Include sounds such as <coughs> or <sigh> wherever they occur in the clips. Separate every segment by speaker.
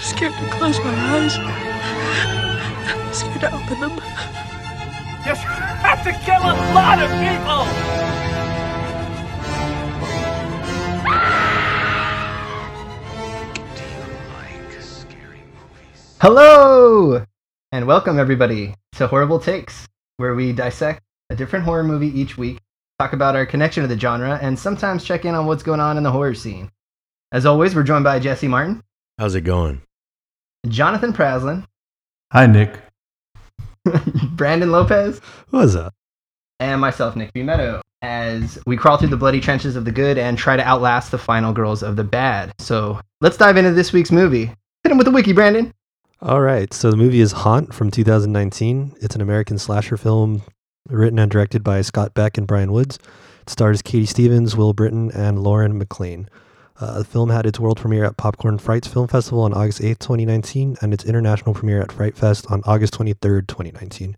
Speaker 1: scared to close my eyes. I'm scared to open them.
Speaker 2: You're gonna have to kill a lot of people!
Speaker 3: Hello! And welcome, everybody, to Horrible Takes, where we dissect a different horror movie each week, talk about our connection to the genre, and sometimes check in on what's going on in the horror scene. As always, we're joined by Jesse Martin,
Speaker 4: How's it going?
Speaker 3: Jonathan Praslin, <laughs>
Speaker 5: Hi, Nick.
Speaker 3: Brandon Lopez,
Speaker 4: What's up?
Speaker 3: and myself, Nick Meadow, as we crawl through the bloody trenches of the good and try to outlast the final girls of the bad. So let's dive into this week's movie. Hit him with the wiki, Brandon.
Speaker 4: All right. So the movie is Haunt from 2019. It's an American slasher film written and directed by Scott Beck and Brian Woods. It stars Katie Stevens, Will Britton, and Lauren McLean. Uh, the film had its world premiere at Popcorn Frights Film Festival on August 8th, 2019, and its international premiere at Fright Fest on August 23rd, 2019.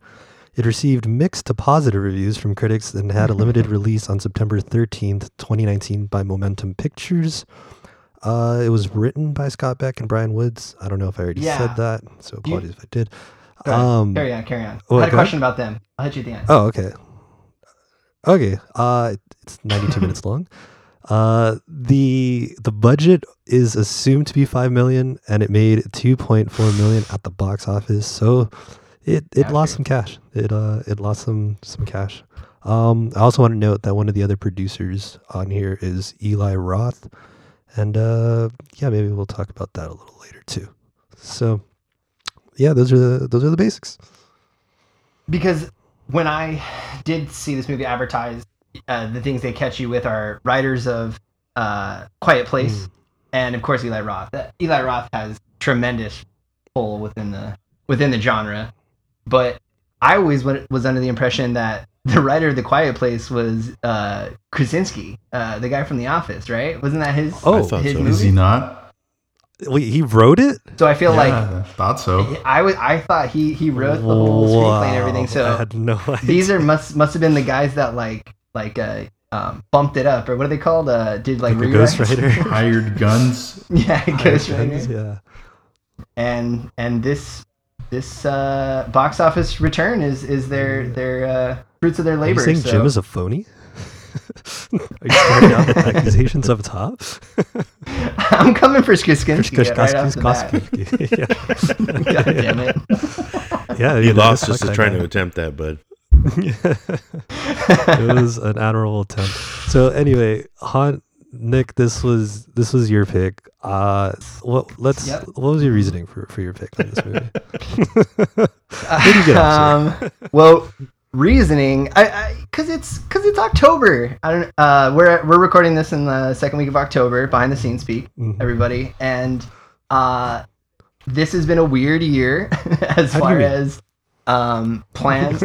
Speaker 4: It received mixed to positive reviews from critics and had a limited release on September 13th, 2019 by Momentum Pictures. Uh, it was written by Scott Beck and Brian Woods. I don't know if I already
Speaker 3: Yeah.
Speaker 4: said that, so
Speaker 3: Do you-
Speaker 4: apologies if I did.
Speaker 3: Go ahead.
Speaker 4: Um,
Speaker 3: carry on, carry on.
Speaker 4: what,
Speaker 3: I had a
Speaker 4: go ahead?
Speaker 3: question about them. I'll hit you at the end.
Speaker 4: Oh, okay. Okay. Uh it's 92 minutes long. Uh the the budget is assumed to be 5 million and it made 2.4 million at the box office. So it it
Speaker 3: Yeah,
Speaker 4: lost
Speaker 3: okay.
Speaker 4: some cash. It uh it lost some some cash. Um I also want to note that one of the other producers on here is Eli Roth and uh yeah, maybe we'll talk about that a little later too. So yeah, those are the those are the basics.
Speaker 3: because when I did see this movie advertised, uh, the things they catch you with are writers of uh, Quiet Place, and of course Eli Roth. That- Eli Roth has tremendous pull within the within the genre, but I always wa- was under the impression that the writer of The Quiet Place was uh, Krasinski, uh, the guy from The Office, right? Wasn't that his?
Speaker 4: Oh, I
Speaker 3: his
Speaker 4: thought so.
Speaker 3: movie?
Speaker 5: Is he not?
Speaker 4: Wait, he wrote it?
Speaker 3: so I feel like
Speaker 5: I thought so.
Speaker 3: I was. I thought he he wrote the whole screenplay and everything. So
Speaker 4: I had no idea.
Speaker 3: these are must must have been the guys that like like uh um bumped it up or what are they called uh did like
Speaker 4: the
Speaker 3: rewrites?
Speaker 4: Ghost
Speaker 3: <laughs>
Speaker 4: Rider. <laughs>
Speaker 5: Hired guns.
Speaker 3: yeah ghost
Speaker 4: Friends,
Speaker 3: writer
Speaker 4: Yeah.
Speaker 3: and and this this uh box office return is is their their uh fruits of their
Speaker 4: Are you
Speaker 3: labor
Speaker 4: saying
Speaker 3: so-
Speaker 4: Jim is a phony? are you starting out with accusations up
Speaker 3: <laughs>
Speaker 4: top?
Speaker 3: <laughs> i'm coming for Krasinski
Speaker 4: Kush-
Speaker 3: right off
Speaker 4: Kush-
Speaker 3: the bat.
Speaker 4: Kush- Kush- yeah.
Speaker 3: <laughs> god damn
Speaker 4: <laughs>
Speaker 3: it
Speaker 4: Yeah,
Speaker 6: He
Speaker 4: you know,
Speaker 6: lost
Speaker 4: fuck
Speaker 6: us to
Speaker 4: that
Speaker 6: trying
Speaker 4: guy.
Speaker 6: to attempt that, bud.
Speaker 4: <laughs> it was an admirable attempt. So anyway, Haunt Nick, this was this was your pick. Uh, what let's
Speaker 3: Yep.
Speaker 4: what was your reasoning for, for your pick on
Speaker 3: <laughs>
Speaker 4: this movie? <laughs> What do you get up to?
Speaker 3: um, well, reasoning, I because it's because it's October. I don't. Uh, we're we're recording this in the second week of October, behind the scenes speak,
Speaker 4: Mhm.
Speaker 3: everybody, and uh, this has been a weird year <laughs> as
Speaker 4: How do you
Speaker 3: far
Speaker 4: mean?
Speaker 3: as um,
Speaker 4: <laughs>
Speaker 3: plans.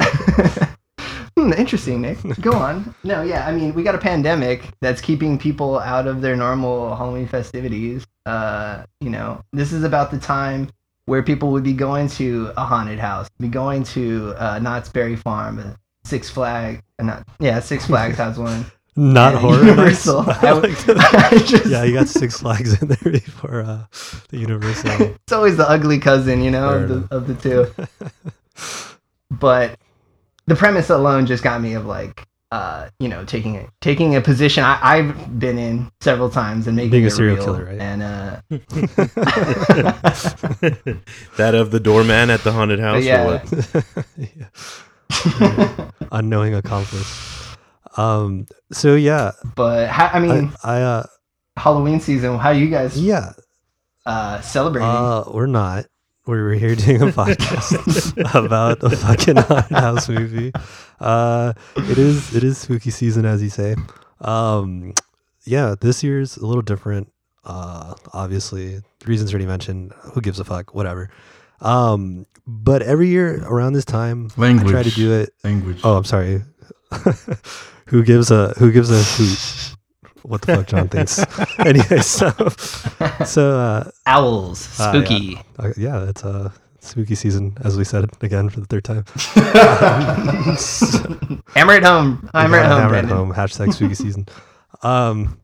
Speaker 3: Hmm, interesting, Nick. Go on. No, yeah, I mean, we got a pandemic that's keeping people out of their normal Halloween festivities. Uh, you know, this is about the time where people would be going to a haunted house, be going to uh, Knott's Berry Farm, uh, Six Flag, uh, not yeah,
Speaker 4: <laughs>
Speaker 3: Six Flags has one.
Speaker 4: Not
Speaker 3: and <laughs>
Speaker 4: horror. <laughs>
Speaker 3: Universal. I would- <laughs> I just-
Speaker 4: yeah, you got Six Flags in there before uh,
Speaker 3: <laughs>
Speaker 4: the Universal.
Speaker 3: it's always the ugly cousin, you know,
Speaker 4: Fair
Speaker 3: of the,
Speaker 4: enough.
Speaker 3: of the two.
Speaker 4: <laughs>
Speaker 3: but the premise alone just got me of like, uh, you know, taking a, taking a position I, I've been in several times and making
Speaker 4: Being a
Speaker 3: it
Speaker 4: serial
Speaker 3: real.
Speaker 4: killer, right?
Speaker 3: And uh,
Speaker 6: that of the doorman at the haunted house
Speaker 3: Uh, yeah.
Speaker 6: or what?
Speaker 4: Yeah. Unknowing accomplice. Um. So yeah,
Speaker 3: but how, I
Speaker 4: I,
Speaker 3: mean,
Speaker 4: I uh,
Speaker 3: Halloween season. How you guys
Speaker 4: yeah.
Speaker 3: uh, celebrating?
Speaker 4: Uh, we're not. We were here doing a podcast <laughs> about a fucking haunted house movie. Uh, it is it is spooky season, as you say. Um, yeah, this year's a little different. Uh, obviously, the reasons already mentioned. Who gives a fuck? Whatever. Um, but every year around this time, I try to
Speaker 5: Language.
Speaker 4: do it.
Speaker 5: Language.
Speaker 4: Oh, I'm sorry. <laughs> who gives a who gives a hoot? What the fuck, John thinks. anyway, so so uh,
Speaker 3: Owls,
Speaker 4: Ah,
Speaker 3: spooky.
Speaker 4: uh, yeah, it's uh, spooky season, as we said again for the
Speaker 3: <laughs>
Speaker 4: third time.
Speaker 3: Hammer at home. Hammer at
Speaker 4: Yeah,
Speaker 3: home.
Speaker 4: hammer
Speaker 3: Brandon.
Speaker 4: home. Hashtag
Speaker 3: <laughs>
Speaker 4: spooky season. Um,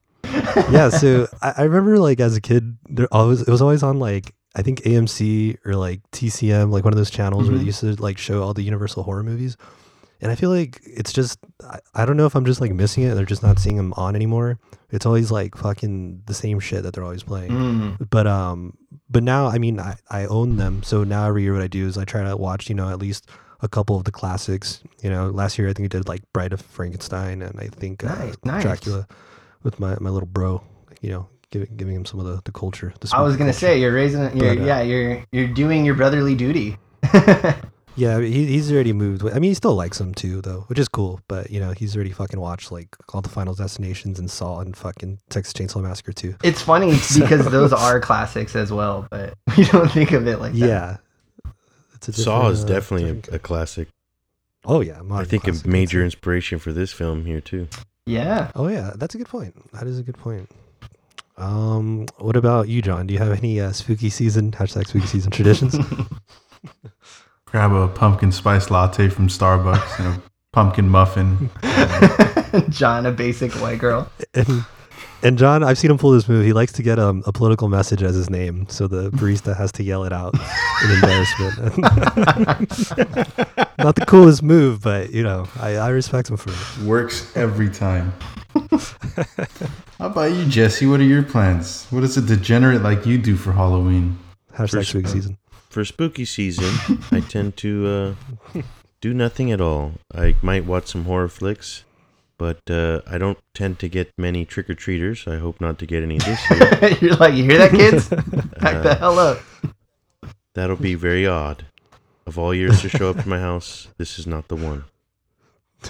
Speaker 4: yeah, so I, I remember like as a kid, there always it was always on like I think AMC or like TCM, like one of those channels where they
Speaker 3: Mm-hmm.
Speaker 5: Mhm.
Speaker 4: used to like show all the Universal horror movies. And I feel like it's just I, I don't know if I'm just like missing it. They're just not seeing them on anymore. It's always like fucking the same shit that they're always playing.
Speaker 3: Mm.
Speaker 4: But um, but now I mean I I own them. So now every year what I do is I try to watch you know at least a couple of the classics. You know, last year I think I did like Bride of Frankenstein and I think
Speaker 3: Nice,
Speaker 4: uh,
Speaker 3: nice.
Speaker 4: Dracula with my my little bro. You know, giving giving him some of the the culture. The
Speaker 3: I was
Speaker 4: spooky
Speaker 3: gonna
Speaker 4: culture.
Speaker 3: say you're raising, you're,
Speaker 4: But, uh,
Speaker 3: yeah, you're you're doing your brotherly duty. <laughs>
Speaker 4: Yeah, he, he's already moved. I mean, he still likes them too, though, which is cool. But you know, he's already fucking watched like all the Final Destinations and Saw and fucking Texas Chainsaw Massacre too.
Speaker 3: It's
Speaker 4: <laughs>
Speaker 3: funny because those are classics as well, but <laughs> we don't think of it like that.
Speaker 4: Yeah, it's a
Speaker 6: Saw
Speaker 4: different,
Speaker 6: is
Speaker 4: uh,
Speaker 6: definitely
Speaker 4: different-
Speaker 6: a, a classic.
Speaker 4: oh yeah, modern
Speaker 6: I think
Speaker 4: classic, I'd
Speaker 6: a major
Speaker 4: say.
Speaker 6: inspiration for this film here too.
Speaker 3: Yeah.
Speaker 4: Oh yeah, that's a good point. That is a good point. Um, what about you, John? Do you have any uh, spooky season hashtag spooky
Speaker 6: <laughs>
Speaker 4: season traditions?
Speaker 5: Grab a pumpkin spice latte from Starbucks and a pumpkin muffin.
Speaker 3: <laughs> John, a basic white girl.
Speaker 4: and and John, I've seen him pull this move. He likes to get um, a political message as his name, so the barista has to yell it out in embarrassment. <laughs> Not the coolest move, but you know, I, I respect him for
Speaker 3: <laughs>
Speaker 4: it.
Speaker 5: Works every time. How about you, Jesse? What are your plans? What does a degenerate like you do for Halloween?
Speaker 4: Hashtag spooky
Speaker 6: Respect.
Speaker 4: season.
Speaker 6: For spooky
Speaker 4: <laughs>
Speaker 6: season,
Speaker 3: <laughs>
Speaker 6: I tend to uh, do nothing at all. I might watch some horror flicks, but uh, I don't tend to get many trick or treaters. I hope not to get any this
Speaker 4: <laughs>
Speaker 6: year.
Speaker 3: you're like, you hear that, kids? Back the hell up.
Speaker 6: That'll be very odd. Of all years to show up to my
Speaker 4: <laughs>
Speaker 6: house, this is not the one.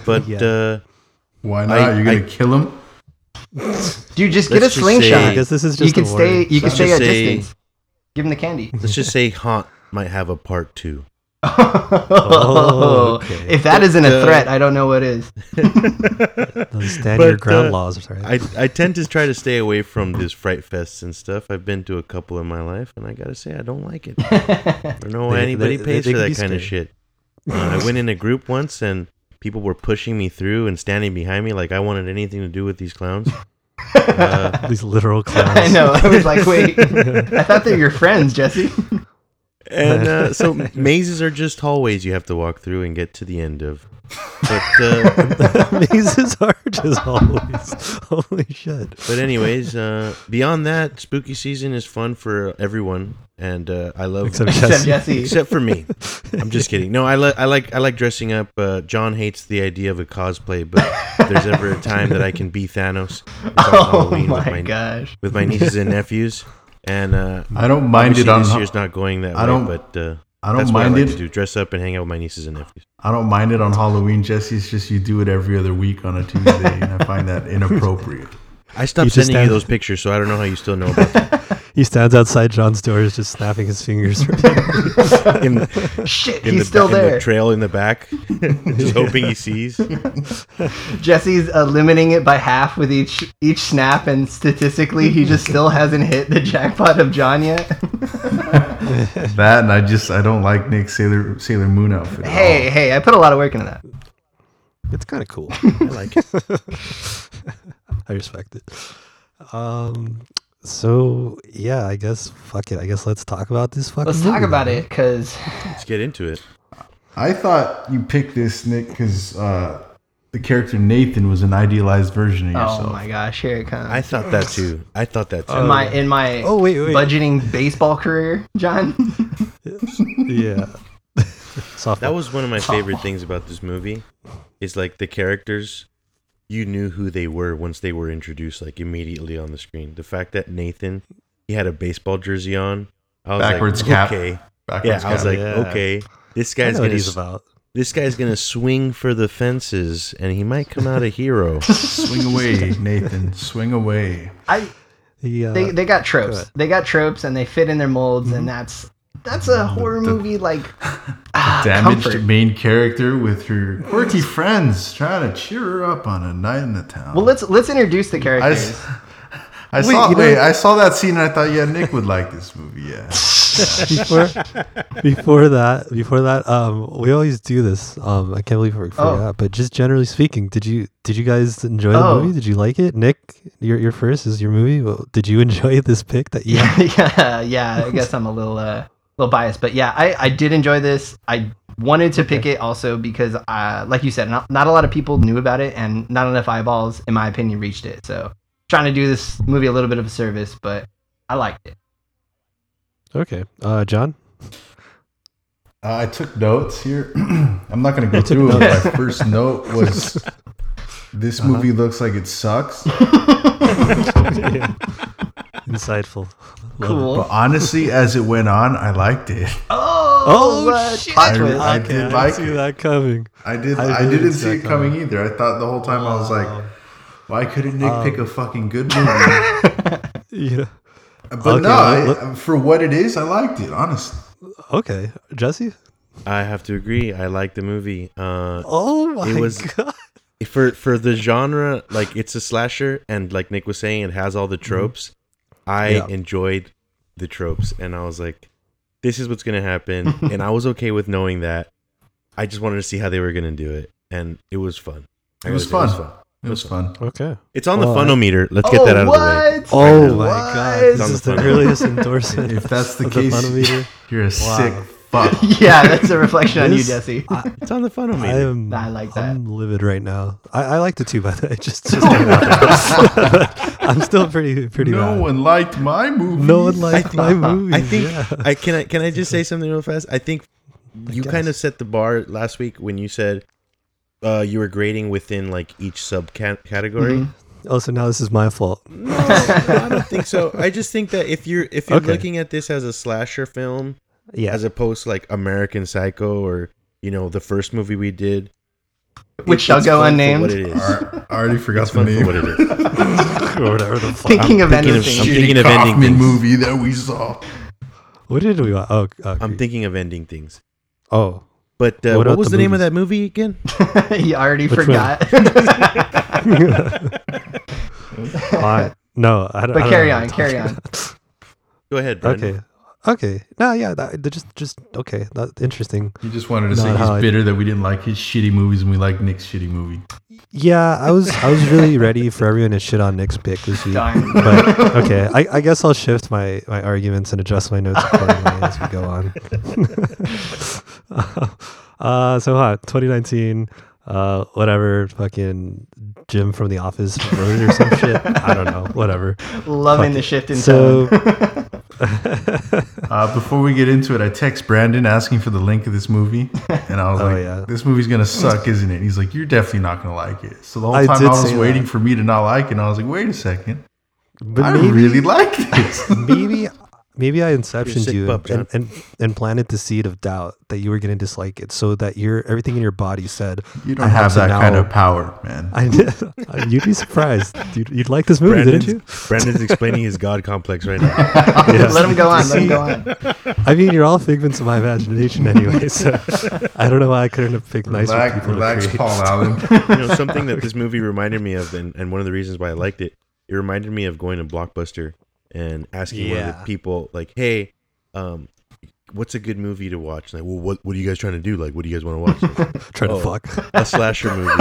Speaker 6: But
Speaker 4: Yeah.
Speaker 6: uh,
Speaker 5: Why not?
Speaker 6: I-
Speaker 5: You're gonna
Speaker 6: I-
Speaker 5: kill him?
Speaker 3: Dude, just get a
Speaker 6: Let's just say-
Speaker 4: I
Speaker 3: slingshot.
Speaker 4: guess this is just
Speaker 3: you can
Speaker 4: a
Speaker 3: stay.
Speaker 4: warning.
Speaker 3: You can
Speaker 6: Let's
Speaker 3: stay at
Speaker 6: just say-
Speaker 3: distance. Give him the candy. <laughs>
Speaker 6: let's just say Haunt might have a part two.
Speaker 3: Oh,
Speaker 4: okay.
Speaker 3: If that isn't a
Speaker 6: uh,
Speaker 3: threat, I don't know what
Speaker 6: <laughs>
Speaker 3: is.
Speaker 4: Those stand your
Speaker 6: But,
Speaker 4: ground
Speaker 6: uh,
Speaker 4: laws. Sorry.
Speaker 6: I, I tend to try to stay away from these fright fests and stuff. I've been to a couple in my life, and I gotta say I don't
Speaker 4: <laughs>
Speaker 6: like it. I don't know why
Speaker 4: They-
Speaker 6: anybody
Speaker 4: they-
Speaker 6: pays
Speaker 4: they
Speaker 6: for
Speaker 4: can
Speaker 6: that
Speaker 4: be
Speaker 6: kind of shit. Uh, I went in a group once, and people were pushing me through and standing behind me like I wanted anything to do with these clowns. Uh,
Speaker 4: <laughs>
Speaker 3: <laughs>
Speaker 4: These literal clowns.
Speaker 3: I
Speaker 4: <laughs>
Speaker 3: know. I was like, wait.
Speaker 6: <laughs>
Speaker 3: I thought they were your friends, Jesse. <laughs>
Speaker 6: and uh,
Speaker 4: <laughs>
Speaker 6: so mazes are just hallways you have to walk through and get to the end of. But uh,
Speaker 4: Mazes are just <laughs> always. Holy shit.
Speaker 6: but anyways, uh, beyond that, spooky season is fun for everyone, and uh, I love
Speaker 4: Except
Speaker 3: Except
Speaker 4: Jesse.
Speaker 3: Jesse.
Speaker 6: <laughs> except for me. I'm just kidding. No, I, li- I like I like dressing up. Uh, John hates the idea of a cosplay, but if there's ever a time that I can be Thanos. It's <laughs> on
Speaker 3: oh
Speaker 6: Halloween
Speaker 3: my,
Speaker 6: with my <laughs>
Speaker 3: gosh.
Speaker 6: with my nieces and nephews, and uh,
Speaker 5: I don't mind it
Speaker 6: obviously
Speaker 5: on.
Speaker 6: this year's not going that
Speaker 5: I
Speaker 6: way.
Speaker 5: don't-
Speaker 6: but uh,
Speaker 5: I
Speaker 6: that's
Speaker 5: don't
Speaker 6: what I
Speaker 5: mind
Speaker 6: like
Speaker 5: it.
Speaker 6: to do: dress up and hang out with my nieces and nephews.
Speaker 5: I don't mind it on Halloween, Jesse. It's just you do it every other week on a Tuesday, and I find that inappropriate.
Speaker 6: I
Speaker 4: You
Speaker 6: stopped
Speaker 4: just
Speaker 6: sending you
Speaker 4: have-
Speaker 6: those pictures, so I don't know how you still know
Speaker 5: <laughs>
Speaker 6: about
Speaker 4: He stands outside John's doors, just snapping his
Speaker 3: <laughs>
Speaker 4: fingers.
Speaker 6: them. in,
Speaker 3: Shit,
Speaker 6: in
Speaker 3: he's
Speaker 6: the,
Speaker 3: still
Speaker 6: in the
Speaker 3: there.
Speaker 6: trail in the back, <laughs> just hoping he sees.
Speaker 3: Jesse's uh, limiting it by half with each each snap, and statistically, he just still hasn't hit the jackpot of John yet.
Speaker 5: That and I just I don't like Nick Sailor Sailor Moon outfit. at all.
Speaker 3: hey, hey, I put a lot of work into that.
Speaker 4: It's kind of
Speaker 3: <laughs>
Speaker 4: cool. I like it. <laughs> I respect it. Um, so yeah, I guess fuck it. I guess let's talk about this fucking.
Speaker 3: Let's talk
Speaker 4: movie <laughs>
Speaker 3: about
Speaker 4: then.
Speaker 3: it, because
Speaker 6: Let's get into it.
Speaker 5: I thought you picked this Nick because uh, the character Nathan was an idealized version of yourself.
Speaker 3: oh my gosh, here it comes.
Speaker 6: I thought that too. I thought that too.
Speaker 3: in my in my
Speaker 4: Oh, wait, wait.
Speaker 3: budgeting baseball career, John. <laughs>
Speaker 4: Yeah. Soft.
Speaker 6: That was one
Speaker 4: <laughs>
Speaker 6: of my favorite things about this movie is like the characters you knew who they were once they were introduced like immediately on the screen. The fact that Nathan he had a baseball jersey on. I was
Speaker 5: Backwards
Speaker 6: like,
Speaker 5: cap.
Speaker 6: okay.
Speaker 5: Backwards
Speaker 6: Yeah, I was
Speaker 5: cap.
Speaker 6: like,
Speaker 4: Yeah.
Speaker 6: okay. This
Speaker 4: I
Speaker 6: guy's
Speaker 4: know what
Speaker 6: gonna
Speaker 4: he's
Speaker 6: s-
Speaker 4: about.
Speaker 6: this guy's gonna swing for the fences and he might come out a
Speaker 4: <laughs>
Speaker 6: hero.
Speaker 5: swing away, Nathan, swing away.
Speaker 3: I
Speaker 4: He, uh,
Speaker 3: they <laughs> they got tropes.
Speaker 4: ahead.
Speaker 3: They got tropes, and they fit in their molds, and that's that's a horror
Speaker 5: the-
Speaker 3: movie like ah,
Speaker 5: Damaged
Speaker 3: comfort.
Speaker 5: main character with her quirky friends trying to cheer her up on a night in the town.
Speaker 3: Well, let's let's introduce the
Speaker 5: I,
Speaker 3: characters.
Speaker 5: s- I
Speaker 4: Wait,
Speaker 5: saw
Speaker 4: you know-
Speaker 5: wait, I saw that scene and I thought, yeah, Nick would like this movie. Yeah,
Speaker 4: <laughs> before before that before that um we always do this um i can't believe we forgot
Speaker 3: Oh.
Speaker 4: but just generally speaking did you did you guys enjoy the
Speaker 3: Oh.
Speaker 4: movie did you like it nick your your first is your movie well, did you <laughs> enjoy this pick that you
Speaker 3: <laughs>
Speaker 6: <laughs>
Speaker 3: yeah, yeah, yeah. I guess I'm a little, uh, little biased, but yeah, I, I did enjoy this. I wanted to pick it also because, uh, like you said, not, not a lot of people knew about it, and not enough eyeballs, in my opinion, reached it. So trying to do this movie a little bit of a service, but I liked it.
Speaker 4: okay uh john
Speaker 5: Uh, I took notes here. <clears throat> I'm not going to go
Speaker 4: took
Speaker 5: through it.
Speaker 3: notes.
Speaker 5: but My first note was this movie looks like it sucks.
Speaker 4: <laughs> insightful Love it.
Speaker 3: Cool.
Speaker 5: But honestly, as it went on, I liked it.
Speaker 3: Oh,
Speaker 4: Oh,
Speaker 3: uh,
Speaker 4: shit.
Speaker 3: plot
Speaker 5: I-
Speaker 3: twist.
Speaker 5: I
Speaker 4: Okay,
Speaker 5: did
Speaker 4: didn't
Speaker 5: like
Speaker 4: see
Speaker 5: it.
Speaker 4: that coming
Speaker 5: I did.
Speaker 4: I
Speaker 5: I,
Speaker 4: did
Speaker 5: didn't see
Speaker 4: exactly.
Speaker 5: it coming either. I thought the whole time I was like, why couldn't Nick pick a fucking good movie?
Speaker 4: yeah
Speaker 5: But
Speaker 4: Okay,
Speaker 5: no, I,
Speaker 4: let-
Speaker 5: for what it is, I liked it. Honestly,
Speaker 4: okay jesse
Speaker 6: I have to agree. I like the movie. Uh,
Speaker 4: oh my
Speaker 6: was-
Speaker 4: god
Speaker 6: for for the genre, like it's a slasher, and like Nick was saying, it has all the tropes. I
Speaker 4: Yeah.
Speaker 6: enjoyed the tropes, and I was like, "This is what's gonna happen," and I was okay with knowing that. I just wanted to see how they were gonna do it, and it was fun. I
Speaker 5: it was
Speaker 6: gotta
Speaker 5: fun.
Speaker 6: say,
Speaker 5: It was fun.
Speaker 4: okay
Speaker 6: It's on the
Speaker 4: Well, I-
Speaker 6: funometer. Let's get that out of the way.
Speaker 3: Oh, what?
Speaker 6: now.
Speaker 4: Oh my
Speaker 3: What?
Speaker 4: god! This
Speaker 6: On
Speaker 4: is
Speaker 6: the
Speaker 4: the
Speaker 6: funnel.
Speaker 4: earliest endorsement.
Speaker 5: If that's the
Speaker 4: of
Speaker 5: case-
Speaker 4: funnel meter.
Speaker 5: You're a sick
Speaker 3: <laughs>
Speaker 5: fuck.
Speaker 3: Yeah, that's a reflection on you,
Speaker 4: This-
Speaker 3: Jesse.
Speaker 6: It's on the
Speaker 4: I
Speaker 6: funometer.
Speaker 4: am.
Speaker 3: I like that.
Speaker 4: I'm livid right now. I, I like the two by the way. <laughs> Just, just don't laugh. <laughs> I'm still pretty pretty
Speaker 5: no
Speaker 4: mad.
Speaker 5: one liked my movie.
Speaker 4: no one liked my movie.
Speaker 6: I think
Speaker 4: Yeah.
Speaker 6: I can I can I just say something real fast. I think you
Speaker 4: guess.
Speaker 6: kind of set the bar last week when you said uh, you were grading within like each sub category.
Speaker 4: Oh, so now this is my fault.
Speaker 6: I don't think so. I just think that if you're if you're
Speaker 4: Okay.
Speaker 6: looking at this as a slasher film,
Speaker 4: Yeah.
Speaker 6: <laughs> as opposed to like American Psycho or you know the first movie we did,
Speaker 3: Which
Speaker 6: it-
Speaker 3: shall
Speaker 6: it's
Speaker 3: go
Speaker 6: fun for What
Speaker 3: unnamed.
Speaker 6: it is. It's
Speaker 5: <laughs> I I already forgot the
Speaker 6: fun for
Speaker 5: name.
Speaker 6: what it is.
Speaker 4: or whatever the fuck.
Speaker 3: Thinking of anything.
Speaker 6: thinking of I'm some-
Speaker 5: Shitty
Speaker 6: thinking of ending
Speaker 5: Kaufman
Speaker 6: things.
Speaker 5: movie that we saw.
Speaker 4: What did we want? Oh, uh,
Speaker 6: I'm
Speaker 4: Creed.
Speaker 6: thinking of ending things.
Speaker 4: Oh,
Speaker 6: But uh, what,
Speaker 4: What about
Speaker 6: was
Speaker 4: the
Speaker 6: the, name of
Speaker 4: movies?
Speaker 6: that movie again?
Speaker 3: <laughs> you already
Speaker 4: Which one?
Speaker 3: forgot.
Speaker 6: <laughs>
Speaker 4: fine. No, I don't.
Speaker 3: but
Speaker 4: I don't
Speaker 3: carry
Speaker 4: know what
Speaker 3: on,
Speaker 4: I'm
Speaker 3: carry
Speaker 4: talking
Speaker 3: on.
Speaker 6: Go ahead, Brandon.
Speaker 4: <laughs> Okay. Okay. No, yeah. That, they're just, just okay. That, interesting.
Speaker 5: He just wanted to
Speaker 4: Not
Speaker 5: say
Speaker 4: how I-
Speaker 5: he's bitter that we didn't like his shitty movies and we like Nick's shitty movie.
Speaker 4: Yeah, I was I was
Speaker 3: <laughs>
Speaker 4: really ready for everyone to shit on Nick's pick this week.
Speaker 3: Darn.
Speaker 4: But okay, I, I guess I'll shift my, my arguments and adjust my notes accordingly as we go on. <laughs> uh, so hot, 2019, uh, whatever, fucking Jim from The Office wrote it or some shit. I don't know, whatever.
Speaker 3: Loving
Speaker 4: Fuck
Speaker 3: the
Speaker 4: it.
Speaker 3: shift in
Speaker 4: So-
Speaker 3: tone.
Speaker 5: Uh, before we get into it, I text Brandon asking for the link of this movie, and I was
Speaker 4: <laughs> Oh,
Speaker 5: like,
Speaker 4: yeah.
Speaker 5: "This movie's gonna suck, isn't it?" He's like, "You're definitely not gonna like it." So the whole
Speaker 4: I
Speaker 5: time
Speaker 4: did
Speaker 5: I was
Speaker 4: say
Speaker 5: waiting
Speaker 4: that.
Speaker 5: for me to not like it, and I was like, "Wait a second,
Speaker 4: But
Speaker 5: I
Speaker 4: maybe,
Speaker 5: really like
Speaker 4: <laughs>
Speaker 5: this."
Speaker 4: maybe, maybe I inceptioned
Speaker 6: sick
Speaker 4: you
Speaker 6: pup,
Speaker 4: and,
Speaker 6: John.
Speaker 4: and, and planted the seed of doubt that you were going to dislike it so that your everything in your body said,
Speaker 5: you
Speaker 4: I
Speaker 5: don't have
Speaker 4: to
Speaker 5: that
Speaker 4: now-
Speaker 5: kind
Speaker 4: <laughs>
Speaker 5: of power, man.
Speaker 4: I did. You'd be surprised. You'd, you'd like this movie,
Speaker 6: Brandon's,
Speaker 4: didn't you?
Speaker 6: Brandon's explaining his god complex right now.
Speaker 4: <laughs> Yeah.
Speaker 3: let him go on. Let him go on.
Speaker 4: I mean, you're all figments of my
Speaker 5: <laughs>
Speaker 4: imagination anyway, so I don't know why I couldn't have picked nicer
Speaker 5: Relax,
Speaker 4: people. to
Speaker 5: relax,
Speaker 4: create. <laughs>
Speaker 5: Paul Allen.
Speaker 6: You know something that this movie reminded me of, and, and one of the reasons why I liked it. It reminded me of going to Blockbuster and asking one of
Speaker 4: Yeah.
Speaker 6: the people, like, "Hey, um, what's a good movie to watch?" And like, well, what what are you guys trying to do? Like, what do you guys want to watch?
Speaker 4: Trying
Speaker 6: Oh.
Speaker 4: to fuck.
Speaker 6: a slasher movie,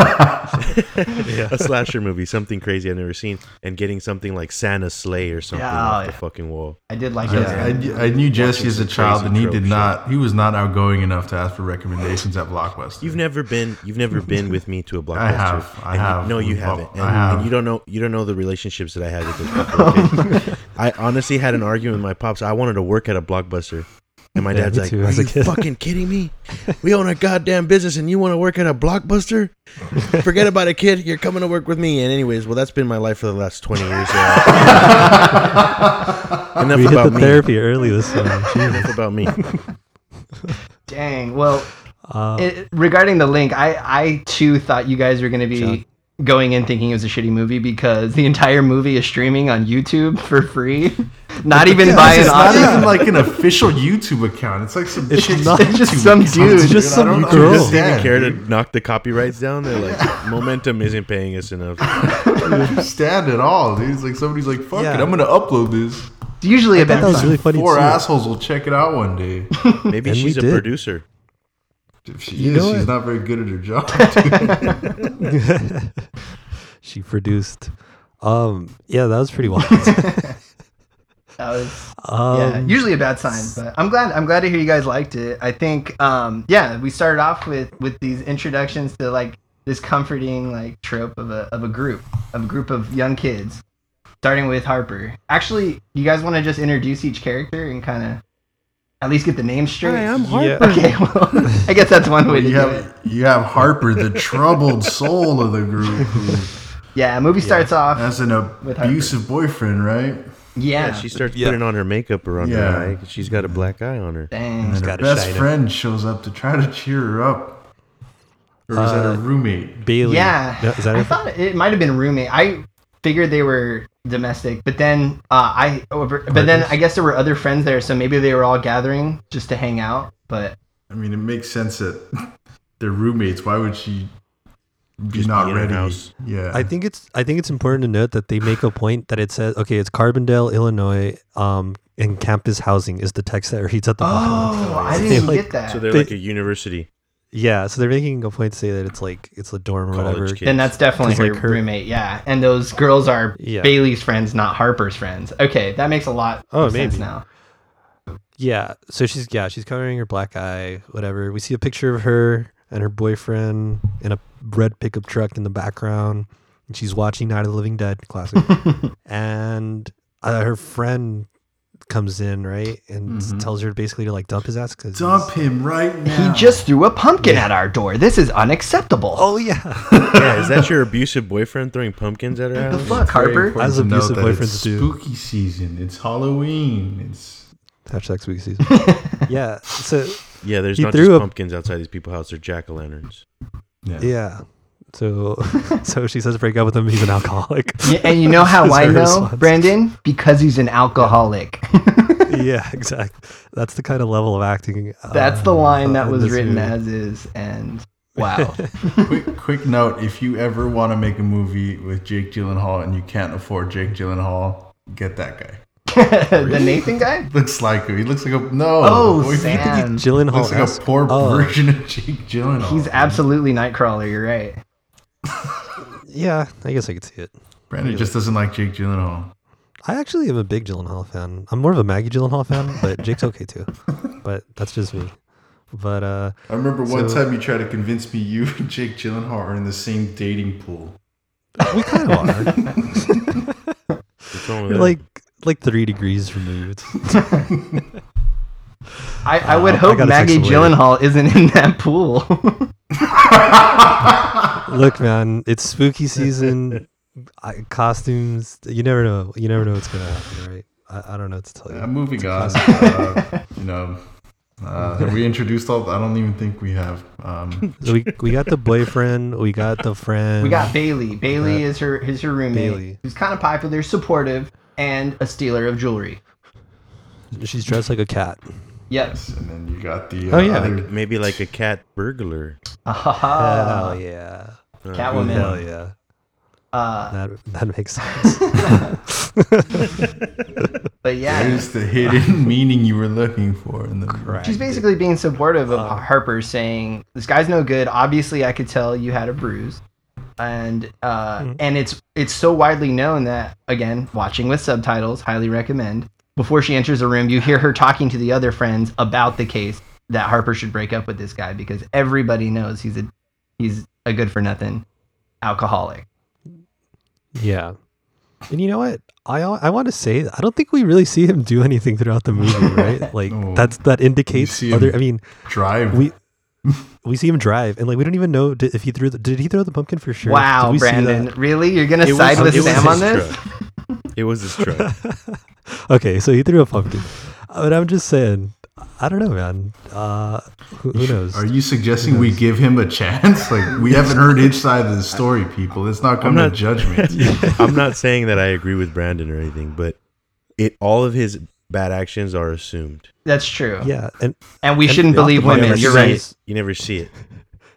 Speaker 4: Yeah.
Speaker 6: a slasher movie, something crazy I've never seen, and getting something like Santa's sleigh or something
Speaker 3: Yeah,
Speaker 6: off the
Speaker 3: yeah.
Speaker 6: fucking wall.
Speaker 3: I did like
Speaker 5: I,
Speaker 3: those.
Speaker 5: I,
Speaker 3: guys.
Speaker 5: I knew Jesse as a
Speaker 6: some
Speaker 5: child,
Speaker 6: crazy
Speaker 5: and he
Speaker 6: trope
Speaker 5: did
Speaker 6: shit.
Speaker 5: not. He was not outgoing enough to ask for recommendations at Blockbuster.
Speaker 6: You've never been, you've never been with me
Speaker 4: <laughs>
Speaker 6: to a blockbuster.
Speaker 5: I have, I
Speaker 6: and you-
Speaker 5: have.
Speaker 6: no, you
Speaker 5: We've all-
Speaker 6: haven't.
Speaker 5: I
Speaker 6: And,
Speaker 5: have.
Speaker 6: and you don't know, you don't know the relationships that I had with those people.
Speaker 4: <laughs>
Speaker 6: okay? I honestly had an argument with my pops. I wanted to work at a blockbuster, and my
Speaker 4: Yeah,
Speaker 6: dad's
Speaker 4: me
Speaker 6: like,
Speaker 4: too,
Speaker 6: "Are
Speaker 4: as a
Speaker 6: you
Speaker 4: kid."
Speaker 6: fucking kidding me? We own a goddamn business, and you want to work at a
Speaker 4: <laughs>
Speaker 6: blockbuster? Forget about it, kid. You're coming to work with me." And anyways, well, that's been my life for the last twenty years. uh,
Speaker 4: <laughs>
Speaker 6: enough
Speaker 4: We hit
Speaker 6: about
Speaker 4: the
Speaker 6: me.
Speaker 4: therapy early this time. Jeez.
Speaker 6: Enough
Speaker 4: <laughs>
Speaker 6: about me.
Speaker 3: Dang. Well,
Speaker 4: Uh,
Speaker 3: it, regarding the link, I I too thought you guys were gonna be.
Speaker 4: John.
Speaker 3: Going in thinking it was a shitty movie because the entire movie is streaming on YouTube for free, <laughs> not even by an
Speaker 5: It's not
Speaker 3: audio.
Speaker 5: even like an official YouTube account. It's like some
Speaker 4: It's
Speaker 5: chick's
Speaker 4: not-
Speaker 5: YouTube
Speaker 3: <laughs> It's just some
Speaker 5: account,
Speaker 3: dude.
Speaker 5: dude.
Speaker 4: Just
Speaker 5: I
Speaker 4: some
Speaker 5: don't
Speaker 4: girl.
Speaker 6: Does they even
Speaker 5: understand,
Speaker 6: care to
Speaker 5: dude.
Speaker 6: knock the copyrights down? They're like, momentum isn't paying us enough.
Speaker 5: I don't understand at all, dude. It's like somebody's like, "Fuck
Speaker 4: Yeah.
Speaker 5: it, I'm gonna upload this."
Speaker 3: It's usually a
Speaker 4: thought
Speaker 3: bad
Speaker 4: that was
Speaker 3: sign.
Speaker 4: really funny
Speaker 5: Four
Speaker 4: too.
Speaker 5: assholes will check it out one
Speaker 4: <laughs>
Speaker 5: day.
Speaker 6: Maybe
Speaker 4: And we
Speaker 6: she's a
Speaker 4: did.
Speaker 6: producer.
Speaker 5: If she
Speaker 4: You
Speaker 5: is,
Speaker 4: know
Speaker 5: she's
Speaker 4: it.
Speaker 5: not very good at her job. <laughs> dude.
Speaker 4: <laughs> she produced. Um, yeah, that was pretty wild.
Speaker 5: <laughs>
Speaker 3: That was
Speaker 4: Um,
Speaker 3: yeah, usually a bad sign, but I'm glad I'm glad to hear you guys liked it. I think um yeah, we started off with with these introductions to like this comforting like trope of a of a group, of a group of young kids. Starting with Harper. Actually, you guys want to just introduce each character and kind of at least get the names straight?
Speaker 4: yeah.
Speaker 3: <laughs> Okay, well, I guess that's one way to
Speaker 5: you
Speaker 3: do it.
Speaker 5: have you have Harper,
Speaker 4: <laughs>
Speaker 5: the troubled soul of the group. who
Speaker 3: Yeah, a movie starts off.
Speaker 5: has an
Speaker 3: With
Speaker 5: abusive boyfriend, right?
Speaker 3: yeah,
Speaker 6: Yeah, she starts
Speaker 4: Yeah.
Speaker 6: putting on her makeup around
Speaker 5: Yeah.
Speaker 6: her eye 'cause she's got a black eye on her.
Speaker 3: dang.
Speaker 5: And her
Speaker 4: gotta
Speaker 5: best
Speaker 4: shine up.
Speaker 5: friend shows up to try to cheer her up. Or was that
Speaker 4: Uh,
Speaker 5: her roommate?
Speaker 4: Bailey.
Speaker 3: Yeah,
Speaker 4: No, is that
Speaker 3: I
Speaker 4: her?
Speaker 3: thought it might have been roommate. I figured they were domestic, but then uh, I over, but then
Speaker 4: Partners.
Speaker 3: I guess there were other friends there, so maybe they were all gathering just to hang out. But
Speaker 5: I mean, it makes sense that <laughs> they're roommates. Why would she be
Speaker 6: Just
Speaker 5: not
Speaker 6: be in her
Speaker 5: ready?
Speaker 6: house.
Speaker 5: Yeah.
Speaker 4: I think it's I think it's important to note that they make a point that it says okay it's Carbondale Illinois um and campus housing is the text that reads at the bottom.
Speaker 3: oh, I
Speaker 4: They,
Speaker 3: didn't even
Speaker 4: like-
Speaker 3: get that.
Speaker 6: So they're
Speaker 4: They-
Speaker 6: like a university.
Speaker 4: Yeah, so they're making a point to say that it's like it's a dorm or
Speaker 6: College
Speaker 4: whatever.
Speaker 6: kid.
Speaker 3: then that's definitely
Speaker 4: It's like
Speaker 3: her,
Speaker 4: her-
Speaker 3: roommate, yeah. And those girls are
Speaker 4: Yeah.
Speaker 3: Bailey's friends, not Harper's friends. Okay, that makes a lot
Speaker 4: Oh,
Speaker 3: of sense
Speaker 4: maybe.
Speaker 3: now.
Speaker 4: Yeah, so she's yeah she's covering her black eye whatever. We see a picture of her and her boyfriend in a red pickup truck in the background, and she's watching Night of the Living Dead classic. and uh, her friend comes in right and s- tells her basically to like dump his ass because
Speaker 5: Dump him right now.
Speaker 3: He just threw a pumpkin at our door. This is unacceptable.
Speaker 4: oh yeah.
Speaker 6: yeah, is that your abusive boyfriend throwing pumpkins at her
Speaker 3: the
Speaker 6: house?
Speaker 3: fuck,
Speaker 5: Very
Speaker 3: Harper.
Speaker 5: important
Speaker 4: As
Speaker 5: to note
Speaker 4: abusive
Speaker 5: that it's
Speaker 4: boyfriends do.
Speaker 5: Spooky season. It's Halloween. It's
Speaker 4: Hashtag spooky season.
Speaker 3: <laughs>
Speaker 4: yeah. So
Speaker 6: Yeah, there's
Speaker 4: He
Speaker 6: not
Speaker 4: threw
Speaker 6: just
Speaker 4: a-
Speaker 6: pumpkins outside these people's house. They're jack o' lanterns.
Speaker 5: yeah.
Speaker 4: yeah. So <laughs> so she says break up with him. He's an alcoholic.
Speaker 3: Yeah, and
Speaker 4: <laughs>
Speaker 3: you know how
Speaker 4: That's
Speaker 3: I
Speaker 4: her
Speaker 3: know,
Speaker 4: response.
Speaker 3: Brandon? Because he's an
Speaker 4: <laughs>
Speaker 3: alcoholic. <laughs>
Speaker 4: yeah, exactly. That's the kind of level of acting. uh,
Speaker 3: That's the line
Speaker 4: uh,
Speaker 3: that
Speaker 4: in
Speaker 3: was
Speaker 4: this
Speaker 3: written
Speaker 4: movie.
Speaker 3: as is,
Speaker 4: <laughs>
Speaker 3: and wow.
Speaker 5: quick quick note if you ever want to make a movie with Jake Gyllenhaal and you can't afford Jake Gyllenhaal, get that guy.
Speaker 3: <laughs> the Nathan guy?
Speaker 5: Looks like him. He looks like a no.
Speaker 3: Oh,
Speaker 5: boy,
Speaker 3: Sam.
Speaker 5: He
Speaker 4: Gyllenhaal.
Speaker 5: looks like
Speaker 4: esque.
Speaker 5: a poor
Speaker 4: Oh.
Speaker 5: version of Jake Gyllenhaal.
Speaker 3: He's absolutely Nightcrawler, you're right.
Speaker 4: yeah, I guess I could see it.
Speaker 5: Brandon just doesn't like Jake Gyllenhaal.
Speaker 4: I actually am a big Gyllenhaal fan. I'm more of a Maggie Gyllenhaal fan,
Speaker 3: <laughs>
Speaker 4: but Jake's okay too. But that's just me. But uh,
Speaker 5: I remember one
Speaker 4: So-
Speaker 5: time you tried to convince me you and Jake Gyllenhaal are in the same dating pool.
Speaker 4: we kind
Speaker 3: <laughs>
Speaker 4: of are.
Speaker 6: What's wrong with
Speaker 4: We're
Speaker 6: that?
Speaker 4: like like three degrees removed.
Speaker 3: I, I would
Speaker 4: Uh, I
Speaker 3: hope
Speaker 4: gotta
Speaker 3: Maggie
Speaker 4: text him later.
Speaker 3: Gyllenhaal isn't in that pool. <laughs>
Speaker 4: Look, man, it's spooky season. I, costumes. You never know. You never know what's gonna happen, right? I, I don't know what to tell you.
Speaker 5: Uh, moving on. <laughs> uh, you know, uh, have we introduced all. I don't even think we have.
Speaker 3: <laughs>
Speaker 5: Um,
Speaker 4: So we we got the boyfriend. We got the friend.
Speaker 3: we got Bailey. Bailey is her is her roommate.
Speaker 4: Bailey.
Speaker 3: Who's kind of popular, supportive, and a stealer of jewelry.
Speaker 4: She's dressed like a cat.
Speaker 3: Yep.
Speaker 5: yes, and then you got the. Uh,
Speaker 4: Oh, yeah.
Speaker 5: other-
Speaker 6: Maybe like a cat burglar.
Speaker 3: Ah,
Speaker 4: Hell yeah.
Speaker 6: Uh,
Speaker 3: <laughs> Catwoman.
Speaker 4: Hell yeah.
Speaker 3: uh,
Speaker 4: That that makes sense.
Speaker 3: but yeah,
Speaker 5: There's
Speaker 3: <laughs>
Speaker 5: the hidden meaning you were looking for in the
Speaker 4: Right.
Speaker 3: she's basically being supportive of
Speaker 6: Um,
Speaker 3: Harper, saying, "This guy's no good. Obviously, I could tell you had a bruise." and uh,
Speaker 6: Hmm.
Speaker 3: and it's it's so widely known that again, watching with subtitles, highly recommend. Before she enters the room, you hear her talking to the other friends about the case that Harper should break up with this guy because everybody knows he's a he's a good for nothing alcoholic.
Speaker 4: Yeah. And you know what? I I want to say I don't think we really see him do anything throughout the movie, right? Like
Speaker 5: No.
Speaker 4: that's that indicates
Speaker 5: see him-
Speaker 4: other. I mean,
Speaker 5: drive.
Speaker 4: we we see him drive, and like we don't even know did, if he threw. The, did he throw the pumpkin for sure? Did
Speaker 3: Wow,
Speaker 4: we see that?
Speaker 3: Brandon, really? You're gonna
Speaker 6: It was-
Speaker 3: side
Speaker 6: it
Speaker 3: with
Speaker 6: was
Speaker 3: Sam on
Speaker 6: his
Speaker 3: this?
Speaker 6: truck. It was this
Speaker 4: <laughs>
Speaker 6: truck.
Speaker 4: Okay, so E oh he threw a pumpkin, Uh, but I'm just saying. I don't know, man. Uh, who, who knows?
Speaker 5: <laughs> Are you suggesting we give him a chance? <laughs> Like we haven't heard his side of the story, people. It's not coming
Speaker 6: not-
Speaker 5: to
Speaker 6: <laughs>
Speaker 5: judgment.
Speaker 6: I'm not saying that I agree with Brandon or anything, but it all of his bad actions are assumed.
Speaker 3: That's true.
Speaker 4: yeah, and
Speaker 3: And we
Speaker 4: And
Speaker 3: shouldn't
Speaker 4: the
Speaker 3: believe
Speaker 6: You
Speaker 4: octopus
Speaker 3: women.
Speaker 6: never
Speaker 4: is
Speaker 3: You're
Speaker 6: see
Speaker 3: right.
Speaker 6: it. You never see it.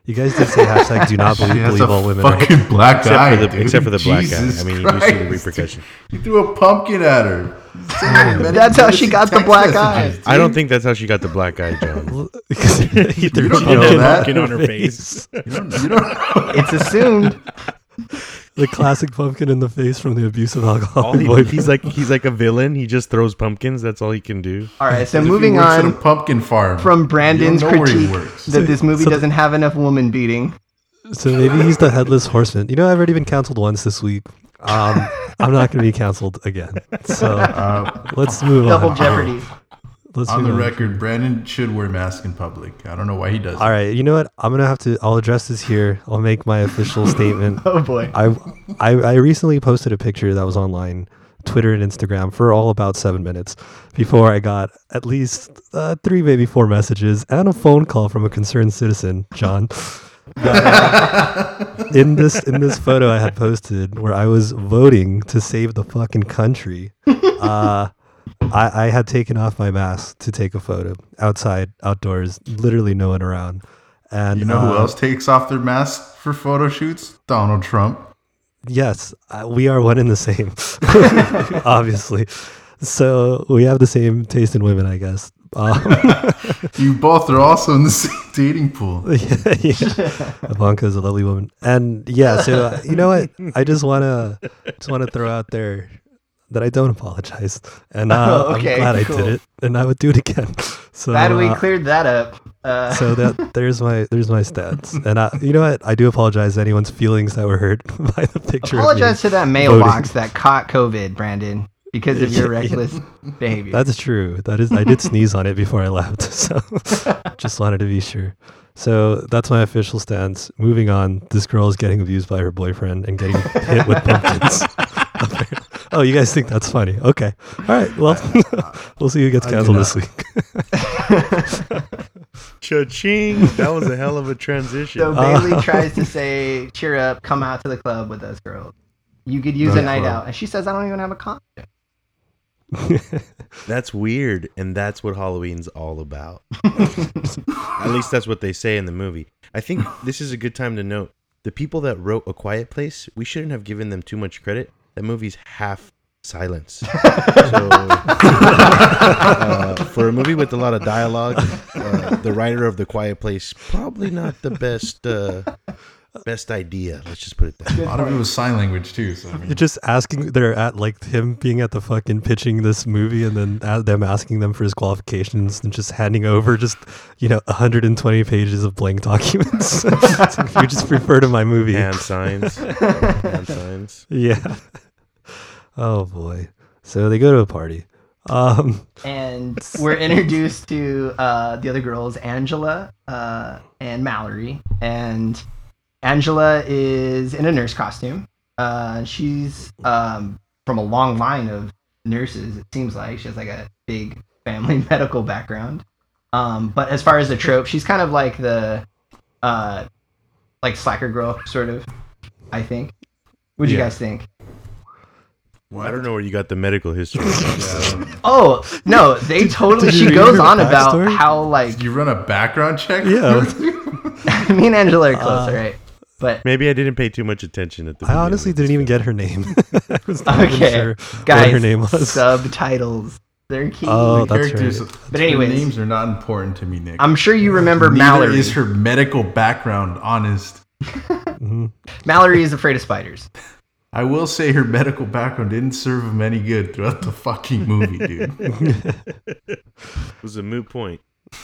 Speaker 4: You guys did say hashtag do not
Speaker 5: <laughs>
Speaker 4: believe,
Speaker 5: She has
Speaker 4: believe all
Speaker 5: a
Speaker 4: women. <laughs> right?
Speaker 6: <laughs>
Speaker 5: fucking black
Speaker 6: Except
Speaker 5: eye,
Speaker 6: for the-
Speaker 5: dude.
Speaker 6: except for the black eye.
Speaker 5: Jesus
Speaker 6: I mean, you do see the
Speaker 5: Christ,
Speaker 6: repercussion.
Speaker 5: dude. You threw a pumpkin at her.
Speaker 3: That's how she got the black eye.
Speaker 6: I don't think that's how she got the black eye, <laughs> John.
Speaker 5: <laughs>
Speaker 4: you threw <laughs>
Speaker 5: don't
Speaker 4: pumpkin
Speaker 5: know
Speaker 4: in
Speaker 5: that.
Speaker 4: her
Speaker 7: Pumpkin on
Speaker 6: <laughs>
Speaker 7: her
Speaker 5: You don't,
Speaker 3: <laughs>
Speaker 5: you don't
Speaker 3: It's assumed.
Speaker 4: <laughs> the classic pumpkin in the face from the abuse of alcohol.
Speaker 6: All he-
Speaker 4: boyfriend.
Speaker 6: he's like he's like a villain. He just throws pumpkins. That's all he can do.
Speaker 3: All right, so
Speaker 5: If he
Speaker 3: moving
Speaker 5: works at a
Speaker 3: on
Speaker 5: pumpkin farm
Speaker 3: from Brandon's
Speaker 5: you don't know where he
Speaker 3: critique
Speaker 5: works.
Speaker 3: that this movie
Speaker 4: So-
Speaker 3: doesn't have enough woman beating.
Speaker 4: So maybe he's the headless horseman. You know, I've already been canceled once this week.
Speaker 5: <laughs>
Speaker 4: Um, I'm not going to be canceled again. So
Speaker 5: Uh,
Speaker 4: let's move
Speaker 3: Double
Speaker 4: on.
Speaker 3: Jeopardy.
Speaker 4: Let's
Speaker 5: on the
Speaker 4: move on.
Speaker 5: record, Brandon should wear mask in public. I don't know why he does.
Speaker 4: All right, you know what? I'm gonna have to. I'll address this here. I'll make my official
Speaker 5: <laughs>
Speaker 4: statement.
Speaker 3: Oh boy.
Speaker 4: I, I I recently posted a picture that was online, Twitter and Instagram for all about seven minutes before I got at least uh, three, maybe four messages and a phone call from a concerned citizen,
Speaker 5: <laughs>
Speaker 4: John. that, uh, in this in this photo I had posted where I was voting to save the fucking country. Uh, I, I had taken off my mask to take a photo outside, outdoors, literally no one around. And
Speaker 5: You know who
Speaker 4: uh,
Speaker 5: else takes off their mask for photo shoots? Donald Trump.
Speaker 4: Yes, uh, we are one in the same, <laughs> obviously. So we have the same taste in women, I guess. Um, <laughs>
Speaker 5: You both are also in the <laughs> same dating pool.
Speaker 4: yeah, yeah. Ivanka is a lovely woman, and yeah. So uh, you know what? I just wanna just wanna throw out there that I don't apologize,
Speaker 3: <laughs>
Speaker 4: and uh,
Speaker 3: Oh, okay,
Speaker 4: I'm glad I
Speaker 3: cool.
Speaker 4: did it, and I would do it again. So
Speaker 3: Glad we
Speaker 4: uh,
Speaker 3: cleared that up. Uh,
Speaker 4: so that there's my there's my stats, and I, you know what? I do apologize to anyone's feelings that were hurt <laughs> by the picture. of me.
Speaker 3: apologize to that mailbox that caught COVID, Brandon, because of your
Speaker 4: Yeah.
Speaker 3: reckless behavior.
Speaker 4: That's true. That is, I did sneeze on it before I left, <laughs> so just wanted to be sure. So that's my official stance. Moving on, this girl is getting abused by her boyfriend and getting hit
Speaker 5: <laughs>
Speaker 4: with pumpkins. oh, you guys think that's funny? Okay, all right. Well, <laughs> we'll see who gets
Speaker 5: I do
Speaker 4: canceled
Speaker 5: not.
Speaker 4: this week.
Speaker 6: Cha-ching! That was a hell of a transition.
Speaker 3: so
Speaker 4: Uh,
Speaker 3: Bailey tries to say, "Cheer up, come out to the club with us girls. You could use
Speaker 5: The
Speaker 3: a night
Speaker 5: club.
Speaker 3: out." And she says, "I don't even have a condom."
Speaker 6: That's weird, and that's what Halloween's all about. At least that's what they say in the movie. I think this is a good time to note the people that wrote A Quiet Place, we shouldn't have given them too much credit. That movie's half silence. So, uh, for a movie with a lot of dialogue, uh, the writer of The Quiet Place probably not the best uh, best idea. Let's just put it that way.
Speaker 5: A lot of it was sign language too. So I mean,
Speaker 4: You're just asking. They're at like him being at the fucking pitching this movie, and then a- them asking them for his qualifications, and just handing over just you know 120 pages of blank documents. <laughs> So if you just refer to my movie.
Speaker 6: Hand signs. Hand signs.
Speaker 4: Yeah. <laughs> Oh boy. So they go to a party. Um,
Speaker 3: and we're introduced to uh, the other girls, Angela uh, and Mallory. And Angela is in a nurse costume. Uh, she's um, from a long line of nurses. It seems like she has like a big family <laughs> medical background. Um, but as far as the trope, she's kind of like the uh, like slacker girl, sort of. I think. What do you
Speaker 5: Yeah.
Speaker 3: guys think?
Speaker 5: what?
Speaker 6: I don't know where you got the medical history.
Speaker 3: Oh no, they totally.
Speaker 4: <laughs> did you
Speaker 3: she
Speaker 4: read
Speaker 3: goes
Speaker 4: her
Speaker 3: on about
Speaker 4: backstory?
Speaker 3: how like
Speaker 5: Did you run a background check?
Speaker 4: Yeah.
Speaker 3: <laughs> Me and Angela are close,
Speaker 4: Uh,
Speaker 3: right? But
Speaker 6: Maybe I didn't pay too much attention at the.
Speaker 4: I honestly didn't even get her name. <laughs> I was not even
Speaker 3: Okay,
Speaker 4: sure
Speaker 3: guys,
Speaker 4: what her name was.
Speaker 3: subtitles. They're key.
Speaker 4: Oh, that's
Speaker 5: Characters.
Speaker 4: right.
Speaker 3: But anyways.
Speaker 5: their names are not important to me, Nick.
Speaker 3: I'm sure you remember
Speaker 5: Neither
Speaker 3: Mallory.
Speaker 5: is her medical background honest.
Speaker 4: Mhm.
Speaker 3: Mallory is afraid of spiders.
Speaker 5: I will say her medical background didn't serve him any good throughout the fucking
Speaker 3: <laughs>
Speaker 5: movie, dude.
Speaker 6: It was a moot point.
Speaker 4: <laughs>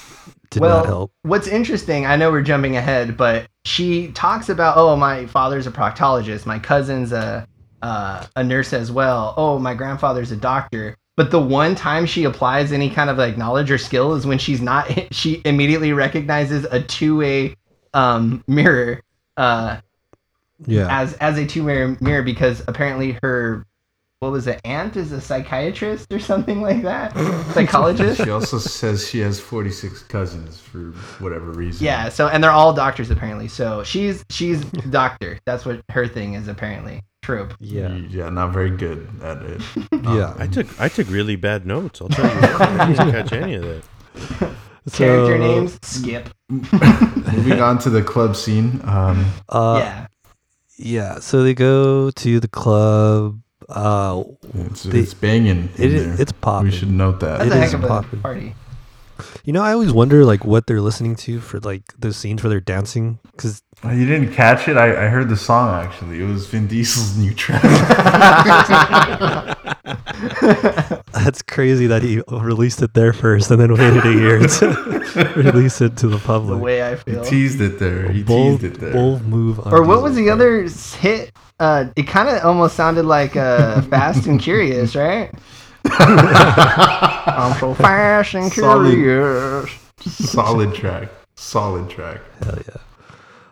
Speaker 4: Did
Speaker 3: well,
Speaker 4: not help.
Speaker 3: what's interesting, I know we're jumping ahead, but she talks about, oh, my father's a proctologist, my cousin's a uh, a nurse as well. Oh, my grandfather's a doctor. But the one time she applies any kind of like knowledge or skill is when she's not. <laughs> She immediately recognizes a two way um, mirror. Uh,
Speaker 4: Yeah.
Speaker 3: as as a two mirror mirror because apparently her what was it aunt is a psychiatrist or something like
Speaker 4: <laughs>
Speaker 3: that psychologist
Speaker 5: She also says she has 46 cousins for whatever reason.
Speaker 3: yeah so and they're all doctors apparently so she's she's doctor that's what her thing is apparently trope
Speaker 4: Yeah.
Speaker 5: Yeah, not very good at
Speaker 4: <laughs>
Speaker 5: it.
Speaker 4: Yeah.
Speaker 6: I took I took really bad notes. I'll tell you, what, I didn't catch any of that.
Speaker 3: Character
Speaker 4: So,
Speaker 3: names skip.
Speaker 5: Moving on to the club scene. Um,
Speaker 4: Uh, yeah.
Speaker 3: yeah,
Speaker 4: So they go to the club. Uh,
Speaker 5: it's,
Speaker 4: They-
Speaker 5: it's banging. in
Speaker 4: it,
Speaker 5: there.
Speaker 4: it's
Speaker 5: we
Speaker 4: popping.
Speaker 5: should note that.
Speaker 3: that's
Speaker 4: it
Speaker 3: a
Speaker 4: is
Speaker 3: heck of a
Speaker 4: poppin'.
Speaker 3: party.
Speaker 4: You know, I always wonder like what they're listening to for like those scenes where they're dancing because
Speaker 5: Oh, You didn't catch it. I, I heard the song actually. It was Vin Diesel's new
Speaker 4: <laughs>
Speaker 5: track.
Speaker 4: that's crazy that he released it there first and then waited a year to <laughs> release it to the
Speaker 3: The
Speaker 4: public.
Speaker 3: way I
Speaker 5: he
Speaker 3: feel.
Speaker 5: teased it there. He
Speaker 4: bold,
Speaker 5: teased it there.
Speaker 4: bold move. on
Speaker 3: Or what was
Speaker 4: Disney's
Speaker 3: the
Speaker 4: part.
Speaker 3: other s- hit? Uh, it kind of almost sounded like
Speaker 4: <laughs>
Speaker 3: uh, Fast and Curious, right? I'm so fast and
Speaker 5: Solid.
Speaker 3: curious.
Speaker 5: Solid track. Solid track.
Speaker 4: Hell yeah.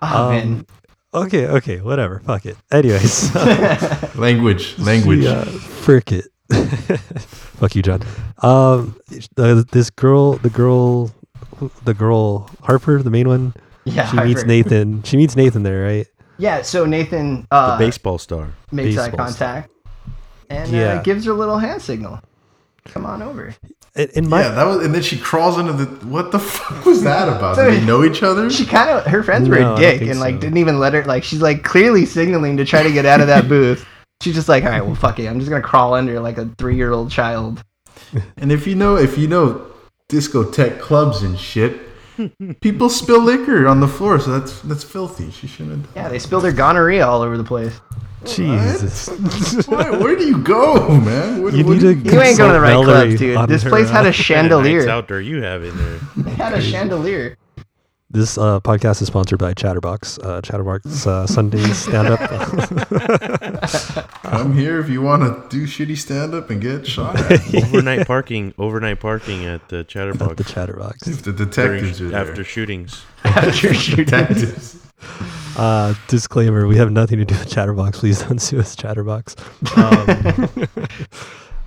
Speaker 3: Oh, man.
Speaker 4: Okay, okay, whatever. Fuck it. Anyways, <laughs>
Speaker 5: Language. Language.
Speaker 4: Yeah, frick it. <laughs> Fuck you, John. Um, uh, this girl, the girl, the girl Harper, the main one.
Speaker 3: Yeah,
Speaker 4: she meets
Speaker 3: Harper.
Speaker 4: Nathan. She meets Nathan there, right?
Speaker 3: Yeah, so Nathan uh,
Speaker 6: Baseball star.
Speaker 3: makes eye
Speaker 4: baseball stuff.
Speaker 3: contact and
Speaker 4: Yeah.
Speaker 3: uh, gives her a little hand signal. Come on over.
Speaker 4: In, in my
Speaker 5: Yeah, that was, and then she crawls into the. What the <laughs> fuck was that about? Do they know each other?
Speaker 3: She kind of her friends
Speaker 4: No, I
Speaker 3: were a
Speaker 4: don't
Speaker 3: dick
Speaker 4: think
Speaker 3: and like
Speaker 4: so.
Speaker 3: didn't even let her like she's like clearly signaling to try to get out of
Speaker 4: <laughs>
Speaker 3: that booth. She's just like, all right, well, fuck it. I'm just gonna crawl under like a three year old child.
Speaker 5: And if you know, if you know, discotheque clubs and
Speaker 4: <laughs>
Speaker 5: shit, people spill liquor on the floor, so that's that's filthy. She shouldn't.
Speaker 3: Yeah, they spilled their gonorrhea all over the
Speaker 4: <laughs>
Speaker 3: place.
Speaker 4: Jesus,
Speaker 5: Why, where do you go, man? What,
Speaker 4: you
Speaker 5: what
Speaker 4: need
Speaker 5: do
Speaker 4: to.
Speaker 3: You ain't going to the right
Speaker 4: consult Valerie
Speaker 3: clubs, dude.
Speaker 4: on
Speaker 3: This
Speaker 4: her,
Speaker 3: place had
Speaker 4: uh,
Speaker 3: a
Speaker 6: <laughs> Nights
Speaker 3: chandelier.
Speaker 6: out there you have in there. <laughs>
Speaker 3: They had a chandelier.
Speaker 4: This uh, podcast is sponsored by Chatterbox. Uh, Chatterbox uh, Sunday
Speaker 5: <laughs>
Speaker 4: stand up.
Speaker 5: come here if you want to do shitty stand up and get shot at.
Speaker 4: <laughs>
Speaker 6: Overnight parking. Overnight parking at the Chatterbox
Speaker 4: <laughs> the Chatterbox.
Speaker 5: if the
Speaker 6: during-
Speaker 5: detectives are there.
Speaker 6: after shootings.
Speaker 3: <laughs> After shooting.
Speaker 5: detectives.
Speaker 4: Uh, disclaimer: We have nothing to do with Chatterbox. Please don't sue us, Chatterbox.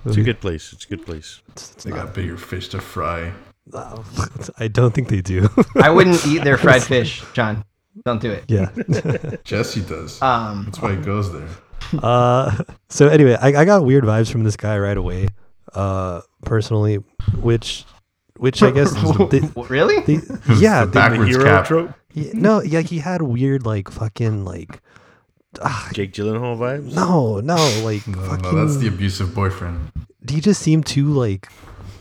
Speaker 6: It's a good place. It's a good place.
Speaker 4: It's- it's
Speaker 5: They got bigger fish to fry.
Speaker 4: not- Uh, <laughs> I don't think they do. <laughs>
Speaker 3: I wouldn't eat their fried fish, John. Don't do it.
Speaker 4: yeah.
Speaker 5: Jesse does.
Speaker 3: Um,
Speaker 5: that's why he goes there.
Speaker 4: Uh, <laughs> so anyway, I, I got weird vibes from this guy right away, uh, personally, which, which
Speaker 5: <laughs>
Speaker 4: I guess, they,
Speaker 3: really?
Speaker 4: they, yeah,
Speaker 5: the
Speaker 4: they-
Speaker 5: backwards cap.
Speaker 4: yeah, no, yeah, he had weird like fucking like, ah,
Speaker 6: Jake Gyllenhaal vibes.
Speaker 4: no, no, like
Speaker 5: No,
Speaker 4: fucking.
Speaker 5: no, that's the abusive boyfriend.
Speaker 4: he just seemed too like,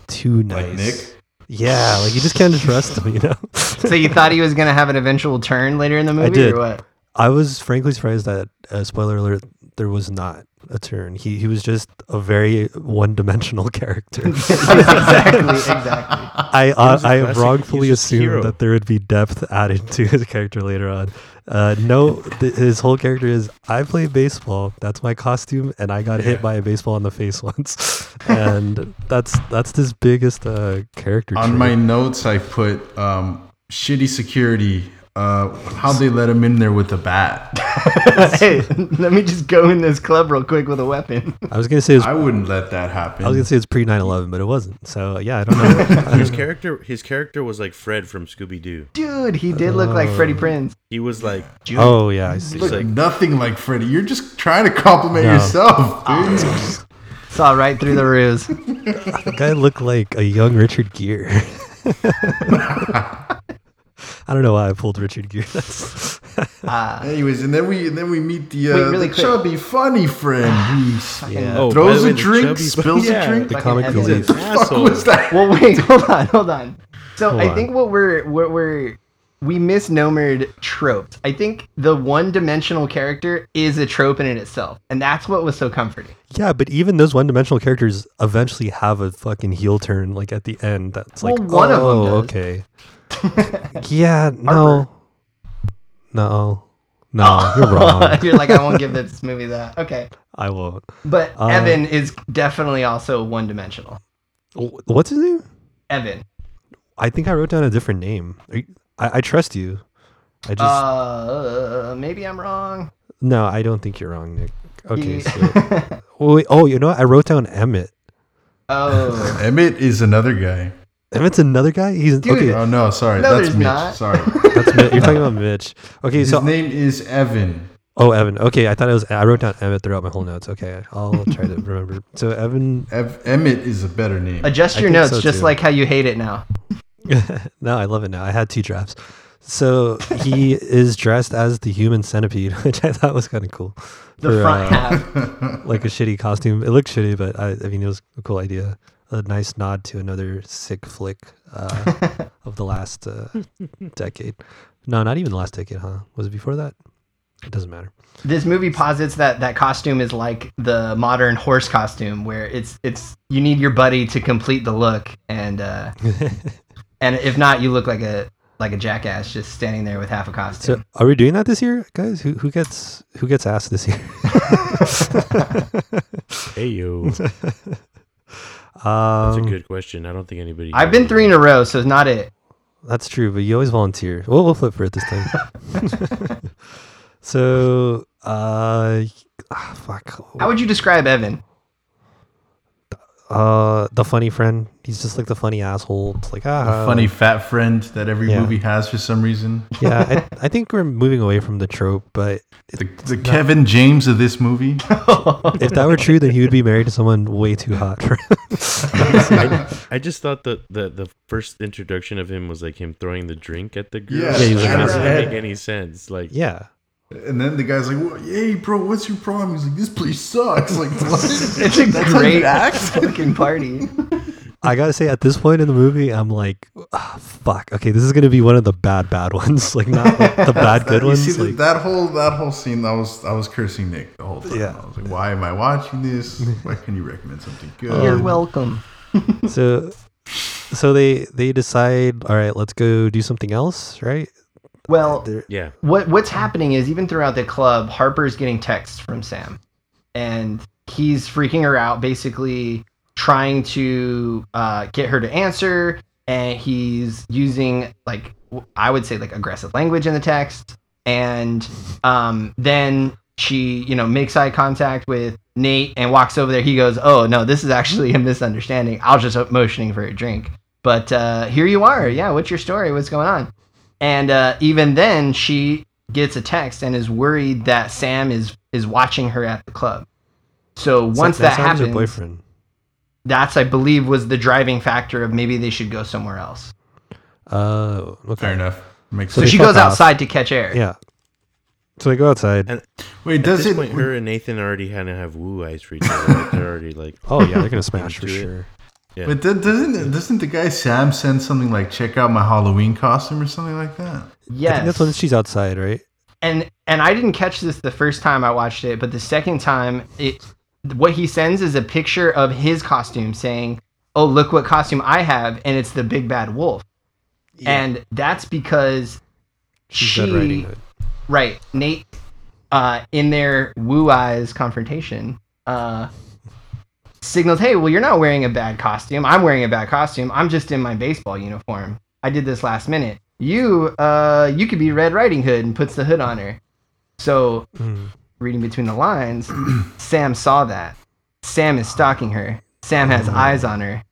Speaker 4: too nice.
Speaker 5: Like Nick.
Speaker 4: Yeah, like you just can't trust him, <laughs> you know.
Speaker 3: So you thought he was gonna have an eventual turn later in the movie,
Speaker 4: did.
Speaker 3: or
Speaker 4: <laughs>
Speaker 3: what?
Speaker 4: I was frankly surprised that uh, spoiler alert, there was not a turn. He he was just a very one-dimensional <laughs> character.
Speaker 3: exactly, exactly.
Speaker 4: I uh,
Speaker 6: was a
Speaker 4: I
Speaker 6: classic-
Speaker 4: wrongfully
Speaker 6: he was just a
Speaker 4: assumed
Speaker 6: hero.
Speaker 4: that there would be depth added to his character later on. Uh, no, th- his whole character is I play baseball. That's my costume, and I got hit by a baseball in the face <laughs> once, and that's that's his biggest uh, character.
Speaker 5: On
Speaker 4: trait.
Speaker 5: my notes, I put um, shitty security. Uh, how they let him in there with a bat? <laughs>
Speaker 3: hey, <laughs> let me just go in this club real quick with a weapon.
Speaker 4: I was gonna say it was,
Speaker 5: I
Speaker 4: I,
Speaker 5: wouldn't let that happen.
Speaker 4: was gonna say it's pre 9-11, but it wasn't. So yeah, I don't know.
Speaker 6: <laughs> His character. His character was like Fred from Scooby Doo.
Speaker 3: Dude, he did look like Freddie
Speaker 4: Uh.
Speaker 3: Prinze.
Speaker 6: He was like.
Speaker 4: oh yeah, I see.
Speaker 6: He's
Speaker 5: Look,
Speaker 6: like.
Speaker 5: nothing like Freddy. You're just trying to compliment
Speaker 3: <laughs>
Speaker 4: No.
Speaker 5: yourself,
Speaker 3: Oh,
Speaker 5: dude.
Speaker 3: Saw right through the
Speaker 4: <laughs>
Speaker 3: ruse.
Speaker 4: The guy looked like a young Richard
Speaker 6: <laughs>
Speaker 4: Gere. <laughs> I don't know why I pulled Richard Gere. <laughs> That's
Speaker 5: Anyways, and then we and then we meet the, uh,
Speaker 3: Wait, really
Speaker 5: the
Speaker 3: quick. Ah,
Speaker 5: chubby funny friend who
Speaker 4: yeah.
Speaker 6: Oh, by
Speaker 5: throws
Speaker 6: the way,
Speaker 5: a
Speaker 6: the
Speaker 5: drink,
Speaker 6: chubby- <laughs>
Speaker 5: spills
Speaker 6: Yeah.
Speaker 5: a drink.
Speaker 4: the
Speaker 5: What
Speaker 3: Fucking
Speaker 4: comic
Speaker 3: asshole.
Speaker 4: relief.
Speaker 5: the fuck
Speaker 6: Asshole.
Speaker 5: was that?
Speaker 3: Well,
Speaker 4: <laughs>
Speaker 3: wait, hold on, hold on. So
Speaker 4: Hold
Speaker 3: I
Speaker 4: on.
Speaker 3: think what we're what we're we misnomered tropes. I think the one-dimensional character is a trope in it itself, and that's what was so comforting.
Speaker 4: Yeah, but even those one-dimensional characters eventually have a fucking heel turn, like at the end. That's like,
Speaker 3: Well, one of 'em
Speaker 4: oh,
Speaker 3: does.
Speaker 4: okay.
Speaker 3: <laughs>
Speaker 4: yeah, no, no,
Speaker 3: Oh.
Speaker 4: no,
Speaker 3: <laughs>
Speaker 4: you're wrong.
Speaker 3: You're like, I won't
Speaker 4: <laughs>
Speaker 3: give this movie that. Okay,
Speaker 4: I won't.
Speaker 3: but
Speaker 4: Uh.
Speaker 3: Evan is definitely also one-dimensional.
Speaker 4: Wh- What's his name?
Speaker 3: Evan.
Speaker 4: I think I wrote down a different name. Are you- I, I trust you. I just
Speaker 3: Uh, maybe I'm wrong.
Speaker 4: no. I don't think you're wrong, Nick. Okay.
Speaker 3: You- <laughs>
Speaker 4: So, oh, wait, oh, you know what? I wrote down Emmett.
Speaker 3: Oh,
Speaker 4: <laughs>
Speaker 5: Emmett is another guy.
Speaker 4: Emmett's another guy. He's
Speaker 3: Dude.
Speaker 4: okay.
Speaker 5: Oh no, sorry,
Speaker 3: No,
Speaker 5: that's
Speaker 3: there's
Speaker 5: Mitch.
Speaker 3: not. <laughs>
Speaker 5: Sorry,
Speaker 4: That's Mitch. You're talking about Mitch. Okay,
Speaker 5: his
Speaker 4: so
Speaker 5: name is Evan.
Speaker 4: Oh, Evan. Okay, I thought it was. I wrote down Evan throughout my whole notes. Okay, I'll
Speaker 3: <laughs>
Speaker 4: try to remember. So Evan.
Speaker 5: Ev- Emmett is a better name.
Speaker 3: adjust
Speaker 4: I
Speaker 3: your
Speaker 4: think
Speaker 3: notes
Speaker 4: so,
Speaker 3: just
Speaker 4: too.
Speaker 3: like how you hate it now.
Speaker 4: no, I love it now. I had two drafts. So he is dressed as the human centipede, <laughs> which I thought was kind of cool.
Speaker 3: The
Speaker 4: for,
Speaker 3: front
Speaker 4: uh, <laughs>
Speaker 3: half.
Speaker 4: like a shitty costume. It looked shitty, but I, I mean, it was a cool idea. A nice nod to another sick flick uh, of the last uh, decade. No, not even the last decade, huh? Was it before that? It doesn't matter.
Speaker 3: This movie posits that that costume is like the modern horse costume, where it's it's you need your buddy to complete the look, and
Speaker 4: <laughs>
Speaker 3: uh, and if not, you look like a like a jackass just standing there with half a costume.
Speaker 4: So, are we doing that this year, guys? Who who gets who gets asked this year?
Speaker 6: Hey
Speaker 4: <laughs>
Speaker 6: yo, that's a
Speaker 4: Um,
Speaker 6: good question. I don't think anybody.
Speaker 3: I've been three in a row, so it's not it.
Speaker 4: That's true, but you always volunteer. We'll, we'll flip for it this time.
Speaker 5: <laughs>
Speaker 4: so, uh, ah, fuck.
Speaker 3: How would you describe
Speaker 4: <laughs>
Speaker 3: Evan?
Speaker 4: Uh, the funny friend. He's just like the funny asshole. It's like ah,
Speaker 5: A funny fat friend that every
Speaker 4: yeah.
Speaker 5: movie has for some reason.
Speaker 4: yeah,
Speaker 5: <laughs>
Speaker 4: I, I think we're moving away from the trope, but
Speaker 5: The, the Kevin James of this movie.
Speaker 4: if that were true, then he would be married to someone way too hot. For
Speaker 5: <laughs>
Speaker 6: I, I just thought that the, the first introduction of him was like him throwing the drink at the girl.
Speaker 5: Yeah,
Speaker 4: Yeah, he was
Speaker 6: That
Speaker 4: like,
Speaker 6: doesn't
Speaker 5: "Ah."
Speaker 6: make any sense. Like,
Speaker 4: yeah,
Speaker 5: <laughs> And then the guy's like, "Wha- "Hey, bro, what's your problem?" He's like, "This place sucks." Like, <laughs> what?
Speaker 3: It's a
Speaker 5: That's how
Speaker 3: great
Speaker 5: you act?
Speaker 3: fucking party.
Speaker 4: <laughs> I gotta say, at this point in the movie, I'm like, ah, fuck. Okay, this is gonna be one of the bad, bad <laughs> ones. Like not like, the bad,
Speaker 5: <laughs>
Speaker 4: good
Speaker 5: You see
Speaker 4: ones.
Speaker 5: that-
Speaker 4: Like,
Speaker 5: that whole that whole scene. That was I was cursing Nick the whole time.
Speaker 4: Yeah.
Speaker 5: I was like, "Why am I watching
Speaker 4: <laughs>
Speaker 5: this? Why can you recommend something
Speaker 4: Um,
Speaker 5: good?"
Speaker 3: You're welcome.
Speaker 4: so, so they they decide, all right, let's go do something else, right?
Speaker 3: Well,
Speaker 4: They're-
Speaker 6: yeah.
Speaker 3: what what's happening is even throughout the club, Harper's getting texts from Sam, and he's freaking her out, basically trying to uh, get her to answer, and he's using like w- I would say like aggressive language in the text, and um, then she you know makes eye contact with Nate and walks over there. He goes, "Oh no, this is actually a misunderstanding. I was just motioning for a drink." But uh, here you are. Yeah, what's your story? What's going on? And uh, even then, she gets a text and is worried that Sam is is watching her at the club. So
Speaker 4: it's
Speaker 3: once that,
Speaker 4: like, that's not
Speaker 3: happens,
Speaker 4: your boyfriend.
Speaker 3: that's I believe was the driving factor of maybe they should go somewhere else.
Speaker 4: Oh, okay.
Speaker 5: Fair enough. Makes
Speaker 3: So
Speaker 5: sense.
Speaker 4: they
Speaker 3: she goes
Speaker 4: fuck off.
Speaker 3: outside to catch air.
Speaker 4: Yeah. So they go outside.
Speaker 6: And-
Speaker 5: Wait,
Speaker 6: At
Speaker 5: does
Speaker 6: this
Speaker 5: it?
Speaker 6: point, her and Nathan already kind of have woo eyes for each other. Like, they're already like,
Speaker 4: oh yeah, they're gonna smash for
Speaker 6: Into it.
Speaker 4: sure.
Speaker 5: But do- doesn't doesn't the guy Sam send something like, "Check out my Halloween costume" or something like that?
Speaker 4: I think
Speaker 3: Yes.
Speaker 4: that's when she's outside, right?
Speaker 3: and and I didn't catch this the first time I watched it, but the second time it what he sends is a picture of his costume saying, "Oh, look what costume I have," and it's the big bad wolf. And that's because
Speaker 4: She's
Speaker 3: she
Speaker 4: Red Riding Hood.
Speaker 3: right Nate uh, in their woo eyes confrontation uh, signals, "Hey, well, you're not wearing a bad costume. I'm wearing a bad costume. I'm just in my baseball uniform. I did this last minute. You, uh, you could be Red Riding Hood," and puts the hood on her. So,
Speaker 4: Hmm.
Speaker 3: reading between the lines, Sam saw that. Sam is stalking her. Sam
Speaker 4: Hmm.
Speaker 3: has eyes on her,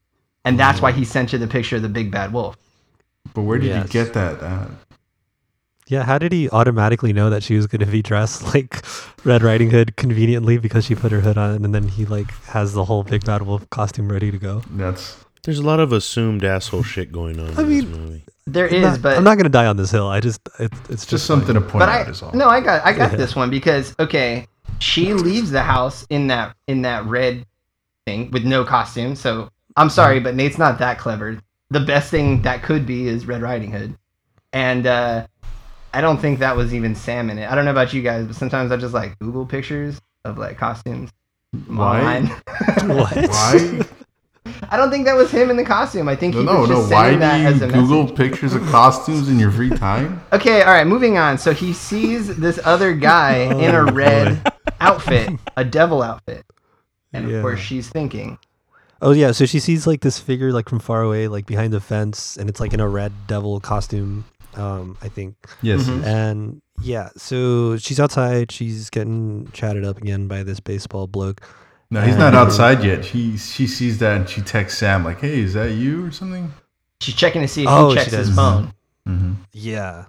Speaker 3: and that's why he sent you the picture of the big bad wolf.
Speaker 5: But where did
Speaker 4: Yes.
Speaker 5: you get that? Uh,
Speaker 4: Yeah, how did he automatically know that she was going to be dressed <laughs> like Red Riding Hood conveniently because she put her hood on and then he like has the whole Big Bad Wolf costume ready to go?
Speaker 5: that's
Speaker 6: there's a lot of assumed asshole shit going on
Speaker 4: I
Speaker 6: in
Speaker 4: mean-
Speaker 6: this movie.
Speaker 3: There
Speaker 4: I'm
Speaker 3: is,
Speaker 4: not-
Speaker 3: but
Speaker 4: I'm not going to die on this hill. I just it, it's just,
Speaker 5: just something to point
Speaker 3: but
Speaker 5: out
Speaker 3: I
Speaker 5: is all.
Speaker 3: no, I got I
Speaker 5: <laughs>
Speaker 3: got this one because okay, she leaves the house in that in that red thing with no costume. So I'm
Speaker 5: Mm-hmm.
Speaker 3: sorry, but Nate's not that clever. The best thing that could be is Red Riding Hood, and uh, I don't think that was even Sam in it. I don't know about you guys, but sometimes I just like Google pictures of like costumes.
Speaker 5: Why?
Speaker 3: online.
Speaker 4: what?
Speaker 5: Why?
Speaker 3: <laughs> I don't think that was him in the costume. I <laughs> think
Speaker 5: No,
Speaker 3: he
Speaker 5: no,
Speaker 3: was
Speaker 5: no.
Speaker 3: just
Speaker 5: Why
Speaker 3: sending that as
Speaker 5: do
Speaker 3: a
Speaker 5: you
Speaker 3: message.
Speaker 5: Google pictures of costumes in your free time?
Speaker 3: Okay, all right, moving on. So he sees this other guy in a
Speaker 4: <laughs> Oh,
Speaker 3: red <laughs> outfit, a devil outfit. And
Speaker 4: Yeah.
Speaker 3: of course, she's thinking,
Speaker 4: Oh yeah, so she sees like this figure like from far away, like behind the fence, and it's like in a red devil costume, um, I think.
Speaker 5: <laughs> Yes.
Speaker 3: Mm-hmm.
Speaker 4: And yeah, so she's outside. She's getting chatted up again by this baseball bloke.
Speaker 5: No, he's not outside yet. He she sees that and she texts Sam like, "Hey, is that you or something?"
Speaker 3: she's checking to see if
Speaker 4: Oh,
Speaker 3: he
Speaker 4: she
Speaker 3: checks his
Speaker 4: does.
Speaker 3: phone.
Speaker 4: Yeah,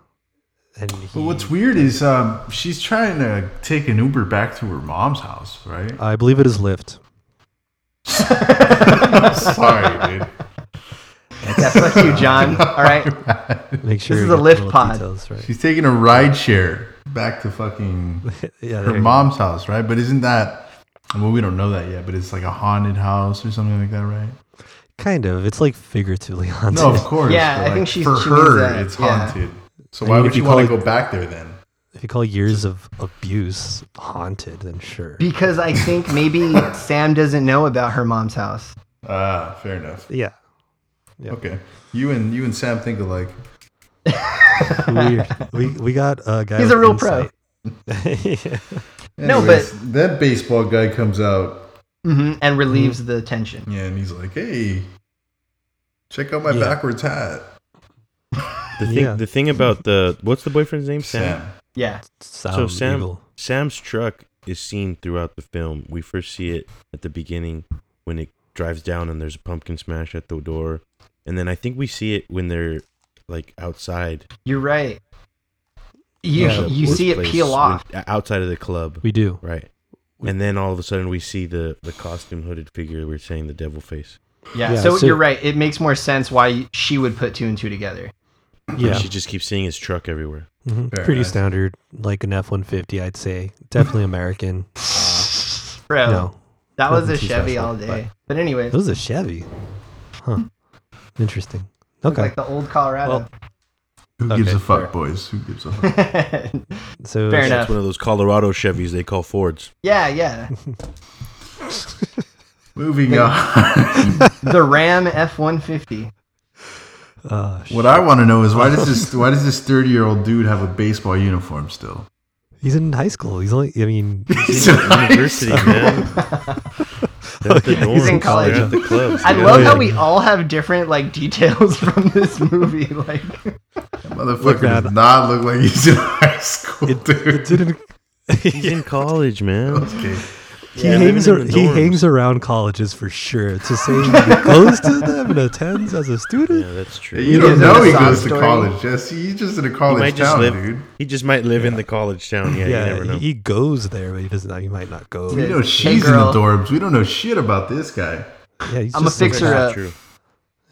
Speaker 4: and he,
Speaker 5: But what's weird is um, she's trying to take an Uber back to her mom's house, right? <laughs>
Speaker 4: I believe it is Lyft.
Speaker 5: Sorry, dude.
Speaker 3: Yeah, fuck you,
Speaker 4: <laughs>
Speaker 3: John. All right.
Speaker 4: Make sure
Speaker 3: is
Speaker 4: you
Speaker 3: a
Speaker 4: get the
Speaker 3: lift
Speaker 4: little
Speaker 3: pod.
Speaker 4: Details, right?
Speaker 5: She's taking a ride share back to fucking
Speaker 4: <laughs> yeah, there
Speaker 5: her
Speaker 4: you go.
Speaker 5: mom's house, right? But isn't that? Well, we don't know that yet, but it's like a haunted house or something like that, right?
Speaker 4: Kind of. It's like figuratively <laughs> haunted.
Speaker 5: No, of course.
Speaker 3: Yeah, I
Speaker 5: but, like,
Speaker 3: think she's-
Speaker 5: for
Speaker 3: she means
Speaker 5: her.
Speaker 3: that,
Speaker 5: It's
Speaker 3: yeah.
Speaker 5: haunted. So
Speaker 4: I
Speaker 5: why
Speaker 4: mean,
Speaker 5: would
Speaker 4: if you
Speaker 5: you want to
Speaker 4: call
Speaker 5: go back there then?
Speaker 4: If you call years of abuse haunted, then sure.
Speaker 3: Because I think maybe Sam doesn't know about her mom's house.
Speaker 5: Ah, fair enough.
Speaker 4: Yeah.
Speaker 5: Okay, you and you and Sam think alike.
Speaker 4: Weird. we we got a guy.
Speaker 3: He's
Speaker 4: with
Speaker 3: a real pro.
Speaker 4: <laughs> insight. Yeah.
Speaker 3: No,
Speaker 5: Anyways, that baseball guy comes out,
Speaker 3: hmm
Speaker 4: Mm-hmm.
Speaker 3: and relieves the tension.
Speaker 5: yeah, and he's like, "Hey, check out my
Speaker 4: Yeah.
Speaker 5: backwards hat,
Speaker 6: The thing,
Speaker 4: Yeah.
Speaker 6: the thing about the what's the boyfriend's name? Sam.
Speaker 5: Sam."
Speaker 3: Yeah.
Speaker 4: Sound
Speaker 6: So Sam,
Speaker 4: evil.
Speaker 6: Sam's truck is seen throughout the film. We first see it at the beginning when it drives down and there's a pumpkin smash at the door, and then I think we see it when they're like outside.
Speaker 3: You're right. You
Speaker 4: Yeah,
Speaker 3: you see it
Speaker 6: workplace,
Speaker 3: peel off.
Speaker 6: when- uh, outside of the club,
Speaker 4: We do.
Speaker 6: right? And then all of a sudden we see the the costume hooded figure. We're saying the devil face.
Speaker 3: Yeah.
Speaker 4: Yeah,
Speaker 3: so,
Speaker 4: so-
Speaker 3: you're right. It makes more sense why she would put two and two together.
Speaker 4: Yeah.
Speaker 6: She just keeps seeing his truck everywhere.
Speaker 4: Mhm.
Speaker 5: Fair
Speaker 4: Pretty
Speaker 5: enough.
Speaker 4: standard, like an F one fifty, I'd say. Definitely American.
Speaker 3: Bro,
Speaker 4: No,
Speaker 3: that was a
Speaker 4: nothing too
Speaker 3: Chevy
Speaker 4: special,
Speaker 3: all day. But, anyways,
Speaker 4: it was a Chevy. Huh. Interesting.
Speaker 3: looked
Speaker 4: Okay.
Speaker 3: like the old Colorado.
Speaker 4: Well,
Speaker 5: Who
Speaker 4: Okay,
Speaker 5: gives a fuck,
Speaker 4: fair.
Speaker 5: boys? Who gives a fuck?
Speaker 4: so
Speaker 3: fair
Speaker 6: It's
Speaker 3: enough.
Speaker 6: one of those Colorado Chevys they
Speaker 3: <laughs>
Speaker 6: call Fords.
Speaker 3: Yeah, yeah.
Speaker 5: <laughs> Moving on.
Speaker 3: The Ram F one fifty.
Speaker 4: Uh, sh-
Speaker 5: what I want to know is why does this why does this thirty year old dude have a baseball uniform still?
Speaker 4: he's in high school. He's only. I mean,
Speaker 5: He's in
Speaker 6: University, man.
Speaker 3: <laughs>
Speaker 6: That's the norm.
Speaker 3: in college.
Speaker 6: They're at the clubs.
Speaker 3: I
Speaker 6: Yeah.
Speaker 3: love
Speaker 4: yeah.
Speaker 3: how we all have different like details <laughs> from this movie. Like
Speaker 5: Motherfucker
Speaker 4: man.
Speaker 5: does not look like he's in high school,
Speaker 4: it,
Speaker 5: dude. <laughs>
Speaker 4: it didn't.
Speaker 6: He's in college,
Speaker 4: <laughs>
Speaker 6: man.
Speaker 5: okay.
Speaker 4: He
Speaker 6: Yeah,
Speaker 4: hangs.
Speaker 6: living in
Speaker 4: Ar-
Speaker 6: the
Speaker 4: he
Speaker 6: dorms.
Speaker 4: hangs around colleges for sure. It's the same. he goes to them and attends as a student.
Speaker 6: Yeah, that's true.
Speaker 5: You
Speaker 3: Is
Speaker 5: don't
Speaker 3: it
Speaker 5: know
Speaker 3: a
Speaker 5: he
Speaker 3: sob
Speaker 5: goes to
Speaker 3: story?
Speaker 5: college, Jesse. He's just in a
Speaker 6: He
Speaker 5: college
Speaker 6: might just
Speaker 5: town,
Speaker 6: live.
Speaker 5: dude.
Speaker 6: He just might live in the college town. Yeah, you never know.
Speaker 4: he goes there, but he doesn't. He might not go.
Speaker 5: We
Speaker 3: Yeah.
Speaker 4: Yeah,
Speaker 5: know
Speaker 3: Hey,
Speaker 5: she's in
Speaker 3: girl.
Speaker 5: the dorms. We don't know shit about this guy.
Speaker 4: he's
Speaker 3: I'm a
Speaker 4: just some
Speaker 3: fixer
Speaker 4: guy.
Speaker 3: up.
Speaker 6: That's true.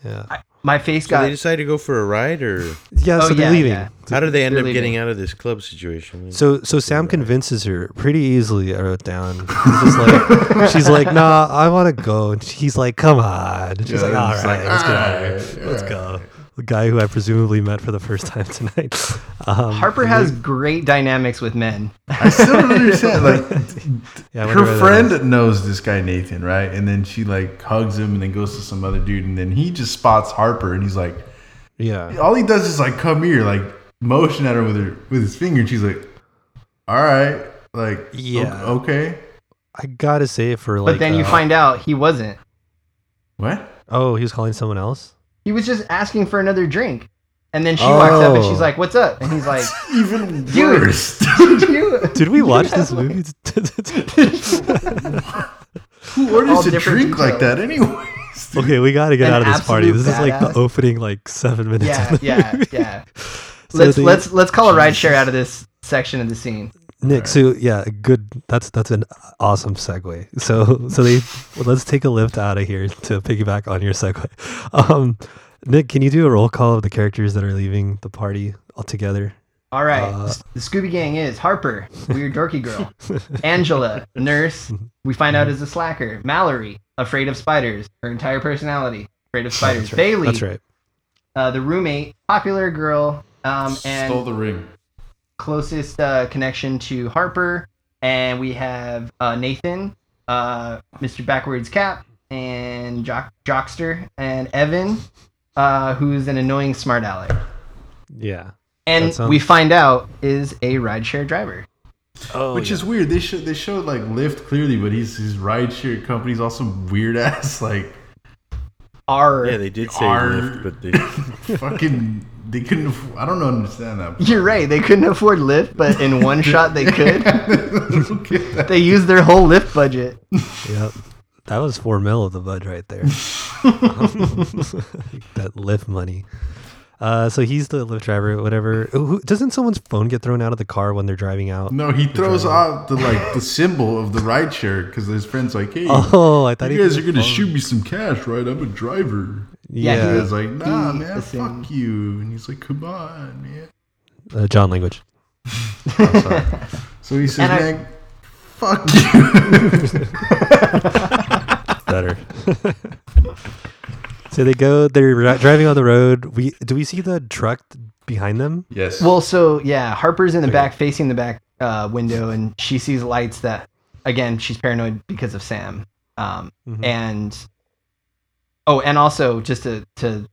Speaker 4: Yeah,
Speaker 3: my face
Speaker 6: So they
Speaker 3: got
Speaker 6: decide to go for a ride, or
Speaker 4: yeah.
Speaker 3: Oh,
Speaker 4: So they're
Speaker 3: yeah,
Speaker 4: leaving.
Speaker 3: yeah.
Speaker 6: how do they end
Speaker 3: They're
Speaker 6: up
Speaker 3: leaving.
Speaker 6: getting out of this club situation?
Speaker 4: So so Sam convinces her pretty easily. I wrote down. He's just
Speaker 5: <laughs>
Speaker 4: like, she's like, nah, I want to go. And he's like, come on. And she's
Speaker 5: Yeah,
Speaker 4: like, all
Speaker 5: he's
Speaker 4: right,
Speaker 5: like,
Speaker 4: let's get out
Speaker 5: "All
Speaker 4: of here.
Speaker 5: right,
Speaker 4: Let's
Speaker 5: all
Speaker 4: go. The guy who I presumably met for the first time tonight. <laughs> Um,
Speaker 3: Harper has great dynamics with men.
Speaker 5: I still don't understand. Like
Speaker 4: <laughs> yeah, I wonder
Speaker 5: her
Speaker 4: where that is.
Speaker 5: friend knows this guy Nathan, right? And then she like hugs him, and then goes to some other dude, and then he just spots Harper, and he's like,
Speaker 4: Yeah.
Speaker 5: all he does is like come here, like motion at her with her with his finger, and she's like, all right, like o-
Speaker 4: Yeah.
Speaker 5: okay,
Speaker 4: I gotta say it for
Speaker 3: But
Speaker 4: like.
Speaker 3: then you
Speaker 4: uh,
Speaker 3: find out he wasn't.
Speaker 5: what?
Speaker 4: Oh, he was calling someone else.
Speaker 3: He was just asking for another drink. And then she walks up and
Speaker 4: Oh.
Speaker 3: she's like, What's up? And
Speaker 4: <laughs>
Speaker 3: he's like,
Speaker 5: Even
Speaker 3: Dude.
Speaker 5: worse.
Speaker 3: Did you
Speaker 4: Did we watch
Speaker 3: <laughs>
Speaker 4: this movie?
Speaker 5: Who orders
Speaker 3: All
Speaker 5: a
Speaker 3: different
Speaker 5: drink like
Speaker 3: details.
Speaker 5: that, anyways?
Speaker 4: <laughs>
Speaker 5: dude?
Speaker 4: <laughs> okay, we gotta get
Speaker 3: An
Speaker 4: out of this party.
Speaker 3: absolute
Speaker 4: This is like the
Speaker 3: badass.
Speaker 4: opening like seven minutes.
Speaker 3: Yeah,
Speaker 4: of the
Speaker 3: yeah,
Speaker 4: movie.
Speaker 3: yeah.
Speaker 4: So
Speaker 3: Let's
Speaker 4: they-
Speaker 3: let's let's call a ride share out of this section of the scene.
Speaker 4: Nick, so yeah, good. That's that's an awesome segue. So so they <laughs> well, let's take a lift out of here to piggyback on your segue. <laughs> Um, Nick, can you do a roll call of the characters that are leaving the party altogether?
Speaker 3: All right.
Speaker 4: Uh,
Speaker 3: S- the Scooby Gang is Harper, weird dorky
Speaker 4: <laughs>
Speaker 3: girl. Angela, nurse, we find out is a slacker. Mallory, afraid of spiders. Her entire personality,
Speaker 4: <laughs>
Speaker 3: afraid of spiders.
Speaker 4: That's right.
Speaker 3: Bailey,
Speaker 4: That's right.
Speaker 3: uh, the roommate, popular girl, um, and
Speaker 5: Stole the ring.
Speaker 3: closest uh, connection to Harper. And we have uh, Nathan, uh, Mr. Backwards Cap, and Jock- Jockster, and Evan, uh, who's an annoying smart aleck.
Speaker 4: Yeah.
Speaker 3: And
Speaker 4: That sounds-
Speaker 3: we find out is a rideshare driver.
Speaker 4: Oh,
Speaker 5: Which is weird. They show they showed like Lyft clearly, but he's his rideshare company's also weird <laughs> ass like
Speaker 3: Our
Speaker 6: yeah, they did say
Speaker 5: Are-
Speaker 6: lift, but
Speaker 4: <laughs>
Speaker 6: they,
Speaker 5: fucking. They couldn't. aff- I don't know,
Speaker 3: <laughs>
Speaker 5: understand that.
Speaker 3: <laughs> You're right. They couldn't afford Lyft, but in
Speaker 6: <laughs>
Speaker 3: one shot they could.
Speaker 5: Don't get that.
Speaker 3: They used their whole Lyft budget.
Speaker 4: Yep. That was four mil of the bud right there. <laughs> that lift money. Uh, so he's the lift driver, whatever. Who- who- Doesn't someone's phone get thrown out of the car when they're driving out? <laughs>
Speaker 5: No, he throws out the like the symbol of the
Speaker 3: <laughs>
Speaker 5: rideshare because his friend's like, "Hey,
Speaker 4: Oh, I thought
Speaker 5: you
Speaker 4: he
Speaker 5: guys are gonna shoot me some cash, right? I'm a driver."
Speaker 3: Yeah,
Speaker 5: And
Speaker 3: he-
Speaker 5: it's like, nah,
Speaker 3: he
Speaker 5: man,
Speaker 3: assumed-
Speaker 5: fuck you. And he's like, come on, man.
Speaker 4: uh, John language.
Speaker 5: I'm sorry. so he says,
Speaker 3: And I-
Speaker 5: man, fuck
Speaker 3: <laughs>
Speaker 5: you.
Speaker 4: Better. <laughs> so they go. They're ri- driving on the road. We do we see the truck behind them?
Speaker 5: yes.
Speaker 3: Well, so yeah, Harper's in the back, facing the back uh, window, and she sees lights that, again, she's paranoid because of Sam. Um,
Speaker 4: Mhm.
Speaker 3: And oh, and also just to to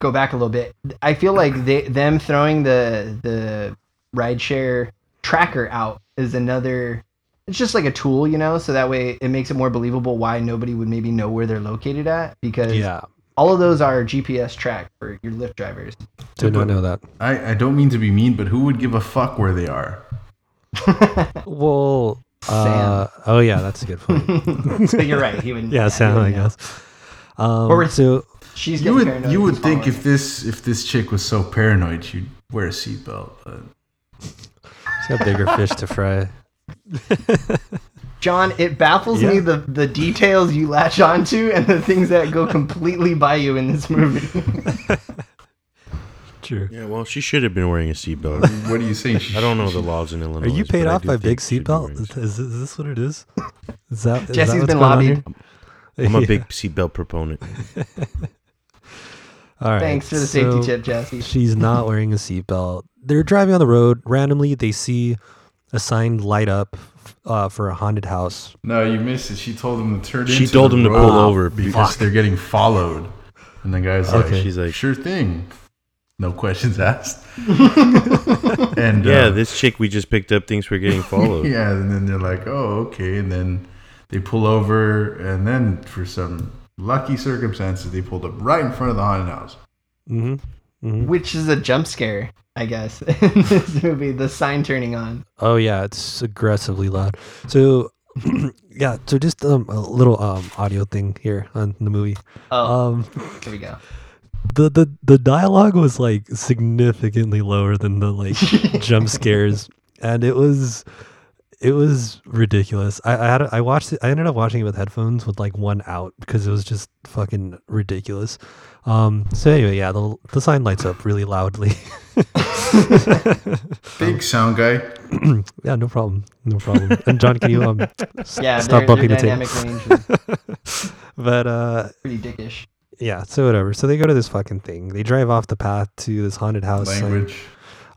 Speaker 3: go back a little bit, I feel like they, them throwing the the rideshare tracker out is another. It's just like a tool, you know, so that way it makes it more believable why nobody would maybe know where they're located at because
Speaker 4: Yeah.
Speaker 3: all of those are GPS tracked for your Lyft drivers.
Speaker 4: Did not know that.
Speaker 5: I, I don't mean to be mean, but who would give a fuck where they are?
Speaker 4: Well, uh, oh yeah, that's a good point.
Speaker 3: but you're right. He would.
Speaker 4: <laughs> yeah, Sam, I
Speaker 3: wouldn't know.
Speaker 4: guess. Um,
Speaker 3: Or it's-
Speaker 4: so
Speaker 3: She's
Speaker 5: You
Speaker 3: getting
Speaker 5: would
Speaker 3: paranoid.
Speaker 5: you would
Speaker 3: She's
Speaker 5: think
Speaker 3: following.
Speaker 5: if this if this chick was so paranoid, she'd wear a seatbelt. But
Speaker 4: he's got bigger fish to fry.
Speaker 3: John, it baffles me
Speaker 4: Yeah.
Speaker 3: the the details you latch onto and the things that go completely by you in this
Speaker 4: <laughs>
Speaker 3: movie.
Speaker 4: True.
Speaker 6: Yeah, well, she should have been wearing a seatbelt.
Speaker 5: what are you <laughs> saying? She,
Speaker 6: I don't know the laws in Illinois.
Speaker 4: Are you paid
Speaker 6: but I
Speaker 4: off
Speaker 6: do
Speaker 4: by
Speaker 6: think
Speaker 4: Big
Speaker 6: she should be
Speaker 4: Seatbelt?
Speaker 6: wearing a
Speaker 4: <laughs> Is, is this what it is? Is that is that
Speaker 3: Jesse's
Speaker 4: what's
Speaker 3: been
Speaker 4: going on
Speaker 3: lobbied.
Speaker 4: here?
Speaker 6: I'm a
Speaker 4: Yeah.
Speaker 6: big seatbelt proponent.
Speaker 4: All right.
Speaker 3: Thanks for the safety
Speaker 4: so
Speaker 3: tip, Jesse.
Speaker 4: She's not wearing a seatbelt. They're driving on the road. Randomly, they see a sign light up uh, for a haunted house.
Speaker 5: No, you missed it. She told him to turn.
Speaker 6: She
Speaker 5: into
Speaker 6: told
Speaker 5: the
Speaker 6: him to
Speaker 5: road
Speaker 6: pull over
Speaker 5: because they're getting followed. And the guy's like,
Speaker 4: Okay.
Speaker 6: She's like-
Speaker 5: sure thing, no questions
Speaker 6: <laughs>
Speaker 5: asked. and
Speaker 6: Yeah,
Speaker 5: uh,
Speaker 6: this chick we just picked up thinks we're
Speaker 4: <laughs>
Speaker 6: getting followed.
Speaker 5: yeah, and then they're like, oh, okay, and then they pull over, and then for some lucky circumstances, they pulled up right in front of the haunted house.
Speaker 4: hmm hmm
Speaker 3: Which is a jump scare, I guess, <laughs> in this movie. The sign turning on.
Speaker 4: Oh yeah, it's aggressively loud. So <clears throat> yeah, so just um, a little um, audio thing here on the movie.
Speaker 3: Oh,
Speaker 4: Um,
Speaker 3: here we go.
Speaker 4: the the the dialogue was like significantly lower than the <laughs> like jump scares, and it was it was ridiculous. I I, had, I watched it. I ended up watching it with headphones with like one out because it was just fucking ridiculous. Um, so anyway, yeah, the the sign lights up really loudly. <laughs>
Speaker 5: Big sound guy.
Speaker 4: yeah, no problem, no problem. And John, can you <laughs> um s-
Speaker 3: Yeah,
Speaker 4: stop
Speaker 3: their,
Speaker 4: bumping
Speaker 3: their
Speaker 4: the table?
Speaker 3: dynamic range is
Speaker 4: <laughs> But uh,
Speaker 3: pretty dickish.
Speaker 4: yeah, so whatever. So they go to this fucking thing. They drive off the path to this haunted house. like,
Speaker 5: Language.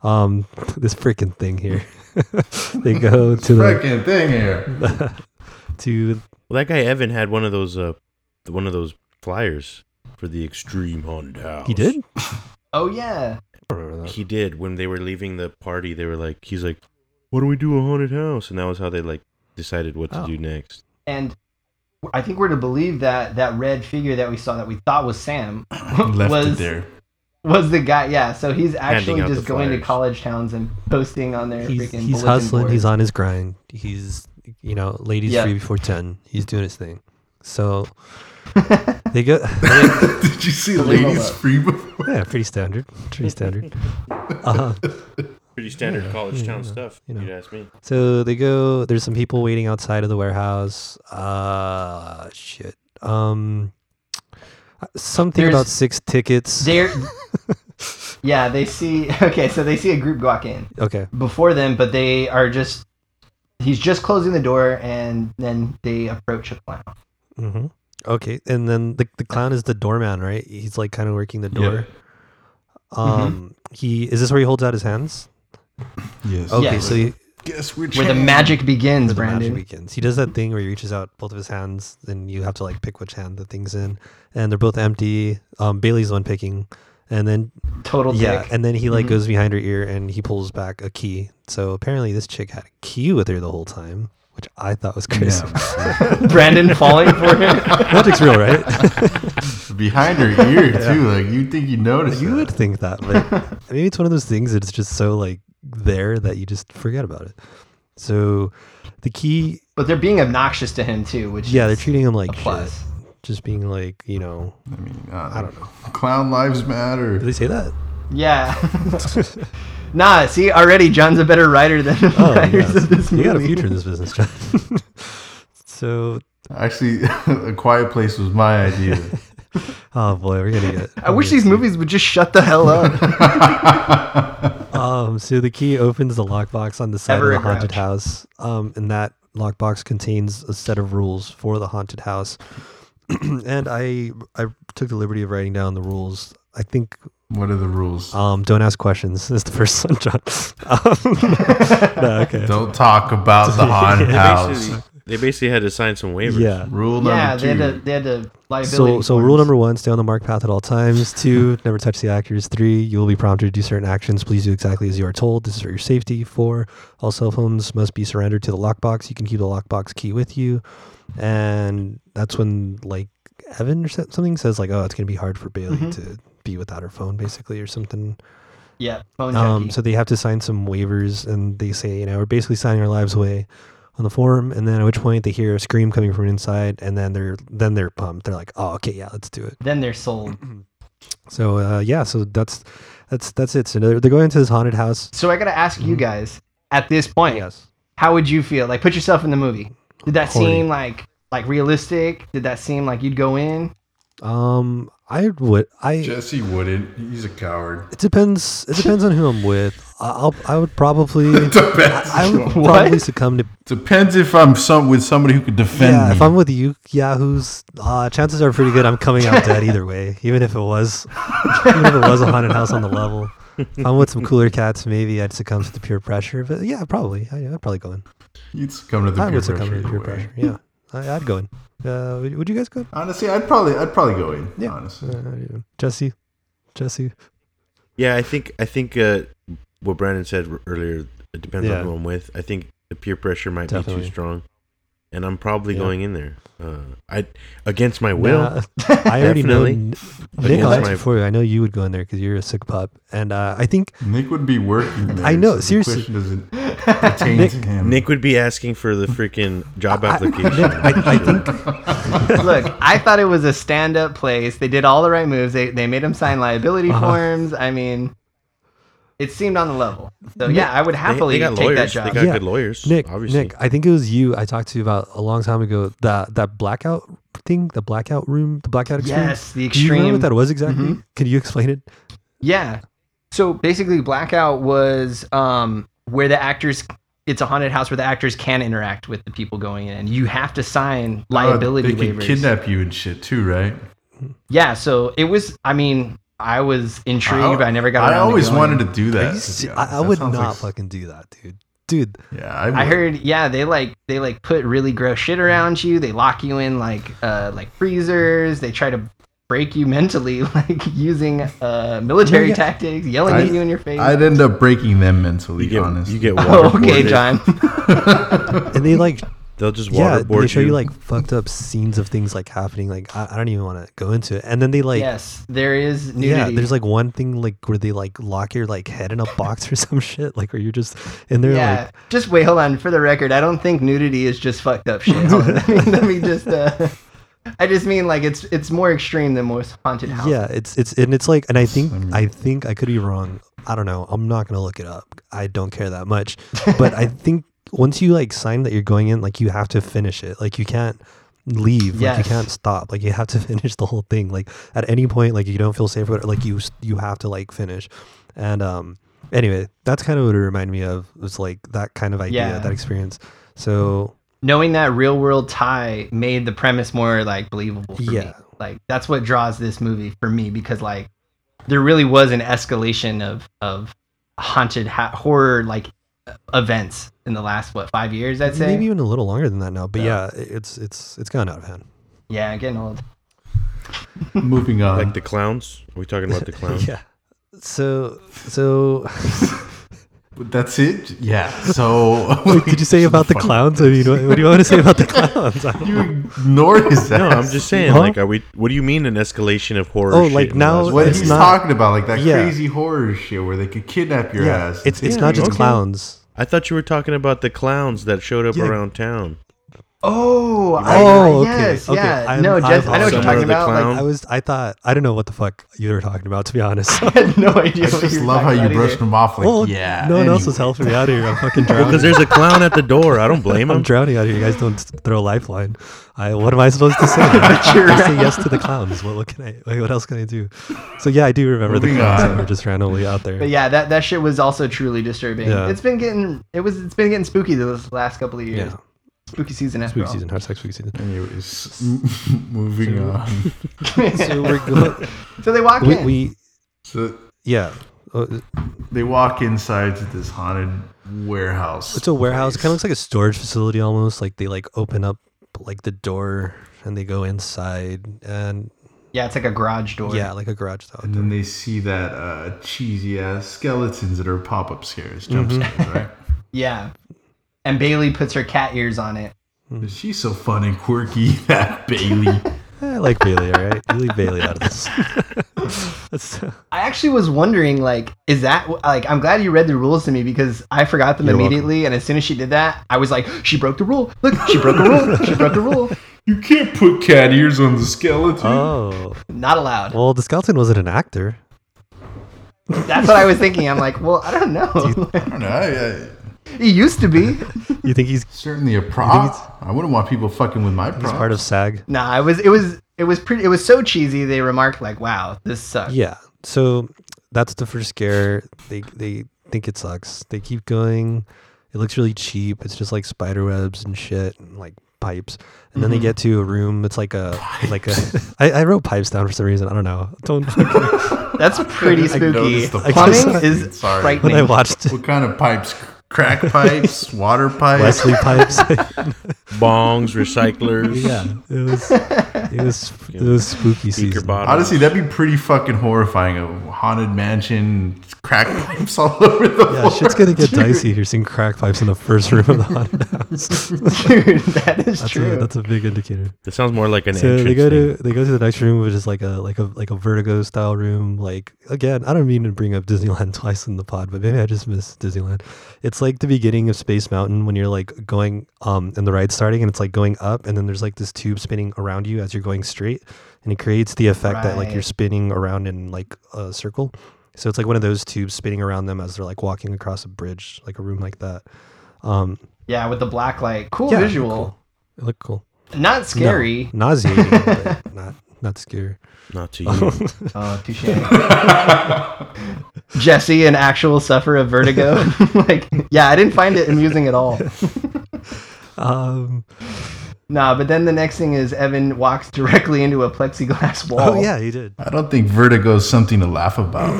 Speaker 4: um <laughs> this freaking thing here. <laughs> they go to the
Speaker 5: Freaking
Speaker 6: <laughs>
Speaker 5: thing here.
Speaker 4: <laughs> to
Speaker 6: Well, that guy Evan had one of those uh, one of those flyers for the extreme haunted house.
Speaker 4: he did.
Speaker 3: Oh yeah,
Speaker 6: He did. When they were leaving the party, they were like, he's like, "What do we do a haunted house?" And that was how they like decided what to
Speaker 4: Oh.
Speaker 6: do next.
Speaker 3: and I think we're to believe that that red figure that we saw that we thought was Sam
Speaker 5: Left it
Speaker 3: was
Speaker 5: there.
Speaker 3: was the guy. Yeah, so he's actually
Speaker 6: Handing out
Speaker 3: just
Speaker 6: the
Speaker 3: going to
Speaker 6: flyers.
Speaker 3: college towns and posting on their
Speaker 4: He's,
Speaker 3: freaking.
Speaker 4: he's
Speaker 3: bulletin
Speaker 4: hustling.
Speaker 3: boards.
Speaker 4: He's on his grind. He's you know ladies
Speaker 3: Yeah.
Speaker 4: free before ten. He's doing his thing.
Speaker 3: <laughs>
Speaker 4: So they go.
Speaker 5: <laughs>
Speaker 4: <laughs>
Speaker 5: Did you see
Speaker 3: Believe
Speaker 5: ladies
Speaker 3: it.
Speaker 5: free before?
Speaker 4: yeah, pretty standard. Pretty
Speaker 3: <laughs>
Speaker 4: standard. Uh,
Speaker 6: Pretty standard college town stuff.
Speaker 4: you know. you'd
Speaker 6: ask me.
Speaker 4: so they go. There's some people waiting outside of the warehouse. Uh, shit. Um, uh, something
Speaker 3: There's-
Speaker 4: about six tickets. <laughs>
Speaker 3: They're yeah, they see <laughs> okay, so they see a group walk in
Speaker 4: okay.
Speaker 3: before them, but they are just he's just closing the door and then they approach a clown.
Speaker 4: Mm-hmm. Okay, and then the the clown is the doorman, right? He's like kind of working the
Speaker 5: Yeah.
Speaker 4: door. Um, he is this where he holds out his hands?
Speaker 5: Yes.
Speaker 4: Okay,
Speaker 3: Yes.
Speaker 4: so he,
Speaker 5: Guess which
Speaker 3: Where the
Speaker 5: hand?
Speaker 3: magic begins,
Speaker 4: the magic
Speaker 3: Brandon.
Speaker 4: begins. He does that thing where he reaches out both of his hands, and you have to like pick which hand the thing's in, and they're both empty. Um, Bailey's the one picking, and then
Speaker 3: Total
Speaker 4: yeah,
Speaker 3: dick.
Speaker 4: and then he like goes behind her ear and he pulls back a key. So apparently this chick had a key with her the whole time, which I thought was crazy.
Speaker 3: <laughs>
Speaker 4: <laughs>
Speaker 3: Brandon falling for him. <laughs>
Speaker 4: Magic's real, right?
Speaker 5: behind
Speaker 4: <laughs>
Speaker 5: her ear too. Like you think you notice?
Speaker 4: You
Speaker 5: that.
Speaker 4: would think that, but maybe it's one of those things that it's just so like there that you just forget about it. So the key,
Speaker 3: But they're being obnoxious to him too, which
Speaker 4: yeah, they're
Speaker 3: is
Speaker 4: treating him like
Speaker 3: a
Speaker 4: shit.
Speaker 3: plus.
Speaker 4: Just being like, you know,
Speaker 5: I mean, uh,
Speaker 4: I don't know.
Speaker 5: Clown lives
Speaker 4: Do
Speaker 5: matter.
Speaker 4: they say that?
Speaker 3: Yeah.
Speaker 4: <laughs>
Speaker 3: nah, see already John's a better writer than the <laughs>
Speaker 4: Oh,
Speaker 3: writers
Speaker 4: yeah.
Speaker 3: of this
Speaker 4: you
Speaker 3: movie.
Speaker 4: got a future in this business, John. so
Speaker 5: <laughs>
Speaker 4: <laughs>
Speaker 5: Actually, a quiet place was my idea. <laughs>
Speaker 4: Oh boy, we're gonna get.
Speaker 3: I wish these movies would just shut the hell
Speaker 4: <laughs>
Speaker 3: up.
Speaker 4: Um, so the key opens the lockbox on the side
Speaker 3: Ever
Speaker 4: of
Speaker 3: a
Speaker 4: the haunted
Speaker 3: grouch.
Speaker 4: house, um, and that lockbox contains a set of rules for the haunted house. <clears throat> and I I took the liberty of writing down the rules. I think
Speaker 5: what are the rules?
Speaker 4: um, don't ask questions <laughs> is the first one, John. Um, <laughs> no, okay.
Speaker 5: Don't talk about
Speaker 4: <laughs>
Speaker 5: the haunted house.
Speaker 6: Basically, they basically had to sign some waivers.
Speaker 4: Yeah.
Speaker 5: Rule
Speaker 3: yeah,
Speaker 5: number
Speaker 3: they had, to,
Speaker 5: two.
Speaker 3: they had to liability.
Speaker 4: So, so rule
Speaker 3: forms.
Speaker 4: number one: stay on the mark path at all times. Two: <laughs> never touch the actors. Three: you will be prompted to do certain actions. Please do exactly as you are told. This is for your safety. Four: all cell phones must be surrendered to the lockbox. You can keep the lockbox key with you, and that's when like Evan or so- something says like, "Oh, it's gonna be hard for Bailey to be without her phone, basically, or something."
Speaker 3: Yeah, phone
Speaker 4: Um,
Speaker 3: junkie.
Speaker 4: so they have to sign some waivers, and they say, you know, we're basically signing our lives away on the form. And then at which point they hear a scream coming from inside, and then they're then they're pumped. They're like, oh, okay, yeah, let's do it.
Speaker 3: then they're sold.
Speaker 4: So uh, yeah, so that's that's that's it. So they're, they're going into this haunted house.
Speaker 3: So I gotta ask
Speaker 6: Mm-hmm.
Speaker 3: you guys at this point,
Speaker 4: Yes.
Speaker 3: how would you feel? Like, put yourself in the movie. Did that
Speaker 4: Horny.
Speaker 3: seem like like realistic? Did that seem like you'd go
Speaker 6: <laughs>
Speaker 3: in?
Speaker 4: Um, I would I.
Speaker 5: Jesse wouldn't. He's a coward.
Speaker 4: it depends. It depends on who I'm with. I- I'll. I would probably.
Speaker 5: Depends.
Speaker 4: I would
Speaker 3: What?
Speaker 4: probably succumb to
Speaker 5: <laughs> Depends if I'm some with somebody who could defend
Speaker 4: yeah,
Speaker 5: me.
Speaker 4: if I'm with you, yeah, who's uh, chances are pretty good I'm coming out dead either way. Even if it was, even if it was a haunted house on the level. If I'm with some cooler cats, maybe I'd succumb to the peer pressure. But yeah, probably. I, I'd probably go in.
Speaker 5: You'd succumb to the
Speaker 4: I
Speaker 5: peer
Speaker 4: would succumb
Speaker 5: pressure.
Speaker 4: to the peer
Speaker 5: either way.
Speaker 4: pressure. Yeah, I, I'd go in. Uh, would, would you guys go? in?
Speaker 5: Honestly, I'd probably, I'd probably go in.
Speaker 4: Yeah.
Speaker 5: Honestly,
Speaker 4: Uh, yeah. Jesse, Jesse.
Speaker 6: Yeah, I think I think uh, what Brandon said r- earlier it depends
Speaker 4: Yeah.
Speaker 6: on who I'm with. I think the peer pressure might be
Speaker 4: Definitely.
Speaker 6: too strong, and I'm probably
Speaker 4: Yeah.
Speaker 6: going in there. Uh, I against my will.
Speaker 4: Nah, I already know.
Speaker 6: Definitely.
Speaker 4: N-
Speaker 6: Against
Speaker 4: Nick, I'll answer
Speaker 6: my-
Speaker 4: for you. I know you would go in there because you're a sick pup, and uh, I think
Speaker 5: Nick would be working. There,
Speaker 4: I know,
Speaker 5: so the
Speaker 4: seriously.
Speaker 5: question
Speaker 4: <laughs>
Speaker 5: doesn't pertain
Speaker 4: Nick-
Speaker 5: to him.
Speaker 6: Nick would be asking for the freaking job application.
Speaker 4: I, I think
Speaker 3: Look, I thought it was a stand up place. They did all the right moves. They they made him sign liability forms. I mean, it seemed on the level. So yeah, I would
Speaker 6: They- they,
Speaker 3: happily take
Speaker 6: got
Speaker 3: that
Speaker 6: lawyers.
Speaker 3: job.
Speaker 6: They got
Speaker 4: Yeah.
Speaker 6: good lawyers.
Speaker 4: Nick,
Speaker 6: obviously.
Speaker 4: Nick, I think it was you I talked to you about a long time ago. That that blackout thing, the blackout room, the blackout extreme.
Speaker 3: Yes, the
Speaker 4: Do you remember
Speaker 3: extreme. Mm-hmm.
Speaker 4: what that was exactly? Can you explain it?
Speaker 3: Yeah. So basically, Blackout was um, where the actors. It's a haunted house where the actors can interact with the people going in. You have to
Speaker 6: Oh,
Speaker 3: sign
Speaker 5: Uh,
Speaker 3: liability
Speaker 5: they
Speaker 3: waivers.
Speaker 5: could kidnap you and shit too, right?
Speaker 3: yeah. So it was. I mean, I was intrigued, but I never got.
Speaker 5: I
Speaker 3: around
Speaker 5: always
Speaker 3: to going.
Speaker 5: wanted to do that. to be
Speaker 4: I-
Speaker 5: honest.
Speaker 4: I,
Speaker 5: That
Speaker 4: would
Speaker 5: sounds
Speaker 4: not
Speaker 5: like s-
Speaker 4: fucking do that, dude. Dude,
Speaker 5: Yeah, I, would.
Speaker 3: I heard. Yeah, they like they like put really gross shit around you. They lock you in like uh like freezers. They try to break you mentally, <laughs> like using uh military
Speaker 4: Yeah.
Speaker 3: tactics, yelling
Speaker 5: I-
Speaker 3: at you in your face.
Speaker 5: I'd end up breaking them mentally.
Speaker 6: you get
Speaker 5: honestly,
Speaker 6: you get
Speaker 3: <laughs> oh,
Speaker 6: waterboarded.
Speaker 3: okay, John.
Speaker 4: and they like
Speaker 6: They'll just
Speaker 4: yeah,
Speaker 6: waterboard
Speaker 4: they show you
Speaker 6: you.
Speaker 4: like fucked up scenes of things like happening. Like I, I don't even want to go into it. And then they like
Speaker 3: yes, there is nudity.
Speaker 4: yeah, there's like one thing like where they like lock your like head in a box <laughs> or some shit, like where you're just in there
Speaker 3: yeah.
Speaker 4: like
Speaker 3: just wait. Hold on. For the record, I don't think nudity is just fucked up shit. <laughs> Hold on, let, me, let me just. Uh, I just mean like it's it's more extreme than most haunted houses.
Speaker 4: Yeah, it's it's and it's like, and I think I think I could be wrong. I don't know. I'm not gonna look it up. I don't care that much. But I think once you like sign that you're going in, like you have to finish it. Like you can't leave. Like
Speaker 3: Yes.
Speaker 4: you can't stop. Like you have to <laughs> finish the whole thing. Like at any point, like you don't feel safe. But like you s- you have to like finish. And um, anyway, that's kind of what it reminded me of. It's like that kind of idea,
Speaker 3: Yeah.
Speaker 4: that experience. So
Speaker 3: Knowing that real world tie made the premise more like believable. For
Speaker 4: Yeah.
Speaker 3: Me. Like that's what draws this movie for me because like there really was an escalation of of haunted ha- horror like events in the last what five years I'd say.
Speaker 4: maybe even a little longer than that now. But yeah, it it's it's it's gone out of hand.
Speaker 3: Yeah, getting old.
Speaker 5: <laughs> moving on.
Speaker 6: like the clowns. Are we talking
Speaker 4: <laughs>
Speaker 6: about the clowns?
Speaker 4: Uh-huh. Yeah. So so
Speaker 5: That's it. Yeah. <laughs> So
Speaker 4: What did you say about the clowns? I mean, what, what do you want to say about the clowns?
Speaker 5: <laughs>
Speaker 4: I don't-
Speaker 5: You ignore his ass.
Speaker 6: No, I'm just saying.
Speaker 4: Huh?
Speaker 6: Like, are we? What do you mean an escalation of horror?
Speaker 4: Oh,
Speaker 6: shit
Speaker 4: like
Speaker 6: in the
Speaker 4: now-
Speaker 6: last
Speaker 5: what
Speaker 4: It's
Speaker 5: he's
Speaker 4: not-
Speaker 5: talking about, like that
Speaker 4: Yeah.
Speaker 5: crazy horror shit where they could kidnap your
Speaker 4: yeah,
Speaker 5: ass.
Speaker 4: it's it's
Speaker 6: Yeah,
Speaker 4: not just
Speaker 6: okay.
Speaker 4: clowns.
Speaker 6: I thought you were talking about the clowns that showed up
Speaker 4: Yeah.
Speaker 6: around town.
Speaker 3: Oh, I,
Speaker 4: Oh, okay,
Speaker 3: yes,
Speaker 4: okay.
Speaker 3: yeah.
Speaker 4: I'm-
Speaker 3: no,
Speaker 4: I'm
Speaker 3: Jess, I know what you're
Speaker 6: Summer
Speaker 3: talking
Speaker 6: of the
Speaker 3: about. Like,
Speaker 6: Clown.
Speaker 4: I was, I thought, I don't know what the fuck you were talking about, to be
Speaker 3: <laughs>
Speaker 4: honest. <laughs>
Speaker 3: I had no idea.
Speaker 5: I
Speaker 3: what
Speaker 5: just
Speaker 3: you were
Speaker 5: love how
Speaker 3: talking
Speaker 5: you
Speaker 3: about
Speaker 5: brushed
Speaker 3: either.
Speaker 5: him off like,
Speaker 4: well,
Speaker 5: yeah.
Speaker 4: no one else was
Speaker 5: anyway."
Speaker 4: helping me out here. I'm fucking
Speaker 6: Because
Speaker 4: drowning.
Speaker 6: there's a clown at the door. I don't
Speaker 4: <laughs>
Speaker 6: blame
Speaker 4: I'm
Speaker 6: him.
Speaker 4: drowning out here. You guys don't throw a lifeline. I, what am I supposed to say? I say yes to the clowns. What, what can I? like, What else can I do? So yeah, I do remember the
Speaker 5: Moving
Speaker 4: clowns
Speaker 5: on.
Speaker 4: that were just randomly out there.
Speaker 3: But yeah, that, that shit was also truly disturbing.
Speaker 4: Yeah.
Speaker 3: It's been getting it was it's been getting spooky those last couple of years.
Speaker 4: Yeah.
Speaker 3: Spooky season after
Speaker 4: Spooky
Speaker 3: all.
Speaker 4: season, hashtag spooky season.
Speaker 5: Anyways, <laughs> moving
Speaker 4: So-
Speaker 5: on.
Speaker 3: <laughs>
Speaker 4: So <laughs> we're go-
Speaker 3: So they walk
Speaker 4: we,
Speaker 3: in.
Speaker 4: we <laughs>
Speaker 5: So
Speaker 4: yeah. Uh,
Speaker 5: they walk inside to this haunted warehouse.
Speaker 4: It's a warehouse.
Speaker 5: place.
Speaker 4: Kind of looks like a storage facility almost. Like they like open up like the door and they go inside and
Speaker 3: yeah, it's like a garage door.
Speaker 4: yeah, like a garage door.
Speaker 5: And then they see that uh, cheesy ass skeletons that are pop up scares, jump
Speaker 4: Mm-hmm.
Speaker 5: scares,
Speaker 4: <laughs>
Speaker 5: right?
Speaker 3: Yeah. And Bailey puts her cat ears on it.
Speaker 5: But She's so fun and quirky, <laughs> that Bailey.
Speaker 4: Eh, <laughs> I like Bailey. All right, you leave Bailey out of <laughs> this. That's,
Speaker 3: I actually was wondering, like, is that like? I'm glad you read the rules to me because I forgot them
Speaker 4: You're
Speaker 3: immediately. And as soon as she did that, I was like, she broke the rule. Look, she broke the rule. She broke the rule.
Speaker 5: You can't put cat ears on the skeleton.
Speaker 4: oh
Speaker 3: Not allowed.
Speaker 4: well, the skeleton wasn't an actor.
Speaker 3: That's what I was thinking. I'm like, well, I don't
Speaker 4: <laughs>
Speaker 3: know.
Speaker 5: I don't know. I,
Speaker 3: <laughs>
Speaker 5: I,
Speaker 3: he used to be.
Speaker 4: You think <laughs> he's
Speaker 5: certainly a prop. I wouldn't want people fucking with my
Speaker 4: he's
Speaker 5: prop.
Speaker 4: part of SAG?
Speaker 3: Nah, it was. It was. It was pretty. It was so cheesy. They remarked like, "Wow, this sucks."
Speaker 4: Yeah. So that's the first scare. They they think it sucks. They keep going. It looks really cheap. It's just like spider webs and shit and like pipes. And then they get to a room. It's like a like a. <laughs> I, I wrote Mm-hmm. pipes down for some reason. I don't know. <laughs> Don't
Speaker 3: That's pretty spooky.
Speaker 5: noticed the
Speaker 3: Plumbing
Speaker 4: <laughs> pipes.
Speaker 3: is
Speaker 5: Sorry.
Speaker 4: when I
Speaker 3: frightening.
Speaker 4: watched
Speaker 5: what kind of pipes?
Speaker 4: <laughs>
Speaker 5: Crack pipes, water pipes.
Speaker 4: Leslie pipes.
Speaker 6: Bongs, recyclers.
Speaker 4: yeah. It was it was it was spooky
Speaker 6: Beaker
Speaker 4: season.
Speaker 6: bottles.
Speaker 5: Honestly, that'd be pretty fucking horrifying. A haunted mansion, crack pipes all <laughs> over the
Speaker 4: Yeah,
Speaker 5: floor.
Speaker 4: shit's gonna get dicey. You're seeing crack pipes in the first room of the haunted
Speaker 3: <laughs>
Speaker 4: house.
Speaker 3: Dude, that is
Speaker 4: That's
Speaker 3: true.
Speaker 4: a, that's a big indicator.
Speaker 6: That sounds more like an
Speaker 4: so
Speaker 6: entrance.
Speaker 4: they go
Speaker 6: thing.
Speaker 4: to they go to the next room, which is like a like a like a Vertigo style room. Like again, I don't mean to bring up Disneyland <laughs> twice in the pod, but maybe I just miss Disneyland. It's like the beginning of Space Mountain when you're like going um and the ride's starting and it's like going up and then there's like this tube spinning around you as you're going straight and it creates the effect that like you're
Speaker 3: Right.
Speaker 4: spinning around in like a circle. So it's like one of those tubes spinning around them as they're like walking across a bridge, like a room like that. Um,
Speaker 3: yeah, with the black light, cool
Speaker 4: Yeah,
Speaker 3: visual.
Speaker 4: it looked cool.
Speaker 3: Not
Speaker 4: No, <laughs>
Speaker 3: scary.
Speaker 4: nauseating,
Speaker 3: <laughs>
Speaker 4: but not not scary.
Speaker 6: Not
Speaker 4: <laughs>
Speaker 6: to you.
Speaker 3: Oh, touche. Jesse, an actual sufferer of
Speaker 4: <laughs>
Speaker 3: vertigo. <laughs> like, yeah, I didn't find it amusing at all.
Speaker 4: Um,
Speaker 3: Nah, but then the next thing is Evan walks directly into a plexiglass wall.
Speaker 4: Oh yeah, he did.
Speaker 5: I don't think vertigo is something to laugh about.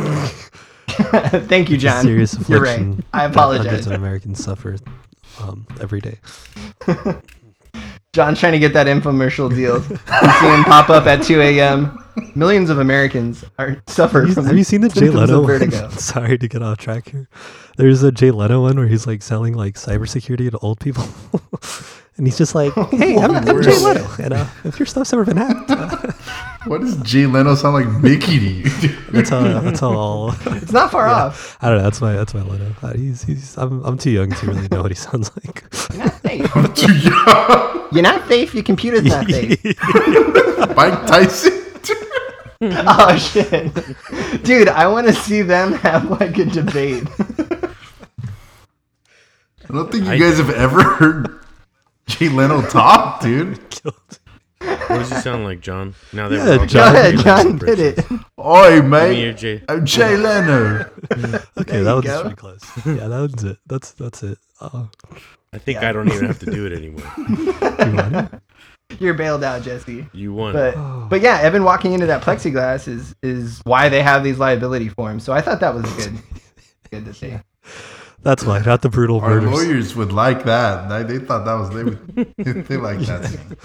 Speaker 3: <laughs> Thank you, John.
Speaker 4: Serious
Speaker 3: You're right.
Speaker 4: affliction.
Speaker 3: I
Speaker 4: <laughs> that Hundreds
Speaker 3: apologize.
Speaker 4: of Americans suffer um, every day.
Speaker 3: John's trying to get that infomercial deal. You see him pop up at 2 a.m. Millions of Americans are suffer
Speaker 4: Have you-
Speaker 3: from
Speaker 4: have you seen the Jay
Speaker 3: symptoms of
Speaker 4: Leno?
Speaker 3: vertigo. <laughs>
Speaker 4: One? Sorry to get off track here. There's a Jay Leno one where he's like selling like cybersecurity to old people, <laughs> and he's just
Speaker 3: <laughs>
Speaker 4: like, "Hey, I'm, I'm Jay
Speaker 5: worse.
Speaker 4: Leno, and uh, if your stuff's ever been hacked, uh,
Speaker 5: What does Jay Leno sound like Mickey to you? <laughs> dude?
Speaker 4: that's all. That's all." <laughs>
Speaker 3: It's not far off.
Speaker 4: I don't know. That's my that's my Leno. Uh, he's he's. I'm I'm too young to really know what he sounds <laughs> like.
Speaker 3: Hey,
Speaker 5: I'm too young.
Speaker 3: you're not safe. Your computer's not
Speaker 4: <laughs>
Speaker 3: safe.
Speaker 5: Mike Tyson.
Speaker 3: <laughs> oh shit, dude! I want to see them have like a
Speaker 4: <laughs>
Speaker 3: debate. <laughs>
Speaker 5: I don't think you guys have ever heard Jay Leno talk, dude.
Speaker 6: What does he sound like, John? Now that
Speaker 4: <laughs> Yeah,
Speaker 6: we're all talking
Speaker 4: John.
Speaker 3: Go ahead,
Speaker 6: about
Speaker 3: John
Speaker 6: this
Speaker 3: did it. <laughs>
Speaker 6: person.
Speaker 5: Oi,
Speaker 6: Me or
Speaker 5: mate.
Speaker 6: Jay?
Speaker 5: I'm Jay Leno.
Speaker 4: okay, that one's
Speaker 3: go.
Speaker 4: pretty close. Yeah, that one's it. That's that's it. Uh,
Speaker 6: I think I don't even have to do it anymore.
Speaker 3: You're bailed out, Jesse.
Speaker 6: You
Speaker 4: <laughs>
Speaker 6: won.
Speaker 4: <sighs>
Speaker 3: But but yeah, Evan walking into that plexiglass is is why they have these liability forms. So I thought that was good. Good to see.
Speaker 4: that's why not the brutal
Speaker 5: Our
Speaker 4: murders.
Speaker 5: lawyers would like that. They, they thought that was they would they like that.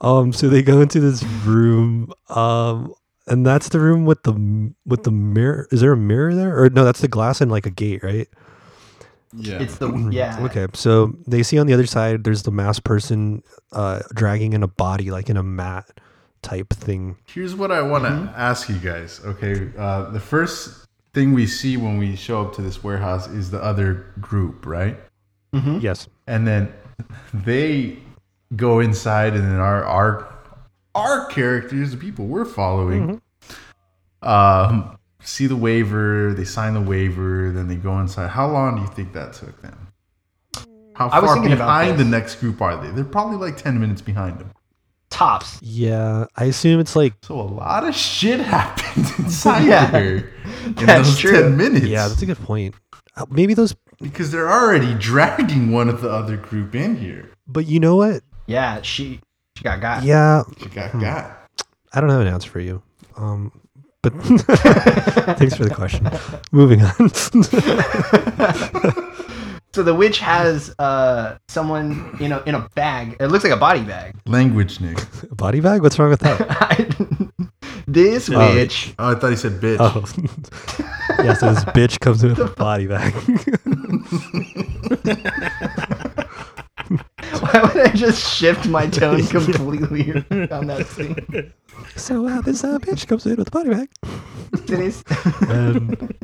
Speaker 4: Um, so they go into this room, um, and that's the room with the m- with the mirror. Is there a mirror there, or no? That's the glass and like a gate, right?
Speaker 5: Yeah.
Speaker 3: It's the yeah.
Speaker 4: Mm-hmm. Okay, so they see on the other side there's the masked person uh, dragging in a body, like in a mat type thing.
Speaker 5: Here's what I want to ask you guys. Okay, uh, the first thing we see when we show up to this warehouse is the other group, right?
Speaker 4: Yes,
Speaker 5: And then they go inside and then our our our characters, the people we're following,
Speaker 3: Mm-hmm.
Speaker 5: um, see the waiver, they sign the waiver, then they go inside. How long do you think that took them? How
Speaker 3: I was
Speaker 5: far
Speaker 3: thinking about
Speaker 5: behind the
Speaker 3: this.
Speaker 5: next group are they? They're probably like ten minutes behind them.
Speaker 3: Tops.
Speaker 4: Yeah, I assume it's like
Speaker 5: So a lot of shit
Speaker 3: <laughs>
Speaker 5: <laughs> happened inside
Speaker 3: Yeah.
Speaker 5: there
Speaker 3: <laughs>
Speaker 5: in
Speaker 3: That's
Speaker 5: those
Speaker 3: true.
Speaker 5: ten minutes.
Speaker 4: yeah, that's a good point. Uh, Maybe those,
Speaker 5: because they're already <laughs> dragging one of the other group in here.
Speaker 4: but you know what?
Speaker 3: Yeah, she she got got.
Speaker 4: Yeah,
Speaker 5: She got
Speaker 3: Hmm.
Speaker 5: got.
Speaker 4: I don't have an answer for you. Um, but <laughs> thanks for the question. Moving on. <laughs>
Speaker 3: So the witch has uh someone you know in a bag. It looks like a body bag.
Speaker 5: Language, Nick.
Speaker 4: Body bag? What's wrong with
Speaker 3: <laughs>
Speaker 4: that?
Speaker 3: this
Speaker 4: Oh.
Speaker 3: witch. <laughs>
Speaker 5: Oh, I thought he said bitch.
Speaker 4: <laughs> Oh. yeah, so this bitch comes in with a body bag.
Speaker 3: Why would I just shift my
Speaker 4: <laughs>
Speaker 3: tone completely <laughs> on that scene?
Speaker 4: <laughs> so uh, this uh, bitch comes in with a body bag.
Speaker 3: Did he-
Speaker 4: And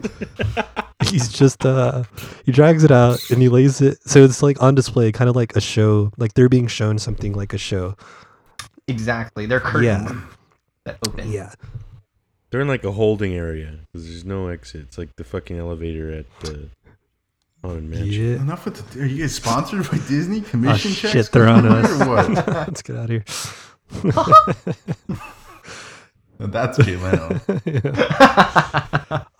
Speaker 4: <laughs> he's just, uh, he drags it out and he lays it. So it's like on display, kind of like a show. Like they're being shown something like a show.
Speaker 3: exactly. They're curtains that open.
Speaker 4: <laughs> Yeah.
Speaker 6: They're in like a holding area because there's no exit. It's like the fucking elevator at the Haunted Mansion.
Speaker 4: Yeah.
Speaker 5: Enough with the. Are you guys sponsored by Disney? Commission checks?
Speaker 4: Oh, shit, they're on
Speaker 5: coming
Speaker 4: us.
Speaker 5: <laughs> Or
Speaker 4: <laughs>
Speaker 5: what?
Speaker 4: Let's get out of
Speaker 5: No,
Speaker 4: here.
Speaker 5: That's Jay Leno.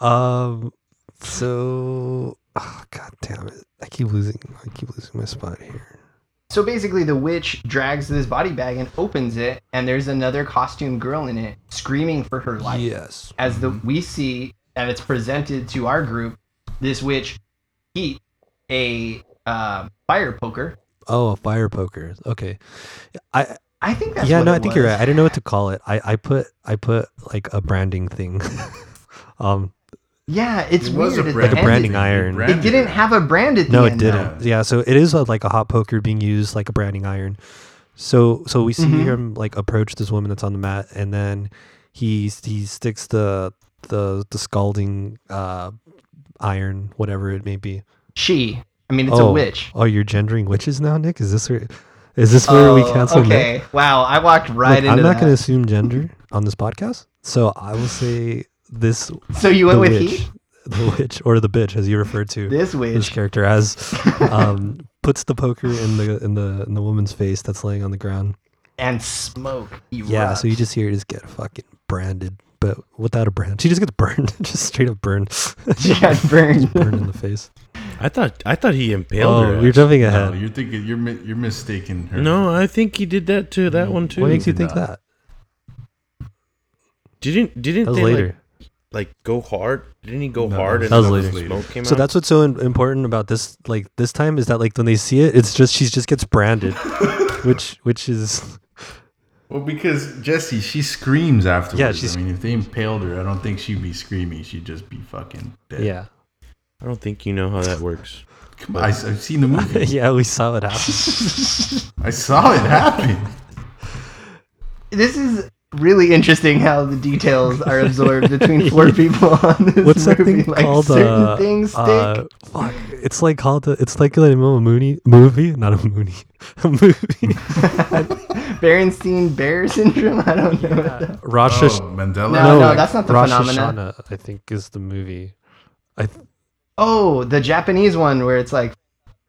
Speaker 4: Um, so, oh, god damn it. I keep losing, I keep losing my spot here.
Speaker 3: So basically, the witch drags this body bag and opens it, and there's another costumed girl in it screaming for her life.
Speaker 4: Yes.
Speaker 3: As the
Speaker 4: Mm-hmm.
Speaker 3: we see, and it's presented to our group, this witch eat a uh, fire poker.
Speaker 4: Oh, a fire poker. Okay. I,
Speaker 3: I think that's
Speaker 4: yeah,
Speaker 3: what
Speaker 4: no, I
Speaker 3: it
Speaker 4: think you're
Speaker 3: was.
Speaker 4: right. I don't know what to call it. I, I put I put like a branding thing, <laughs> um,
Speaker 3: Yeah, it's
Speaker 5: It
Speaker 3: weird.
Speaker 5: was a
Speaker 3: It
Speaker 5: brand.
Speaker 4: Like a branding
Speaker 3: ended-
Speaker 4: iron.
Speaker 5: It
Speaker 3: It didn't have a brand at the
Speaker 4: No, it
Speaker 3: end, though.
Speaker 4: didn't. Yeah, so it is a, like a hot poker being used like a branding iron. So so we see
Speaker 3: Mhm.
Speaker 4: him like approach this woman that's on the mat, and then he he sticks the the the scalding uh, iron, whatever it may be.
Speaker 3: She. I mean, it's
Speaker 4: oh,
Speaker 3: a witch.
Speaker 4: Oh, you're gendering witches now, Nick? Is this where is this where we
Speaker 3: Oh,
Speaker 4: cancel Nick?
Speaker 3: Okay. Wow, I walked right
Speaker 4: Look,
Speaker 3: into
Speaker 4: I'm not
Speaker 3: that.
Speaker 4: going to assume gender on this podcast, so I will say this
Speaker 3: So you went
Speaker 4: the
Speaker 3: with
Speaker 4: witch,
Speaker 3: he?
Speaker 4: the witch, or the bitch, as you referred to this,
Speaker 3: This witch.
Speaker 4: character as, um, puts the poker in the in the in the woman's face that's laying on the ground.
Speaker 3: and smoke.
Speaker 4: Yeah, so you
Speaker 3: <laughs>
Speaker 4: just hear her just get fucking branded, but without a brand, <laughs> she just gets burned, just straight up burned, <laughs>
Speaker 3: she got burned.
Speaker 4: burned in the face.
Speaker 6: I thought I thought he impaled her.
Speaker 4: Oh, you're
Speaker 6: ass.
Speaker 4: jumping
Speaker 5: No,
Speaker 4: ahead.
Speaker 5: you're thinking you're mi- you're mistaking her.
Speaker 6: no, I think he did that to that one too.
Speaker 4: Mm. what makes you think
Speaker 5: not.
Speaker 4: that?
Speaker 6: Didn't didn't
Speaker 4: That was
Speaker 6: they
Speaker 4: later.
Speaker 6: like like go hard? Didn't he go
Speaker 5: No,
Speaker 6: hard
Speaker 5: that
Speaker 6: and
Speaker 4: was
Speaker 6: the
Speaker 5: later.
Speaker 6: smoke came
Speaker 4: So
Speaker 6: out?
Speaker 4: that's what's so im- important about this, like this time, is that like when they see it, it's just she just gets branded, which which is
Speaker 5: Well, because Jesse, she screams afterwards.
Speaker 4: Yeah, she's-
Speaker 5: I mean, if they impaled her, I don't think she'd be screaming. She'd just be fucking dead.
Speaker 4: yeah
Speaker 6: I don't think you know how that works.
Speaker 5: Come on, I, have seen the movie.
Speaker 4: <laughs> <laughs> yeah we saw it happen.
Speaker 5: I saw it happen.
Speaker 3: This is really interesting how the details are absorbed between
Speaker 4: <laughs>
Speaker 3: four people on this
Speaker 4: What's that
Speaker 3: movie.
Speaker 4: thing
Speaker 3: like
Speaker 4: called?
Speaker 3: certain
Speaker 4: uh,
Speaker 3: things stick.
Speaker 4: uh, fuck. It's like called. A, it's like a Mooney movie, not a Mooney, <laughs> a movie.
Speaker 3: Berenstein Bear syndrome. <laughs> I don't know. what that-
Speaker 4: Rosh
Speaker 5: Oh,
Speaker 4: Hash-
Speaker 5: Mandela.
Speaker 3: No, no,
Speaker 4: like
Speaker 3: that's not the
Speaker 4: Rosh
Speaker 3: phenomena.
Speaker 4: Hashanah, I think is the movie. I th-
Speaker 3: Oh, the Japanese one where it's like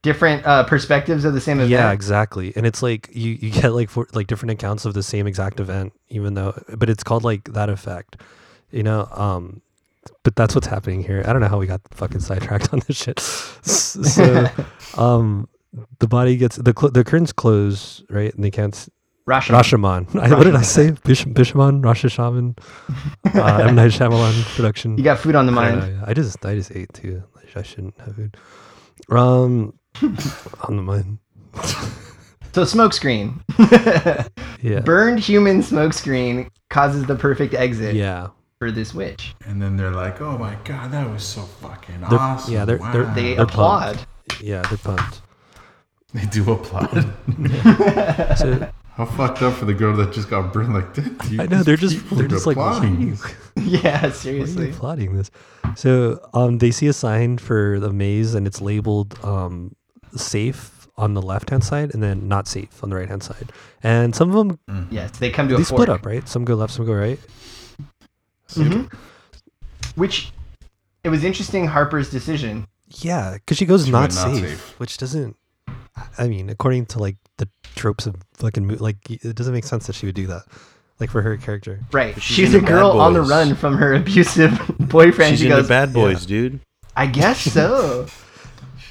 Speaker 3: different uh, perspectives of the same event.
Speaker 4: yeah, exactly. And it's like you, you get like four, like different accounts of the same exact event, even though, but it's called like that effect, you know. Um, but that's what's happening here. I don't know how we got fucking sidetracked <laughs> on this shit. S-
Speaker 3: <laughs>
Speaker 4: So, um, the body gets the cl- the curtains close, right, and they can't s-
Speaker 3: Russian.
Speaker 4: Rashomon. <laughs> I, what did I say? Bish-
Speaker 3: <laughs>
Speaker 4: Bishamon, Rashashaman, uh, M Night Shyamalan production.
Speaker 3: You got food on the
Speaker 4: I, don't
Speaker 3: mind.
Speaker 4: know, yeah. I just I just ate too. I sh- I shouldn't have food.
Speaker 3: <laughs>
Speaker 4: Um, on the mind.
Speaker 3: So smoke screen.
Speaker 4: Yeah.
Speaker 3: Burned human smoke screen causes the perfect exit
Speaker 4: yeah.
Speaker 3: for this witch.
Speaker 5: And then they're like, "Oh my god, that was so fucking
Speaker 4: They're-
Speaker 5: awesome!"
Speaker 4: yeah, they're-
Speaker 5: wow.
Speaker 4: Ah, they're-
Speaker 3: They
Speaker 4: They're
Speaker 3: applaud. <laughs>
Speaker 4: pumped. Yeah. They're pumped.
Speaker 5: They do applaud.
Speaker 3: <laughs>
Speaker 4: So
Speaker 5: How fucked up for the girl that just got burned like <laughs> that, dude.
Speaker 4: I know
Speaker 5: These
Speaker 4: they're just
Speaker 5: people
Speaker 4: they're
Speaker 5: are
Speaker 4: just like why are
Speaker 5: applauding
Speaker 4: you,
Speaker 5: this.
Speaker 3: Yeah,
Speaker 4: why are you
Speaker 3: seriously.
Speaker 4: applauding this? So um, they see a sign for the maze and it's labeled um safe on the left hand side and then not safe on the right hand side. And some of them
Speaker 3: Yes, they come to
Speaker 4: they
Speaker 3: a
Speaker 4: split
Speaker 3: fork.
Speaker 4: up, right? Some go left, some go right.
Speaker 3: Mhm. Which it was interesting Harper's decision.
Speaker 4: Yeah, because she goes
Speaker 5: She
Speaker 4: not,
Speaker 5: went
Speaker 4: safe,
Speaker 5: not safe.
Speaker 4: which doesn't. I mean, according to like the tropes of fucking mo- like, it doesn't make sense that she would do that. Like for her character,
Speaker 3: Right.
Speaker 6: But she's
Speaker 3: She's a
Speaker 6: in the Bad
Speaker 3: girl on the
Speaker 6: Boys.
Speaker 3: run from her abusive <laughs> boyfriend.
Speaker 6: She's
Speaker 3: she
Speaker 6: in
Speaker 3: goes,
Speaker 6: the Bad Boys, dude.
Speaker 3: I guess
Speaker 6: <laughs>
Speaker 3: so.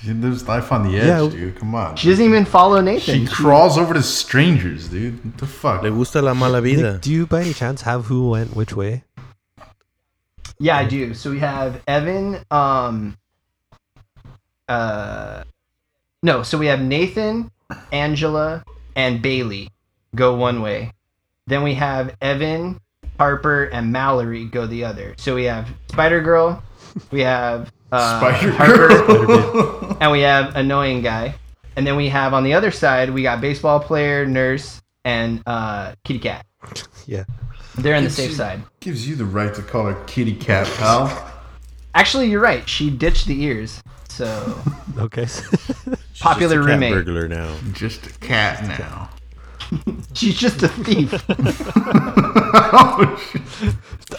Speaker 5: Dude, There's life on the edge,
Speaker 4: Yeah.
Speaker 5: dude. Come on.
Speaker 3: she doesn't even follow
Speaker 5: she
Speaker 3: Nathan.
Speaker 5: crawls over to strangers, dude. What the fuck?
Speaker 6: Le gusta la mala vida.
Speaker 4: Nick, do you by any chance have who went which
Speaker 5: <laughs>
Speaker 4: way?
Speaker 3: Yeah, I do. So we have Evan. Um. Uh, no. So we have Nathan, Angela, and Bailey go one way. Then we have Evan, Harper, and Mallory go the other. So we have Spider Girl. We have uh,
Speaker 5: <laughs> Spider
Speaker 3: Harper,
Speaker 5: Girl.
Speaker 3: and we have annoying guy. And then we have on the other side we got baseball player, nurse, and uh, kitty cat.
Speaker 4: Yeah,
Speaker 3: They're on the
Speaker 5: Gives
Speaker 3: safe
Speaker 5: you-
Speaker 3: side.
Speaker 5: <laughs> Gives you the right to call her kitty cat, pal.
Speaker 3: Actually, you're right. She ditched the ears. So.
Speaker 6: <laughs>
Speaker 4: okay.
Speaker 6: She's
Speaker 3: popular
Speaker 6: just a cat
Speaker 3: roommate.
Speaker 6: burglar now.
Speaker 5: Just a cat now. <laughs>
Speaker 3: She's just a thief.
Speaker 6: <laughs>
Speaker 5: oh, shit.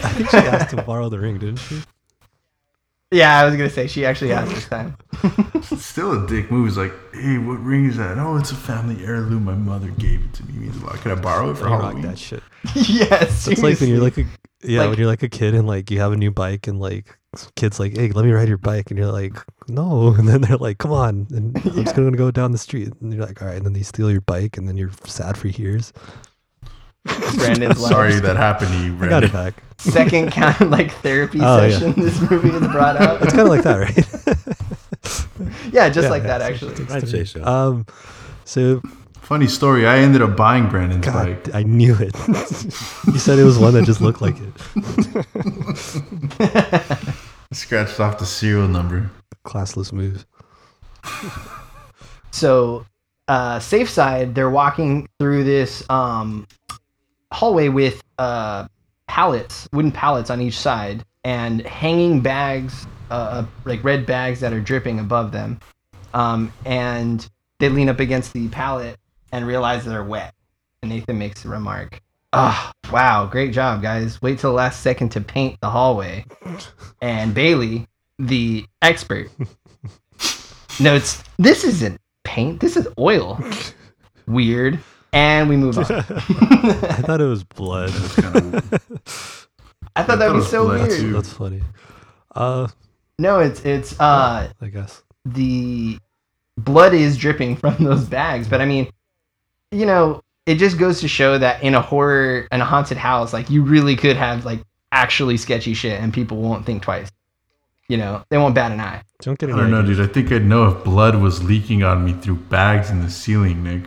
Speaker 4: <laughs> I think she asked to borrow the ring, didn't she?
Speaker 3: yeah, I was gonna say she actually asked this time. <laughs>
Speaker 5: Still a dick move. It's like, hey, what ring is that? Oh, it's a family heirloom. My mother gave it to me. It means a lot. Could I borrow it for
Speaker 4: I rock
Speaker 5: Halloween?
Speaker 4: that shit.
Speaker 3: yes.
Speaker 4: It's like when you're like a yeah,
Speaker 3: Like-
Speaker 4: when you're like a kid and like you have a new bike and like kids like, hey, let me ride your bike, and you're like, no, <laughs> and then they're like, come on, and
Speaker 5: <laughs>
Speaker 4: I'm just gonna go down the street, and you're like, all right, and then they steal your bike, and then you're sad for years. <laughs>
Speaker 3: Brandon's life.
Speaker 5: Sorry that happened to you,
Speaker 4: I got
Speaker 5: Brandon.
Speaker 4: it back.
Speaker 3: second kind of like therapy
Speaker 4: Oh, yeah.
Speaker 3: session this movie was brought up.
Speaker 4: <laughs> It's kind of like that, right?
Speaker 3: Yeah, just
Speaker 4: Yeah,
Speaker 3: like
Speaker 4: yeah,
Speaker 3: that
Speaker 4: so
Speaker 3: actually.
Speaker 6: I'd say so.
Speaker 4: Um, so
Speaker 5: Funny story. I ended up buying Brandon's
Speaker 4: God,
Speaker 5: bike.
Speaker 4: I knew it. <laughs> you said it was one that just looked like it.
Speaker 5: I scratched off the serial number.
Speaker 4: Classless move.
Speaker 3: So, uh, safe side, they're walking through this um, hallway with uh, pallets, wooden pallets on each side, and hanging bags, uh, uh, like red bags that are dripping above them. Um, and they lean up against the pallet and realize they're wet. And Nathan makes the remark, "Ah, wow, great job, guys! Wait till the last second to paint the hallway." And Bailey, the expert, notes, "This isn't paint. This is oil." Weird. And we move on.
Speaker 4: I thought it was blood.
Speaker 5: Kinda-
Speaker 3: I thought that would be so
Speaker 5: Let's
Speaker 3: weird.
Speaker 5: do-
Speaker 4: That's funny. Uh,
Speaker 3: No, it's it's uh
Speaker 4: I guess.
Speaker 3: the blood is dripping from those bags, but I mean, you know, it just goes to show that in a horror and a haunted house, like you really could have like actually sketchy shit and people won't think twice. You know, they won't bat an eye.
Speaker 4: Don't get
Speaker 5: I
Speaker 4: any
Speaker 5: don't know,
Speaker 4: ideas.
Speaker 5: dude. I think I'd know if blood was leaking on me through bags in the ceiling, Nick.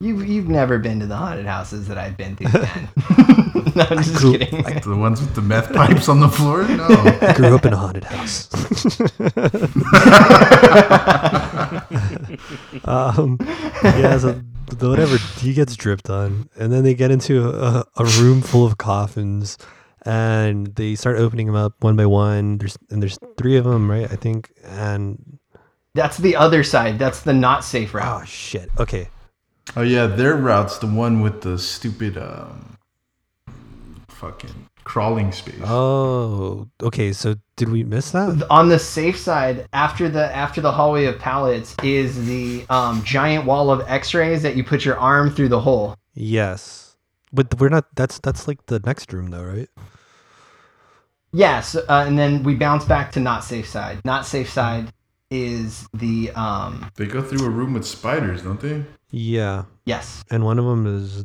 Speaker 3: You've you've never been to the haunted houses that I've been to. man. <laughs> no, I'm just
Speaker 4: grew-
Speaker 3: kidding.
Speaker 5: The ones with the meth pipes on the floor? No.
Speaker 4: I grew up in a
Speaker 3: <laughs>
Speaker 4: haunted house. um, yeah, so th- whatever he gets dripped on, and then they get into a, a room full of coffins, and they start opening them up one by one. There's and there's three of them, right? I think. And
Speaker 3: That's the other side. That's the not safe route.
Speaker 4: oh shit, okay,
Speaker 5: oh, yeah. Their route's the one with the stupid um, fucking crawling space.
Speaker 4: oh okay. So did we miss that?
Speaker 3: on the safe side after the after the hallway of pallets is the um, giant wall of x-rays that you put your arm through the hole
Speaker 4: Yes, but we're not. That's that's like the next room though, right?
Speaker 3: yes uh, and then we bounce back to not safe side not safe side is the um
Speaker 5: They go through a room with spiders, don't they?
Speaker 4: Yeah,
Speaker 3: yes
Speaker 4: and one of them is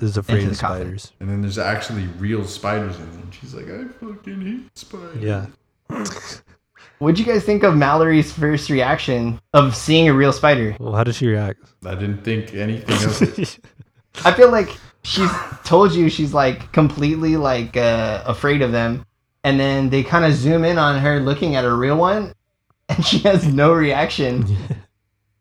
Speaker 4: is afraid
Speaker 3: Into
Speaker 4: of
Speaker 3: the coffin.
Speaker 4: spiders.
Speaker 5: And then there's actually real spiders in there. And she's like, I fucking hate spiders.
Speaker 4: Yeah.
Speaker 3: what'd you guys think of mallory's first reaction of seeing a real spider
Speaker 4: Well, how does she <laughs> react?
Speaker 5: I didn't think anything <laughs> of it.
Speaker 3: i feel like she's told you she's like completely like uh, afraid of them and then they kind of zoom in on her looking at a real one and she has no reaction <laughs>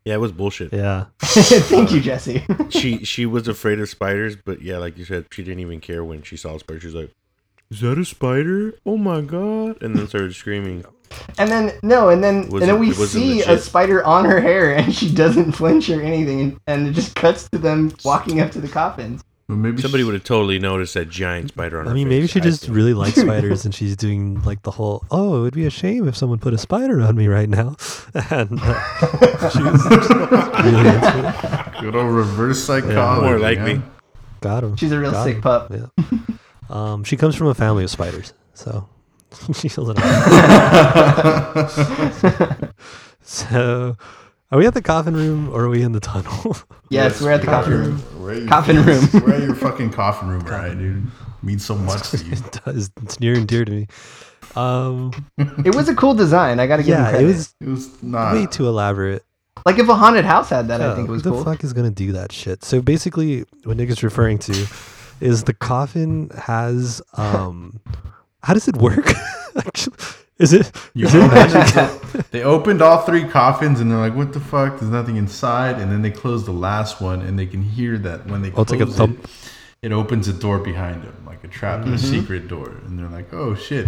Speaker 6: Yeah, it was bullshit.
Speaker 4: yeah.
Speaker 3: Thank you, Jesse.
Speaker 6: She she was afraid of spiders, but yeah, like you said, she didn't even care when she saw a spider. She was like, "Is that a spider? Oh my god!" And then started screaming.
Speaker 3: And then no, and then
Speaker 6: Was
Speaker 3: and then
Speaker 6: it-
Speaker 3: we
Speaker 6: it wasn't
Speaker 3: see a
Speaker 6: legit.
Speaker 3: spider on her hair, and she doesn't flinch or anything, and, and it just cuts to them walking up to the coffins.
Speaker 5: But maybe
Speaker 6: Somebody
Speaker 5: she-
Speaker 6: would have totally noticed that giant spider on
Speaker 4: I
Speaker 6: her
Speaker 4: mean, maybe
Speaker 6: face,
Speaker 4: she
Speaker 6: I
Speaker 4: just
Speaker 6: think.
Speaker 3: <laughs>
Speaker 4: really likes spiders, and she's doing like the whole. Oh, it would be a shame if someone put a spider on me right now. <laughs> And
Speaker 3: <laughs>
Speaker 4: uh, she was really into it.
Speaker 5: good old reverse psychology.
Speaker 6: More likely.
Speaker 5: man.
Speaker 4: Got him.
Speaker 3: She's a real
Speaker 4: Got
Speaker 3: sick
Speaker 4: him.
Speaker 3: pup.
Speaker 4: Yeah. Um, she comes from a family of spiders, so <laughs> she's a little. <laughs> so, are we at the coffin room or are we in the tunnel? <laughs>
Speaker 3: Yes, we're at the coffin room.
Speaker 5: We're at your-
Speaker 3: Coffin room.
Speaker 5: We're at your fucking coffin room, right, dude? Means so much to you.
Speaker 4: it does. It's near and dear to me. Um,
Speaker 3: It was a cool design. I gotta give him
Speaker 4: yeah,
Speaker 3: credit. Uh,
Speaker 4: it was
Speaker 5: It was not.
Speaker 4: way too elaborate.
Speaker 3: like if a haunted house had that, I
Speaker 4: Yeah,
Speaker 3: think it was
Speaker 4: Oh, who the
Speaker 3: cool.
Speaker 4: fuck is gonna do that shit? So basically, what Nick is referring to is the coffin has. um How does it work? <laughs> Actually, is it?
Speaker 5: You
Speaker 4: is it
Speaker 5: open
Speaker 4: magic?
Speaker 5: it- <laughs> they opened all three coffins and they're like, "What the fuck? There's nothing inside." And then they close the last one, and they can hear that when they
Speaker 4: Oh,
Speaker 5: close
Speaker 4: it's like a
Speaker 5: it,
Speaker 4: thump.
Speaker 5: it opens a door behind them, like a trap,
Speaker 3: Mm-hmm.
Speaker 5: a secret door, and they're like, "Oh shit!"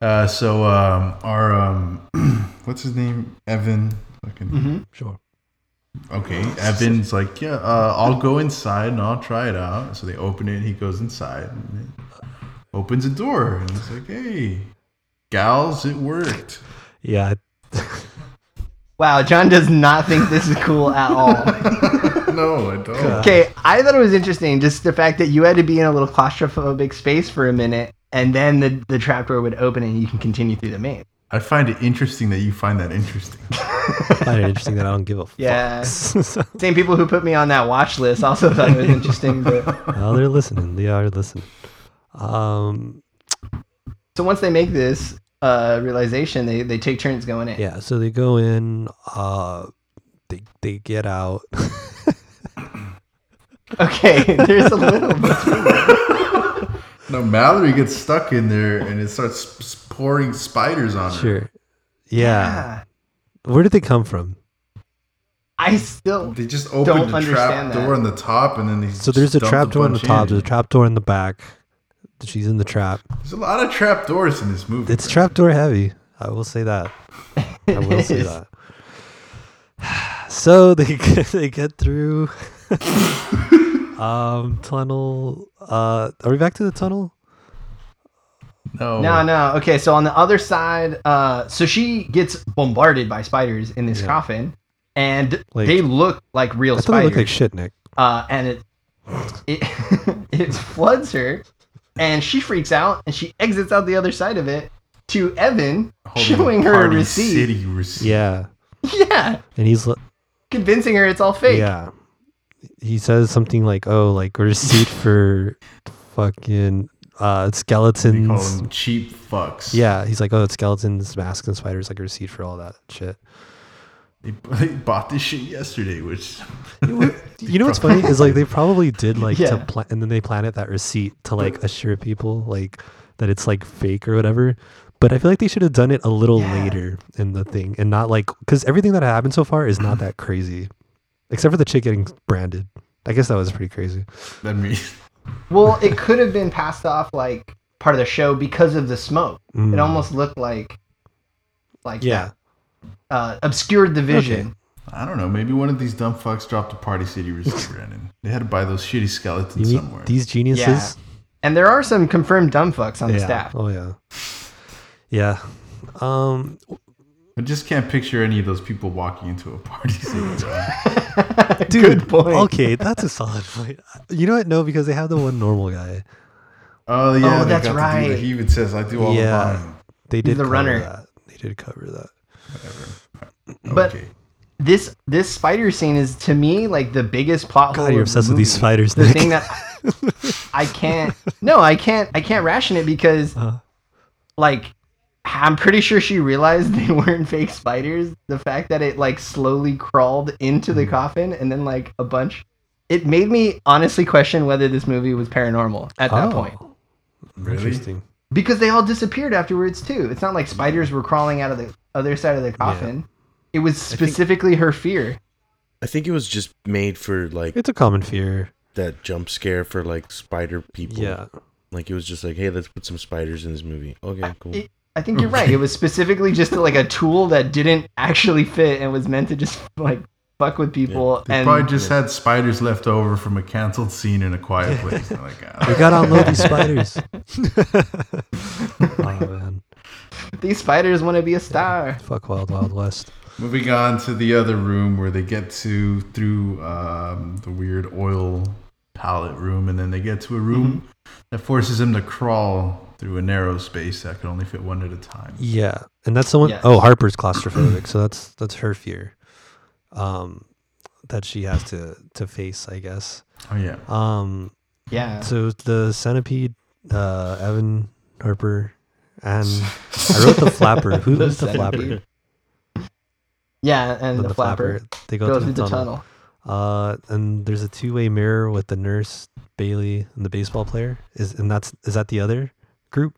Speaker 5: Uh, so um, our um, <clears throat> what's his name, Evan? Fucking,
Speaker 3: Mm-hmm.
Speaker 4: Sure.
Speaker 5: Okay, Evan's like, "Yeah, uh, I'll go inside and I'll try it out." So they open it, and he goes inside, and it opens a door, and it's like, "Hey, gals, it worked."
Speaker 4: Yeah,
Speaker 3: Wow, John does not think this is cool
Speaker 4: <laughs>
Speaker 3: at all.
Speaker 5: <laughs> No, I don't.
Speaker 3: Okay, I thought it was interesting just the fact that you had to be in a little claustrophobic space for a minute, and then the the trapdoor would open and you can continue through the maze.
Speaker 5: I find it interesting that you find that interesting.
Speaker 4: I find it interesting that I don't give a fuck.
Speaker 3: <laughs> Yeah.
Speaker 4: So- <laughs>
Speaker 3: Same people who put me on that watch list also thought it was interesting. But...
Speaker 4: oh, they're listening. They are listening. Um,
Speaker 3: So once they make this uh, realization, they, they take turns going in.
Speaker 4: yeah, so they go in, uh, they they get out. <laughs>
Speaker 3: Okay, <laughs> there's a little
Speaker 4: <laughs>
Speaker 3: bit.
Speaker 5: <laughs> No, Mallory gets stuck in there and it starts sp- sp- pouring spiders on her.
Speaker 4: sure. Yeah. Where did they come from?
Speaker 3: I still
Speaker 5: They just opened the trap
Speaker 3: understand that.
Speaker 5: door on the top and then they
Speaker 4: So there's a
Speaker 5: just dump
Speaker 4: trap door on the
Speaker 5: bunch
Speaker 4: top,
Speaker 5: in.
Speaker 4: there's a trap door in the back. She's in the trap.
Speaker 5: There's a lot of trap doors in this movie.
Speaker 4: It's trap door heavy. I will say that. I will say
Speaker 3: is.
Speaker 4: that. <sighs> So <laughs> they get, they get through <laughs> um tunnel uh are we back to the tunnel?
Speaker 5: No,
Speaker 3: No, no. Okay, so on the other side, uh, so she gets bombarded by spiders in this coffin, and
Speaker 4: Like-
Speaker 3: they look like real
Speaker 4: I thought they
Speaker 3: spiders.
Speaker 4: looked like shit, Nick.
Speaker 3: uh, and it it <laughs> it floods her, and she freaks out, and she exits out the other side of it to Evan,
Speaker 5: Holding
Speaker 3: showing her a
Speaker 5: Party
Speaker 3: receipt.
Speaker 5: City receipt.
Speaker 4: Yeah.
Speaker 3: <laughs> Yeah,
Speaker 4: And he's li-
Speaker 3: convincing her it's all fake.
Speaker 4: yeah. He says something like, "Oh, like receipt for fucking uh
Speaker 5: They call
Speaker 4: skeletons."
Speaker 5: them cheap fucks.
Speaker 4: Yeah, he's like, "Oh, it's skeletons, masks and spiders like a receipt for all that shit."
Speaker 5: <laughs> They, they bought this shit yesterday, which
Speaker 4: <laughs> You know what's funny is like they
Speaker 3: <laughs>
Speaker 4: probably did like to
Speaker 3: Yeah.
Speaker 4: plan, and then they planted that receipt to like assure people like that it's like fake or whatever. But I feel like they should have done it a little
Speaker 3: Yeah.
Speaker 4: later in the thing, and not like because everything that happened so far is
Speaker 3: <clears throat>
Speaker 4: not that crazy, except for the chick getting branded. I guess that was pretty crazy.
Speaker 5: that means
Speaker 3: Well, it could have been passed off like part of the show because of the smoke. It almost looked like like
Speaker 4: Mm. Yeah,
Speaker 3: uh, obscured the vision.
Speaker 5: I don't know. Maybe one of these dumb fucks dropped a Party City receipt, Brandon. They had to buy those shitty
Speaker 4: you
Speaker 5: skeletons
Speaker 4: meet
Speaker 5: somewhere.
Speaker 4: these geniuses.
Speaker 3: And there are some confirmed dumb fucks on the staff.
Speaker 4: Oh yeah, yeah. Um,
Speaker 5: I just can't picture any of those people walking into a party scene.
Speaker 3: <laughs>
Speaker 4: dude.
Speaker 3: Good point.
Speaker 4: Okay, that's a solid <laughs> point. You know what? No, because they have the one normal guy.
Speaker 5: oh yeah,
Speaker 3: Oh, that's
Speaker 5: they got to do that.
Speaker 3: right.
Speaker 5: He even says, "I do all
Speaker 4: Yeah.
Speaker 5: the mine."
Speaker 4: They did
Speaker 3: the
Speaker 4: cover
Speaker 3: runner.
Speaker 4: That. They did cover that.
Speaker 3: But
Speaker 5: okay.
Speaker 3: this this spider scene is to me like the biggest plot hole.
Speaker 4: God, you're
Speaker 3: of the
Speaker 4: obsessed with these
Speaker 3: movie.
Speaker 4: spiders.
Speaker 3: The
Speaker 4: Nick.
Speaker 3: thing that I can't no, I can't I can't ration it because like I'm pretty sure she realized they weren't fake spiders. The fact that it like slowly crawled into the coffin and then like a bunch it made me honestly question whether this movie was paranormal at that
Speaker 4: Oh,
Speaker 3: point.
Speaker 4: Interesting.
Speaker 3: because they all disappeared afterwards too. It's not like spiders were crawling out of the other side of the coffin. It was specifically her fear.
Speaker 6: I think it was just made for like
Speaker 4: It's a common fear.
Speaker 6: that jump scare for like spider people. Like it was just like, hey, let's put some spiders in this movie. Okay, cool.
Speaker 3: It, I think you're right. It was specifically just like a tool that didn't actually fit and was meant to just like fuck with people.
Speaker 5: They
Speaker 3: and
Speaker 5: probably just had spiders left over from a canceled scene in a quiet place. They're like, "Ah,
Speaker 4: We gotta unload these <laughs> spiders. oh man,
Speaker 3: <laughs> these spiders want to be a star.
Speaker 4: fuck Wild Wild West.
Speaker 5: Moving on to the other room where they get to through um, the weird oil pallet room, and then they get to a room
Speaker 4: Mm-hmm.
Speaker 5: that forces them to crawl through a narrow space that can only fit one at a time.
Speaker 4: Yeah, and that's someone.
Speaker 3: Yes.
Speaker 4: Oh, Harper's claustrophobic, so that's that's her fear, um, that she has to to face, I guess.
Speaker 5: Oh yeah,
Speaker 4: Um,
Speaker 3: Yeah.
Speaker 4: so <laughs> the centipede, uh, Evan Harper, and I wrote the flapper.
Speaker 3: <laughs>
Speaker 4: Who
Speaker 3: The
Speaker 4: was the flapper?
Speaker 3: centipede. Yeah, and
Speaker 4: The,
Speaker 3: the,
Speaker 4: the
Speaker 3: flapper,
Speaker 4: They go,
Speaker 3: goes
Speaker 4: through the tunnel.
Speaker 3: tunnel.
Speaker 4: Uh, and there's a two-way mirror with the nurse, Bailey, and the baseball player. Is and that's is that the other group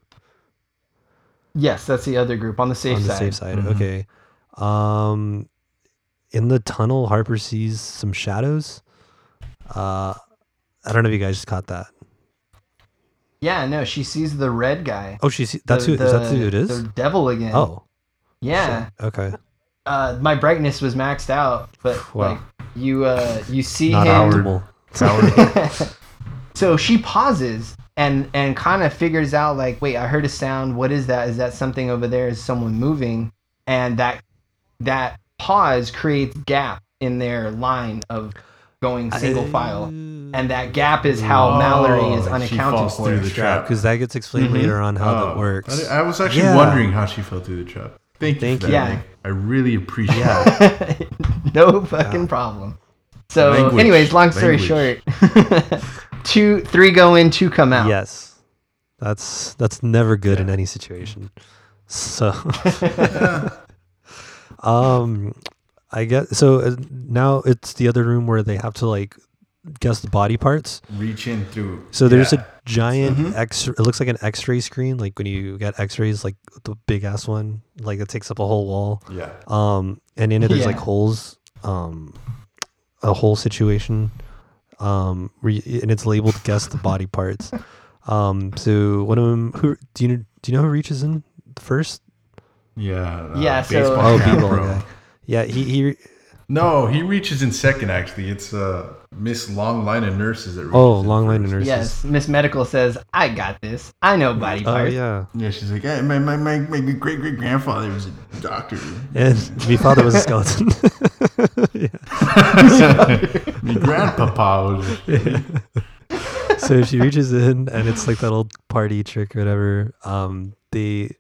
Speaker 3: Yes, that's the other group on the safe
Speaker 4: on the
Speaker 3: side. Mm-hmm.
Speaker 4: safe side?
Speaker 5: Mhm.
Speaker 4: Okay. Um, in the tunnel, Harper sees some shadows. Uh, I don't know if you guys caught that.
Speaker 3: Yeah, no, she sees the red guy.
Speaker 4: Oh, she's that's
Speaker 3: The-
Speaker 4: who is that who it
Speaker 3: the-
Speaker 4: is?
Speaker 3: The devil again.
Speaker 4: Oh,
Speaker 3: yeah.
Speaker 4: shit. Okay.
Speaker 3: Uh, my brightness was maxed out, but
Speaker 4: Wow.
Speaker 3: like you, uh, you see
Speaker 4: Not
Speaker 3: him.
Speaker 4: optimal. <laughs>
Speaker 5: Coward.
Speaker 3: <laughs> so she pauses and and kind of figures out like wait i heard a sound what is that is that something over there is someone moving and that that pause creates gap in their line of going single file and that gap is how mallory is
Speaker 5: Oh, she
Speaker 3: unaccounted
Speaker 5: falls
Speaker 3: for
Speaker 5: through
Speaker 3: <laughs>
Speaker 5: the trap.
Speaker 4: because that gets explained
Speaker 3: Mhm.
Speaker 4: later on how
Speaker 5: Oh,
Speaker 4: that works.
Speaker 5: I, I was actually
Speaker 4: Yeah.
Speaker 5: wondering how she fell through the trap. Thank you.
Speaker 4: Thank
Speaker 5: for
Speaker 4: you.
Speaker 5: that,
Speaker 3: Yeah.
Speaker 5: Nick. I really appreciate it.
Speaker 3: no fucking problem so
Speaker 5: Language.
Speaker 3: anyways long story
Speaker 5: Language.
Speaker 3: short <laughs> two three go in two come out
Speaker 4: Yes, that's that's never good in any situation. So, <laughs> um, I guess so. uh, Now it's the other room where they have to like guess the body parts.
Speaker 5: Reach in through.
Speaker 4: So there's
Speaker 5: yeah.
Speaker 4: a giant X. It looks like an X-ray screen, like when you get X-rays, like the big ass one, like it takes up a whole wall.
Speaker 5: yeah.
Speaker 4: Um, and in it there's like
Speaker 3: Yeah.
Speaker 4: holes, um, a whole situation, um, where you, and it's labeled guess the body parts. Um, so one of them, who do you do you know who reaches in first?
Speaker 5: Yeah. uh,
Speaker 3: Yeah, so-
Speaker 5: baseball
Speaker 4: Oh,
Speaker 5: cap
Speaker 4: b-ball
Speaker 5: room.
Speaker 4: guy. Yeah, he he.
Speaker 5: No, he reaches in second. Actually, it's uh, Miss Long Line of Nurses that. Reaches
Speaker 4: Oh,
Speaker 5: in
Speaker 4: long line
Speaker 5: first.
Speaker 4: nurses.
Speaker 3: yes miss medical says i got this i know body
Speaker 4: Oh
Speaker 3: parts
Speaker 4: yeah,
Speaker 5: Yeah, she's like, hey, my my my, my great great grandfather was a doctor.
Speaker 4: <laughs> and my father was a skeleton. <laughs> yeah.
Speaker 5: My grandpapa was.
Speaker 4: so she reaches in and it's like that old party trick or whatever. Um, the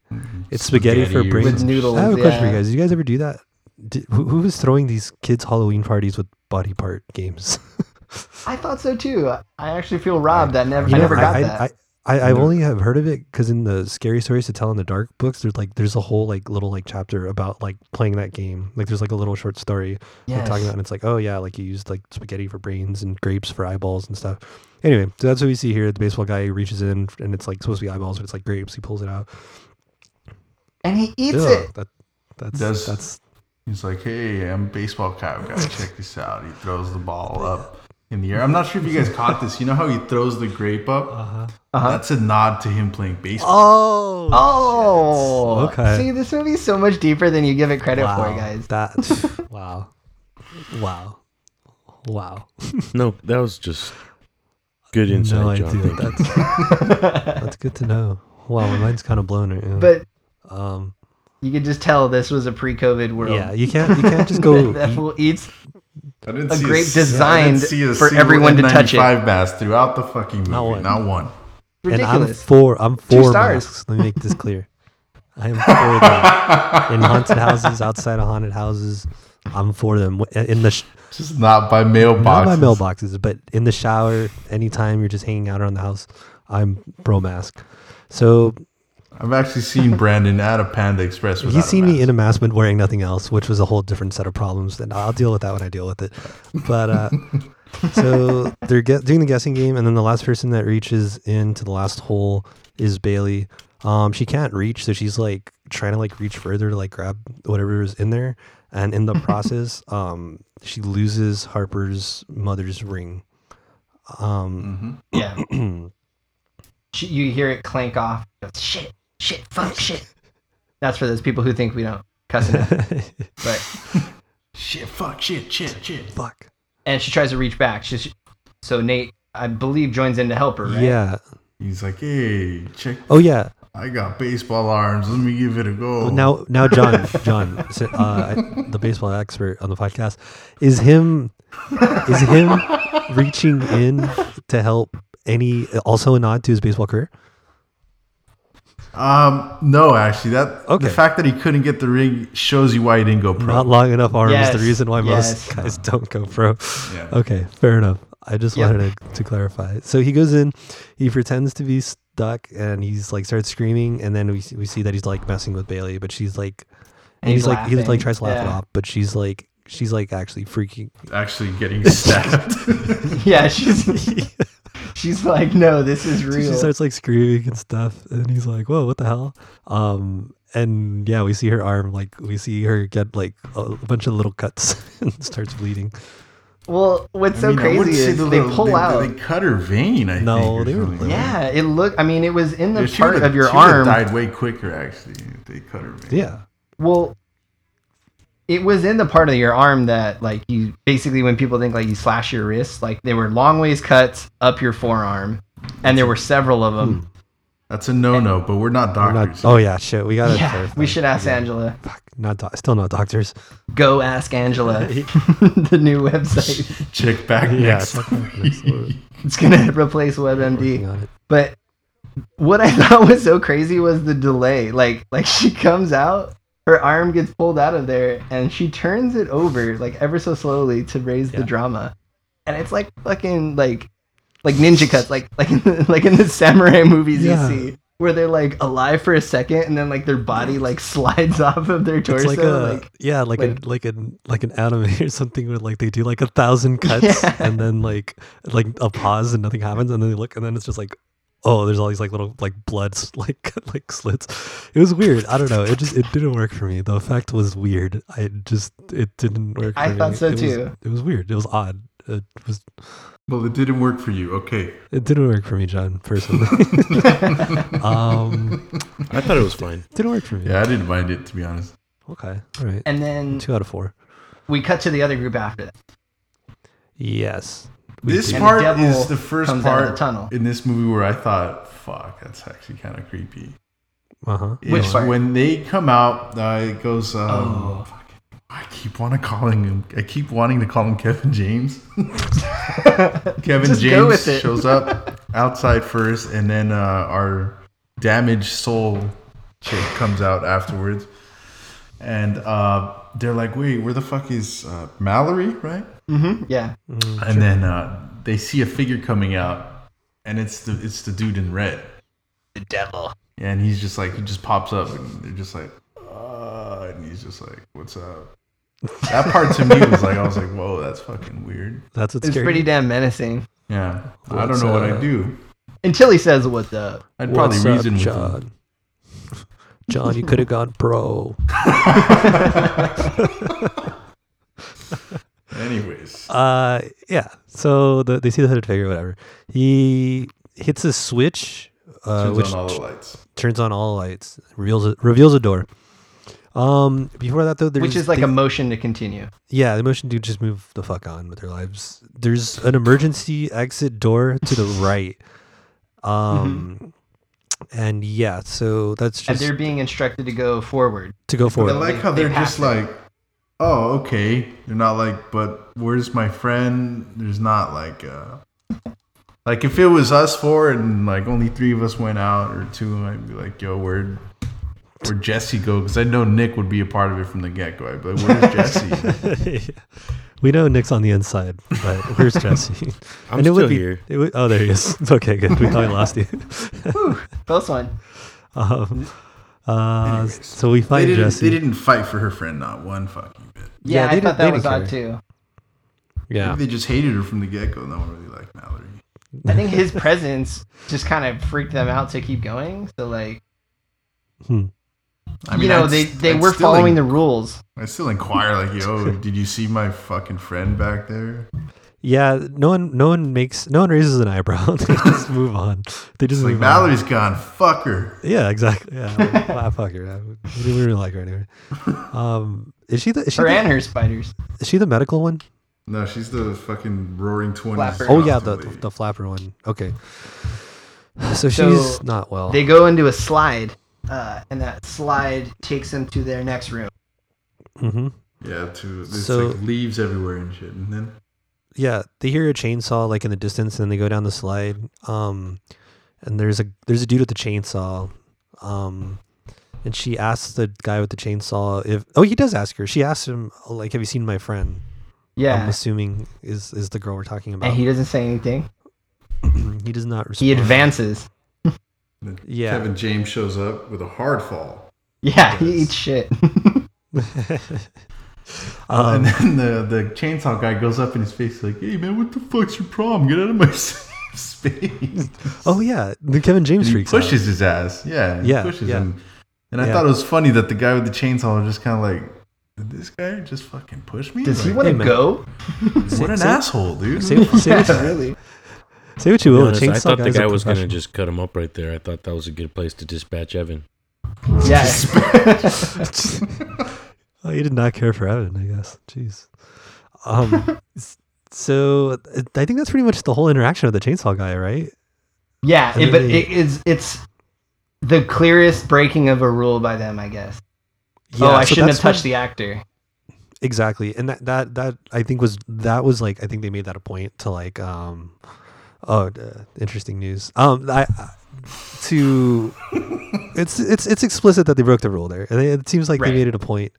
Speaker 4: it's spaghetti, for
Speaker 5: Spaghetti or
Speaker 4: brains.
Speaker 3: with noodles
Speaker 4: I have a question for you
Speaker 3: yeah.
Speaker 4: guys. Did you guys ever do that? Did, who, who was throwing these kids Halloween parties with body part games?
Speaker 3: I thought so too. I actually feel robbed. I never,
Speaker 4: You
Speaker 3: I
Speaker 4: know,
Speaker 3: never got
Speaker 4: <laughs> I,
Speaker 3: that.
Speaker 4: I, I, I've only have heard of it because in the scary stories to tell in the dark books, there's like there's a whole like little like chapter about like playing that game. Like there's like a little short story like, talking
Speaker 3: Yes.
Speaker 4: about, and it's like oh yeah, like you used like spaghetti for brains and grapes for eyeballs and stuff. Anyway, so that's what we see here. The baseball guy reaches in and it's like supposed to be eyeballs, but it's like grapes. He pulls it out.
Speaker 3: and he eats
Speaker 4: Ugh,
Speaker 3: it.
Speaker 4: That, that's
Speaker 5: Does-
Speaker 4: that's
Speaker 5: He's like, hey, I'm a baseball cap guy. Check this out. He throws the ball up in the air. I'm not sure if you guys caught this. You know how he throws the grape up? Uh-huh. That's a nod to him playing baseball.
Speaker 4: oh
Speaker 3: Oh,
Speaker 4: Okay.
Speaker 3: See, this movie's so much deeper than you give it credit for, guys. <laughs>
Speaker 4: That wow, wow, wow.
Speaker 6: No, that was just good insight, John.
Speaker 4: no idea.
Speaker 6: Thank you.
Speaker 4: That's that's good to know. Wow, my mind's kind of blown right now.
Speaker 3: But
Speaker 4: um,
Speaker 3: you could just tell this was a pre-COVID world.
Speaker 4: yeah, you can't you can't just
Speaker 3: <laughs>
Speaker 4: go.
Speaker 3: that fool eats.
Speaker 5: I didn't
Speaker 3: A
Speaker 5: see
Speaker 3: grape
Speaker 5: s-
Speaker 3: designed for
Speaker 5: single
Speaker 3: everyone to touch it.
Speaker 5: N95 mask throughout the fucking movie.
Speaker 4: Not
Speaker 5: Not
Speaker 4: one.
Speaker 5: one.
Speaker 4: and I'm
Speaker 3: Ridiculous.
Speaker 4: for I'm for
Speaker 3: stars.
Speaker 4: masks. Let me make this clear. I am for them in haunted houses, outside of haunted houses. I'm for them in the sh-
Speaker 5: Just not by mailboxes.
Speaker 4: not my mailboxes, but in the shower, anytime you're just hanging out around the house. I'm pro mask. So
Speaker 5: I've actually seen Brandon at a Panda Express without
Speaker 4: He's seen
Speaker 5: a
Speaker 4: me
Speaker 5: mask.
Speaker 4: in a mask but wearing nothing else, which was a whole different set of problems. And I'll deal with that when I deal with it. But uh,
Speaker 5: <laughs>
Speaker 4: so they're gue- doing the guessing game, and then the last person that reaches into the last hole is Bailey. Um, she can't reach, so she's like trying to like reach further to like grab whatever is in there. And
Speaker 5: <laughs>
Speaker 4: in the process, um, she loses Harper's mother's
Speaker 5: <laughs>
Speaker 4: ring. Um,
Speaker 5: Mm-hmm.
Speaker 3: Yeah.
Speaker 4: <clears throat>
Speaker 3: She- you hear it clank off. Shit! Shit! Fuck! Shit! That's for those people who think we don't cuss enough. but
Speaker 5: Shit, fuck, shit, shit, shit.
Speaker 4: Fuck.
Speaker 3: and she tries to reach back. She's, so Nate, I believe, joins in to help her. Right?
Speaker 4: Yeah.
Speaker 5: He's like, hey, check.
Speaker 4: Oh yeah.
Speaker 5: I got baseball arms. Let me give it a go.
Speaker 3: Oh.
Speaker 4: Now, now, John, John, <laughs> so, uh, I- the baseball expert on the podcast, is him, is
Speaker 3: <laughs>
Speaker 4: him reaching in to help any? Also, a nod to his baseball career.
Speaker 5: Um, no, actually, that
Speaker 4: Okay.
Speaker 5: the fact that he couldn't get the ring shows you why he didn't go pro.
Speaker 4: Not long enough arm is
Speaker 3: Yes,
Speaker 4: the reason why
Speaker 3: yes.
Speaker 4: most guys don't go pro.
Speaker 5: Yeah.
Speaker 4: Okay, fair enough. I just
Speaker 3: Yep.
Speaker 4: wanted to, to clarify. So he goes in, he pretends to be stuck, and he's like starts screaming, and then we see- we see that he's like messing with Bailey, but she's like, and he's,
Speaker 3: he's
Speaker 4: like, he's like
Speaker 3: laughing.
Speaker 4: tries to laugh it
Speaker 3: Yeah.
Speaker 4: off, but she's like, she's like actually freaking.
Speaker 5: Actually, getting <laughs>
Speaker 3: <laughs>
Speaker 5: stabbed.
Speaker 3: Yeah, she's <laughs> she's like, no, this is
Speaker 4: So
Speaker 3: real.
Speaker 4: she starts like screaming and stuff, and he's like, "Whoa, what the hell?" Um, and yeah, we see her arm, like we see her get like a a bunch of little cuts <laughs> and starts bleeding.
Speaker 3: well, what's
Speaker 5: I
Speaker 3: so
Speaker 5: mean, I
Speaker 3: crazy
Speaker 5: wouldn't say
Speaker 3: is
Speaker 5: the
Speaker 3: they
Speaker 5: little-
Speaker 3: pull out.
Speaker 5: They, cut her vein. I
Speaker 4: No,
Speaker 5: think, or
Speaker 4: they were
Speaker 5: something.
Speaker 4: bleeding.
Speaker 3: yeah, it looked. I mean, it was in the
Speaker 5: Yeah, she
Speaker 3: part
Speaker 5: would've-
Speaker 3: of your
Speaker 5: she would've
Speaker 3: arm.
Speaker 5: Died way quicker actually. if They cut her vein.
Speaker 4: Yeah,
Speaker 3: Well, it was in the part of your arm that, like, you basically when people think like you slash your wrist, like they were long ways cuts up your forearm, and there were several of
Speaker 5: Hmm,
Speaker 3: them.
Speaker 5: That's a no-no. But we're not
Speaker 4: We're not-
Speaker 5: doctors.
Speaker 4: oh yeah, shit, we gotta.
Speaker 3: Yeah,
Speaker 4: clarify.
Speaker 3: we should ask Angela.
Speaker 4: Fuck, not doc- still not doctors.
Speaker 3: Go ask
Speaker 5: <laughs>
Speaker 3: Angela. <laughs> the new website.
Speaker 5: <laughs> Check back next.
Speaker 4: fuck that. That's
Speaker 3: <laughs>
Speaker 4: what we're
Speaker 3: It's gonna
Speaker 5: <laughs>
Speaker 3: replace WebMD.
Speaker 4: working on it.
Speaker 3: But what I <laughs> thought was so crazy was the delay. Like like she comes out, her arm gets pulled out of there, and she turns it over like ever so slowly to raise
Speaker 4: Yeah.
Speaker 3: the drama, and it's like fucking like like ninja cuts, like like in the, <laughs> like in the samurai movies
Speaker 4: Yeah.
Speaker 3: you see. Where they're like alive for a second, and then like their body like <laughs> slides off of their
Speaker 4: It's
Speaker 3: torso.
Speaker 4: like a
Speaker 3: like-
Speaker 4: yeah, like, a like an like an anime <laughs> or something where like they do like a thousand
Speaker 3: <laughs>
Speaker 4: cuts
Speaker 3: Yeah.
Speaker 4: and then like like a pause and nothing happens and then they look and then it's just like oh there's all these like little like bloods <laughs> like like slits. It was weird. I don't know. It just it didn't work for me. The effect was weird. I just it didn't work. For
Speaker 3: I
Speaker 4: me.
Speaker 3: thought so
Speaker 4: It was-
Speaker 3: too.
Speaker 4: it was weird. It was odd. It was
Speaker 5: Well, it didn't work for you. Okay.
Speaker 4: it didn't work for me, John
Speaker 3: <laughs>
Speaker 4: personally. um,
Speaker 6: I thought it was
Speaker 4: <laughs>
Speaker 6: fine.
Speaker 4: didn't work for me.
Speaker 5: Yeah, I didn't mind it to be honest.
Speaker 4: Okay. All right.
Speaker 3: and then
Speaker 4: Two out of four.
Speaker 3: we cut to the other group after that.
Speaker 4: Yes. We
Speaker 5: This
Speaker 4: do.
Speaker 3: And the
Speaker 5: part
Speaker 3: devil
Speaker 5: is the first
Speaker 3: comes out of
Speaker 5: part
Speaker 3: the tunnel.
Speaker 5: in this movie where I thought, "Fuck, that's actually kind of creepy."
Speaker 4: Uh-huh.
Speaker 3: Which
Speaker 5: It's
Speaker 3: part?
Speaker 5: when they come out, uh, it goes. Um,
Speaker 3: Oh.
Speaker 5: fuck. I keep want to calling him. I keep wanting to call him
Speaker 3: <laughs>
Speaker 5: Kevin James. Kevin
Speaker 3: Just
Speaker 5: James
Speaker 3: go with it.
Speaker 5: shows up outside first, and then uh, our damaged soul chick comes out afterwards. And uh, they're like, "Wait, where the fuck is uh, Mallory?" Right?
Speaker 3: Mm-hmm, Yeah.
Speaker 5: and then uh, they see a figure coming out, and it's the it's the dude in red.
Speaker 3: The devil.
Speaker 5: And he's just like, he just pops up, and they're just like, uh, and he's just like, what's up? That part to me was like, I was like, whoa, that's fucking weird.
Speaker 4: That's what's
Speaker 3: It's
Speaker 4: scary.
Speaker 3: pretty damn menacing.
Speaker 5: Yeah. I don't
Speaker 4: What's
Speaker 5: know what
Speaker 4: up?
Speaker 5: I'd do.
Speaker 3: Until he says what's up.
Speaker 5: I'd probably
Speaker 4: What's
Speaker 5: reason
Speaker 4: up,
Speaker 5: with him.
Speaker 3: <laughs>
Speaker 4: John? John, you could have gone pro.
Speaker 5: <laughs> Anyways.
Speaker 4: Uh, yeah. So the, they see the hooded figure, whatever. He hits a switch, uh,
Speaker 5: Turns
Speaker 4: which
Speaker 5: on all the lights.
Speaker 4: turns on all lights, reveals a, reveals a door. Um, before that though, there's
Speaker 3: Which is like
Speaker 4: they-
Speaker 3: a motion to continue.
Speaker 4: yeah, the motion to just move the fuck on with their lives. There's an emergency exit door to
Speaker 3: <laughs>
Speaker 4: the right. Um, and yeah, so that's
Speaker 3: Mm-hmm. And
Speaker 4: just
Speaker 3: they're being instructed to go forward.
Speaker 4: to go
Speaker 5: I
Speaker 4: forward.
Speaker 5: like how
Speaker 3: They
Speaker 5: they're
Speaker 3: pass
Speaker 5: just
Speaker 3: it.
Speaker 5: like, oh, okay. They're not like, but where's my friend? There's not like, uh, like if it was us four and like only three of us went out or two, I'd be like, yo, where'd, where'd Jesse go? Because I know Nick would be a part of it from the get go. I'd be like,
Speaker 3: <laughs>
Speaker 5: where's Jesse?
Speaker 4: <laughs> we know Nick's on the inside, but where's Jesse?
Speaker 6: <laughs> I'm
Speaker 4: it would
Speaker 6: still
Speaker 4: be,
Speaker 6: here.
Speaker 4: It would, oh, there he is. <laughs> Okay, good. We thought we lost
Speaker 6: <laughs>
Speaker 4: you.
Speaker 3: Close one.
Speaker 4: Um, uh, so we
Speaker 5: they,
Speaker 4: find
Speaker 5: didn't,
Speaker 4: Jesse.
Speaker 5: they didn't fight for her friend, not one fucking bit.
Speaker 4: Yeah,
Speaker 3: Yeah,
Speaker 4: they
Speaker 3: I
Speaker 4: didn't-
Speaker 3: thought
Speaker 4: they
Speaker 3: that was
Speaker 4: didn't
Speaker 3: odd too.
Speaker 4: yeah,
Speaker 5: They just hated her from the get go. No one really liked Mallory.
Speaker 3: I think his <laughs> presence just kind of freaked them out to keep going. So like,
Speaker 5: I
Speaker 4: Hmm.
Speaker 3: you know,
Speaker 5: I'd-
Speaker 3: they they
Speaker 5: I'd
Speaker 3: were
Speaker 5: still
Speaker 3: following
Speaker 5: in-
Speaker 3: the rules.
Speaker 5: I still inquire like, yo, did you see my fucking friend back there?
Speaker 4: Yeah, no one, no one makes, no one raises an eyebrow. <laughs> they just
Speaker 6: <laughs>
Speaker 4: move on. They just
Speaker 5: Like
Speaker 4: move on.
Speaker 5: Mallory's gone. Fuck her.
Speaker 4: Yeah, exactly. Yeah, well, ah, fuck her.
Speaker 6: <laughs>
Speaker 4: What do we really like her anyway? Um, is she the is she <laughs>
Speaker 3: Her and
Speaker 4: the,
Speaker 3: her spiders.
Speaker 4: is she the medical one?
Speaker 5: No, she's the fucking roaring twenties.
Speaker 3: Flapper.
Speaker 4: Oh yeah, the the flapper one. Okay, so she's
Speaker 3: So
Speaker 4: not well.
Speaker 3: They go into a slide, uh, and that slide takes them to their next room.
Speaker 4: hmm
Speaker 5: yeah. To it's
Speaker 4: So-
Speaker 5: like leaves everywhere and shit. And then
Speaker 4: Yeah, they hear a chainsaw like in the distance, and they go down the slide. Um, and there's a there's a dude with the chainsaw. Um, and she asks the guy with the chainsaw if oh he does ask her. She asks him like, "Have you seen my friend?" I'm
Speaker 3: Yeah,
Speaker 4: assuming is is the girl we're talking about.
Speaker 3: and he doesn't say anything.
Speaker 4: <clears throat> he does not respond.
Speaker 3: He advances.
Speaker 4: Yeah.
Speaker 5: Kevin James shows up with a hard fall.
Speaker 3: Yeah, he eats shit. <laughs>
Speaker 4: <laughs> um,
Speaker 5: and then the, the chainsaw guy goes up in his face like, "Hey man, what the fuck's your problem? Get out of my <laughs>
Speaker 4: <laughs>
Speaker 5: space!"
Speaker 4: oh yeah, the Kevin James
Speaker 5: He
Speaker 4: freaks
Speaker 5: pushes his ass. Yeah, and he
Speaker 4: Yeah,
Speaker 5: pushes
Speaker 4: yeah.
Speaker 5: him. And I
Speaker 4: Yeah.
Speaker 5: thought it was funny that the guy with the chainsaw was just kind of like, "Did this guy just fucking push me?"
Speaker 3: Does he
Speaker 5: Like,
Speaker 3: want
Speaker 4: Hey,
Speaker 3: to
Speaker 4: man.
Speaker 3: go?
Speaker 5: what an
Speaker 4: say-
Speaker 5: asshole, dude! <laughs>
Speaker 4: out. Say, what-
Speaker 3: <laughs>
Speaker 4: say, what-
Speaker 3: really?
Speaker 4: say what
Speaker 6: To be
Speaker 4: you will.
Speaker 6: honest,
Speaker 4: the
Speaker 6: I
Speaker 4: chainsaw
Speaker 6: thought the
Speaker 4: guy's a
Speaker 6: guy was going to
Speaker 4: professional.
Speaker 6: just cut him up right there. I thought that was a good place to dispatch Evan.
Speaker 3: Yeah.
Speaker 4: <laughs> oh, you did not care for Evan, I guess. Jeez. Um,
Speaker 3: <laughs>
Speaker 4: s- so uh, I think that's pretty much the whole interaction of the chainsaw guy, right?
Speaker 3: Yeah,
Speaker 4: And
Speaker 3: it, but
Speaker 4: then
Speaker 3: it is it's the clearest breaking of a rule by them, I guess.
Speaker 4: Yeah,
Speaker 3: oh, I
Speaker 4: so
Speaker 3: shouldn't have
Speaker 4: that's when-
Speaker 3: touched the actor.
Speaker 4: exactly, and that that that I think was that was like I think they made that a point to like um, oh, uh, interesting news. Um, I I-
Speaker 3: <laughs>
Speaker 4: to it's it's it's explicit that they broke the rule there, and it seems like
Speaker 3: Right.
Speaker 4: they made it a point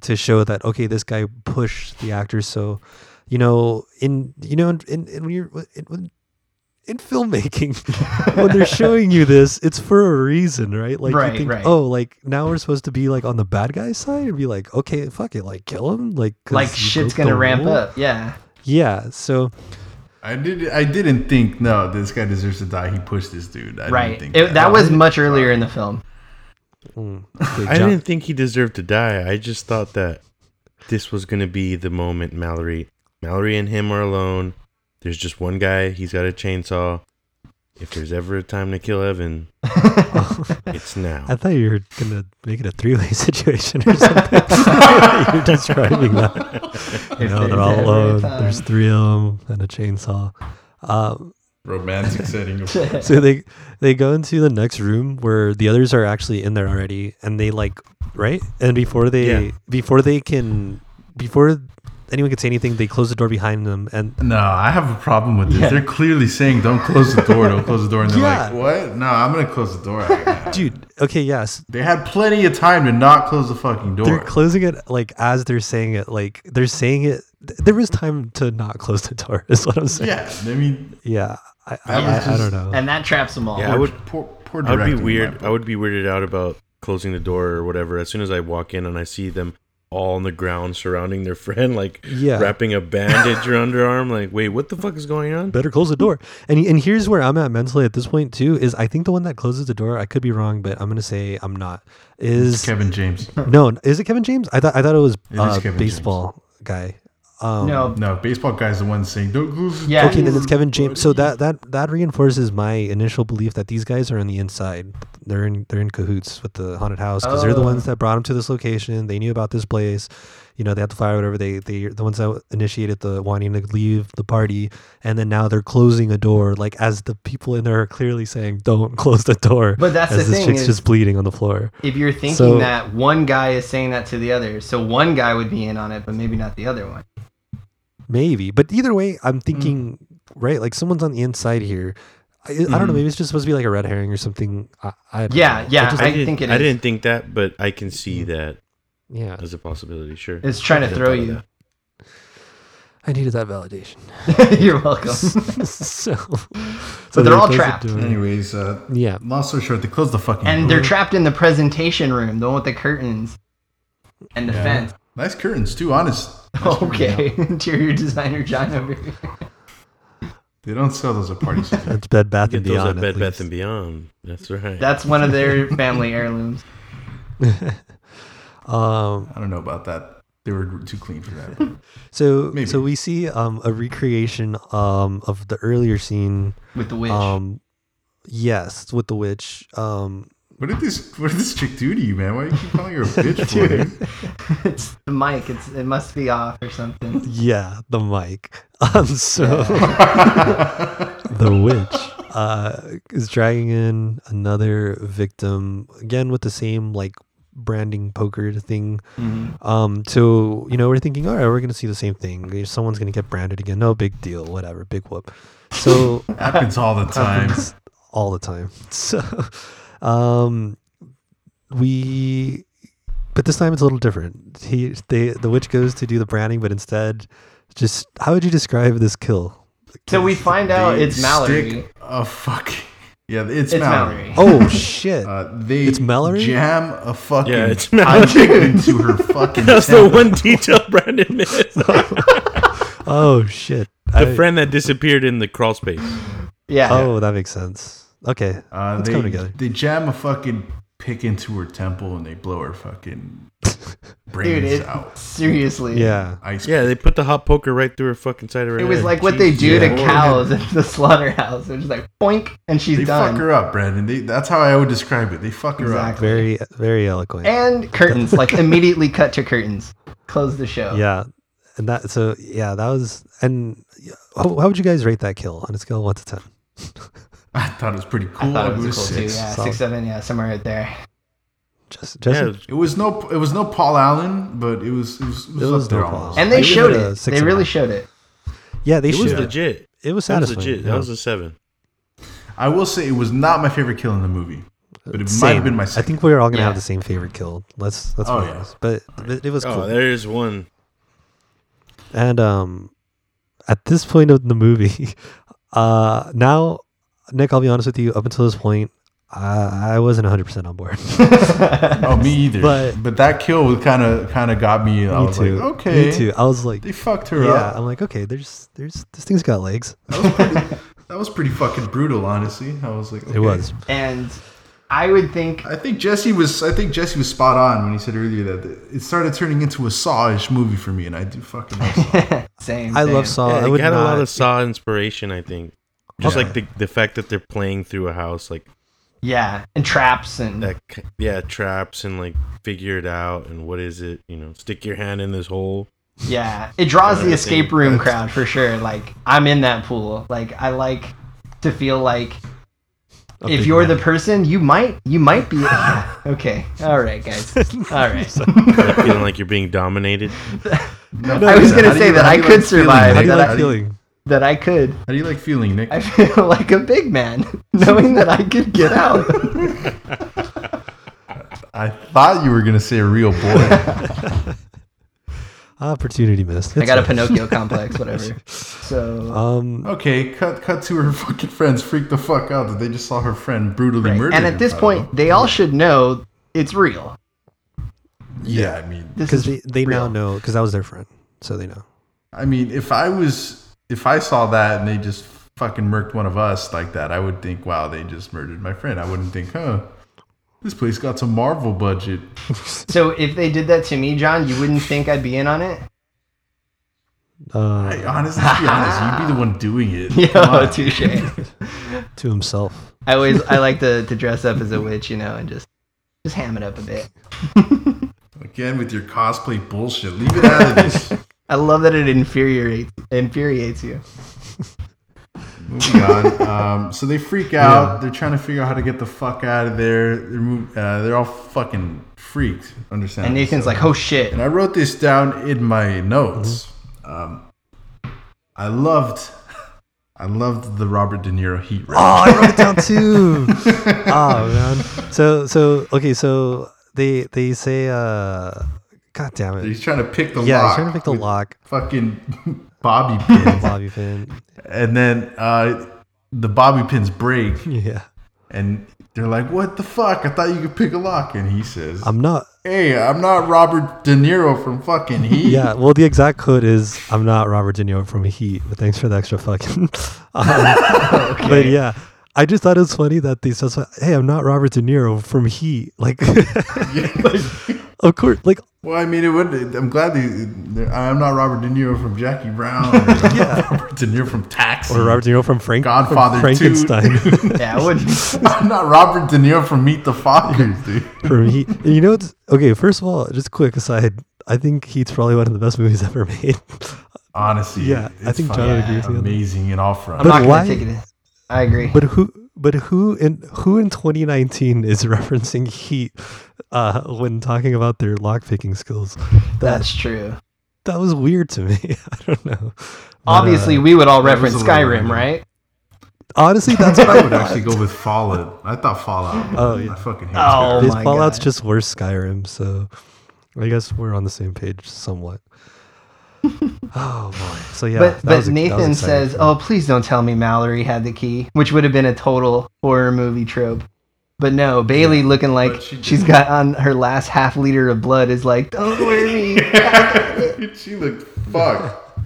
Speaker 4: to show that okay, this guy pushed the actor, so you know in you know in, in, in when you're in, when, in filmmaking <laughs> when they're showing you this it's for a reason right like
Speaker 3: Right,
Speaker 4: you think
Speaker 3: right.
Speaker 4: oh like now we're supposed to be like on the bad guy side and be like okay fuck it like kill him like 'cause
Speaker 3: Like
Speaker 4: you
Speaker 3: shit's
Speaker 4: broke
Speaker 3: gonna
Speaker 4: the
Speaker 3: ramp
Speaker 4: rule."
Speaker 3: up. Yeah.
Speaker 4: yeah so
Speaker 5: I did. I didn't think. No, this guy deserves to die. He pushed this dude. I
Speaker 3: Right.
Speaker 5: Didn't
Speaker 3: It,
Speaker 5: think
Speaker 3: that, was much earlier
Speaker 4: Oh.
Speaker 3: in the film.
Speaker 6: <laughs>
Speaker 4: mm,
Speaker 6: I didn't think he deserved to die. I just thought that this was going to be the moment Mallory, Mallory and him are alone. There's just one guy. He's got a chainsaw. If there's ever a time to kill Evan, it's now.
Speaker 4: I thought you were gonna make it a three-way <laughs> situation or
Speaker 3: <laughs>
Speaker 4: something. <laughs> You're describing that. You know,
Speaker 3: there's
Speaker 4: they're all
Speaker 3: ever a
Speaker 4: alone.
Speaker 3: time.
Speaker 4: There's three of them and a chainsaw. Um,
Speaker 5: romantic setting.
Speaker 3: <laughs>
Speaker 5: Of, <laughs>
Speaker 4: so they they go into the next room where the others are actually in there already, and they like right. And before they
Speaker 6: Yeah.
Speaker 4: before they can before anyone can say anything, they close the door behind them. And
Speaker 5: no, I have a problem with this.
Speaker 3: Yeah.
Speaker 5: They're clearly saying, "Don't close the door. Don't close the door." And they're
Speaker 4: Yeah.
Speaker 5: like, "What? No, I'm gonna close the door." I-
Speaker 4: dude, okay, yes,
Speaker 5: They had plenty of time to not close the fucking door.
Speaker 4: They're closing it like as they're saying it, like they're saying it. th- There was time to not close the door, <laughs> is what I'm saying.
Speaker 5: yeah, I mean,
Speaker 4: Yeah, I, I,
Speaker 5: That was
Speaker 4: I, I don't
Speaker 5: just-
Speaker 4: know.
Speaker 3: And that traps them all.
Speaker 6: Yeah, I would-
Speaker 5: poor, poor
Speaker 6: I would be
Speaker 5: directing on
Speaker 6: weird.
Speaker 5: my
Speaker 6: I would be weirded out about closing the door or whatever. As soon as I walk in and I see them all on the ground surrounding their <laughs> friend, like
Speaker 4: Yeah.
Speaker 6: wrapping a bandage around their arm, like, wait, what the fuck is going on?
Speaker 4: Better close the door. And and here's where I'm at mentally at this point too. Is I think the one that closes the door. I could be wrong, but I'm gonna say I'm not. Is
Speaker 5: Kevin
Speaker 3: <laughs>
Speaker 5: James.
Speaker 4: no? Is it Kevin James? I thought I thought it was
Speaker 5: is
Speaker 4: uh,
Speaker 5: Kevin James.
Speaker 4: baseball guy. Um,
Speaker 3: no.
Speaker 5: No, baseball guy's the one saying, "Don't close." the
Speaker 3: Yeah.
Speaker 4: Okay, then
Speaker 5: door,
Speaker 4: it's Kevin James. So
Speaker 5: buddy."
Speaker 4: that that that reinforces my initial belief that these guys are on the inside. They're in they're in cahoots with the haunted house because they're the
Speaker 3: Oh.
Speaker 4: ones that brought him to this location. They knew about this place. You know, they had the fire, whatever. They they the ones that initiated the wanting to leave the party, and then now they're closing a door. Like as the people in there are clearly saying, "Don't <laughs> close the door."
Speaker 3: But that's
Speaker 4: as
Speaker 3: the
Speaker 4: this
Speaker 3: thing
Speaker 4: chick's
Speaker 3: is-
Speaker 4: just bleeding on the floor.
Speaker 3: If you're thinking
Speaker 4: So-
Speaker 3: that one guy is saying that to the other, so one guy would be in on it, but maybe not the other one.
Speaker 4: Maybe, but either way,
Speaker 3: Mm.
Speaker 4: I'm thinking right. Like someone's on the inside here. I, I don't know. Maybe it's just supposed to be like a red herring or something. I, I don't
Speaker 3: Mm. Yeah,
Speaker 4: know.
Speaker 3: yeah,
Speaker 4: just-
Speaker 3: I
Speaker 6: didn't-
Speaker 3: think it
Speaker 6: I
Speaker 3: is.
Speaker 6: didn't think that, but I can see that
Speaker 4: yeah.
Speaker 6: as a possibility. Sure.
Speaker 3: It's trying to
Speaker 6: Could've
Speaker 3: throw
Speaker 6: thought of
Speaker 3: you.
Speaker 4: I needed that validation.
Speaker 3: <laughs>
Speaker 4: <laughs>
Speaker 3: you're welcome.
Speaker 4: so,
Speaker 3: So they're all
Speaker 4: those are
Speaker 3: trapped.
Speaker 4: doing-
Speaker 5: Anyways, uh,
Speaker 4: Yeah.
Speaker 5: long story short, they closed the fucking.
Speaker 3: And
Speaker 5: door.
Speaker 4: Uh-huh.
Speaker 3: they're trapped in the presentation room, the one with the curtains and the fence. <laughs>
Speaker 5: nice curtains too. Honest,
Speaker 3: Okay, <laughs> interior designer John over here.
Speaker 5: they don't sell those
Speaker 3: <laughs>
Speaker 5: at parties.
Speaker 4: That's Bed Bath
Speaker 6: Get
Speaker 4: and
Speaker 6: those
Speaker 4: Beyond.
Speaker 6: at
Speaker 4: at
Speaker 6: Bed Bath
Speaker 4: least.
Speaker 6: and Beyond. That's right.
Speaker 3: That's one of their family heirlooms.
Speaker 4: Um,
Speaker 5: I don't know about that. They were too clean for that. <laughs>
Speaker 4: So
Speaker 5: Maybe.
Speaker 4: so we see um, a recreation um, of the earlier scene.
Speaker 3: with the witch.
Speaker 4: Um, yes, with the witch. Um,
Speaker 5: What did this? What did this chick do to you, man? Why do you keep calling
Speaker 4: <laughs>
Speaker 5: her a bitch for?
Speaker 3: <laughs>
Speaker 5: dude?
Speaker 3: it's the mic. It's it must be off or something.
Speaker 4: yeah, the mic. <laughs> Um, so <laughs> the witch uh, is dragging in another victim again with the same like branding poker thing.
Speaker 5: Mm-hmm.
Speaker 4: Um, so you know we're thinking, all right, we're gonna see the same thing. Someone's gonna get branded again. No big deal. Whatever. Big whoop. So.
Speaker 5: Happens all the time.
Speaker 4: happens <laughs> all the time. So, um, we, but this time it's a little different. He, they, the witch goes to do the branding, but instead, just how would you describe this kill?
Speaker 3: So we find out
Speaker 5: They
Speaker 3: it's Mallory.
Speaker 5: stick A fucking yeah, it's,
Speaker 3: it's
Speaker 5: Mallory.
Speaker 3: Mallory.
Speaker 4: <laughs> Oh
Speaker 3: <laughs>
Speaker 4: shit!
Speaker 5: Uh, they
Speaker 4: It's Mallory?
Speaker 5: jam a fucking
Speaker 6: Yeah,
Speaker 5: <laughs>
Speaker 6: it's
Speaker 5: object into
Speaker 4: <laughs>
Speaker 5: her fucking.
Speaker 6: <laughs> That's the
Speaker 5: temple.
Speaker 6: one detail <laughs> Brandon missed. The
Speaker 4: oh shit! I-
Speaker 6: friend that disappeared in the crawl space.
Speaker 3: Yeah.
Speaker 4: Oh, that makes sense. Okay,
Speaker 5: Uh,
Speaker 4: let's
Speaker 5: they,
Speaker 4: come together.
Speaker 5: They jam a fucking pick into her temple and they blow her
Speaker 4: <laughs>
Speaker 5: fucking brains
Speaker 3: Dude, it,
Speaker 5: out.
Speaker 3: seriously.
Speaker 4: Yeah.
Speaker 5: Ice.
Speaker 6: Yeah, they put the hot poker right through her fucking side of her
Speaker 3: It was
Speaker 6: head.
Speaker 3: like what they do to
Speaker 5: Jesus Lord.
Speaker 3: cows in the <laughs> slaughterhouse. They're just like boink, and she's
Speaker 5: They
Speaker 3: done.
Speaker 5: fuck her up, Brandon. They, that's how I would describe it. They fuck her
Speaker 3: Exactly.
Speaker 4: Very, very eloquent.
Speaker 3: And curtains, like immediately cut to curtains. Close the show.
Speaker 4: yeah. And that, so yeah, that was, and yeah, how, how would you guys rate that kill on a scale of one to 10?
Speaker 5: up. I thought it was pretty cool.
Speaker 3: I thought it was, cool
Speaker 5: six.
Speaker 3: too. Yeah,
Speaker 4: Solid.
Speaker 3: six, seven, yeah, somewhere right there.
Speaker 4: Just,
Speaker 6: Yeah,
Speaker 4: just,
Speaker 6: it was-
Speaker 5: It was no, it was no Paul Allen, but it was, it was, it was,
Speaker 4: was
Speaker 5: up there
Speaker 4: no Paul
Speaker 5: almost.
Speaker 4: Allen.
Speaker 3: And
Speaker 4: I
Speaker 3: they
Speaker 4: give
Speaker 3: showed
Speaker 4: it a
Speaker 3: it.
Speaker 4: uh, six
Speaker 3: They
Speaker 4: and a
Speaker 3: really
Speaker 4: half.
Speaker 3: showed it.
Speaker 4: yeah, they
Speaker 6: it was
Speaker 4: should.
Speaker 6: legit.
Speaker 4: It was
Speaker 6: That was
Speaker 4: satisfying.
Speaker 6: legit.
Speaker 4: yeah.
Speaker 6: That was a seven.
Speaker 5: I will say it was not my favorite kill in the movie, but it might
Speaker 4: Same.
Speaker 5: have been my. Second.
Speaker 4: I <laughs> think we're all gonna have
Speaker 3: Yeah.
Speaker 4: the same favorite kill. Let's let's be
Speaker 5: Oh, yeah.
Speaker 4: honest. But but it was
Speaker 6: Oh,
Speaker 4: cool.
Speaker 6: there is one.
Speaker 4: and um, at this point of the movie, <laughs> uh, now Nick, I'll be honest with you. Up until this point, I, I wasn't 100 percent on board. <laughs>
Speaker 5: Oh, me either.
Speaker 4: But-
Speaker 5: But, that kill kind of kind of got me. I
Speaker 4: me
Speaker 5: was
Speaker 4: too.
Speaker 5: like, okay,
Speaker 4: Me too. I was like,
Speaker 5: They fucked her
Speaker 4: yeah.
Speaker 5: up.
Speaker 4: I'm like, okay. There's there's this thing's got legs.
Speaker 5: That was pretty fucking brutal, honestly. I was like, okay.
Speaker 4: It was.
Speaker 3: And I would think
Speaker 5: I think Jesse was. I think Jesse was spot on when he said earlier that it started turning into a Saw-ish movie for me, and I do fucking. Love Saw.
Speaker 3: same.
Speaker 4: I
Speaker 3: same.
Speaker 4: love Saw.
Speaker 6: Yeah,
Speaker 4: I
Speaker 6: it
Speaker 4: would
Speaker 6: got
Speaker 4: not.
Speaker 6: a lot of Saw inspiration, I think. Just
Speaker 5: Okay.
Speaker 6: like the, the fact that they're playing through a house, like
Speaker 3: Yeah, and traps and
Speaker 6: that. k- Yeah, traps and like figure it out and what is it? You know, stick your hand in this hole.
Speaker 3: yeah, it draws the
Speaker 6: Yeah,
Speaker 3: escape
Speaker 6: they-
Speaker 3: room crowd for sure. Like I'm in that pool. Like I like to feel like
Speaker 4: a
Speaker 3: if
Speaker 4: big
Speaker 3: you're
Speaker 4: man.
Speaker 3: the person, you might you might
Speaker 5: <laughs>
Speaker 3: be. <laughs> okay, all right, guys. All right.
Speaker 6: Like, feeling like you're being dominated.
Speaker 3: I was gonna
Speaker 5: How do
Speaker 3: say
Speaker 5: you-
Speaker 3: that
Speaker 5: how
Speaker 3: I
Speaker 5: do you
Speaker 3: could
Speaker 5: like feeling,
Speaker 3: survive.
Speaker 4: how do you
Speaker 3: that
Speaker 5: Nick?
Speaker 4: like
Speaker 3: I-
Speaker 4: feeling?
Speaker 3: <laughs> That I could.
Speaker 5: How do you like feeling, Nick?
Speaker 3: I feel <laughs> like a big man, knowing that I could get out.
Speaker 5: <laughs> I thought you were gonna say a real boy.
Speaker 4: Opportunity missed.
Speaker 3: I
Speaker 4: It's
Speaker 3: got a
Speaker 4: fine.
Speaker 3: Pinocchio complex, whatever. So
Speaker 5: Uh,
Speaker 4: Um,
Speaker 5: okay, cut cut to her <laughs> fucking friends. Freak the fuck out that they just saw her friend brutally
Speaker 3: Right.
Speaker 5: murdered.
Speaker 3: And at this
Speaker 5: by
Speaker 3: point,
Speaker 5: the-
Speaker 3: they all should know it's real.
Speaker 5: yeah, I mean,
Speaker 3: This
Speaker 4: because
Speaker 3: is
Speaker 4: they, they now
Speaker 3: real.
Speaker 4: know because that was their friend, so they know.
Speaker 5: I mean, if I was, if I saw that and they just fucking murked one of us like that, I would think, wow, they just murdered my friend. I wouldn't think, huh, this place got some Marvel budget.
Speaker 3: So if they did that to me, John, you wouldn't think I'd be in on it. <laughs>
Speaker 4: Uh,
Speaker 5: Hey, honestly, to be honest, you'd be the one doing
Speaker 3: <laughs>
Speaker 5: it. Come
Speaker 3: Yo,
Speaker 5: on.
Speaker 3: touche.
Speaker 4: to himself.
Speaker 3: I always I like to, to dress up as a witch, you know, and just just ham it up a bit.
Speaker 5: Again, with your cosplay bullshit. Leave it out of this.
Speaker 3: I love that it infuriates infuriates you.
Speaker 5: Moving on. Um, so they freak out. They're trying to figure out how to get the fuck out of there. They're, mov- uh, they're all fucking freaked. Understand?
Speaker 3: And Nathan's like, "Oh shit!"
Speaker 5: And I wrote this down in my notes.
Speaker 4: Mm-hmm.
Speaker 5: Um, I loved, I loved the Robert De Niro heat.
Speaker 4: Oh,
Speaker 5: Rap.
Speaker 4: I wrote it
Speaker 5: <laughs>
Speaker 4: down too. oh man. So so okay. So they they say, uh, God damn it.
Speaker 5: He's trying to pick the
Speaker 4: Ah! yeah,
Speaker 5: lock.
Speaker 4: he's trying to pick the
Speaker 5: with
Speaker 4: lock,
Speaker 5: Fucking <laughs> bobby pins,
Speaker 4: <laughs> Bobby Finn.
Speaker 5: and then uh, the bobby pins break,
Speaker 4: Yeah,
Speaker 5: and they're like, "What the fuck? I thought you could pick a lock." And he says,
Speaker 4: I'm not.
Speaker 5: "Hey, I'm not Robert De Niro from fucking Heat."
Speaker 4: <laughs> Yeah, well, the exact quote is, "I'm not Robert De Niro from Heat." But thanks for the extra fucking. <laughs> Um, But yeah. I just thought it was funny that
Speaker 5: <laughs>
Speaker 4: they said, "Hey, I'm not Robert De Niro from Heat." Like, like, <laughs> of course, like
Speaker 5: Well, I mean, it would. I'm glad they, they- I'm not Robert De Niro from Jackie Brown.
Speaker 4: <laughs>
Speaker 5: Or Robert De Niro from Taxi.
Speaker 4: Or Robert De Niro from Frank from
Speaker 5: Godfather two.
Speaker 4: Frankenstein. <laughs>
Speaker 3: Yeah, I would.
Speaker 5: <laughs> I'm not Robert De Niro from Meet the Fockers, dude.
Speaker 4: from Heat. And you know what's okay, first of all, just quick aside, I think Heat's probably one of the best movies <laughs> ever made.
Speaker 5: Honestly,
Speaker 4: Yeah, I think John would agree with you on that.
Speaker 5: Amazing in all fronts.
Speaker 3: I'm not
Speaker 4: why-
Speaker 3: gonna take it. I agree.
Speaker 4: but who but who in who in 2019 is referencing Heat uh, when talking about their lockpicking skills?
Speaker 3: That's true.
Speaker 4: uh, That was weird to me. <laughs> I don't know. But,
Speaker 3: Obviously, we would all reference
Speaker 5: a little
Speaker 3: Skyrim,
Speaker 5: random.
Speaker 3: right?
Speaker 4: uh, honestly, that's
Speaker 5: I
Speaker 3: <laughs>
Speaker 5: would actually go with Fallout. I thought Fallout.
Speaker 4: <laughs> Oh, yeah.
Speaker 5: I fucking hate
Speaker 3: Oh,
Speaker 5: Skyrim.
Speaker 4: This
Speaker 3: my
Speaker 4: Fallout's
Speaker 3: God.
Speaker 4: just worse Skyrim, so I guess we're on the same
Speaker 3: <laughs>
Speaker 4: page somewhat. oh boy! So yeah,
Speaker 3: but but
Speaker 4: that was- that was
Speaker 3: Nathan
Speaker 4: exciting
Speaker 3: says,
Speaker 4: for me.
Speaker 3: "Oh, please don't tell me Mallory had the key," which would have been a total horror movie trope. But no, Bailey looking like
Speaker 5: but she
Speaker 3: she's
Speaker 5: did.
Speaker 3: got on her last half liter of blood is like, "Don't worry."
Speaker 5: <laughs> she looked
Speaker 4: <laughs>
Speaker 5: fucked.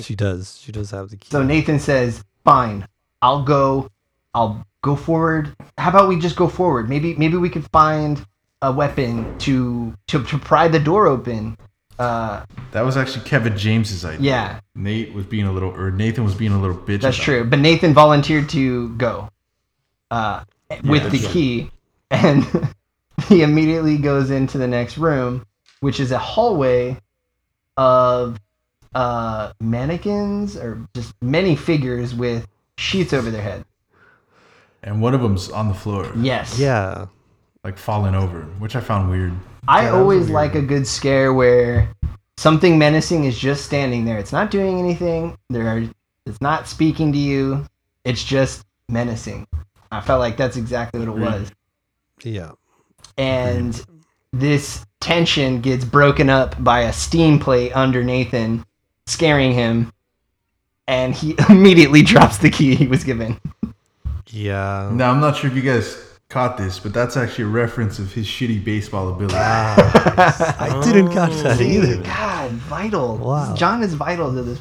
Speaker 4: she does. She does have the key."
Speaker 3: So Nathan says, "Fine, I'll go. I'll go forward. How about we just go forward? Maybe maybe we could find a weapon to to, to pry the door open." Uh,
Speaker 5: That was actually Kevin James's idea.
Speaker 3: yeah,
Speaker 5: Nate was being a little, or Nathan was being a little bitch.
Speaker 3: that's
Speaker 5: about
Speaker 3: true. But Nathan volunteered to go uh, with the
Speaker 5: that's right.
Speaker 3: key, and <laughs> he immediately goes into the next room, which is a hallway of uh, mannequins or just many figures with sheets over their head.
Speaker 5: it. And one of them's on the floor,
Speaker 3: Yes.
Speaker 4: yeah,
Speaker 5: like falling over, which I found weird.
Speaker 3: I always like a good scare where something menacing is just standing there. It's not doing anything. There are it's not speaking to you. It's just menacing. I felt like that's exactly what it was.
Speaker 4: yeah.
Speaker 3: And this tension gets broken up by a steam plate under Nathan, scaring him. And he <laughs> immediately drops the key he was given.
Speaker 4: Yeah.
Speaker 5: Now I'm not sure if you guys caught this, but that's actually a reference of his shitty baseball ability.
Speaker 4: <laughs> I didn't catch that either.
Speaker 3: God, vital.
Speaker 4: Wow.
Speaker 3: John is vital to this.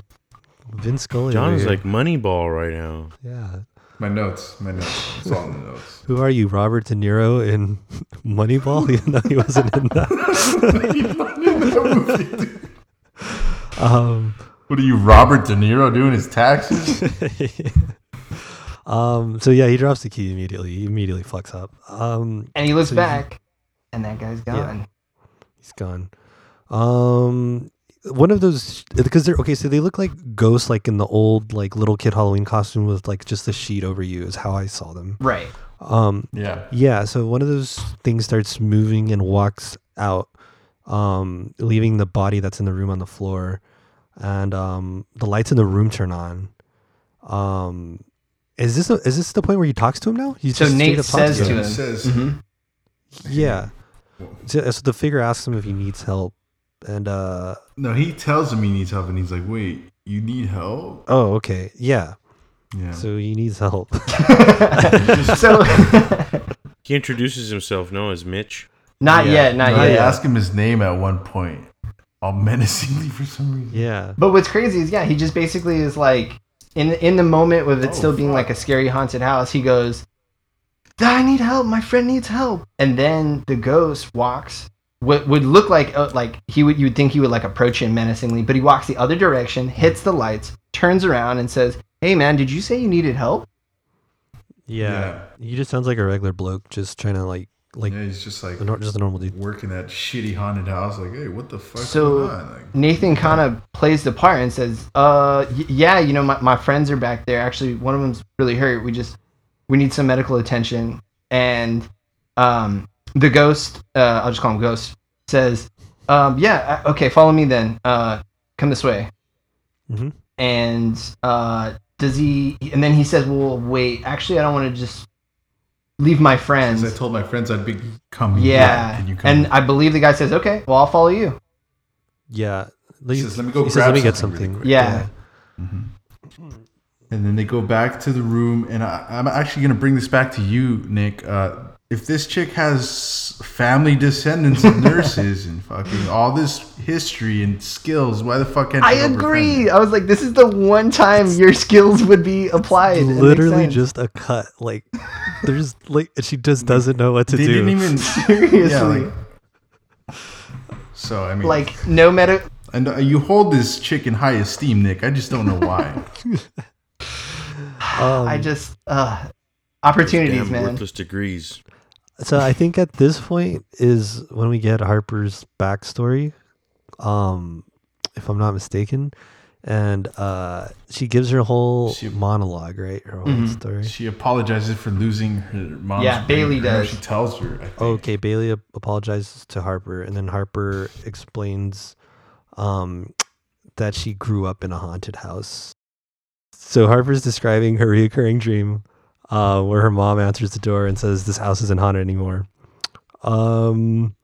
Speaker 4: Vince Scully.
Speaker 6: John
Speaker 4: over
Speaker 6: is
Speaker 4: here.
Speaker 6: like Moneyball right now.
Speaker 4: yeah.
Speaker 5: my notes, my notes, it's all in the notes.
Speaker 4: Who are you, Robert De Niro in <laughs> Moneyball? <laughs> Even though he wasn't in that. Um,
Speaker 5: <laughs> What are you, Robert De Niro, doing his taxes?
Speaker 4: <laughs> um. So yeah, he drops the key immediately. He immediately fucks up. Um.
Speaker 3: And he looks
Speaker 4: So you-
Speaker 3: back, and that guy's gone.
Speaker 4: He's gone. Um, one of those because they're okay. So they look like ghosts, like in the old like little kid Halloween costume with like just the sheet over you is how I saw them.
Speaker 3: Right.
Speaker 4: Um,
Speaker 5: <laughs> yeah.
Speaker 4: yeah. So one of those things starts moving and walks out, um, leaving the body that's in the room on the floor, and um, the lights in the room turn on. Um, is this is this the point where he talks to him now? He's
Speaker 3: So
Speaker 4: straight
Speaker 3: Nate
Speaker 4: up talks
Speaker 3: says to
Speaker 5: He
Speaker 3: him.
Speaker 5: says,
Speaker 4: Mm-hmm. yeah. So, so the figure asks him if he needs help, and uh,
Speaker 5: no, he tells him he needs help, and he's like, wait, you need help?
Speaker 4: oh, okay, yeah.
Speaker 5: Yeah.
Speaker 4: So he needs help. <laughs>
Speaker 3: <laughs> So
Speaker 6: He introduces himself now as Mitch.
Speaker 3: not yet, not
Speaker 5: No,
Speaker 3: yet.
Speaker 5: They ask him his name at one point, all menacingly for some reason.
Speaker 4: yeah,
Speaker 3: But what's crazy is yeah, he just basically is like in in the moment with it
Speaker 5: Oh,
Speaker 3: still being like a scary haunted house, he goes, "I need help. My friend needs help." And then the ghost walks what would look like uh, like he would you would think he would like approach him menacingly, but he walks the other direction, hits the lights, turns around and says, "Hey man, did you say you needed help?"
Speaker 4: yeah, He just sounds like a regular bloke, just trying to like, like,
Speaker 5: Yeah, he's just like
Speaker 4: a nor- just a normal dude.
Speaker 5: working that shitty haunted house. Like, hey, what the fuck?
Speaker 3: So-
Speaker 5: going on? Like,
Speaker 3: Nathan kind of plays the part and says, "Uh, y- yeah, you know, my, my friends are back there. Actually, one of them's really hurt. We just we need some medical attention." And um, the ghost, uh, I'll just call him Ghost, says, um, "Yeah, uh, okay, follow me then. Uh, come this way."
Speaker 5: Mm-hmm.
Speaker 4: Mhm.
Speaker 3: And uh, does he? And then he says, "Well, wait. Actually, I don't want to just leave my friends."
Speaker 5: Because I told my friends I'd be coming.
Speaker 3: yeah,
Speaker 5: Can you come?
Speaker 3: and I believe the guy says, "Okay, well, I'll follow you."
Speaker 4: Yeah,
Speaker 5: he
Speaker 4: Like,
Speaker 5: says, let me go
Speaker 4: he
Speaker 5: grab
Speaker 4: says, "Let me get
Speaker 5: something
Speaker 4: something."
Speaker 5: really quick."
Speaker 3: Yeah,
Speaker 5: And then they go back to the room, and I, I'm actually going to bring this back to you, Nick. Uh, if this chick has family
Speaker 3: <laughs>
Speaker 5: descendants of nurses and fucking all this history and skills, why the fuck can't
Speaker 3: I
Speaker 5: she go for
Speaker 3: agree.
Speaker 5: family?
Speaker 3: I was like, this is the one time your skills would be applied. It makes
Speaker 4: literally
Speaker 3: sense.
Speaker 4: just a cut. Like, <laughs> there's like she just doesn't know what
Speaker 3: <laughs>
Speaker 4: to
Speaker 5: They
Speaker 4: do.
Speaker 5: didn't even
Speaker 3: seriously.
Speaker 5: Yeah, like, So I mean, like,
Speaker 3: Like no meta.
Speaker 5: and uh, you hold this chick in high esteem, Nick. I just don't know
Speaker 3: <laughs>
Speaker 5: why.
Speaker 4: Um,
Speaker 3: I just uh, opportunities,
Speaker 6: Damn
Speaker 3: man.
Speaker 6: worthless degrees.
Speaker 4: So I think at this point is when we get Harper's backstory, um, if I'm not mistaken, and uh, she gives her whole
Speaker 5: She-
Speaker 4: monologue, right? Her whole
Speaker 3: Mhm.
Speaker 4: story.
Speaker 5: she apologizes for losing her mom's.
Speaker 3: Yeah, Bailey
Speaker 5: brain. Or
Speaker 3: does.
Speaker 5: She tells her. I think.
Speaker 4: Oh, Okay, Bailey ap- apologizes to Harper, and then Harper explains um, that she grew up in a haunted house. So Harper's describing her recurring dream, uh, where her mom answers the door and says, "This house isn't haunted anymore." Um,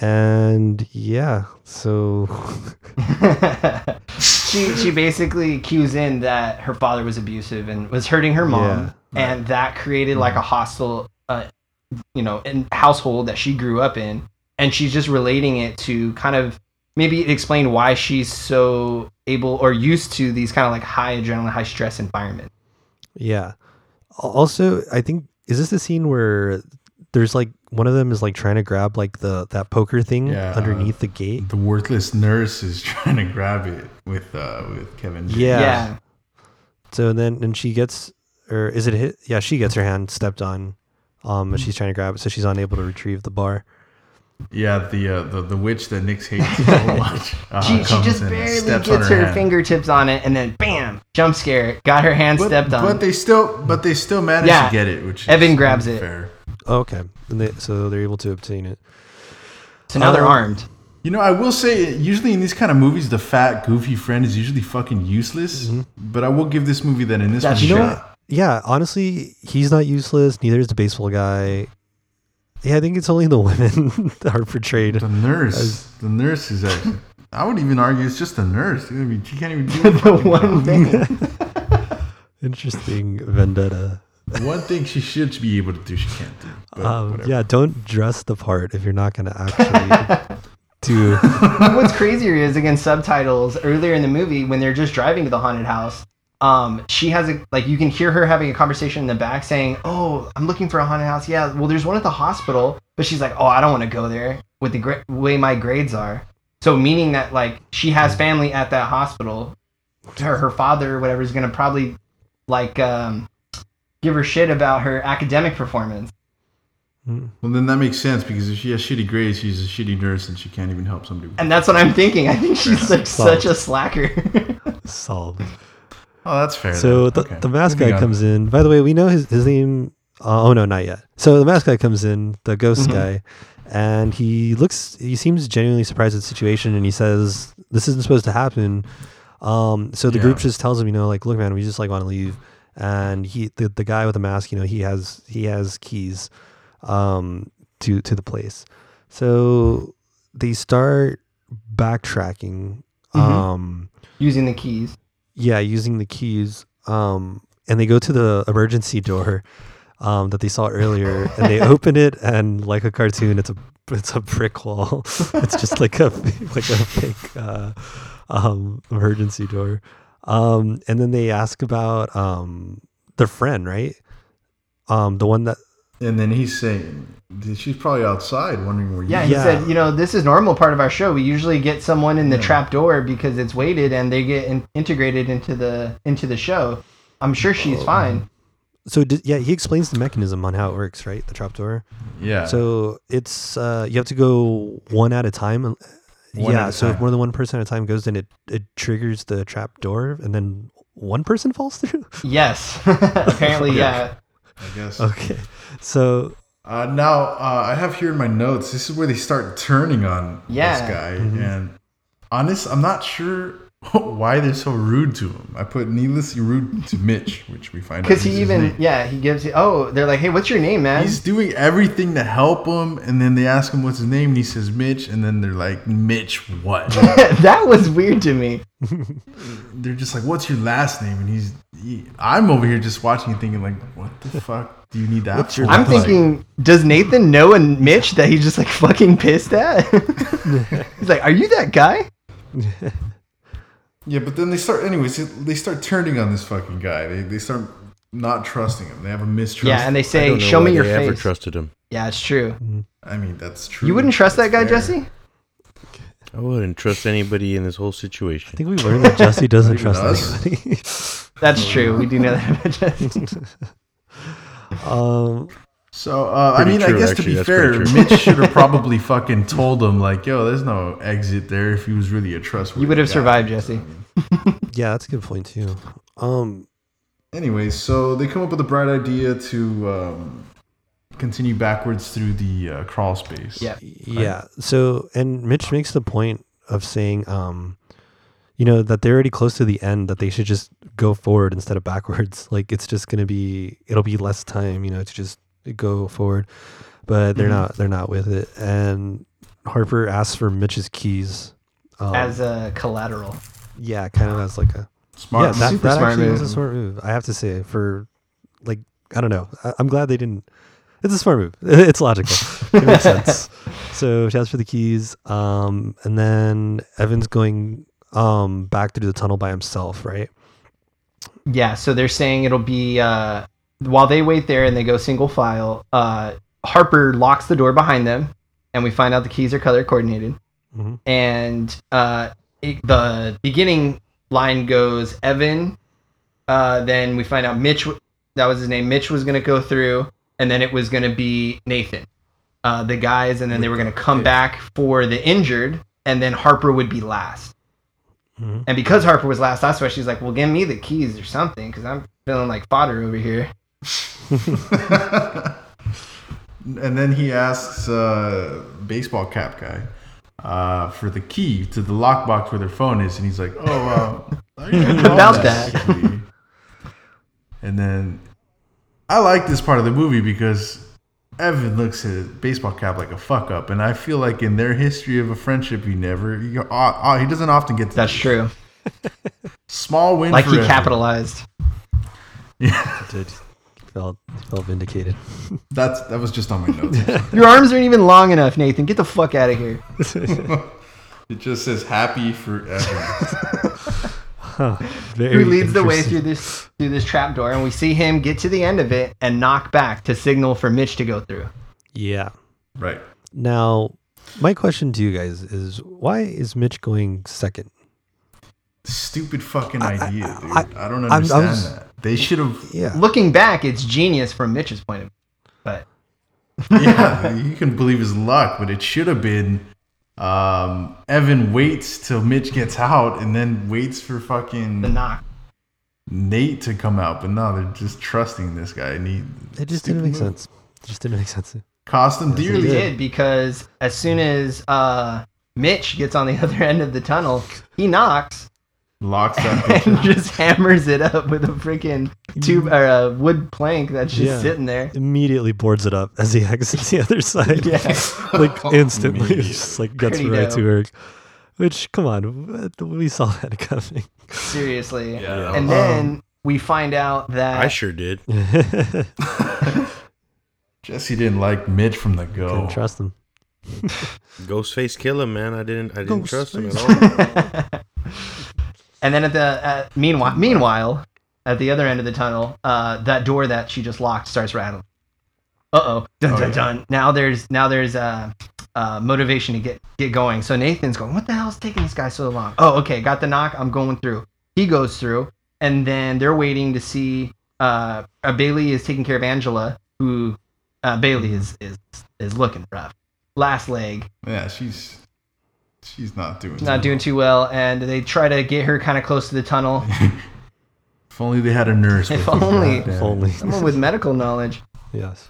Speaker 4: and yeah, so <laughs>
Speaker 3: <laughs> she she basically cues in that her father was abusive and was hurting her mom, and that created like
Speaker 4: Mm.
Speaker 3: a hostile, uh, you know, in household that she grew up in, and she's just relating it to kind of maybe explain why she's so able or used to these kind of like high adrenaline, high stress environment.
Speaker 4: yeah. Al- Also, I think is this the scene where there's like one of them is like trying to grab like the that poker thing
Speaker 5: Yeah.
Speaker 4: underneath the gate.
Speaker 5: The worthless nurse is <laughs> trying to grab it with uh with Kevin. James.
Speaker 4: Yeah.
Speaker 3: yeah.
Speaker 4: So then, and she gets, or is it hit? Yeah, she gets her hand stepped on. Um, as she's trying to grab it, so she's unable to retrieve the bar.
Speaker 5: Yeah, the uh, the the witch that Nick hates
Speaker 3: <laughs>
Speaker 5: so much. Uh,
Speaker 3: She, she
Speaker 5: comes
Speaker 3: just
Speaker 5: in and
Speaker 3: barely
Speaker 5: steps
Speaker 3: gets
Speaker 5: on
Speaker 3: her,
Speaker 5: hand.
Speaker 3: fingertips on it, and then bam, jump scare, got her hand
Speaker 5: But,
Speaker 3: stepped on.
Speaker 5: but they still, but they still manage
Speaker 3: Yeah.
Speaker 5: to get it. Which is
Speaker 3: Evan grabs it.
Speaker 5: unfair.
Speaker 4: Oh, okay, and they, so they're able to obtain it.
Speaker 3: so now they're
Speaker 4: Um,
Speaker 3: armed.
Speaker 5: You know, I will say, usually in these kind of movies, the fat, goofy friend is usually fucking useless. But I will give this movie that in this
Speaker 3: Mm-hmm. That's
Speaker 5: one,
Speaker 3: true.
Speaker 5: yeah,
Speaker 4: Yeah, honestly, he's not useless. Neither is the baseball guy. Yeah, I think it's only the <laughs> women that are portrayed.
Speaker 5: the nurse, the nurse is actually. I would even argue it's just the nurse. I mean, she can't even
Speaker 3: <laughs>
Speaker 5: do it.
Speaker 3: The one thing.
Speaker 4: Interesting vendetta.
Speaker 5: one thing she should be able to do, she can't do. But
Speaker 4: Um,
Speaker 5: whatever.
Speaker 4: yeah, don't dress the part if you're not going to actually do.
Speaker 3: What's crazier is again subtitles earlier in the movie when they're just driving to the haunted house. Um, she has a like you can hear her having a conversation in the back saying, "Oh, I'm looking for a haunted house." Yeah, well, there's one at the hospital, but she's like, "Oh, I don't want to go there with the gra- way my grades are." So meaning that like she has family at that hospital. Her her father or whatever is gonna probably like um, give her shit about her academic performance.
Speaker 5: Well, then that makes sense because if she has shitty grades, she's a shitty nurse and she can't even help somebody.
Speaker 3: And that's what I'm thinking. I think she's like
Speaker 4: Solved.
Speaker 3: such a slacker. <laughs>
Speaker 4: Solved.
Speaker 5: Oh, that's fair.
Speaker 4: So
Speaker 5: then.
Speaker 4: the,
Speaker 5: Okay.
Speaker 4: the
Speaker 5: Moving
Speaker 4: mascot
Speaker 5: on.
Speaker 4: comes in. By the way, we know his, his name. Uh, oh no, not yet. So the mascot comes in, the ghost
Speaker 5: Mm-hmm.
Speaker 4: guy, and he looks. He seems genuinely surprised at the situation, and he says, "This isn't supposed to happen." Um, so the group
Speaker 5: Yeah.
Speaker 4: just tells him, you know, like, look, man, we just like want to leave. And he, the, the guy with the mask, you know, he has he has keys um, to to the place. So they start backtracking.
Speaker 5: Mm-hmm.
Speaker 4: Um,
Speaker 3: Using the keys.
Speaker 4: yeah using the keys um and they go to the emergency door um that they saw earlier and they open it and like a cartoon it's a it's a brick wall <laughs> it's just like a <laughs> like a fake uh um emergency door um and then they ask about um their friend right um the one that
Speaker 5: And then he's saying, she's probably outside wondering where you
Speaker 3: Yeah, he
Speaker 4: Yeah.
Speaker 3: said, you know, this is normal part of our show. We usually get someone in the trap door because it's weighted and they get in- integrated into the into the show. I'm sure she's fine.
Speaker 4: so did, yeah he explains the mechanism on how it works right the trapdoor
Speaker 5: Yeah.
Speaker 4: So it's uh, you have to go one at a time. and-
Speaker 5: One
Speaker 4: yeah.
Speaker 5: at a
Speaker 4: so if
Speaker 5: time.
Speaker 4: more than one person at a time goes, then it it triggers the trap door, and then one person <laughs> falls through.
Speaker 3: Yes. <laughs> Apparently, yeah.
Speaker 5: I guess.
Speaker 4: okay. <laughs> So
Speaker 5: Uh, now uh, I have here in my notes. This is where they start turning on
Speaker 3: Yeah.
Speaker 5: this guy,
Speaker 4: Mm-hmm.
Speaker 5: and honest, I'm not sure <laughs> why they're so rude to him. I put needlessly rude to Mitch, which we find out
Speaker 3: Because
Speaker 5: is
Speaker 3: he
Speaker 5: his
Speaker 3: even,
Speaker 5: name.
Speaker 3: yeah, he gives you, oh, they're like, hey, what's your name, man?
Speaker 5: he's doing everything to help him, and then they ask him what's his name, and he says Mitch, and then they're like Mitch
Speaker 3: <laughs>
Speaker 5: what?
Speaker 3: <laughs> that was weird to me.
Speaker 5: they're just like what's your last name? And he's he, I'm over here just watching and thinking like what
Speaker 3: <laughs>
Speaker 5: the fuck do you need that?
Speaker 4: your
Speaker 5: for?
Speaker 3: I'm
Speaker 5: Like,
Speaker 3: thinking, does Nathan know a Mitch that he's just like fucking pissed at? <laughs> he's like, are you that guy?
Speaker 5: Yeah, but then they start, anyways, they start turning on this fucking guy. They, they start not trusting him. They have a mistrust.
Speaker 3: Yeah, and they
Speaker 6: I
Speaker 3: say,
Speaker 6: don't know
Speaker 3: show
Speaker 6: why
Speaker 3: me your
Speaker 6: they ever
Speaker 3: face.
Speaker 6: trusted him.
Speaker 3: Yeah, it's true.
Speaker 5: I mean, that's true.
Speaker 3: You wouldn't trust that
Speaker 5: That's
Speaker 3: guy, Jesse?
Speaker 5: fair.
Speaker 6: I wouldn't trust anybody in this whole
Speaker 4: I
Speaker 6: situation.
Speaker 4: think we learned that Jesse doesn't
Speaker 5: Even
Speaker 4: trust
Speaker 5: us?
Speaker 4: anybody.
Speaker 3: That's true. We do know that
Speaker 6: <laughs>
Speaker 3: about Jesse.
Speaker 4: um,
Speaker 5: So uh, I
Speaker 6: Pretty
Speaker 5: mean, I
Speaker 6: true,
Speaker 5: guess
Speaker 6: actually,
Speaker 5: to be
Speaker 6: that's
Speaker 5: fair,
Speaker 6: pretty true.
Speaker 5: Mitch should <laughs> have probably fucking told him like, "Yo, there's no exit there." If he was really a trustworthy,
Speaker 3: You would have
Speaker 5: guy.
Speaker 3: survived, Jesse.
Speaker 4: <laughs> yeah, that's a good point too. Um,
Speaker 5: Anyway, so they come up with a bright idea to um, continue backwards through the uh, crawl space.
Speaker 3: Yeah.
Speaker 4: Yeah. So, and Mitch makes the point of saying, um, you know, that they're already close to the end, that they should just go forward instead of backwards. <laughs> Like, it's just going to be, it'll be less time, you know, to just go forward. But they're not, they're not with it. And Harper asks for Mitch's keys. Um,
Speaker 3: As a collateral.
Speaker 4: yeah, kind of as like a,
Speaker 5: Smart.
Speaker 4: yeah, that,
Speaker 3: super
Speaker 4: that
Speaker 3: smart
Speaker 4: actually was a
Speaker 3: move.
Speaker 4: smart move. I have to say, for like, I don't know. I, I'm glad they didn't. It's a smart move. <laughs> It's logical.
Speaker 3: <laughs>
Speaker 4: It makes sense. So she asks for the keys, um, and then Evan's going um, back through the tunnel by himself, right?
Speaker 3: Yeah, so they're saying it'll be uh, while they wait there and they go single file. Uh, Harper locks the door behind them, and we find out the keys are color coordinated.
Speaker 4: Mhm.
Speaker 3: And uh, it, the beginning line goes Evan. Uh, then we find out Mitch. w- That was his name. Mitch was going to go through, and then it was going to be Nathan, uh, the guys, and then they were going to come back for the injured, and then Harper would be last.
Speaker 4: Mhm.
Speaker 3: And because Harper was last, that's why she's like, "Well, give me the keys or something, because I'm feeling like fodder over here."
Speaker 5: and then he asks uh, baseball cap guy uh, for the key to the lockbox where their phone is, and he's like, "Oh, wow, <laughs> I didn't know
Speaker 3: About that.
Speaker 5: basically." and then I like this part of the movie because Evan looks at baseball cap like a fuck up, and I feel like in their history of a friendship, he never, he, uh, uh, he doesn't often get to
Speaker 3: That's
Speaker 5: this.
Speaker 3: true.
Speaker 5: Small win,
Speaker 3: Like
Speaker 5: for
Speaker 3: he
Speaker 5: Evan.
Speaker 3: capitalized.
Speaker 5: Yeah,
Speaker 4: Did felt felt vindicated.
Speaker 5: that's that was just on my
Speaker 3: <laughs>
Speaker 5: notes.
Speaker 3: Your arms aren't even long enough, Nathan. Get the fuck out of here.
Speaker 5: it just says happy forever.
Speaker 3: <laughs>
Speaker 4: Very
Speaker 3: Who leads the way through
Speaker 4: interesting.
Speaker 3: this through this trap door, and we see him get to the end of it and knock back to signal for Mitch to go through.
Speaker 4: Yeah.
Speaker 5: right.
Speaker 4: Now, my question to you guys is, why is Mitch going second?
Speaker 5: Stupid fucking
Speaker 4: I- I-
Speaker 5: idea, dude.
Speaker 4: I-
Speaker 5: I, don't
Speaker 4: I'm- I
Speaker 5: understand
Speaker 4: was-
Speaker 5: that. They should have.
Speaker 4: Yeah.
Speaker 3: Looking back, it's genius from Mitch's point of view. But
Speaker 5: Yeah, you can believe his luck, but it should have been. Um, Evan waits till Mitch gets out, and then waits for
Speaker 3: the
Speaker 5: fucking
Speaker 3: knock.
Speaker 5: Nate to come out. But no, they're just trusting this guy, and he
Speaker 4: It just
Speaker 5: Stupid
Speaker 4: didn't make
Speaker 5: move.
Speaker 4: sense. It just didn't make sense.
Speaker 5: cost him
Speaker 3: He
Speaker 5: dearly.
Speaker 3: did because as soon as uh, Mitch gets on the <laughs> other end of the tunnel, he knocks,
Speaker 5: Locks
Speaker 3: <laughs>
Speaker 5: that bitch
Speaker 3: and just hammers it up with a freaking tube or a wood plank that's just
Speaker 4: Yeah.
Speaker 3: sitting there.
Speaker 4: immediately boards it up as he exits the
Speaker 5: <laughs>
Speaker 4: other side.
Speaker 3: Yeah.
Speaker 4: <laughs> like instantly, it's just like gets
Speaker 3: Pretty
Speaker 4: right
Speaker 3: dope.
Speaker 4: to work. Which, come on, we saw that coming.
Speaker 3: Seriously.
Speaker 5: Yeah.
Speaker 3: And then we find out that
Speaker 6: I sure did.
Speaker 4: Couldn't
Speaker 5: Jesse didn't like Mitch from the go.
Speaker 4: trust him.
Speaker 6: Ghostface killer, man. I didn't. I didn't trust him at all.
Speaker 3: <laughs> and then at the uh, meanwhile meanwhile at the other end of the tunnel, uh, that door that she just locked starts rattling. Uh oh. Dun
Speaker 5: Oh,
Speaker 3: dun
Speaker 5: yeah.
Speaker 3: dun. Now there's now there's uh, uh, motivation to get get going. So Nathan's going, What the hell's taking this guy so long? Oh, okay, got the knock, I'm going through. He goes through, and then they're waiting to see uh, uh Bailey is taking care of Angela, who uh, Bailey is is is looking rough. Last leg.
Speaker 5: Yeah, she's she's not doing.
Speaker 3: not doing too well, and they try to get her kind of close to the tunnel.
Speaker 5: If only they had a nurse.
Speaker 3: If
Speaker 5: with them,
Speaker 3: only.
Speaker 5: goddamn.
Speaker 4: If only.
Speaker 3: Someone with medical knowledge.
Speaker 4: yes.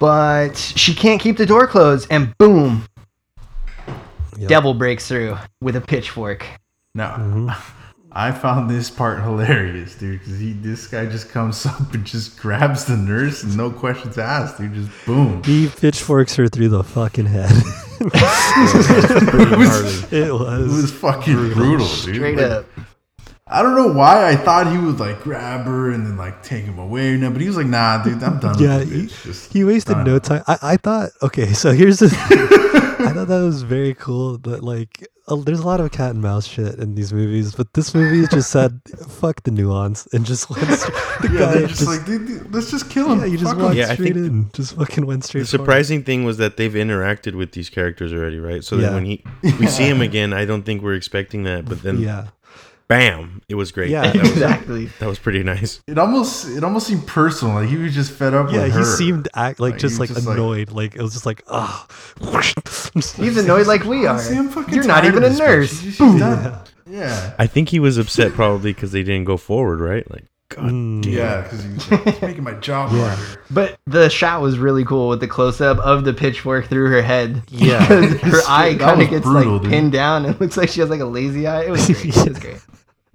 Speaker 3: But she can't keep the door closed, and boom,
Speaker 4: Yep.
Speaker 3: devil breaks through with a pitchfork.
Speaker 5: Now,
Speaker 4: Mhm.
Speaker 5: <laughs> I found this part hilarious, dude. Because he, this guy just comes <laughs> up and just grabs the nurse and no questions asked, dude. Just
Speaker 4: <laughs>
Speaker 5: boom.
Speaker 4: He pitchforks her through the fucking head. <laughs>
Speaker 5: <laughs> it, was, it
Speaker 4: it was.
Speaker 5: was fucking brutal, Oh, dude.
Speaker 3: Straight
Speaker 5: Like,
Speaker 3: up.
Speaker 5: I don't know why I thought he would like grab her and then like take him away. No, but he was like, nah, dude, I'm done.
Speaker 4: <laughs> yeah,
Speaker 5: with
Speaker 4: he,
Speaker 5: this bitch. Just
Speaker 4: he wasted
Speaker 5: done."
Speaker 4: no time. I, I thought, okay, so here's the. I thought that was very cool, but like a, there's a lot of cat and mouse shit in these movies, but this movie just said, <laughs> "Fuck the nuance," and just went. St- the
Speaker 5: <laughs> Yeah,
Speaker 4: guy
Speaker 5: they're just, like, dude, dude, let's just kill him.
Speaker 4: yeah, you just
Speaker 5: Fuck
Speaker 4: went
Speaker 5: 'em.
Speaker 6: Yeah, I
Speaker 4: straight
Speaker 6: think-
Speaker 4: in, just fucking went straight.
Speaker 6: The surprising thing was that they've interacted with these characters already, right? So
Speaker 4: Yeah.
Speaker 6: that
Speaker 3: <laughs>
Speaker 6: when he we see him again, I don't think we're expecting that, but then
Speaker 4: forward. Yeah,
Speaker 6: bam, it was great.
Speaker 4: Yeah.
Speaker 6: that
Speaker 3: <laughs>
Speaker 6: was,
Speaker 3: exactly.
Speaker 6: that was pretty <laughs> nice.
Speaker 5: It almost it almost seemed personal. Like he was just fed up
Speaker 4: yeah.
Speaker 5: with her.
Speaker 4: He seemed act like
Speaker 5: Like,
Speaker 4: just
Speaker 5: he
Speaker 4: like
Speaker 5: was just like-
Speaker 4: annoyed. Like, it was just like ah. <laughs>
Speaker 3: He's annoyed like we are.
Speaker 5: See, I'm fucking
Speaker 3: You're not
Speaker 5: tired
Speaker 3: even
Speaker 5: of
Speaker 3: a
Speaker 5: this bitch.
Speaker 3: nurse.
Speaker 5: She's- she's done. Yeah.
Speaker 6: I think he was upset probably because they didn't go forward, right? Like, God
Speaker 4: Mm.
Speaker 6: damn.
Speaker 5: Yeah, because he's like, "It's making my job harder.
Speaker 3: But the shot was really cool with the close up of the pitchfork through her head. <laughs>
Speaker 4: Yeah.
Speaker 3: because her
Speaker 5: That
Speaker 3: eye kind
Speaker 5: was
Speaker 3: of gets
Speaker 5: brutal,
Speaker 3: like
Speaker 5: dude.
Speaker 3: pinned down <laughs> and looks like she has like a lazy eye.
Speaker 5: <laughs>
Speaker 3: It was great. It was great.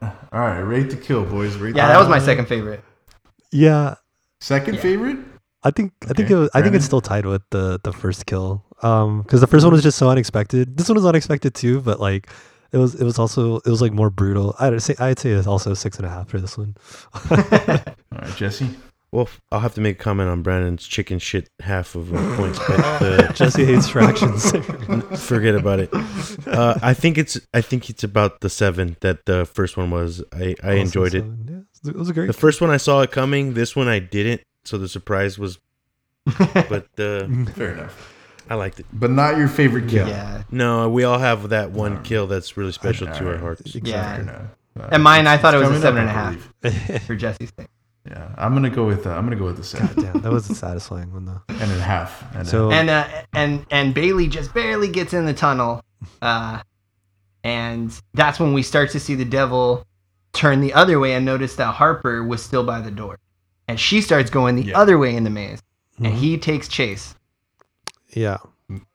Speaker 5: All right, rate to kill, boys. Rate
Speaker 3: Yeah,
Speaker 5: the
Speaker 3: that was
Speaker 5: kill.
Speaker 3: my second favorite.
Speaker 4: <laughs> yeah.
Speaker 5: second favorite.
Speaker 4: I think I think
Speaker 5: Okay,
Speaker 4: it was, I think
Speaker 5: Brandon?
Speaker 4: it's still tied with the the first kill. Um, because the first one was just so unexpected. This one was unexpected too, but like it was it was also it was like more brutal. I'd say I'd say it's also six and a half for this one.
Speaker 5: All right, Jesse.
Speaker 6: Well, I'll have to make a comment on Brandon's chicken shit half of a point, but
Speaker 4: <laughs>
Speaker 6: the,
Speaker 4: Jesse hates fractions. <laughs>
Speaker 6: forget about it. Uh, I think it's I think it's about the seven that the first one was. I, I enjoyed it.
Speaker 4: Awesome, so, Yeah, it was a great.
Speaker 6: The first one I saw it coming. This one I didn't, so the surprise was. But
Speaker 4: <laughs>
Speaker 6: uh,
Speaker 5: Fair enough,
Speaker 6: I liked it.
Speaker 5: but not your favorite kill.
Speaker 3: Yeah.
Speaker 6: No, we all have that one kill that's really special to our
Speaker 5: Alright.
Speaker 6: hearts.
Speaker 3: Yeah.
Speaker 5: Fair enough. Uh,
Speaker 3: And mine, I
Speaker 5: it's-
Speaker 3: thought
Speaker 5: it's
Speaker 3: it was a
Speaker 5: coming
Speaker 3: seven and a
Speaker 5: up, I
Speaker 3: half
Speaker 5: believe.
Speaker 4: <laughs>
Speaker 3: for Jesse's thing.
Speaker 5: Yeah, I'm gonna go with uh, I'm gonna go with the
Speaker 3: <laughs>
Speaker 5: seven
Speaker 4: Damn, that was a satisfying one though.
Speaker 6: <laughs>
Speaker 5: and a half. And a-
Speaker 4: So
Speaker 3: And uh, and and Bailey just barely gets in the tunnel, uh, and that's when we start to see the devil turn the other way and notice that Harper was still by the door, and she starts going the
Speaker 5: Yeah.
Speaker 3: other way in the maze, and
Speaker 4: Mhm.
Speaker 3: he takes chase.
Speaker 4: yeah,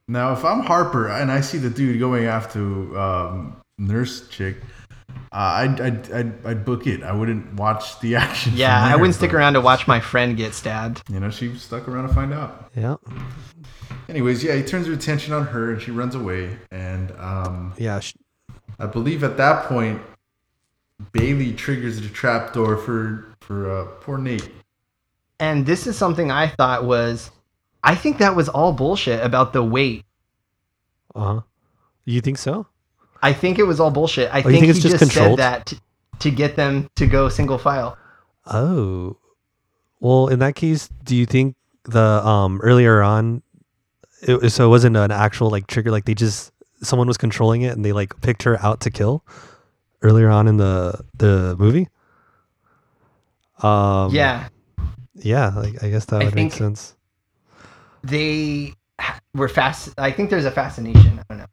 Speaker 5: now, if I'm Harper and I see the dude going after um, nurse chick, uh, I'd, I'd, I'd I'd book it. I wouldn't watch the <laughs> action. from
Speaker 3: Yeah, I
Speaker 5: there,
Speaker 3: wouldn't stick
Speaker 5: but,
Speaker 3: around to watch my friend get stabbed.
Speaker 5: You know, she stuck around to find out.
Speaker 4: yeah,
Speaker 5: Anyways, yeah, he turns her attention on her and she runs away. And um,
Speaker 4: yeah. sh-
Speaker 5: I believe at that point, Bailey triggers the trapdoor for for uh, poor Nate.
Speaker 3: And this is something I thought was, I think that was all bullshit about the weight.
Speaker 4: Uh huh. You think so?
Speaker 3: I think it was all bullshit. I
Speaker 4: Oh, you
Speaker 3: think,
Speaker 4: think it's
Speaker 3: he
Speaker 4: just
Speaker 3: just, said
Speaker 4: controlled?
Speaker 3: that to, to get them to go single file.
Speaker 4: Oh, well, in that case, do you think the um earlier on, it, so it wasn't an actual like trigger, like they just someone was controlling it and they like picked her out to kill earlier on in the the movie. Um,
Speaker 3: yeah,
Speaker 4: yeah, like I guess that
Speaker 3: I
Speaker 4: would make
Speaker 3: think-
Speaker 4: sense.
Speaker 3: they were fast. I think there's a fascination. I don't know.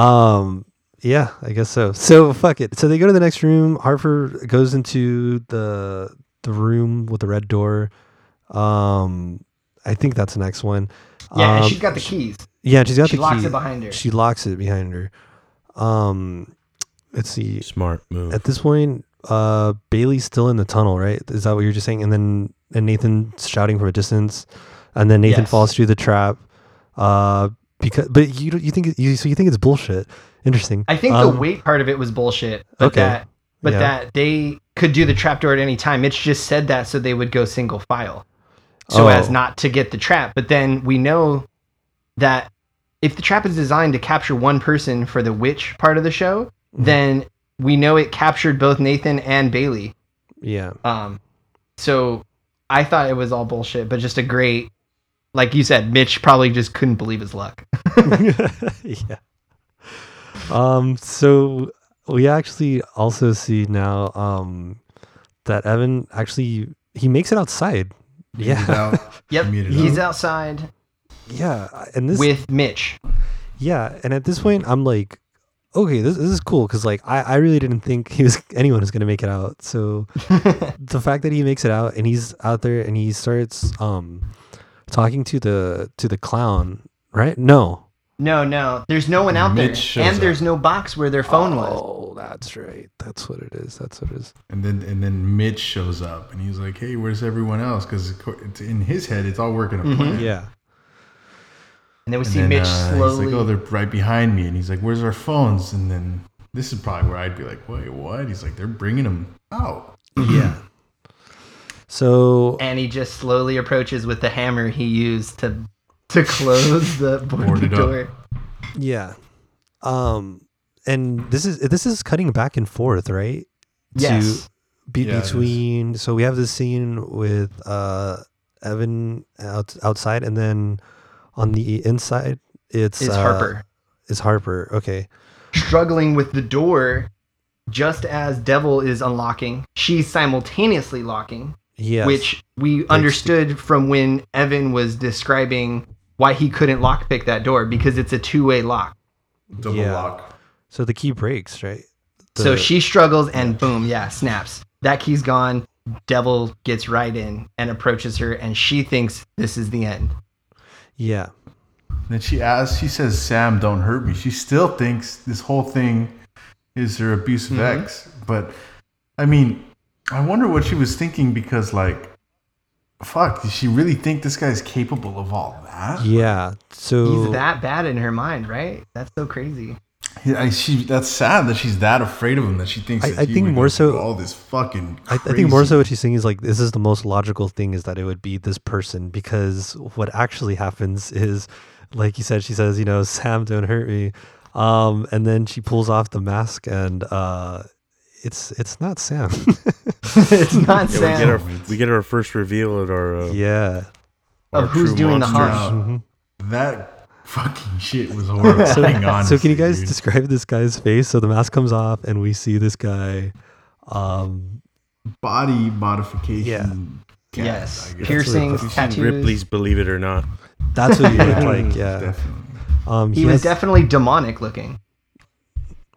Speaker 4: Um, yeah, I guess so. So fuck it. So they go to the next room. Harper goes into the the room with the red door. Um, I think that's the next one.
Speaker 3: Yeah, and
Speaker 4: Um,
Speaker 3: she's got the keys.
Speaker 4: Yeah, she's got
Speaker 3: She
Speaker 4: the
Speaker 3: locks
Speaker 4: key.
Speaker 3: it behind her.
Speaker 4: She locks it behind her. Um, let's see.
Speaker 6: Smart move.
Speaker 4: At this point, uh, Bailey's still in the tunnel, right? Is that what you were just saying? And then and Nathan's shouting from a distance, and then Nathan
Speaker 3: Yes.
Speaker 4: falls through the trap. Uh, because but you don't- you think you so you think it's bullshit. Interesting.
Speaker 3: I think
Speaker 4: Um,
Speaker 3: the weight part of it was bullshit. But
Speaker 4: okay,
Speaker 3: that but
Speaker 4: yeah.
Speaker 3: that they could do the trapdoor at any time. It's just said that so they would go single file. So
Speaker 4: Oh.
Speaker 3: as not to get the trap. But then we know that if the trap is designed to capture one person for the witch part of the show,
Speaker 4: Mm-hmm.
Speaker 3: then we know it captured both Nathan and Bailey.
Speaker 4: Yeah. <laughs>
Speaker 3: Um, so I thought it was all bullshit, but just a great, like you said, Mitch probably just couldn't believe his luck. <laughs>
Speaker 4: yeah. Um. So we actually also see now um that Evan actually he makes it outside.
Speaker 5: He's
Speaker 4: Yeah.
Speaker 5: out.
Speaker 3: Yep,
Speaker 5: You made it
Speaker 3: he's
Speaker 5: up.
Speaker 3: outside
Speaker 4: <laughs> Yeah. And this.
Speaker 3: with Mitch.
Speaker 4: yeah. And at this point, I'm like, okay, this, this is cool because like I I really didn't think he was <laughs> anyone was gonna make it out.
Speaker 3: <laughs>
Speaker 4: So the fact that he makes it out and he's out there and he starts um talking to the to the clown right no
Speaker 3: No, no, there's no one out
Speaker 5: Mitch shows
Speaker 3: there, and
Speaker 5: up.
Speaker 3: there's no box where their phone was.
Speaker 4: Oh, that's right. That's what it is. That's what it is.
Speaker 5: And then and then Mitch shows up and he's like, "Hey, where's everyone else?" Because in his head, it's all working a
Speaker 3: Hmm.
Speaker 5: plan.
Speaker 4: Yeah.
Speaker 3: And then we
Speaker 5: And
Speaker 3: see
Speaker 5: then,
Speaker 3: Mitch
Speaker 5: uh,
Speaker 3: slowly.
Speaker 5: He's like, "Oh, they're right behind me," and he's like, "Where's our phones?" And then this is probably where I'd be like, "Wait, what?" He's like, "They're bringing them out."
Speaker 4: Yeah. So
Speaker 3: and he just slowly approaches with the <laughs> hammer he used to to close the boarded
Speaker 5: Boarded up.
Speaker 3: door.
Speaker 4: yeah. Um, and this is this is cutting back and forth, right?
Speaker 3: Yes.
Speaker 4: To be,
Speaker 5: Yeah, it is.
Speaker 4: between so we have this scene with uh Evan out, outside, and then on the inside it's
Speaker 3: Is
Speaker 4: uh,
Speaker 3: Harper
Speaker 4: Is Harper okay?
Speaker 3: struggling with the door just as Devil is unlocking? She's simultaneously locking,
Speaker 4: Yes.
Speaker 3: which we understood from when Evan was describing why he couldn't lockpick that door because it's a two-way lock.
Speaker 5: <clears throat> Double
Speaker 4: Yeah.
Speaker 5: lock.
Speaker 4: so the key breaks, right?
Speaker 3: so
Speaker 4: The-
Speaker 3: she struggles and boom, yeah, snaps. That key's gone. Devil gets right in and approaches her, and she thinks this is the end.
Speaker 4: yeah
Speaker 5: Then she asks, she says, Sam, don't hurt me. She still thinks this whole thing is her abusive
Speaker 4: Mm-hmm.
Speaker 5: ex. But I mean, I wonder what she was thinking because, like, fuck, does she really think this guy's capable of all that?
Speaker 4: yeah. So
Speaker 3: He's that bad in her mind, right? That's so
Speaker 4: <laughs>
Speaker 3: crazy.
Speaker 5: Yeah, I, she, that's sad that she's that afraid of him that she thinks
Speaker 4: I-
Speaker 5: that
Speaker 4: I
Speaker 5: he
Speaker 4: think
Speaker 5: would
Speaker 4: more
Speaker 5: go through
Speaker 4: so-
Speaker 5: all this fucking.
Speaker 4: I, I think more
Speaker 5: crazy-
Speaker 4: so what she's saying is like this is the most logical thing is that it would be this person because what actually happens is like you said she says you know <laughs> Sam don't hurt me um and then she pulls off the mask and uh it's it's not Sam <laughs>
Speaker 3: it's not
Speaker 6: Yeah, we get
Speaker 3: Sam
Speaker 6: our we get our first reveal at our uh,
Speaker 4: yeah
Speaker 3: of who's
Speaker 5: true
Speaker 3: doing the
Speaker 5: monsters.
Speaker 3: harm.
Speaker 4: Mhm.
Speaker 5: That fucking shit was horrible. <laughs> Hang on.
Speaker 4: <laughs> so can you guys
Speaker 5: dude.
Speaker 4: describe this guy's face so the mask comes off and we see this guy um
Speaker 5: body modification?
Speaker 4: Yeah.
Speaker 5: cat,
Speaker 3: Yes,
Speaker 5: I guess.
Speaker 3: piercings,
Speaker 5: That's
Speaker 3: tattoos.
Speaker 6: Ripley's Believe It or Not.
Speaker 4: that's what he
Speaker 5: what it
Speaker 3: <laughs>
Speaker 4: looked
Speaker 5: is. <laughs>
Speaker 4: like yeah
Speaker 5: Definitely.
Speaker 4: um
Speaker 3: He was
Speaker 4: has-
Speaker 3: definitely demonic looking.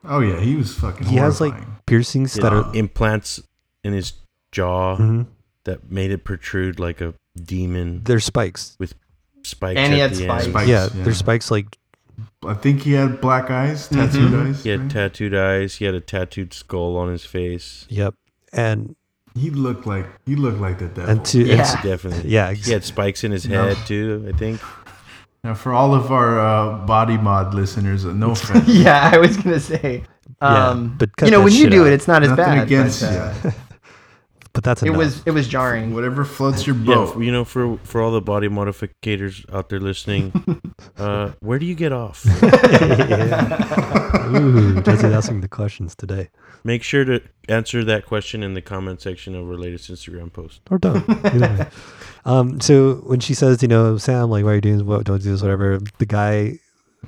Speaker 5: Oh yeah, he was fucking.
Speaker 4: he has like
Speaker 5: horrifying.
Speaker 4: piercings that are
Speaker 6: implants in his jaw
Speaker 4: Mhm.
Speaker 6: that made it protrude like a demon
Speaker 4: they're spikes
Speaker 6: spikes
Speaker 3: And
Speaker 6: at
Speaker 3: he had
Speaker 6: the
Speaker 3: spikes.
Speaker 6: end.
Speaker 5: Spikes,
Speaker 4: yeah,
Speaker 5: yeah.
Speaker 4: they're spikes like
Speaker 5: I think he had black eyes,
Speaker 4: Mm-hmm.
Speaker 5: tattooed eyes.
Speaker 6: He had
Speaker 5: right?
Speaker 6: tattooed eyes. He had a tattooed skull on his face.
Speaker 4: Yep. And
Speaker 5: he looked like he looked like the devil.
Speaker 4: and to
Speaker 3: Yeah.
Speaker 4: yeah.
Speaker 6: Definitely.
Speaker 4: yeah,
Speaker 6: He had spikes in his head too. I think.
Speaker 5: now, for all of our uh, body mod listeners, uh,
Speaker 4: <laughs>
Speaker 5: no
Speaker 3: <laughs>
Speaker 5: offense,
Speaker 3: Yeah, I was gonna say.
Speaker 4: Yeah,
Speaker 3: Um,
Speaker 4: but cut
Speaker 3: you know,
Speaker 4: that
Speaker 3: when you
Speaker 4: shit
Speaker 3: do
Speaker 4: out.
Speaker 3: it, it's not as
Speaker 5: nothing
Speaker 3: bad.
Speaker 5: against
Speaker 3: but, uh,
Speaker 5: yeah.
Speaker 4: but that's
Speaker 3: It
Speaker 4: enough. <laughs>
Speaker 3: was it was jarring.
Speaker 5: Whatever floats your
Speaker 6: Yeah,
Speaker 5: boat.
Speaker 6: f- you know, for for all the body modificators out there listening,
Speaker 4: <laughs>
Speaker 6: uh, where do you get off?
Speaker 4: Ooh, Jesse's asking the questions today.
Speaker 6: Make sure to answer that question in the comment section of our latest Instagram post.
Speaker 4: Or don't. Either way. um, so when she says, you know, Sam, like, why are you doing this? What, don't do this, whatever. The guy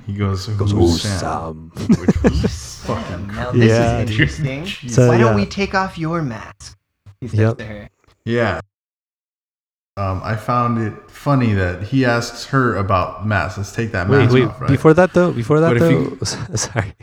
Speaker 5: he goes,
Speaker 4: goes,
Speaker 5: "Who's
Speaker 4: oh,
Speaker 5: Sam?"
Speaker 4: Sam.
Speaker 5: <laughs> which was
Speaker 4: <laughs>
Speaker 5: fucking. crazy.
Speaker 3: Now, this
Speaker 4: Yeah.
Speaker 3: is interesting.
Speaker 4: So,
Speaker 3: Why don't
Speaker 4: yeah.
Speaker 3: we take off your mask? He says
Speaker 4: Yep.
Speaker 3: to her.
Speaker 5: Yeah. Um, I found it funny that he asks her about masks. Let's take that
Speaker 4: Wait,
Speaker 5: mask
Speaker 4: wait.
Speaker 5: off, right?
Speaker 4: Before that, though, before that,
Speaker 5: But if
Speaker 4: though,
Speaker 5: you-
Speaker 4: <laughs> sorry.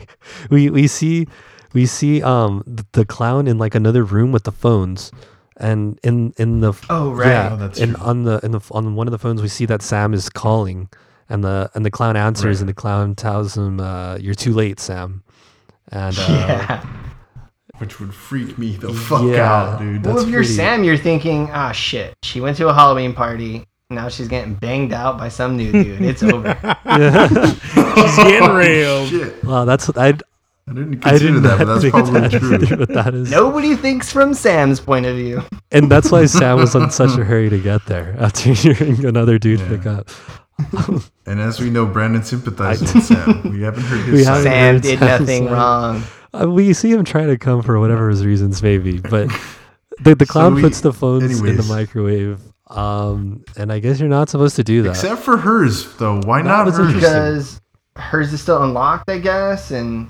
Speaker 4: We, we see, we see, um, the, the clown in like another room with the phones. And in, in the,
Speaker 3: Oh right.
Speaker 4: Yeah,
Speaker 5: Oh, that's
Speaker 4: and
Speaker 5: true.
Speaker 4: on the in the on one of the phones we see that Sam is calling, and the and the clown answers,
Speaker 5: Right.
Speaker 4: and the clown tells him, uh, "You're too late, Sam." And uh,
Speaker 3: yeah.
Speaker 5: which would freak me the fuck
Speaker 4: Yeah.
Speaker 5: out, dude.
Speaker 3: Well,
Speaker 5: That's
Speaker 3: if you're
Speaker 5: pretty-
Speaker 3: Sam, you're thinking, ah, shit. She went to a Halloween party. Now she's getting banged out by some new
Speaker 4: <laughs>
Speaker 3: dude. It's over.
Speaker 5: Holy Shit.
Speaker 4: wow, that's what I'd,
Speaker 5: I didn't
Speaker 4: I
Speaker 5: consider
Speaker 4: didn't
Speaker 5: that,
Speaker 4: <laughs>
Speaker 5: but that's
Speaker 4: think
Speaker 5: probably
Speaker 4: that,
Speaker 5: true.
Speaker 4: <laughs> but that is,
Speaker 3: Nobody thinks from Sam's point of view.
Speaker 4: and that's why Sam was in such
Speaker 3: <laughs>
Speaker 4: a hurry to get there after hearing another dude pick up.
Speaker 5: And as we know, Brandon sympathizes with Sam. We haven't
Speaker 4: <laughs>
Speaker 5: heard his
Speaker 4: We
Speaker 5: side.
Speaker 4: haven't-
Speaker 3: Sam
Speaker 4: it's
Speaker 3: did
Speaker 4: Sam's
Speaker 3: nothing
Speaker 4: side.
Speaker 3: wrong.
Speaker 4: Uh, we see him trying to come for whatever his reasons may
Speaker 3: <laughs>
Speaker 4: be, but the the clown
Speaker 5: we-
Speaker 4: puts the phones in the
Speaker 5: anyways.
Speaker 4: microwave. Um, and I guess you're not supposed to do that.
Speaker 5: Except for hers, though. Why not
Speaker 4: was
Speaker 5: hers?
Speaker 4: interesting.
Speaker 3: Because hers is still unlocked, I guess. And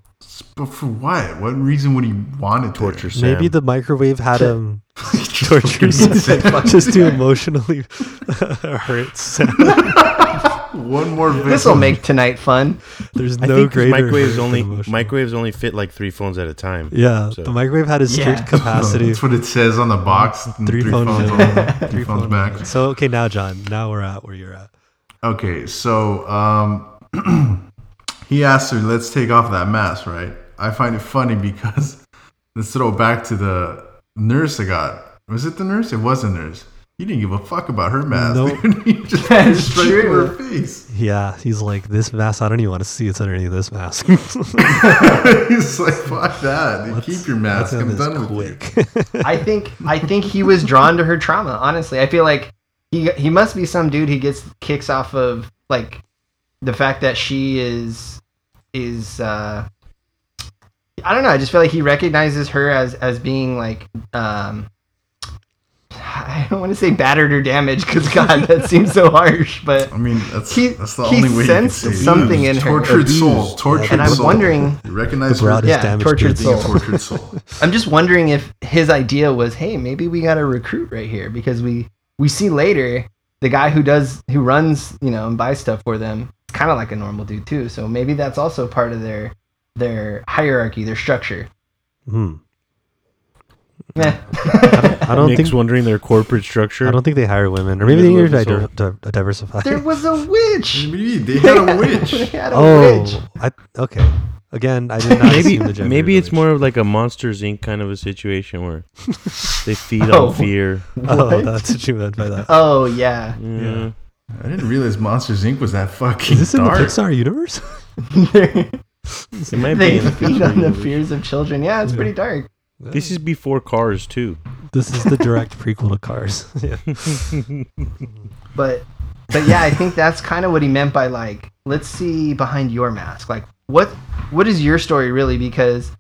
Speaker 5: But for what? What reason would he want to
Speaker 6: Torture
Speaker 5: torture?
Speaker 6: Sam.
Speaker 4: Maybe the microwave had him. <laughs>
Speaker 5: Torture <laughs> Sam.
Speaker 4: just to emotionally <laughs> hurt Sam.
Speaker 5: <laughs> One more victim.
Speaker 3: this will make tonight fun.
Speaker 4: There's
Speaker 6: I
Speaker 4: no
Speaker 6: think 'cause
Speaker 4: greater hurt
Speaker 6: microwaves
Speaker 4: than
Speaker 6: only
Speaker 4: emotional.
Speaker 6: microwaves only fit like three phones at a time.
Speaker 4: Yeah,
Speaker 6: So-
Speaker 4: the microwave had a strict
Speaker 6: <laughs>
Speaker 3: Yeah.
Speaker 4: capacity.
Speaker 5: That's what it says on the box.
Speaker 4: Three
Speaker 5: Three,
Speaker 4: phone <laughs>
Speaker 5: phones, <laughs>
Speaker 4: minimum.
Speaker 5: on, three phones back.
Speaker 4: so okay, now John, now we're at where you're at.
Speaker 5: Okay, so um, <clears throat> he asked her, "Let's take off that mask, right?" I find it funny because <laughs> let's throw it back to the nurse I got. Was it the nurse? It was a nurse. He didn't give a fuck about her mask.
Speaker 4: Nope.
Speaker 5: dude. <laughs> he just
Speaker 4: <laughs>
Speaker 3: That's
Speaker 5: That's straight to
Speaker 3: true.
Speaker 5: her face. <laughs>
Speaker 4: Yeah, he's like this mask. I don't even want to see it's underneath this mask. <laughs>
Speaker 5: He's like, "Fuck that! dude.
Speaker 4: Let's-
Speaker 5: Keep your mask.
Speaker 4: let's end
Speaker 5: I'm
Speaker 4: this
Speaker 5: done with
Speaker 4: quick.
Speaker 5: <laughs>
Speaker 3: I think I think he was drawn to her trauma. Honestly, I feel like he he must be some dude he gets kicks off of like the fact that she is is uh I don't know. I just feel like he recognizes her as as being like um <sighs> I don't want to say battered or damaged because God, that seems so harsh. But
Speaker 5: I mean, that's
Speaker 3: He-
Speaker 5: that's the
Speaker 3: he
Speaker 5: only way you can
Speaker 3: sensed
Speaker 5: say it.
Speaker 3: something in her.
Speaker 5: tortured
Speaker 3: Abused.
Speaker 5: soul, tortured
Speaker 3: And I'm
Speaker 5: soul.
Speaker 3: wondering-
Speaker 5: you recognize
Speaker 4: The
Speaker 5: her
Speaker 4: broad
Speaker 5: being
Speaker 4: is-
Speaker 3: yeah,
Speaker 4: damaged
Speaker 3: tortured
Speaker 4: kids.
Speaker 5: a
Speaker 3: soul.
Speaker 5: tortured
Speaker 4: <laughs>
Speaker 5: soul.
Speaker 3: I'm just wondering if his idea was, hey, maybe we got to recruit right here because we we see later the guy who does who runs you know and buys stuff for them is kind of like a normal dude too. So maybe that's also part of their their hierarchy, their structure.
Speaker 4: Hmm.
Speaker 3: Meh. <laughs>
Speaker 4: I don't
Speaker 6: Nick's
Speaker 4: think
Speaker 6: wondering their corporate structure. <laughs>
Speaker 4: I don't think they hire women, or maybe they
Speaker 6: Middle
Speaker 4: need
Speaker 6: of
Speaker 4: to
Speaker 6: the
Speaker 4: di- di- diversify.
Speaker 3: there was a witch.
Speaker 5: Maybe they had <laughs> a
Speaker 3: <laughs> They
Speaker 5: witch.
Speaker 3: had a witch.
Speaker 4: oh, I, okay. Again, I did
Speaker 6: <laughs>
Speaker 4: not
Speaker 6: maybe
Speaker 4: assume the gender.
Speaker 6: maybe
Speaker 4: of
Speaker 6: it's
Speaker 4: the witch.
Speaker 6: more of like a Monsters Inc. kind of a situation <laughs> where they feed
Speaker 3: Oh.
Speaker 6: on fear.
Speaker 4: Oh,
Speaker 3: What?
Speaker 4: that's what Uh, you meant by that.
Speaker 3: Oh yeah, <laughs>
Speaker 6: Yeah.
Speaker 5: I didn't realize Monsters Inc. was that fucking
Speaker 4: Is this in the
Speaker 5: dark.
Speaker 4: Pixar universe? <laughs>
Speaker 3: they
Speaker 6: It might be in the
Speaker 3: feed
Speaker 6: Pixar
Speaker 3: on the
Speaker 6: universe.
Speaker 3: fears of children. Yeah, it's pretty dark.
Speaker 6: This is before Cars too.
Speaker 4: This is the direct prequel to Cars. <laughs> yeah.
Speaker 3: but but yeah i think that's kind of what he meant by like let's see behind your mask like what what is your story really because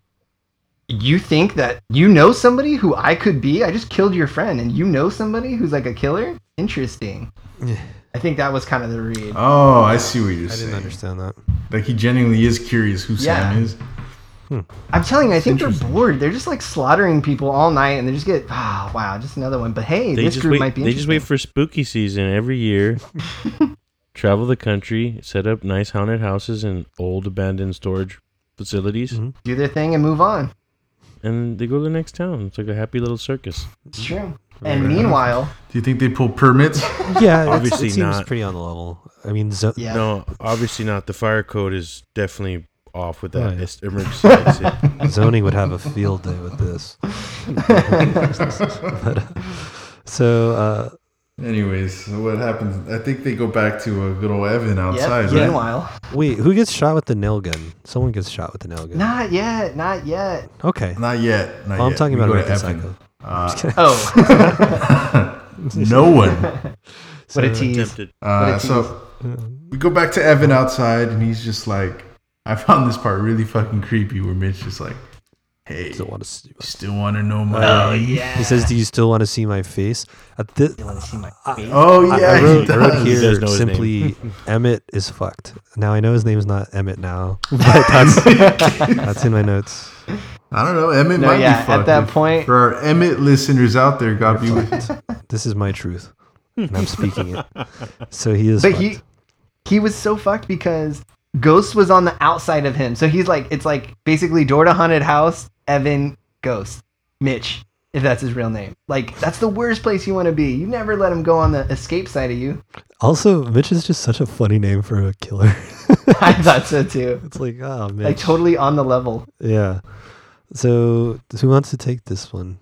Speaker 3: you think that you know somebody who i could be i just killed your friend and you know somebody who's like a killer interesting
Speaker 4: Yeah.
Speaker 3: i think that was kind of the read
Speaker 5: Oh, I see what you're
Speaker 4: I
Speaker 5: saying.
Speaker 4: didn't understand that.
Speaker 5: Like he genuinely is curious who
Speaker 3: Yeah.
Speaker 5: Sam is.
Speaker 3: i'm telling you i think they're
Speaker 5: interesting.
Speaker 3: bored they're just like slaughtering people all night and they just get ah wow just another one but hey
Speaker 6: They
Speaker 3: this
Speaker 6: just
Speaker 3: group
Speaker 6: wait.
Speaker 3: might be
Speaker 6: They just wait
Speaker 3: interesting.
Speaker 6: for spooky season every year.
Speaker 3: <laughs>
Speaker 6: Travel the country, set up nice haunted houses and old abandoned storage facilities,
Speaker 4: Mhm.
Speaker 3: do their thing and move on
Speaker 6: and they go to the next town. It's like a happy little circus.
Speaker 3: it's true and meanwhile
Speaker 5: Do you think they pull permits? <laughs>
Speaker 4: Yeah,
Speaker 6: Obviously
Speaker 4: it seems
Speaker 6: not.
Speaker 4: pretty on the level. I mean, zo-
Speaker 3: yeah
Speaker 6: No, obviously not. The fire code is definitely off with that
Speaker 4: Oh, yeah.
Speaker 6: It's emergency
Speaker 3: <laughs>
Speaker 6: exit.
Speaker 4: <laughs> zoning would have a field day with <laughs> this. But, uh, so, uh,
Speaker 5: Anyways, so what happens? I think they go back to a good old Evan outside,
Speaker 3: Yep,
Speaker 5: right?
Speaker 3: meanwhile
Speaker 4: wait, who gets shot with the nail gun? Someone gets shot with the nail gun.
Speaker 3: Not yet, not yet.
Speaker 4: Okay.
Speaker 5: Not yet. Not
Speaker 4: Well, I'm
Speaker 5: yet.
Speaker 4: talking
Speaker 5: We
Speaker 4: about
Speaker 5: go to
Speaker 4: American
Speaker 5: Evan.
Speaker 4: Psycho.
Speaker 5: Uh,
Speaker 4: <laughs>
Speaker 3: Oh,
Speaker 5: <laughs> no one.
Speaker 3: what a
Speaker 4: So-
Speaker 3: tease.
Speaker 6: Tempted.
Speaker 5: Uh,
Speaker 3: tease.
Speaker 5: so we go back to Evan outside, and he's just like, I found this part really fucking creepy where Mitch is like, hey,
Speaker 4: Still want to see.
Speaker 5: still want to know
Speaker 4: Oh,
Speaker 5: my.
Speaker 3: yeah.
Speaker 4: He says, "Do you still want to see my face?" At this,
Speaker 3: You want to see my face?
Speaker 5: Oh, yeah.
Speaker 4: I, I
Speaker 5: he
Speaker 4: wrote, I
Speaker 5: does.
Speaker 4: wrote
Speaker 6: He does
Speaker 4: here
Speaker 6: know his
Speaker 4: simply Emmett is fucked. Now I know his name is not Emmett now, but that's, that's in my notes.
Speaker 5: I don't know. Emmett
Speaker 3: No,
Speaker 5: might
Speaker 3: yeah,
Speaker 5: be
Speaker 3: at
Speaker 5: fucked.
Speaker 3: that
Speaker 5: If-
Speaker 3: point-
Speaker 5: for our Emmett listeners out there, God be with you.
Speaker 4: This is my truth, and I'm speaking it. So he is.
Speaker 3: But
Speaker 4: fucked.
Speaker 3: he he was so fucked because Ghost was on the outside of him. So he's like, it's like basically door to haunted house, Evan, Ghost, Mitch, if that's his real name. Like, that's the worst place you want to be. You never let him go on the escape side of <laughs> you.
Speaker 4: also Mitch is just such a funny name for a killer. <laughs>
Speaker 3: I thought so too.
Speaker 4: it's like oh Mitch.
Speaker 3: Like, totally on the level.
Speaker 4: Yeah. So who wants to take this one?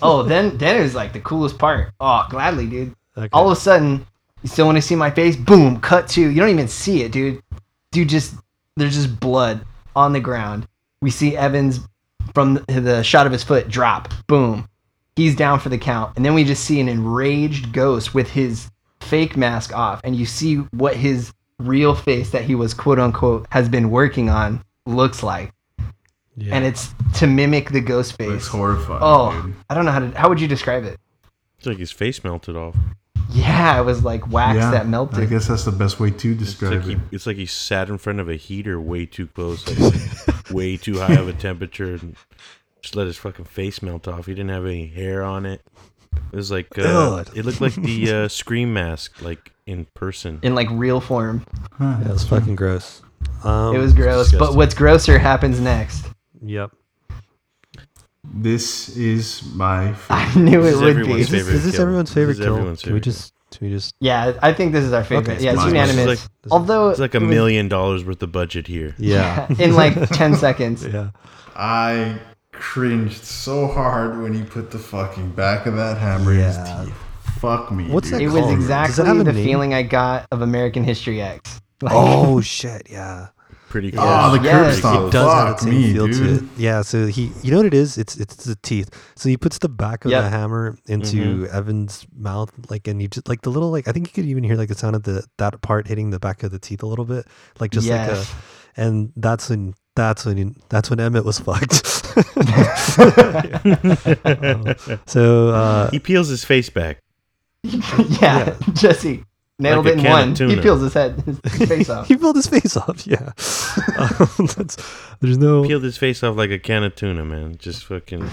Speaker 3: Oh, then then it was like the coolest part. Oh, gladly, dude.
Speaker 4: Okay.
Speaker 3: all of a sudden, you still want to see my face? Boom, cut to. You don't even see it, dude. Dude, just there's just blood on the ground. We see Evans from the, the shot of his foot drop. Boom, he's down for the count, and then we just see an enraged ghost with his fake mask off, and you see what his real face that he was quote unquote has been working on looks like,
Speaker 4: yeah.
Speaker 3: and it's to mimic the ghost
Speaker 5: It's
Speaker 3: face.
Speaker 5: horrifying.
Speaker 3: Oh,
Speaker 5: dude.
Speaker 3: I don't know how to. How would you describe it?
Speaker 6: It's like his face melted off.
Speaker 3: Yeah, it was like wax
Speaker 5: Yeah,
Speaker 3: that
Speaker 5: I
Speaker 3: melted.
Speaker 5: guess that's the best way to
Speaker 6: It's like
Speaker 5: describe
Speaker 6: he,
Speaker 5: it.
Speaker 6: it's like he sat in front of a heater way too close,
Speaker 4: <laughs>
Speaker 6: like way too high of a temperature, and just let his fucking face melt off. He didn't have any hair on it. It was like uh,
Speaker 4: God.
Speaker 6: it looked like
Speaker 4: <laughs>
Speaker 6: the uh, scream mask, like in person.
Speaker 3: in like real form.
Speaker 5: Huh.
Speaker 4: yeah, it's fucking gross. Um,
Speaker 3: It was gross, but
Speaker 6: Oh, disgusting.
Speaker 3: what's grosser happens next. <laughs>
Speaker 4: Yep.
Speaker 5: This is my
Speaker 3: I knew
Speaker 6: This
Speaker 3: it
Speaker 6: is
Speaker 3: would
Speaker 6: everyone's
Speaker 3: be.
Speaker 4: Is this,
Speaker 6: favorite
Speaker 4: is this
Speaker 6: kill.
Speaker 4: everyone's
Speaker 6: This
Speaker 4: favorite
Speaker 6: is
Speaker 4: kill?
Speaker 6: everyone's
Speaker 4: Can we
Speaker 6: favorite
Speaker 4: just? Can we
Speaker 3: <laughs>
Speaker 4: just?
Speaker 3: Yeah, I think this is our favorite.
Speaker 4: it's
Speaker 3: yeah, it's
Speaker 5: mine.
Speaker 3: unanimous.
Speaker 6: This is
Speaker 4: like-
Speaker 3: Although
Speaker 6: It's like a
Speaker 3: it was- <laughs>
Speaker 6: million dollars worth of budget here.
Speaker 4: Yeah.
Speaker 3: in like
Speaker 6: <laughs>
Speaker 3: ten seconds.
Speaker 4: yeah.
Speaker 5: I cringed so hard when he put the fucking back of that hammer in his
Speaker 4: Yeah.
Speaker 5: teeth. Fuck me.
Speaker 4: What's
Speaker 5: dude.
Speaker 4: that
Speaker 3: It
Speaker 4: Does
Speaker 3: was
Speaker 4: that have
Speaker 3: exactly
Speaker 4: a
Speaker 3: the
Speaker 4: name?
Speaker 6: Oh,
Speaker 3: feeling I got of American History X. <laughs> Like,
Speaker 4: Oh shit. Yeah.
Speaker 6: pretty close.
Speaker 5: Oh, the curb
Speaker 3: Yes. It
Speaker 5: stop.
Speaker 4: It does have
Speaker 5: Fuck
Speaker 4: its own
Speaker 5: me,
Speaker 4: feel to it.
Speaker 5: dude.
Speaker 4: Yeah, so he, you know what it is? It's it's the teeth. So he puts the back of
Speaker 3: Yep.
Speaker 4: the hammer into
Speaker 3: Mm-hmm.
Speaker 4: Evan's mouth, like, and you just like the little, like, I think you could even hear like the sound of the that part hitting the back of the teeth a little bit, like just like a,
Speaker 3: Yes.
Speaker 4: and that's when that's when you- that's when Emmett
Speaker 3: <laughs>
Speaker 4: was fucked. <laughs> so
Speaker 6: <laughs>
Speaker 4: uh,
Speaker 6: He peels his face back.
Speaker 3: <laughs> yeah, <laughs> Jesse nailed
Speaker 6: Like
Speaker 3: it
Speaker 6: a
Speaker 3: in
Speaker 6: can of
Speaker 3: one. He
Speaker 6: tuna.
Speaker 3: peels his head, <laughs> his face
Speaker 6: <laughs>
Speaker 3: off.
Speaker 4: he pulled his face off. Yeah, <laughs> um, that's, there's no
Speaker 6: Peeled his face off like a can of tuna, man. Just fucking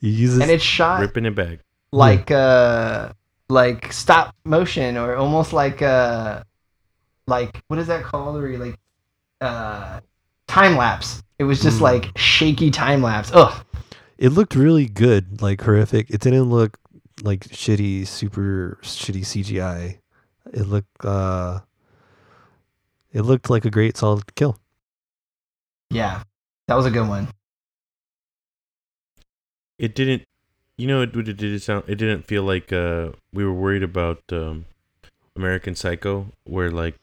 Speaker 4: he uses
Speaker 3: and it's shot
Speaker 6: ripping it back.
Speaker 3: like uh like stop motion or almost like uh like what is that called or like uh time lapse it was just like shaky time lapse ugh
Speaker 4: it looked really good, like horrific. It didn't look like shitty, super shitty CGI. It looked uh it looked like a great solid kill.
Speaker 3: yeah that was a good one
Speaker 6: It didn't, you know, it, it did sound. It didn't feel like uh, we were worried about um, American Psycho, where like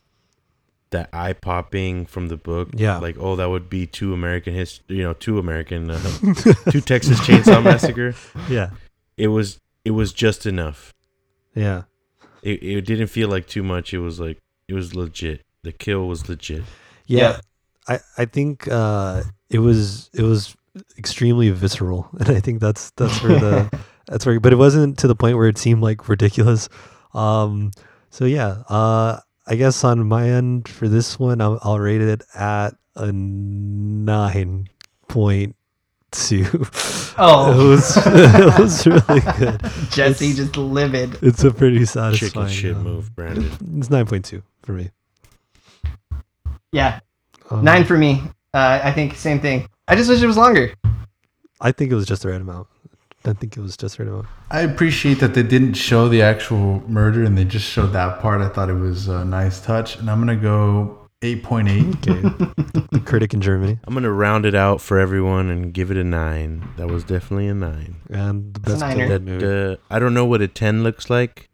Speaker 6: that eye popping from the book.
Speaker 4: Yeah.
Speaker 6: like oh, that would be too American history. You know, too American, uh, <laughs> too Texas Chainsaw Massacre.
Speaker 4: yeah.
Speaker 6: It was. It was just enough.
Speaker 4: Yeah.
Speaker 6: It, it didn't feel like too much. It was like it was legit. The kill was legit.
Speaker 4: Yeah. I I think uh it was it was extremely visceral <laughs> and I think that's that's where the that's where but it wasn't to the point where it seemed like ridiculous. Um so yeah, uh I guess on my end for this one I'll, I'll rate it at a 9.2. <laughs>
Speaker 3: Oh.
Speaker 4: it was <laughs> it was really good.
Speaker 3: <laughs> jesse
Speaker 4: It's-
Speaker 3: just livid
Speaker 4: It's a pretty
Speaker 6: Chicken
Speaker 4: satisfying
Speaker 6: shit
Speaker 4: uh,
Speaker 6: move, Brandon.
Speaker 4: It's 9.2 for me.
Speaker 3: yeah
Speaker 4: Um,
Speaker 3: nine for me uh i think same thing i just wish it was longer
Speaker 4: I think it was just the right amount. I think it was just the right amount.
Speaker 5: I appreciate that they didn't show the actual murder and they just showed that part. I thought it was a nice touch, and I'm gonna go 8.8.
Speaker 4: Okay. the critic in Germany.
Speaker 6: I'm gonna round it out for everyone and give it a nine. That was definitely a nine.
Speaker 4: And Um, the
Speaker 3: a
Speaker 4: best
Speaker 3: niner.
Speaker 4: Poland
Speaker 6: That,
Speaker 4: movie.
Speaker 6: uh, I don't know what a ten looks like,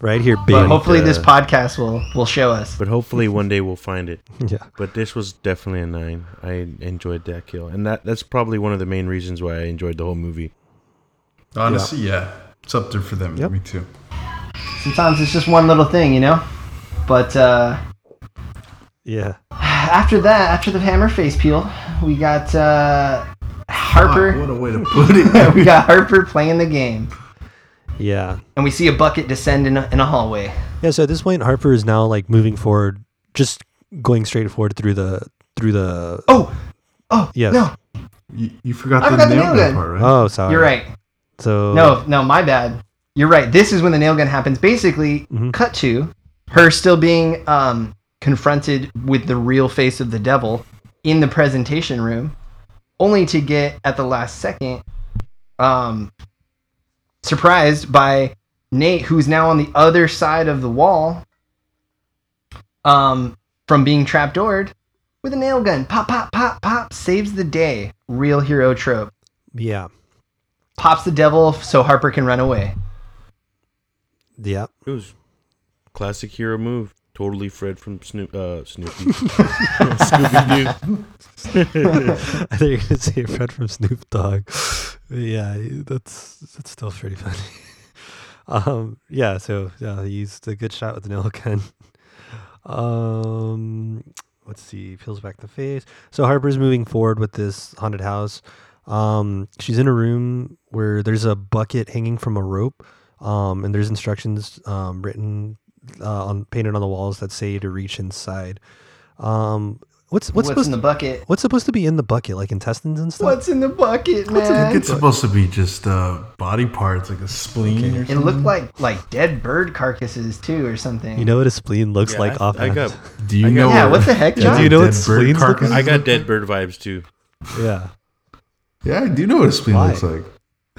Speaker 4: Right here,
Speaker 3: but
Speaker 4: baby.
Speaker 3: hopefully this
Speaker 6: uh,
Speaker 3: podcast will will show us
Speaker 6: but hopefully one day we'll find it.
Speaker 4: <laughs> Yeah.
Speaker 6: But this was definitely a nine. I enjoyed that kill, and that that's probably one of the main reasons why I enjoyed the whole movie.
Speaker 5: Honestly, yeah. it's up there for them.
Speaker 4: Yep.
Speaker 5: Me too.
Speaker 3: sometimes it's just one little thing you know but uh
Speaker 4: Yeah.
Speaker 3: after that after the hammer face peel we got uh harper
Speaker 5: Fuck, Ah, what a way to put
Speaker 3: <laughs>
Speaker 5: it. <laughs>
Speaker 3: we got Harper playing the game,
Speaker 4: Yeah.
Speaker 3: and we see a bucket descend in a, in a hallway.
Speaker 4: Yeah. So at this point, Harper is now like moving forward, just going straight forward through the through the.
Speaker 3: Oh, oh,
Speaker 4: Yes.
Speaker 3: no,
Speaker 5: you, you forgot
Speaker 3: I
Speaker 5: the
Speaker 3: forgot the
Speaker 5: nail
Speaker 3: nail
Speaker 5: gun
Speaker 3: gun.
Speaker 5: part, right?
Speaker 4: Oh, sorry.
Speaker 3: you're right.
Speaker 4: So
Speaker 3: No, no, my bad. You're right. This is when the nail gun happens. Basically,
Speaker 4: Mhm.
Speaker 3: cut to her still being um, confronted with the real face of the devil in the presentation room, only to get at the last second um, surprised by Nate, who's now on the other side of the wall um, from being trapdoored with a nail gun. Pop, pop, pop, pop. Saves the day. Real hero trope.
Speaker 4: Yeah.
Speaker 3: Pops the devil so Harper can run away.
Speaker 4: Yeah.
Speaker 6: It was classic hero move. Totally Fred from Snoop, uh, Snoopy. Scooby Doo.
Speaker 4: <laughs> I thought you were gonna say Fred from Snoop Dogg. But yeah, that's that's still pretty funny. <laughs> Um, yeah, so yeah, he used a good shot with the nail gun. Um, let's see, peels back the face. So Harper's moving forward with this haunted house. Um, she's in a room where there's a bucket hanging from a rope, um, and there's instructions um, written uh, on painted on the walls that say to reach inside. Um, what's what's,
Speaker 3: What's,
Speaker 4: supposed
Speaker 3: in the
Speaker 4: to-
Speaker 3: bucket?
Speaker 4: What's supposed to be in the bucket, like intestines and stuff?
Speaker 3: What's in the bucket,
Speaker 5: I
Speaker 3: man?
Speaker 5: think it's supposed to be just uh, body parts, like a spleen or
Speaker 3: it
Speaker 5: something.
Speaker 3: looked like like dead bird carcasses too, or something.
Speaker 4: You know what a spleen looks
Speaker 6: Yeah,
Speaker 4: like
Speaker 6: I,
Speaker 4: off
Speaker 6: I got,
Speaker 5: Do you know?
Speaker 3: yeah, what the heck,
Speaker 5: yeah,
Speaker 3: John?
Speaker 4: Do you know what
Speaker 5: dead bird
Speaker 4: spleens look
Speaker 5: carcasses
Speaker 6: I got dead bird vibes too.
Speaker 4: <laughs> Yeah.
Speaker 5: Yeah, I do know what a spleen
Speaker 4: Why?
Speaker 5: looks like.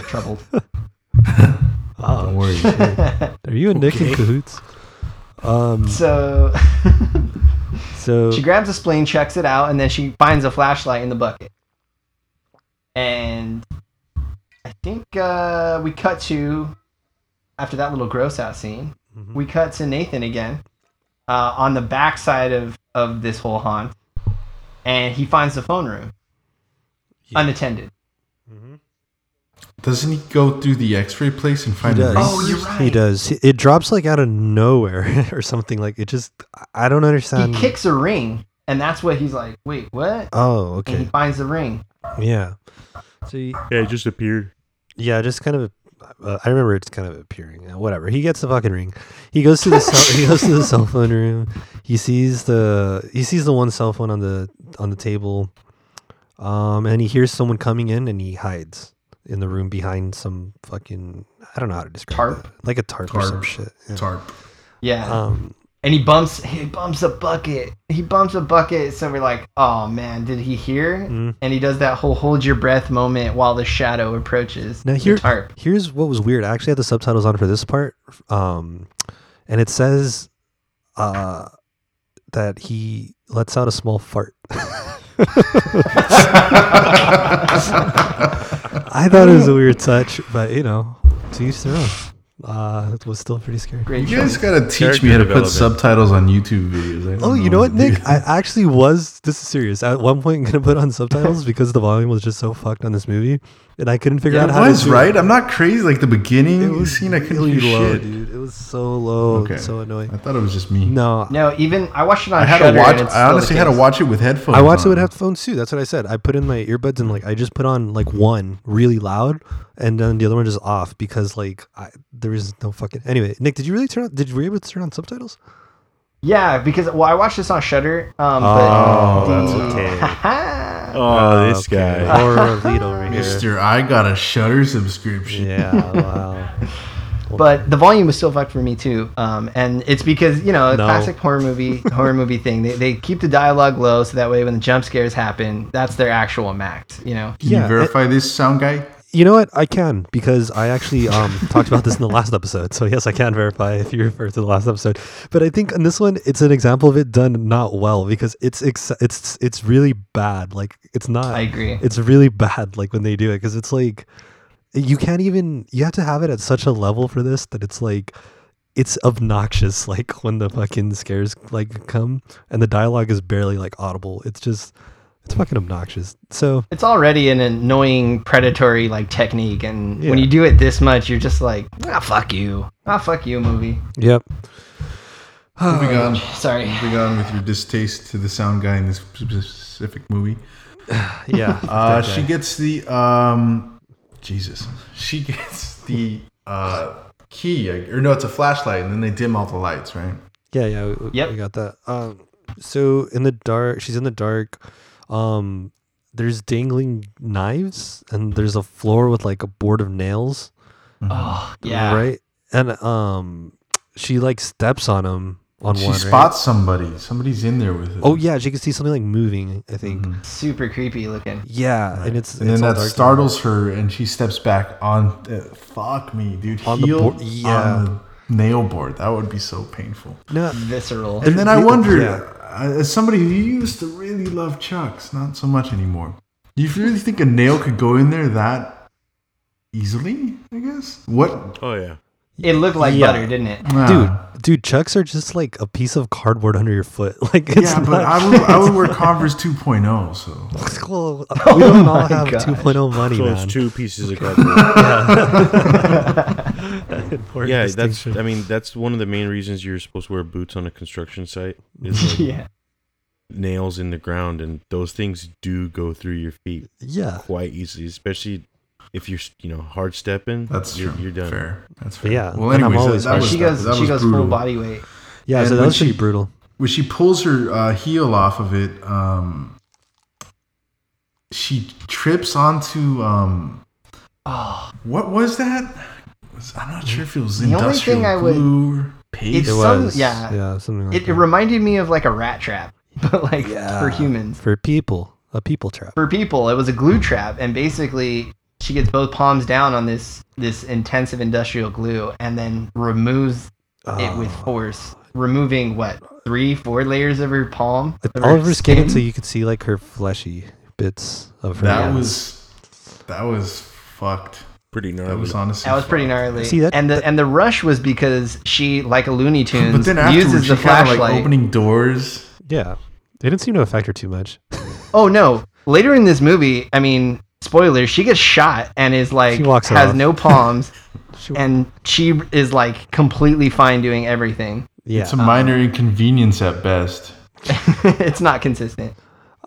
Speaker 3: Troubled.
Speaker 5: Don't <laughs>
Speaker 4: Oh,
Speaker 5: worry.
Speaker 4: are you and Nick in cahoots? Um.
Speaker 3: So <laughs>
Speaker 4: So
Speaker 3: she grabs a spleen, checks it out, and then she finds a flashlight in the bucket. And I think uh, we cut to after that little gross out scene.
Speaker 4: Mhm.
Speaker 3: We cut to Nathan again uh, on the backside of of this whole haunt, and he finds the phone room
Speaker 4: Yeah.
Speaker 3: unattended.
Speaker 5: Doesn't he go through the X-ray place and
Speaker 4: He
Speaker 5: find the
Speaker 4: does.
Speaker 5: ring?
Speaker 3: Oh, you're right.
Speaker 4: He does. He- It drops like out of nowhere <laughs> or something. Like it just. I don't understand.
Speaker 3: he kicks a ring, and that's what he's like. Wait, what?
Speaker 4: Oh,
Speaker 3: And he
Speaker 4: okay.
Speaker 3: finds the ring.
Speaker 4: Yeah. So he-
Speaker 6: Yeah, it just appeared.
Speaker 4: yeah, just kind of. Uh, I remember it's kind of appearing. Uh, Whatever. He gets the fucking ring. He goes to the cell, he goes to the cell phone room. He sees the he sees the one cell phone on the on the table, um, and he hears someone coming in, and he hides in the room behind some fucking I don't know how to describe
Speaker 3: Tarp?
Speaker 4: it. like a tarp, or some
Speaker 5: Tarp.
Speaker 4: shit. Yeah.
Speaker 5: Tarp.
Speaker 3: Yeah,
Speaker 4: Um,
Speaker 3: and he bumps. He bumps a bucket. He bumps a bucket. So we're like, oh man, did he hear?
Speaker 4: Mm.
Speaker 3: And he does that whole hold your breath moment while the shadow approaches.
Speaker 4: Now
Speaker 3: the
Speaker 4: here,
Speaker 3: tarp.
Speaker 4: here's what was weird. I actually had the subtitles on for this part, um, and it says uh, that he lets out a small fart. <laughs> I thought it was a weird touch, but you know, to each their own. Uh, it was still pretty scary.
Speaker 3: Great
Speaker 5: You
Speaker 3: choice.
Speaker 5: guys gotta teach
Speaker 6: Character
Speaker 5: me how to put
Speaker 6: development.
Speaker 5: subtitles on YouTube videos. I don't
Speaker 4: Oh, you
Speaker 5: know
Speaker 4: know what,
Speaker 5: to do.
Speaker 4: Nick? I actually was. This is serious. At one point, gonna put on subtitles because the volume was just so fucked on this movie, and I couldn't figure
Speaker 3: Yeah,
Speaker 4: out
Speaker 5: It
Speaker 4: how
Speaker 5: was
Speaker 4: to do
Speaker 5: right. I'm not crazy. Like the beginning scene, I couldn't
Speaker 4: really
Speaker 5: hear
Speaker 4: low,
Speaker 5: shit.
Speaker 4: dude. It was so low,
Speaker 5: Okay.
Speaker 4: so annoying.
Speaker 5: I thought it was just me.
Speaker 4: No,
Speaker 3: No, even I watched it on.
Speaker 5: I had
Speaker 3: Shudder
Speaker 5: to watch.
Speaker 3: and it's
Speaker 5: I
Speaker 3: still
Speaker 5: honestly
Speaker 3: the
Speaker 5: had to
Speaker 3: case.
Speaker 5: watch it with headphones.
Speaker 4: I watched it with
Speaker 5: on.
Speaker 4: headphones too. That's what I said. I put in my earbuds and like I just put on like one really loud, and then the other one just off because like I, there is no fucking anyway. Nick, did you really turn on? Did you were you able to turn on subtitles?
Speaker 3: Yeah, because well, I watched this on Shutter. Um,
Speaker 4: Oh,
Speaker 3: but
Speaker 5: that's
Speaker 3: the-
Speaker 6: okay.
Speaker 3: Haha.
Speaker 6: Oh, this
Speaker 4: Okay. <laughs>
Speaker 6: guy.
Speaker 4: horror lead over
Speaker 5: <laughs>
Speaker 4: here.
Speaker 5: Mister, I got a Shutter subscription.
Speaker 4: Yeah, wow.
Speaker 3: but the volume was still fucked for me too, um, and it's because you know a
Speaker 4: No.
Speaker 3: classic horror movie horror movie thing. They, they keep the dialogue low so that way when the jump scares happen, that's their actual max. You know.
Speaker 5: Can
Speaker 4: Yeah,
Speaker 5: you
Speaker 4: it-
Speaker 5: verify this sound guy?
Speaker 4: You know what? I can because I actually um, <laughs> talked about this in the last episode. So yes, I can verify if you refer to the last episode. But I think in this one, it's an example of it done not well because it's ex- it's it's really bad. Like it's not.
Speaker 3: I agree.
Speaker 4: It's really bad. Like when they do it because it's like you can't even. You have to have it at such a level for this that it's like it's obnoxious. <laughs> Like when the fucking scares like come and the dialogue is barely like audible. It's just it's fucking obnoxious. So
Speaker 3: It's already an annoying predatory like technique, and when
Speaker 4: Yeah.
Speaker 3: you do it this much, you're just like, ah, fuck you, ah, fuck you, movie.
Speaker 4: yep.
Speaker 5: Moving on.
Speaker 3: Sorry.
Speaker 4: Mm-hmm.
Speaker 5: Moving on with your distaste to the sound guy in this specific movie.
Speaker 4: <laughs> Yeah.
Speaker 5: Uh,
Speaker 4: that guy.
Speaker 5: she gets the um, Jesus. She gets the uh, key, I- or no, it's a flashlight, and then they dim all the lights, right?
Speaker 4: Yeah, yeah, we- we,
Speaker 3: Yep.
Speaker 4: we got that. Um, so in the dark, she's in the dark. Um, there's dangling knives, and there's a floor with like a board of nails,
Speaker 3: Oh yeah.
Speaker 4: right? And um, she like steps on him on
Speaker 5: she
Speaker 4: one. right?
Speaker 5: spots somebody. Somebody's in there with it.
Speaker 4: Oh yeah, she can see something like moving. I think.
Speaker 3: Super creepy looking.
Speaker 4: Yeah, and it's
Speaker 5: and
Speaker 4: it's
Speaker 5: then that
Speaker 4: all dark in
Speaker 5: startles her, and she steps back on. Uh, fuck me, dude.
Speaker 4: On the
Speaker 5: Heel
Speaker 4: board- yeah.
Speaker 5: on the nail board. That would be so painful.
Speaker 4: there. No,
Speaker 3: Visceral.
Speaker 5: And then I
Speaker 4: Yeah.
Speaker 5: wondered,
Speaker 4: Yeah.
Speaker 5: uh, as somebody who used to really love Chucks, not so much anymore. You really think a nail could go in there that easily? I guess. What, Ah.
Speaker 6: Oh yeah.
Speaker 3: It looked like
Speaker 4: Yeah.
Speaker 3: butter, didn't it? <laughs>
Speaker 5: Nah.
Speaker 4: dude, dude, chucks are just like a piece of cardboard under your foot. <laughs> Like it's
Speaker 5: Yeah,
Speaker 4: not,
Speaker 5: but
Speaker 4: <laughs>
Speaker 5: I would, I would wear Converse <laughs> 2.0. So <laughs>
Speaker 4: Well, we
Speaker 5: Oh
Speaker 4: don't all have
Speaker 3: gosh.
Speaker 4: 2.0 money,
Speaker 6: So
Speaker 4: man.
Speaker 6: it's two pieces of cardboard.
Speaker 4: Important
Speaker 6: yeah, that's.
Speaker 4: distinction.
Speaker 6: I mean, that's one of the main reasons you're supposed to wear boots on a construction site.
Speaker 3: <laughs>
Speaker 6: Is like
Speaker 3: yeah.
Speaker 6: nails in the ground, and those things do go through your feet
Speaker 4: yeah.
Speaker 6: quite easily, especially if you're you know hard stepping.
Speaker 5: that's
Speaker 6: you're,
Speaker 5: true.
Speaker 6: you're done.
Speaker 5: Fair. That's
Speaker 4: But
Speaker 5: fair.
Speaker 4: yeah,
Speaker 5: Well,
Speaker 4: and I'm
Speaker 5: anyways, that-
Speaker 4: always
Speaker 5: that
Speaker 4: right.
Speaker 5: was-
Speaker 3: she goes.
Speaker 5: that
Speaker 3: she
Speaker 5: was
Speaker 3: goes
Speaker 5: brutal.
Speaker 3: full body weight.
Speaker 4: Yeah, so
Speaker 5: And
Speaker 4: that
Speaker 5: when
Speaker 4: was pretty
Speaker 5: she-
Speaker 4: brutal.
Speaker 5: when she pulls her uh, heel off of it, um, she trips onto um,
Speaker 3: Oh,
Speaker 5: what was that? Was- I'm not sure if it was
Speaker 3: only
Speaker 5: industrial
Speaker 3: thing I would-
Speaker 5: glue, or paste.
Speaker 3: It's- Some- yeah.
Speaker 4: yeah, something like
Speaker 3: It, it
Speaker 4: that.
Speaker 3: reminded me of like a rat trap, <laughs> but like for humans.
Speaker 4: for people, a people trap.
Speaker 3: For people, it was a glue trap, and basically she gets both palms down on this this intensive industrial glue, and then removes it with force, removing what three, four layers of her palm. of
Speaker 4: all of her skin, Ah. so you could see like her fleshy bits of her.
Speaker 5: that
Speaker 4: hands.
Speaker 5: was that was fucked.
Speaker 6: Pretty gnarly.
Speaker 5: That was honestly
Speaker 3: That was pretty
Speaker 5: fucked.
Speaker 3: gnarly.
Speaker 4: See, that-
Speaker 3: and the and the rush was because she, like a Looney Tunes,
Speaker 5: But then afterwards,
Speaker 3: uses
Speaker 5: she
Speaker 3: the
Speaker 5: kind of
Speaker 3: flashlight.
Speaker 5: like opening doors.
Speaker 4: yeah. They didn't seem to affect her too much.
Speaker 3: Oh no! Later in this movie, I mean, spoilers. She gets shot and is like
Speaker 4: She walks it
Speaker 3: has
Speaker 4: off.
Speaker 3: no palms,
Speaker 4: <laughs> She-
Speaker 3: and she is like completely fine doing everything.
Speaker 4: yeah.
Speaker 5: It's a minor inconvenience at best.
Speaker 3: <laughs> it's not consistent.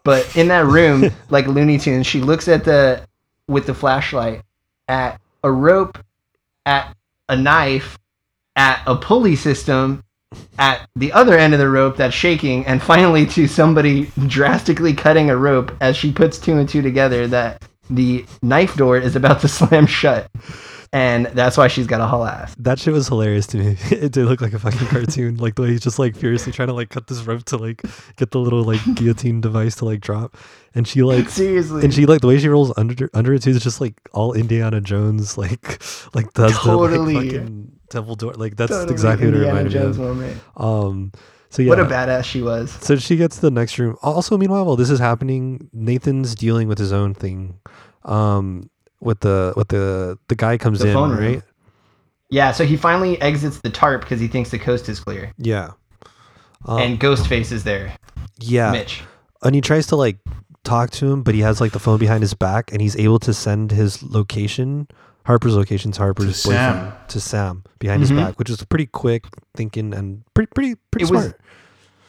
Speaker 3: But in that <laughs> room, like Looney Tunes, she looks at the with the flashlight at a rope, at a knife, at a pulley system, at the other end of the rope that's shaking, and finally to somebody drastically cutting a rope as she puts two and two together that the knife door is about to <laughs> slam shut. And that's why she's got a whole ass.
Speaker 4: that shit was hilarious to me. <laughs> it did look like a fucking cartoon, like the way he's just like furiously trying to like cut this rope to like get the
Speaker 5: <laughs>
Speaker 4: little like guillotine device to like drop, and she like
Speaker 3: Seriously.
Speaker 4: and she like the way she rolls under under it too is just like all Indiana Jones like <laughs> like does
Speaker 3: Totally.
Speaker 4: the like, fucking temple door like that's
Speaker 3: Totally
Speaker 4: exactly what it
Speaker 3: Indiana
Speaker 4: reminded
Speaker 3: Jones
Speaker 4: me
Speaker 3: moment.
Speaker 4: of. Um, so yeah,
Speaker 3: What a badass she was.
Speaker 4: so she gets to the next room. Also, meanwhile, while this is happening, Nathan's dealing with his own thing. Um, with the with the the guy comes
Speaker 3: The
Speaker 4: in
Speaker 3: phone room.
Speaker 4: right.
Speaker 3: Yeah, so he finally exits the tarp because he thinks the coast is clear.
Speaker 4: Yeah. Um,
Speaker 3: and Ghostface is there,
Speaker 4: yeah,
Speaker 3: Mitch.
Speaker 4: and he tries to like talk to him, but he has like the phone behind his back, and he's able to send his location, Harper's location's Harper's
Speaker 5: To
Speaker 4: boyfriend
Speaker 5: Sam.
Speaker 4: to Sam behind
Speaker 3: Mhm.
Speaker 4: his back, which is pretty quick thinking and pretty pretty pretty
Speaker 3: It was-
Speaker 4: smart.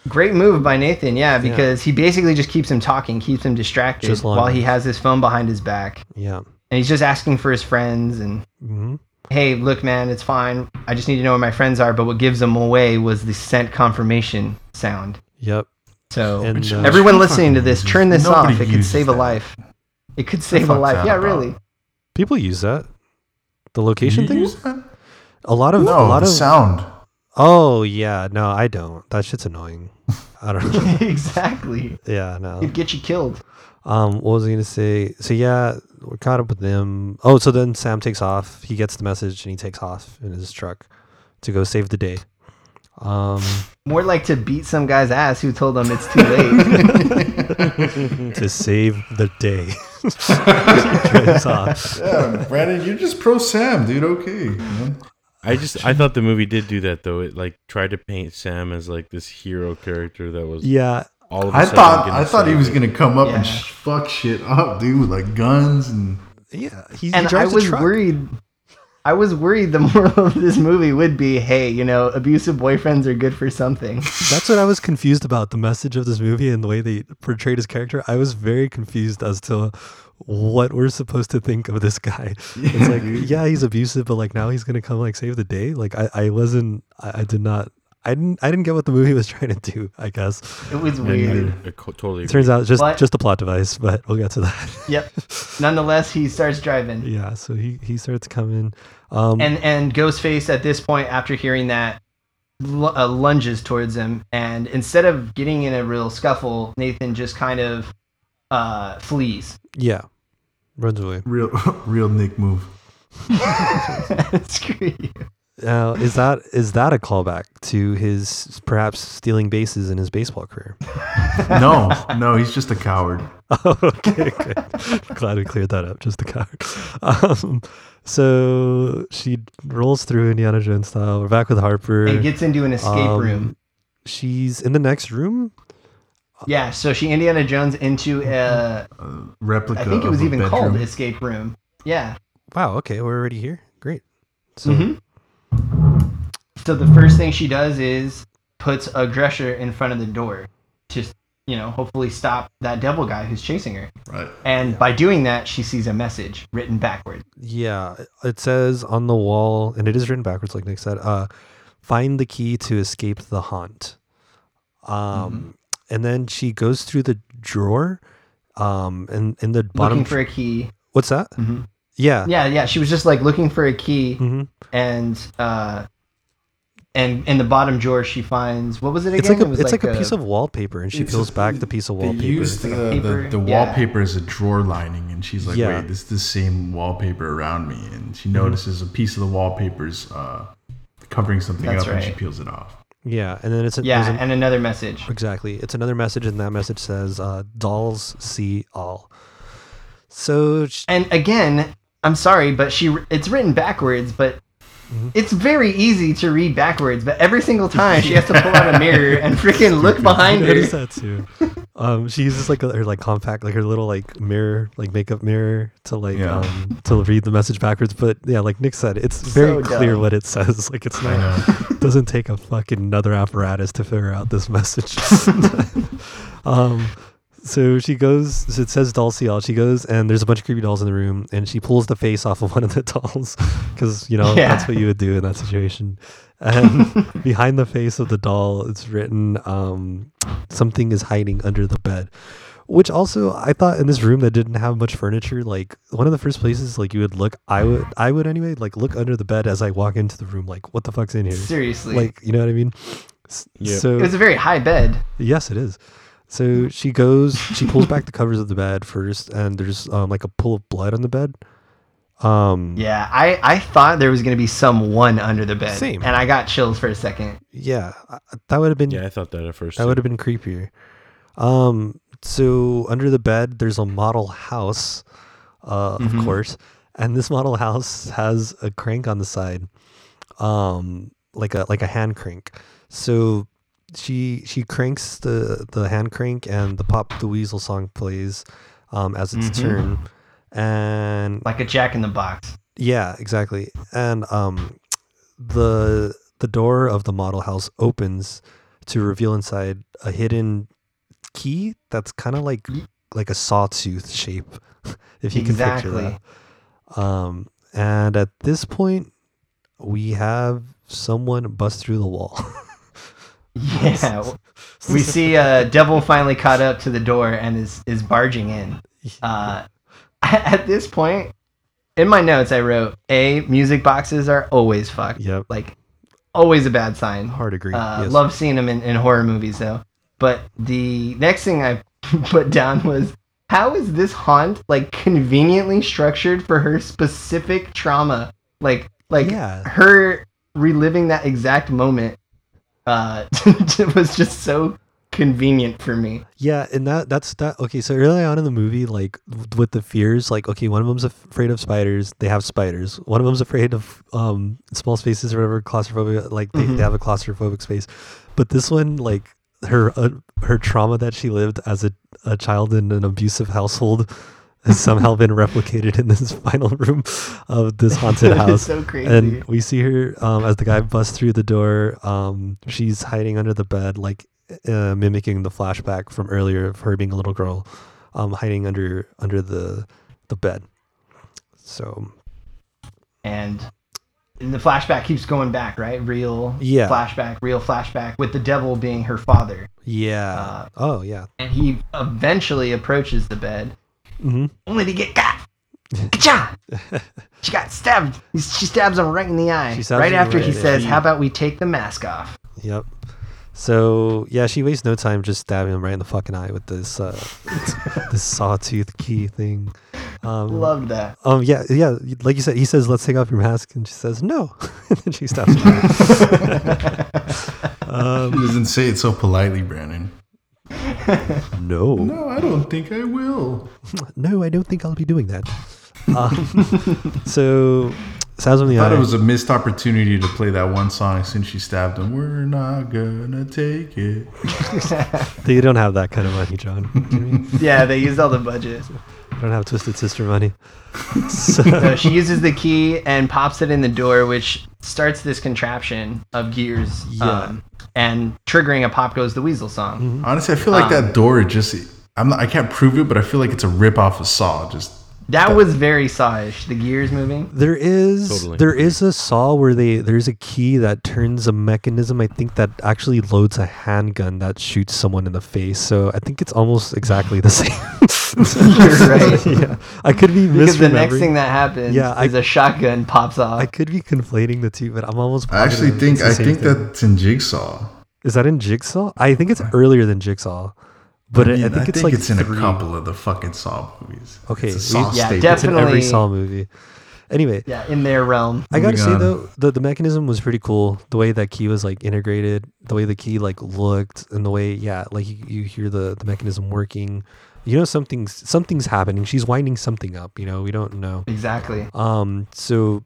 Speaker 3: Great move by Nathan, yeah, because he basically just keeps him talking, keeps him distracted
Speaker 4: Just long
Speaker 3: while
Speaker 4: enough.
Speaker 3: he has his phone behind his back.
Speaker 4: yeah.
Speaker 3: And he's just asking for his friends and,
Speaker 4: hmm
Speaker 3: hey, look, man, it's fine. I just need to know where my friends are. But what gives them away was the scent confirmation sound.
Speaker 4: Yep.
Speaker 3: So
Speaker 4: And
Speaker 5: Which-
Speaker 4: uh,
Speaker 5: Oh, every-
Speaker 3: everyone listening to this,
Speaker 5: Fucking
Speaker 3: turn this
Speaker 5: nobody
Speaker 3: off. It could
Speaker 5: uses
Speaker 3: save a
Speaker 5: that.
Speaker 3: life. It could save a
Speaker 5: fuck's
Speaker 3: life.
Speaker 5: that
Speaker 3: Yeah,
Speaker 5: about?
Speaker 3: really. <laughs>
Speaker 4: people use that. The location
Speaker 5: You
Speaker 4: thing.
Speaker 5: use that?
Speaker 4: A lot of a
Speaker 5: No,
Speaker 4: lot
Speaker 5: the
Speaker 4: of.
Speaker 5: sound.
Speaker 4: Oh yeah, no, I don't. That shit's annoying.
Speaker 5: <laughs>
Speaker 4: I don't. know.
Speaker 3: exactly.
Speaker 4: yeah, no.
Speaker 3: It'd get you killed.
Speaker 4: Um, what was I gonna say? So yeah, we're caught up with them. Oh, so then Sam takes off. He gets the message and he takes off in his truck to go save the day. Um,
Speaker 3: More like to beat some guy's ass who told him it's too
Speaker 4: <laughs>
Speaker 3: late.
Speaker 4: to save the day. <laughs> He drives off.
Speaker 5: Yeah, Brandon, you're just pro Sam, dude. Okay. man.
Speaker 6: I just I thought the movie did do that though. It like tried to paint Sam as like this hero character that was
Speaker 4: Yeah,
Speaker 6: all of a
Speaker 5: I
Speaker 6: sudden
Speaker 5: thought
Speaker 6: gonna
Speaker 5: I thought he
Speaker 6: save
Speaker 5: was
Speaker 6: it.
Speaker 5: gonna come up and
Speaker 3: Yeah.
Speaker 5: sh- fuck shit up, dude, with like guns and
Speaker 4: yeah. He, he
Speaker 3: and I
Speaker 4: drives a
Speaker 3: was
Speaker 4: truck.
Speaker 3: worried. I was worried the <laughs> moral of this movie would be, hey, you know, abusive boyfriends are good for something.
Speaker 4: That's what I was confused about the message of this movie and the way they portrayed his character. I was very confused as to what we're supposed to think of this guy. It's like, yeah, he's abusive, but like now he's gonna come like save the day. Like I, I wasn't, I, I did not, I didn't, I didn't get what the movie was <laughs> trying to do. I guess
Speaker 3: It was
Speaker 6: I-
Speaker 3: weird.
Speaker 6: I, I co- totally
Speaker 4: it
Speaker 6: agree.
Speaker 4: turns out it's just
Speaker 3: But-
Speaker 4: just a plot device, but we'll get to that. <laughs>
Speaker 3: Yep. Nonetheless, he starts driving,
Speaker 4: yeah, so he he starts coming. Um,
Speaker 3: and and Ghostface at this point, after hearing that, lu- uh, lunges towards him, and instead of getting in a real scuffle, Nathan just kind of uh, flees. <laughs>
Speaker 4: yeah, runs away.
Speaker 5: real <laughs> real Nick move.
Speaker 3: Screw you.
Speaker 4: Now is that is that a callback to his perhaps stealing bases in his baseball career?
Speaker 5: No, no, he's just a coward.
Speaker 4: Oh, <laughs> okay, good. Glad we cleared that up. Just the card. <laughs> Um, so she rolls through Indiana Jones style. We're back with Harper.
Speaker 3: And gets into an escape
Speaker 4: Um,
Speaker 3: room.
Speaker 4: She's in the next room.
Speaker 3: Yeah, so she Indiana Jones into a
Speaker 5: Replica.
Speaker 3: I think it
Speaker 5: of
Speaker 3: was
Speaker 5: a
Speaker 3: even
Speaker 5: bedroom.
Speaker 3: called escape room. Yeah.
Speaker 4: Wow. Okay, we're already here. Great. So
Speaker 3: Mhm.
Speaker 4: Mm-hmm.
Speaker 3: So the first thing she does is puts a dresser in front of the door to, you know, hopefully stop that devil guy who's chasing her.
Speaker 5: Right.
Speaker 3: And by doing that, she sees a message written backward.
Speaker 4: yeah, it says on the wall, and it is written backwards, like Nick said. Uh, find the key to escape the haunt. Um,
Speaker 3: Mm-hmm.
Speaker 4: and then she goes through the drawer. Um, and in the bottom.
Speaker 3: looking for a key.
Speaker 4: what's that?
Speaker 3: Mhm.
Speaker 4: Yeah.
Speaker 3: Yeah, yeah, she was just like looking for a key
Speaker 4: hmm
Speaker 3: and uh and in the bottom drawer she finds what was it again?
Speaker 4: It's like
Speaker 3: It
Speaker 4: a,
Speaker 3: was
Speaker 4: it's like, a, piece of wallpaper, and she
Speaker 5: It's
Speaker 4: peels
Speaker 5: a-
Speaker 4: back the piece of
Speaker 5: They
Speaker 4: wallpaper.
Speaker 5: used the, the,
Speaker 3: paper.
Speaker 5: the
Speaker 3: Yeah.
Speaker 5: wallpaper as a drawer lining, and she's like,
Speaker 4: Yeah.
Speaker 5: "Wait, this is the same wallpaper around me." And she notices a piece of the wallpaper's uh, covering something
Speaker 3: That's
Speaker 5: up, and she
Speaker 3: right,
Speaker 5: peels it off.
Speaker 4: yeah, and then it's an,
Speaker 3: yeah,
Speaker 4: there's an-
Speaker 3: and another message.
Speaker 4: exactly. It's another message, and that message says, uh, "Dolls see all." So sh-
Speaker 3: and again i'm sorry but she it's written backwards but
Speaker 4: Mm-hmm.
Speaker 3: It's very easy to read backwards, but every single time she has to pull
Speaker 4: <laughs>
Speaker 3: out a mirror and freaking look
Speaker 4: I
Speaker 3: behind
Speaker 4: noticed
Speaker 3: her.
Speaker 4: that too. Um, she uses like her like compact, like her little like mirror, like makeup mirror to like
Speaker 5: Yeah.
Speaker 4: um, to read the message backwards. But yeah, like Nick said, it's very
Speaker 3: So
Speaker 4: clear
Speaker 3: dumb.
Speaker 4: what it says. <laughs> Like it's
Speaker 5: I
Speaker 4: not
Speaker 5: know.
Speaker 4: <laughs> doesn't take a fucking another apparatus to figure out this <laughs> message. um, so she goes. So it says doll CL. She goes, and there's a bunch of creepy dolls in the room, and she pulls the face off of one of the <laughs> dolls because you know
Speaker 3: Yeah.
Speaker 4: that's what you would do in that situation.
Speaker 3: <laughs>
Speaker 4: And behind the face of the doll, it's written, um, "Something is hiding under the bed." Which also, I thought in this room that didn't have much furniture, like one of the first places like you would look, I would, I would anyway, like look under the bed as I walk into the room, like what the fuck's in here?
Speaker 3: Seriously.
Speaker 4: Like you know what I mean? S-
Speaker 6: Yep.
Speaker 4: So
Speaker 3: it was a very high bed.
Speaker 4: Yes, it is. So she goes, she pulls back the covers of the bed first, and there's um, like a pool of blood on the bed. Um, yeah.
Speaker 3: Yeah, I, I thought there was going to be someone under the bed.
Speaker 4: Same.
Speaker 3: And I got chills for a second.
Speaker 4: I- that would have been
Speaker 6: Yeah, I thought that at first.
Speaker 4: that
Speaker 6: too.
Speaker 4: would have been creepier. Um, so under the bed, there's a model house, uh, of course, and this model house has a crank on the side, um, like a like a hand crank. So she she cranks the the hand crank, and the pop the weasel song plays, um, as its
Speaker 3: Mhm.
Speaker 4: turn, and
Speaker 3: Like a jack in the box. <laughs>
Speaker 4: yeah, exactly. And um, the the door of the model house opens to reveal inside a hidden key that's kind of like
Speaker 3: Ye-
Speaker 4: like a sawtooth shape, <laughs> if you can
Speaker 3: Exactly.
Speaker 4: picture that. Um, and at this point, we have someone bust through the wall. <laughs>
Speaker 3: Yeah. We see uh, Devil finally caught up to the door and is, is barging in. Uh, <laughs> at this point, in my notes, I wrote A, music boxes are always fucked. <laughs>
Speaker 4: yep,
Speaker 3: Like, always a bad sign.
Speaker 4: hard agree.
Speaker 3: Uh,
Speaker 4: yes.
Speaker 3: Love seeing them in, in horror movies, though. But the next thing I <laughs> put down was how is this haunt like conveniently structured for her specific trauma? Like, like
Speaker 4: Yeah.
Speaker 3: her reliving that exact moment uh, <laughs> was just so convenient for me.
Speaker 4: Yeah, and that that's that. Okay, so early on in the movie, like w- with the fears, like okay, one of them's af- afraid of spiders. They have spiders. One of them's afraid of um small spaces or whatever claustrophobia. Like they,
Speaker 3: Mhm.
Speaker 4: they have a claustrophobic space, but this one, like her uh, her trauma that she lived as a, a child in an abusive household
Speaker 3: <laughs>
Speaker 4: has somehow been replicated in this <laughs> final room of
Speaker 3: <laughs>
Speaker 4: this haunted
Speaker 3: It was
Speaker 4: house.
Speaker 3: so crazy.
Speaker 4: And we see her um, as the guy busts through the door. Um, she's hiding under the bed, like uh, mimicking the flashback from earlier of her being a little girl, um, hiding under under the the bed. So
Speaker 3: and and the flashback keeps going back, right? Real
Speaker 4: Yeah.
Speaker 3: flashback, real flashback, with the devil being her father.
Speaker 4: yeah.
Speaker 3: Uh,
Speaker 4: oh yeah.
Speaker 3: And he eventually approaches the bed,
Speaker 4: hmm
Speaker 3: only to get got.
Speaker 4: <laughs>
Speaker 3: Gotcha! she got stabbed. He's- She stabs him right in the eye.
Speaker 4: She stabs
Speaker 3: Right
Speaker 4: him
Speaker 3: after
Speaker 4: right
Speaker 3: he
Speaker 4: in the
Speaker 3: says,
Speaker 4: eye.
Speaker 3: "How about we take the mask off?"
Speaker 4: Yep. So yeah, she wastes no time just stabbing him right in the fucking eye with
Speaker 5: <laughs>
Speaker 4: this uh, this sawtooth key thing. Um,
Speaker 3: Loved that.
Speaker 4: Um. Yeah. Yeah. Like you said, he says, "Let's take off your mask," and she says, "No," <laughs> and then she stops.
Speaker 5: He doesn't say <laughs> it so politely, Brandon. <laughs>
Speaker 4: no.
Speaker 5: No, I don't think I will.
Speaker 4: no, I don't think I'll be doing that.
Speaker 5: <laughs>
Speaker 4: Um, so, Stabs him in the
Speaker 5: Thought
Speaker 4: eye.
Speaker 5: it was a missed opportunity to play that one song since she stabbed him. We're not gonna take it.
Speaker 4: they don't have that kind of money, John.
Speaker 5: <laughs>
Speaker 4: You kidding me?
Speaker 3: Yeah, they used all the budget.
Speaker 4: They don't have Twisted Sister money. So,
Speaker 3: So she uses the key and pops it in the door, which starts this contraption of gears.
Speaker 4: Yeah. Mm-hmm.
Speaker 3: um, and triggering a pop goes the weasel song.
Speaker 5: Honestly, I feel like that door just. I'm not, I can't prove it, but I feel like it's a rip off of Saw. Just
Speaker 3: That was very sawish. The gears moving.
Speaker 4: there is
Speaker 6: Totally.
Speaker 4: there is a saw where they there's a key that turns a mechanism. I think that actually loads a handgun that shoots someone in the face. So I think it's almost exactly the <laughs> same.
Speaker 3: You're right.
Speaker 4: <laughs> yeah, I could be
Speaker 3: Because the next
Speaker 4: misremembering.
Speaker 3: thing that happens
Speaker 4: Yeah, I-
Speaker 3: is a shotgun pops off.
Speaker 4: I could be conflating the two, but I'm almost.
Speaker 5: I actually
Speaker 4: positive
Speaker 5: think
Speaker 4: it's the
Speaker 5: I
Speaker 4: same
Speaker 5: think
Speaker 4: thing.
Speaker 5: that's in Jigsaw.
Speaker 4: Is that in Jigsaw? I think it's earlier than Jigsaw, but I,
Speaker 5: I,
Speaker 4: I think it's like
Speaker 5: in
Speaker 4: three.
Speaker 5: a couple of the fucking Saw movies.
Speaker 4: Okay,
Speaker 5: it's a
Speaker 4: we-
Speaker 5: Saw
Speaker 3: Yeah,
Speaker 5: staple.
Speaker 4: It's in every
Speaker 3: Definitely.
Speaker 4: Saw movie. Anyway,
Speaker 3: yeah, in their realm.
Speaker 4: I gotta
Speaker 5: Moving
Speaker 4: say
Speaker 5: on.
Speaker 4: though, the, the mechanism was pretty cool. The way that key was like integrated, the way the key like looked, and the way yeah, like you, you hear the the mechanism working. You know something's something's happening. She's winding something up. You know we don't know.
Speaker 3: Exactly.
Speaker 4: Um, so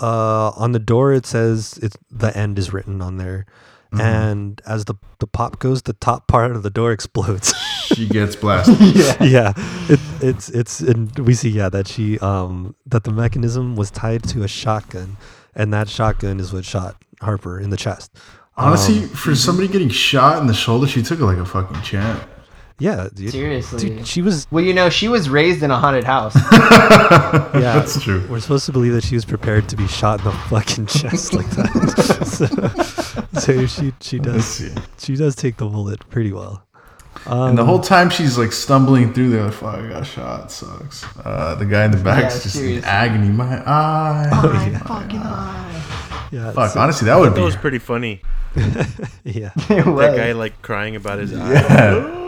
Speaker 4: Um, uh, on the door it says it's the end is written on there,
Speaker 5: Mhm.
Speaker 4: and as the the pop goes, the top part of the door explodes. <laughs>
Speaker 5: She gets blasted.
Speaker 3: yeah.
Speaker 4: yeah, it, it's it's and we see yeah that she um that the mechanism was tied to a shotgun, and that shotgun is what shot Harper in the chest.
Speaker 5: Honestly,
Speaker 4: Um,
Speaker 5: for somebody getting shot in the shoulder, she took it like a fucking champ.
Speaker 4: yeah, dude,
Speaker 3: Seriously.
Speaker 4: dude, she
Speaker 5: <laughs>
Speaker 4: was.
Speaker 3: Well, you know, she was raised in a haunted house.
Speaker 4: Yeah,
Speaker 5: That's true.
Speaker 4: We're supposed to believe that she was prepared to be shot in the
Speaker 5: <laughs>
Speaker 4: fucking chest like that. <laughs> so, so she she
Speaker 5: Let's
Speaker 4: does
Speaker 5: see.
Speaker 4: she does take the bullet pretty well. Um,
Speaker 5: And the whole time she's like stumbling through there, like, fuck, I got shot. Sucks. Uh, the guy in the back's
Speaker 3: Yeah,
Speaker 5: just in
Speaker 3: seriously.
Speaker 5: agony. My eye.
Speaker 4: Oh,
Speaker 5: my
Speaker 3: Fucking eye.
Speaker 4: yeah,
Speaker 5: Fuck,
Speaker 4: so-
Speaker 5: honestly, that would
Speaker 6: That
Speaker 5: be.
Speaker 6: was pretty funny.
Speaker 4: yeah,
Speaker 3: <laughs> It
Speaker 6: That
Speaker 3: was.
Speaker 6: guy like crying about his eye.
Speaker 5: Yeah. <laughs>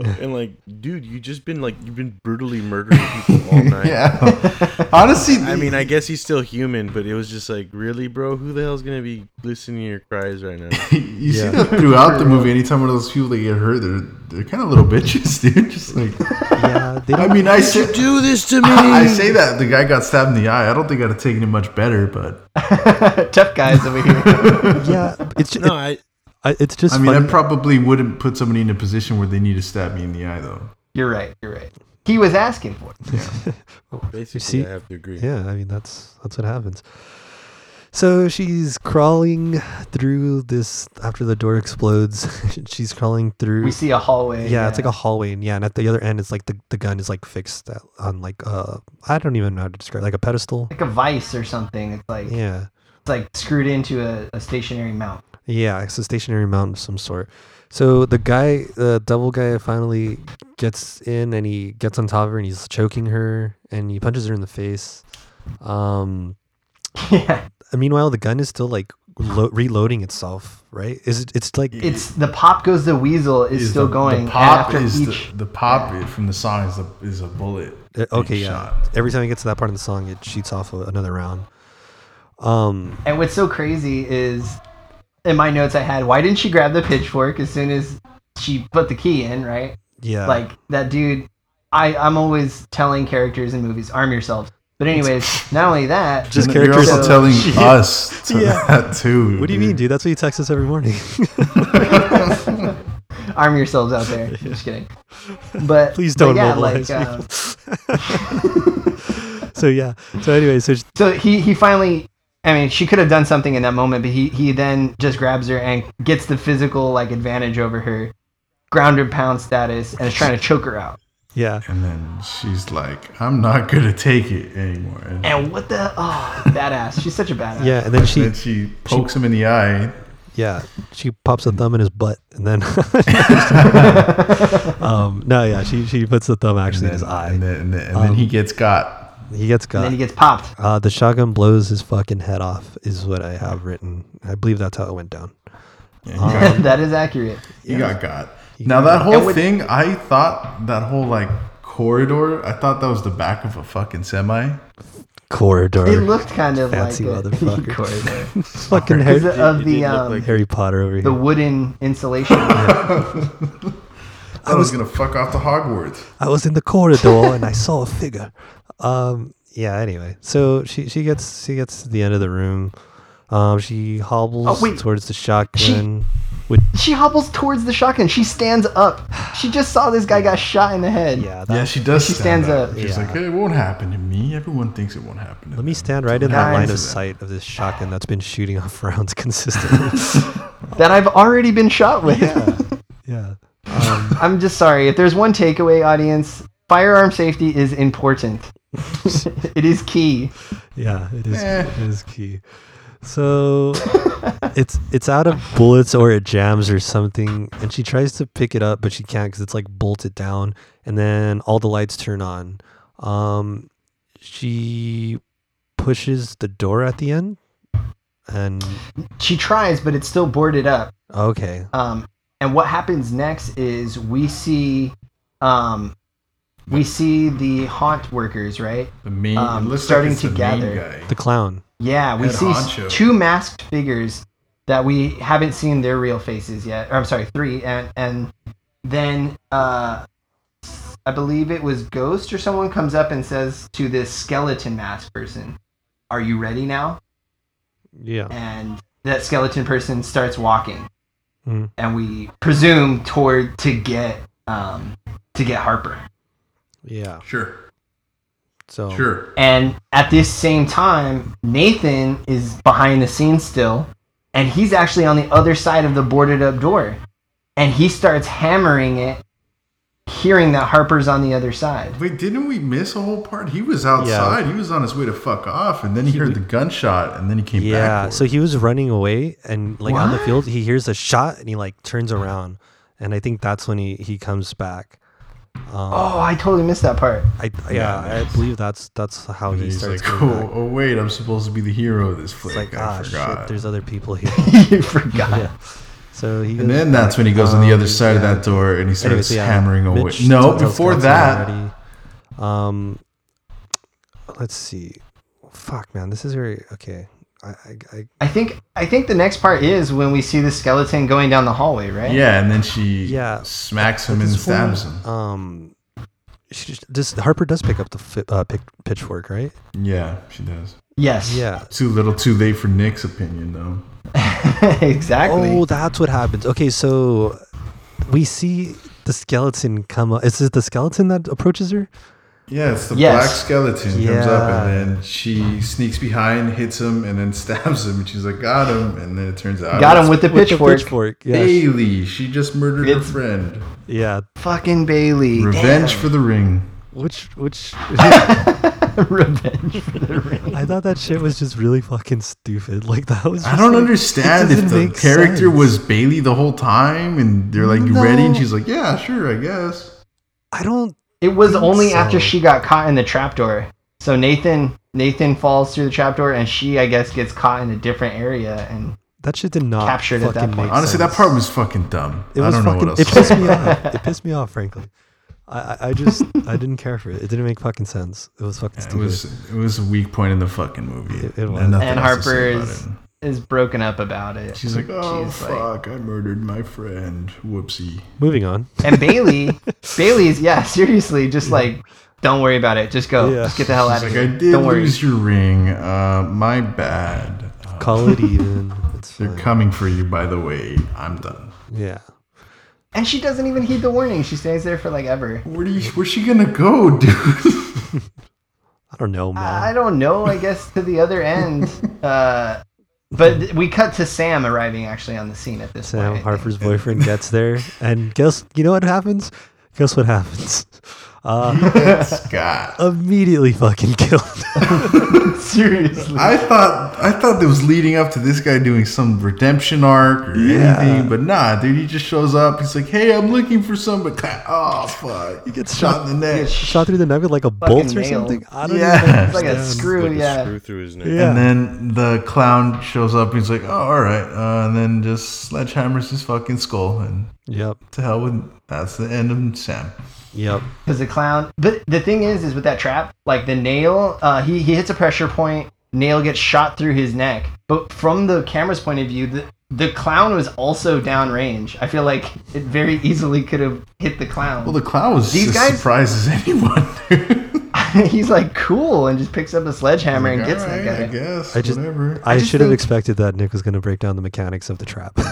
Speaker 6: and like, dude, you just been like you've been brutally murdering people
Speaker 5: <laughs>
Speaker 6: all night.
Speaker 5: <laughs>
Speaker 4: <laughs>
Speaker 5: Yeah. honestly,
Speaker 6: I mean, I guess he's still human, but it was just like, really, bro, who the hell's gonna be listening to your cries
Speaker 3: <laughs>
Speaker 6: right now?
Speaker 5: <laughs> you see
Speaker 4: Yeah.
Speaker 5: that throughout
Speaker 4: <laughs>
Speaker 5: the movie. Anytime one of those people that get hurt, they're they're kind of little bitches, <laughs> dude. Just like,
Speaker 4: yeah. They
Speaker 5: <laughs> I
Speaker 4: don't,
Speaker 5: mean,
Speaker 4: <laughs>
Speaker 5: I say,
Speaker 6: Do this to
Speaker 5: <laughs> I say that the guy got stabbed in the eye. I don't think I'd have taken it much better, but
Speaker 3: <laughs> Tough guys over here.
Speaker 4: yeah, it's
Speaker 6: No, I
Speaker 4: I- it's just.
Speaker 5: I mean,
Speaker 4: funny.
Speaker 5: I probably wouldn't put somebody in a position where they need to stab me in the eye, though.
Speaker 3: You're right. You're right. He was asking for it.
Speaker 6: basically
Speaker 4: see-
Speaker 6: I have to agree.
Speaker 4: Yeah, I mean that's that's what happens. So she's crawling through this after the door explodes. <laughs> she's crawling through.
Speaker 3: We see a hallway.
Speaker 4: yeah, it's like a hallway, and yeah, and at the other end, it's like the, the gun is like fixed at- on like uh I don't even know how to describe like a pedestal.
Speaker 3: like a vice or something. It's like
Speaker 4: Yeah,
Speaker 3: it's like screwed into a, a stationary mount. <laughs>
Speaker 4: yeah, it's a stationary mount of some sort. So the guy, the devil guy, finally gets in and he gets on top of her and he's choking her and he punches her in the face. Um,
Speaker 3: yeah.
Speaker 4: And meanwhile, the gun is still like lo- reloading itself, right? Is it? It's like
Speaker 3: It's the pop goes the weasel is,
Speaker 5: Is
Speaker 3: still
Speaker 5: the-
Speaker 3: going.
Speaker 5: The pop
Speaker 3: and after
Speaker 5: is
Speaker 3: each,
Speaker 5: the, the pop from the song is a, is a bullet.
Speaker 4: uh, okay,
Speaker 5: being
Speaker 4: yeah.
Speaker 5: shot.
Speaker 4: Every time it gets to that part of the song, it shoots off a- another round. Um,
Speaker 3: and what's so crazy is in my notes I had why didn't she grab the pitchfork as soon as she put the key in right?
Speaker 4: yeah,
Speaker 3: Like that dude. I I'm always telling characters in movies arm yourselves. But
Speaker 4: <laughs>
Speaker 3: anyways, not only that,
Speaker 4: Just
Speaker 5: And
Speaker 4: characters-
Speaker 5: You're also
Speaker 3: So-
Speaker 5: telling
Speaker 4: Yeah. <laughs>
Speaker 5: us to
Speaker 4: Yeah.
Speaker 5: <laughs> that too.
Speaker 4: What do
Speaker 3: mm.
Speaker 4: you mean, dude? That's what you text us every morning. <laughs>
Speaker 3: arm yourselves out
Speaker 4: <laughs>
Speaker 3: there. Just kidding. But
Speaker 4: Please
Speaker 3: but
Speaker 4: don't
Speaker 3: yeah,
Speaker 4: mobilize
Speaker 3: like, um, uh,
Speaker 4: people. <laughs> so yeah. So anyway, so sh-
Speaker 3: So he he finally. I mean, she could have done something in that moment, but he he then just grabs her and gets the physical like advantage over her, grounded pound status, and is trying to choke her out.
Speaker 4: yeah,
Speaker 5: And then she's like, "I'm not gonna take it anymore." And,
Speaker 3: And what the oh badass! She's such a badass.
Speaker 4: yeah, and then she
Speaker 5: then she pokes him in the eye.
Speaker 4: yeah she pops a thumb in his butt,
Speaker 3: <laughs>
Speaker 4: and then <laughs> um no yeah she she puts the thumb actually in his eye. Um,
Speaker 5: And then, and then, and then he gets got.
Speaker 4: he gets
Speaker 3: And
Speaker 4: got.
Speaker 3: then he gets popped. <laughs>
Speaker 4: Uh, the shotgun blows his fucking head off is what I have written. I believe that's how it went down.
Speaker 5: Yeah,
Speaker 4: uh,
Speaker 5: he got
Speaker 3: that is accurate.
Speaker 5: He got got. Now that
Speaker 3: And
Speaker 5: whole
Speaker 3: with-
Speaker 5: thing, I thought that whole like corridor, I thought that was the back of a fucking semi.
Speaker 4: Corridor.
Speaker 3: It looked kind of
Speaker 4: Fancy
Speaker 3: like <laughs> a
Speaker 4: motherfucker.
Speaker 3: corridor
Speaker 4: fucking
Speaker 3: because
Speaker 4: Harry,
Speaker 3: of the
Speaker 6: did look
Speaker 3: um,
Speaker 6: like-
Speaker 4: Harry Potter over
Speaker 3: the
Speaker 4: here.
Speaker 3: wooden insulation.
Speaker 5: I was, gonna fuck off to Hogwarts.
Speaker 4: I was in the corridor and I saw a figure. Um, yeah. Anyway, so she she gets she gets to the end of the room. Um, she hobbles
Speaker 3: Oh, wait.
Speaker 4: towards the shotgun. Which,
Speaker 3: she hobbles towards the shotgun. She stands up. She just saw this guy got shot in the head.
Speaker 4: yeah. That,
Speaker 5: Yeah, she does.
Speaker 3: She
Speaker 5: stand
Speaker 3: stands up.
Speaker 5: She's
Speaker 4: Yeah.
Speaker 5: like, "Hey, it won't happen to me. Everyone thinks it won't happen." To
Speaker 4: Let
Speaker 5: them."
Speaker 4: me stand right in the
Speaker 3: Guys.
Speaker 4: line of sight of this shotgun that's been shooting
Speaker 3: <laughs>
Speaker 4: off rounds <laughs> consistently.
Speaker 3: That I've already been shot with.
Speaker 4: <laughs> yeah.
Speaker 3: I'm just sorry. If there's one takeaway, audience, firearm safety is important. it is key.
Speaker 4: Yeah, it is. It is key. So <laughs> it's it's out of bullets or it jams or something, and she tries to pick it up, but she can't because it's like bolted down. And then all the lights turn on. Um, she pushes the door at the end, and
Speaker 3: She tries, but it's still boarded up.
Speaker 4: okay,
Speaker 3: Um, and what happens next is we see, um, we see the haunt workers, right?
Speaker 5: the main,
Speaker 3: um,
Speaker 5: it looks
Speaker 3: starting
Speaker 5: like it's
Speaker 3: to
Speaker 5: the
Speaker 3: gather.
Speaker 5: Main guy.
Speaker 4: the clown.
Speaker 3: Yeah, we
Speaker 5: Head
Speaker 3: see s-
Speaker 5: honcho.
Speaker 3: two masked figures that we haven't seen their real faces yet. Or, I'm sorry, three, and and then uh, I believe it was Ghost or someone comes up and says to this skeleton mask person, "Are you ready now?"
Speaker 4: Yeah.
Speaker 3: and that skeleton person starts walking,
Speaker 4: Mhm.
Speaker 3: and we presume toward to get um, to get Harper.
Speaker 4: Yeah.
Speaker 5: Sure.
Speaker 4: So
Speaker 5: Sure.
Speaker 3: And at this same time, Nathan is behind the scenes still, and he's actually on the other side of the boarded up door, and he starts hammering it, hearing that Harper's on the other side.
Speaker 5: Wait, didn't we miss a whole part? He was outside. He was on his way to fuck off, and then he, heard the gunshot, and then he came back.
Speaker 4: yeah.
Speaker 5: for
Speaker 4: So he was running away and like on the
Speaker 3: What?
Speaker 4: field, he hears a shot and he like turns around, and I think that's when he he comes back.
Speaker 3: Oh, I totally missed that part. <laughs>
Speaker 4: I yeah, I believe that's that's how
Speaker 5: it.
Speaker 4: he
Speaker 5: And he's
Speaker 4: starts.
Speaker 5: like,
Speaker 4: coming back.
Speaker 5: oh, oh, wait, I'm supposed to be the hero of this flick.
Speaker 4: It's like
Speaker 5: I
Speaker 4: ah
Speaker 5: forgot.
Speaker 4: shit, there's other
Speaker 5: <laughs>
Speaker 4: people here.
Speaker 3: you forgot.
Speaker 4: yeah. So he
Speaker 5: and then that's when he goes on the other side of that door, and he starts hammering away.
Speaker 4: Mitch
Speaker 5: no,
Speaker 4: tells
Speaker 5: before
Speaker 4: Gonzo
Speaker 5: that,
Speaker 4: already. Um, let's see. Fuck, man, this is very okay. I, I, I
Speaker 3: I think I think the next part is when we see the skeleton going down the hallway, right?
Speaker 5: yeah, and then she
Speaker 4: Yeah.
Speaker 5: smacks him and
Speaker 4: this woman,
Speaker 5: stabs him.
Speaker 4: um, she just, this Harper does pick up the fi- uh, pick, pitchfork, right?
Speaker 5: Yeah, she does.
Speaker 3: Yes.
Speaker 4: Yeah.
Speaker 5: Too little, too late for Nick's opinion, though.
Speaker 3: <laughs> exactly.
Speaker 4: Oh, that's what happens. Okay, so we see the skeleton come up. Is it the skeleton that approaches her?
Speaker 5: Yeah, it's the
Speaker 3: Yes.
Speaker 5: black skeleton comes up
Speaker 4: Yeah.
Speaker 5: and then she sneaks behind, hits him, and then <laughs> stabs him. And she's like, "Got him!" And then it turns out
Speaker 3: Got
Speaker 5: it's
Speaker 3: him with the pitchfork.
Speaker 4: pitchfork. Yeah. she-
Speaker 5: Bailey. She just murdered her
Speaker 3: It's-
Speaker 5: friend.
Speaker 4: yeah.
Speaker 3: Fucking Bailey.
Speaker 5: Revenge for the ring.
Speaker 4: Which
Speaker 5: <laughs>
Speaker 4: which
Speaker 3: <laughs> Revenge for the ring.
Speaker 4: I thought that shit was just really fucking stupid. Like that was.
Speaker 5: I
Speaker 4: just,
Speaker 5: don't
Speaker 4: like, it
Speaker 5: understand if
Speaker 4: doesn't
Speaker 5: the
Speaker 4: make
Speaker 5: character
Speaker 4: sense.
Speaker 5: was Bailey the whole time, and they're like, "You ready?" And she's like, "Yeah, sure, I guess."
Speaker 4: I don't.
Speaker 3: It was
Speaker 4: think
Speaker 3: only
Speaker 4: so.
Speaker 3: after she got caught in the trapdoor. So Nathan Nathan falls through the trapdoor and she I guess gets caught in a different area and
Speaker 4: That shit did not
Speaker 3: Captured at that
Speaker 4: fucking
Speaker 3: point.
Speaker 4: make
Speaker 5: Honestly, that
Speaker 4: sense.
Speaker 5: part was fucking dumb.
Speaker 4: It
Speaker 5: I
Speaker 4: was
Speaker 5: don't know
Speaker 4: fucking.
Speaker 5: what else.
Speaker 4: it
Speaker 5: to
Speaker 4: <laughs> pissed
Speaker 5: say.
Speaker 4: me off. It pissed me off, frankly. I, I, I just I didn't care for it. It didn't make fucking sense. It was fucking
Speaker 5: It
Speaker 4: stupid.
Speaker 5: was it was a weak point in the fucking movie.
Speaker 4: It- it was.
Speaker 5: nothing
Speaker 3: and
Speaker 5: else to say about
Speaker 3: Harper's
Speaker 5: it.
Speaker 3: is broken up about it.
Speaker 5: She's like, "Oh
Speaker 3: She's like-
Speaker 5: fuck, I murdered my friend. Whoopsie."
Speaker 4: Moving on.
Speaker 3: and
Speaker 5: <laughs>
Speaker 3: Bailey Bailey's yeah, seriously, just like don't worry about it. Just go.
Speaker 4: Yeah.
Speaker 3: Just get the hell out of
Speaker 5: Like
Speaker 3: here.
Speaker 5: I did
Speaker 3: don't worry.
Speaker 5: lose your ring. Uh, my bad. Uh,
Speaker 4: Call
Speaker 5: <laughs>
Speaker 4: it even. It's
Speaker 5: they're
Speaker 4: fine.
Speaker 5: coming for you. By the way, I'm done.
Speaker 4: yeah.
Speaker 3: And she doesn't even heed the warning. She stays there for like ever.
Speaker 5: Where do you? Where's she gonna go, dude? <laughs>
Speaker 4: I don't know, man.
Speaker 3: I don't know. I guess to the other end.
Speaker 5: <laughs>
Speaker 3: Uh, but th- we cut to Sam arriving actually on the scene at this
Speaker 4: Sam
Speaker 3: point. I think.
Speaker 4: Harper's boyfriend gets there, and guess you know what happens? Guess what happens? <laughs> Uh, <laughs>
Speaker 5: Scott.
Speaker 4: immediately fucking killed.
Speaker 3: <laughs>
Speaker 5: <laughs>
Speaker 3: Seriously.
Speaker 5: I thought I thought it was leading up to this guy doing some redemption arc or anything, but nah, dude. He just shows up. He's like, "Hey, I'm looking for somebody." Oh fuck! He
Speaker 4: gets
Speaker 5: shot in the neck.
Speaker 4: Shot through the neck with like a bolt or
Speaker 3: nailed.
Speaker 4: something. I don't
Speaker 5: Yeah.
Speaker 4: even
Speaker 3: It's like a
Speaker 4: understand.
Speaker 3: screw,
Speaker 6: like
Speaker 3: yeah.
Speaker 6: a screw through his neck.
Speaker 4: Yeah.
Speaker 5: And then the clown shows up. He's like, "Oh, all right," uh, and then just sledgehammers his fucking skull. And
Speaker 4: Yep.
Speaker 5: to hell with that's the end of Sam.
Speaker 4: Yep.
Speaker 3: Because the clown. But the thing is, is with that trap, like the nail, uh, he, he hits a pressure point, nail gets shot through his neck. But from the camera's point of view, the, the clown was also downrange. I feel like it very easily could have hit the clown.
Speaker 5: Well, the clown was
Speaker 3: These
Speaker 5: as
Speaker 3: guys-
Speaker 5: surprised as <laughs> anyone. dude.
Speaker 3: <laughs> He's like, cool, and just picks up a sledgehammer and
Speaker 5: Like,
Speaker 3: gets
Speaker 5: all
Speaker 3: that
Speaker 5: right,
Speaker 3: guy.
Speaker 5: I guess.
Speaker 4: I just-
Speaker 5: whatever.
Speaker 4: I,
Speaker 3: just
Speaker 4: should have
Speaker 3: think-
Speaker 4: expected that Nick was going to break down the mechanics of the trap. <laughs>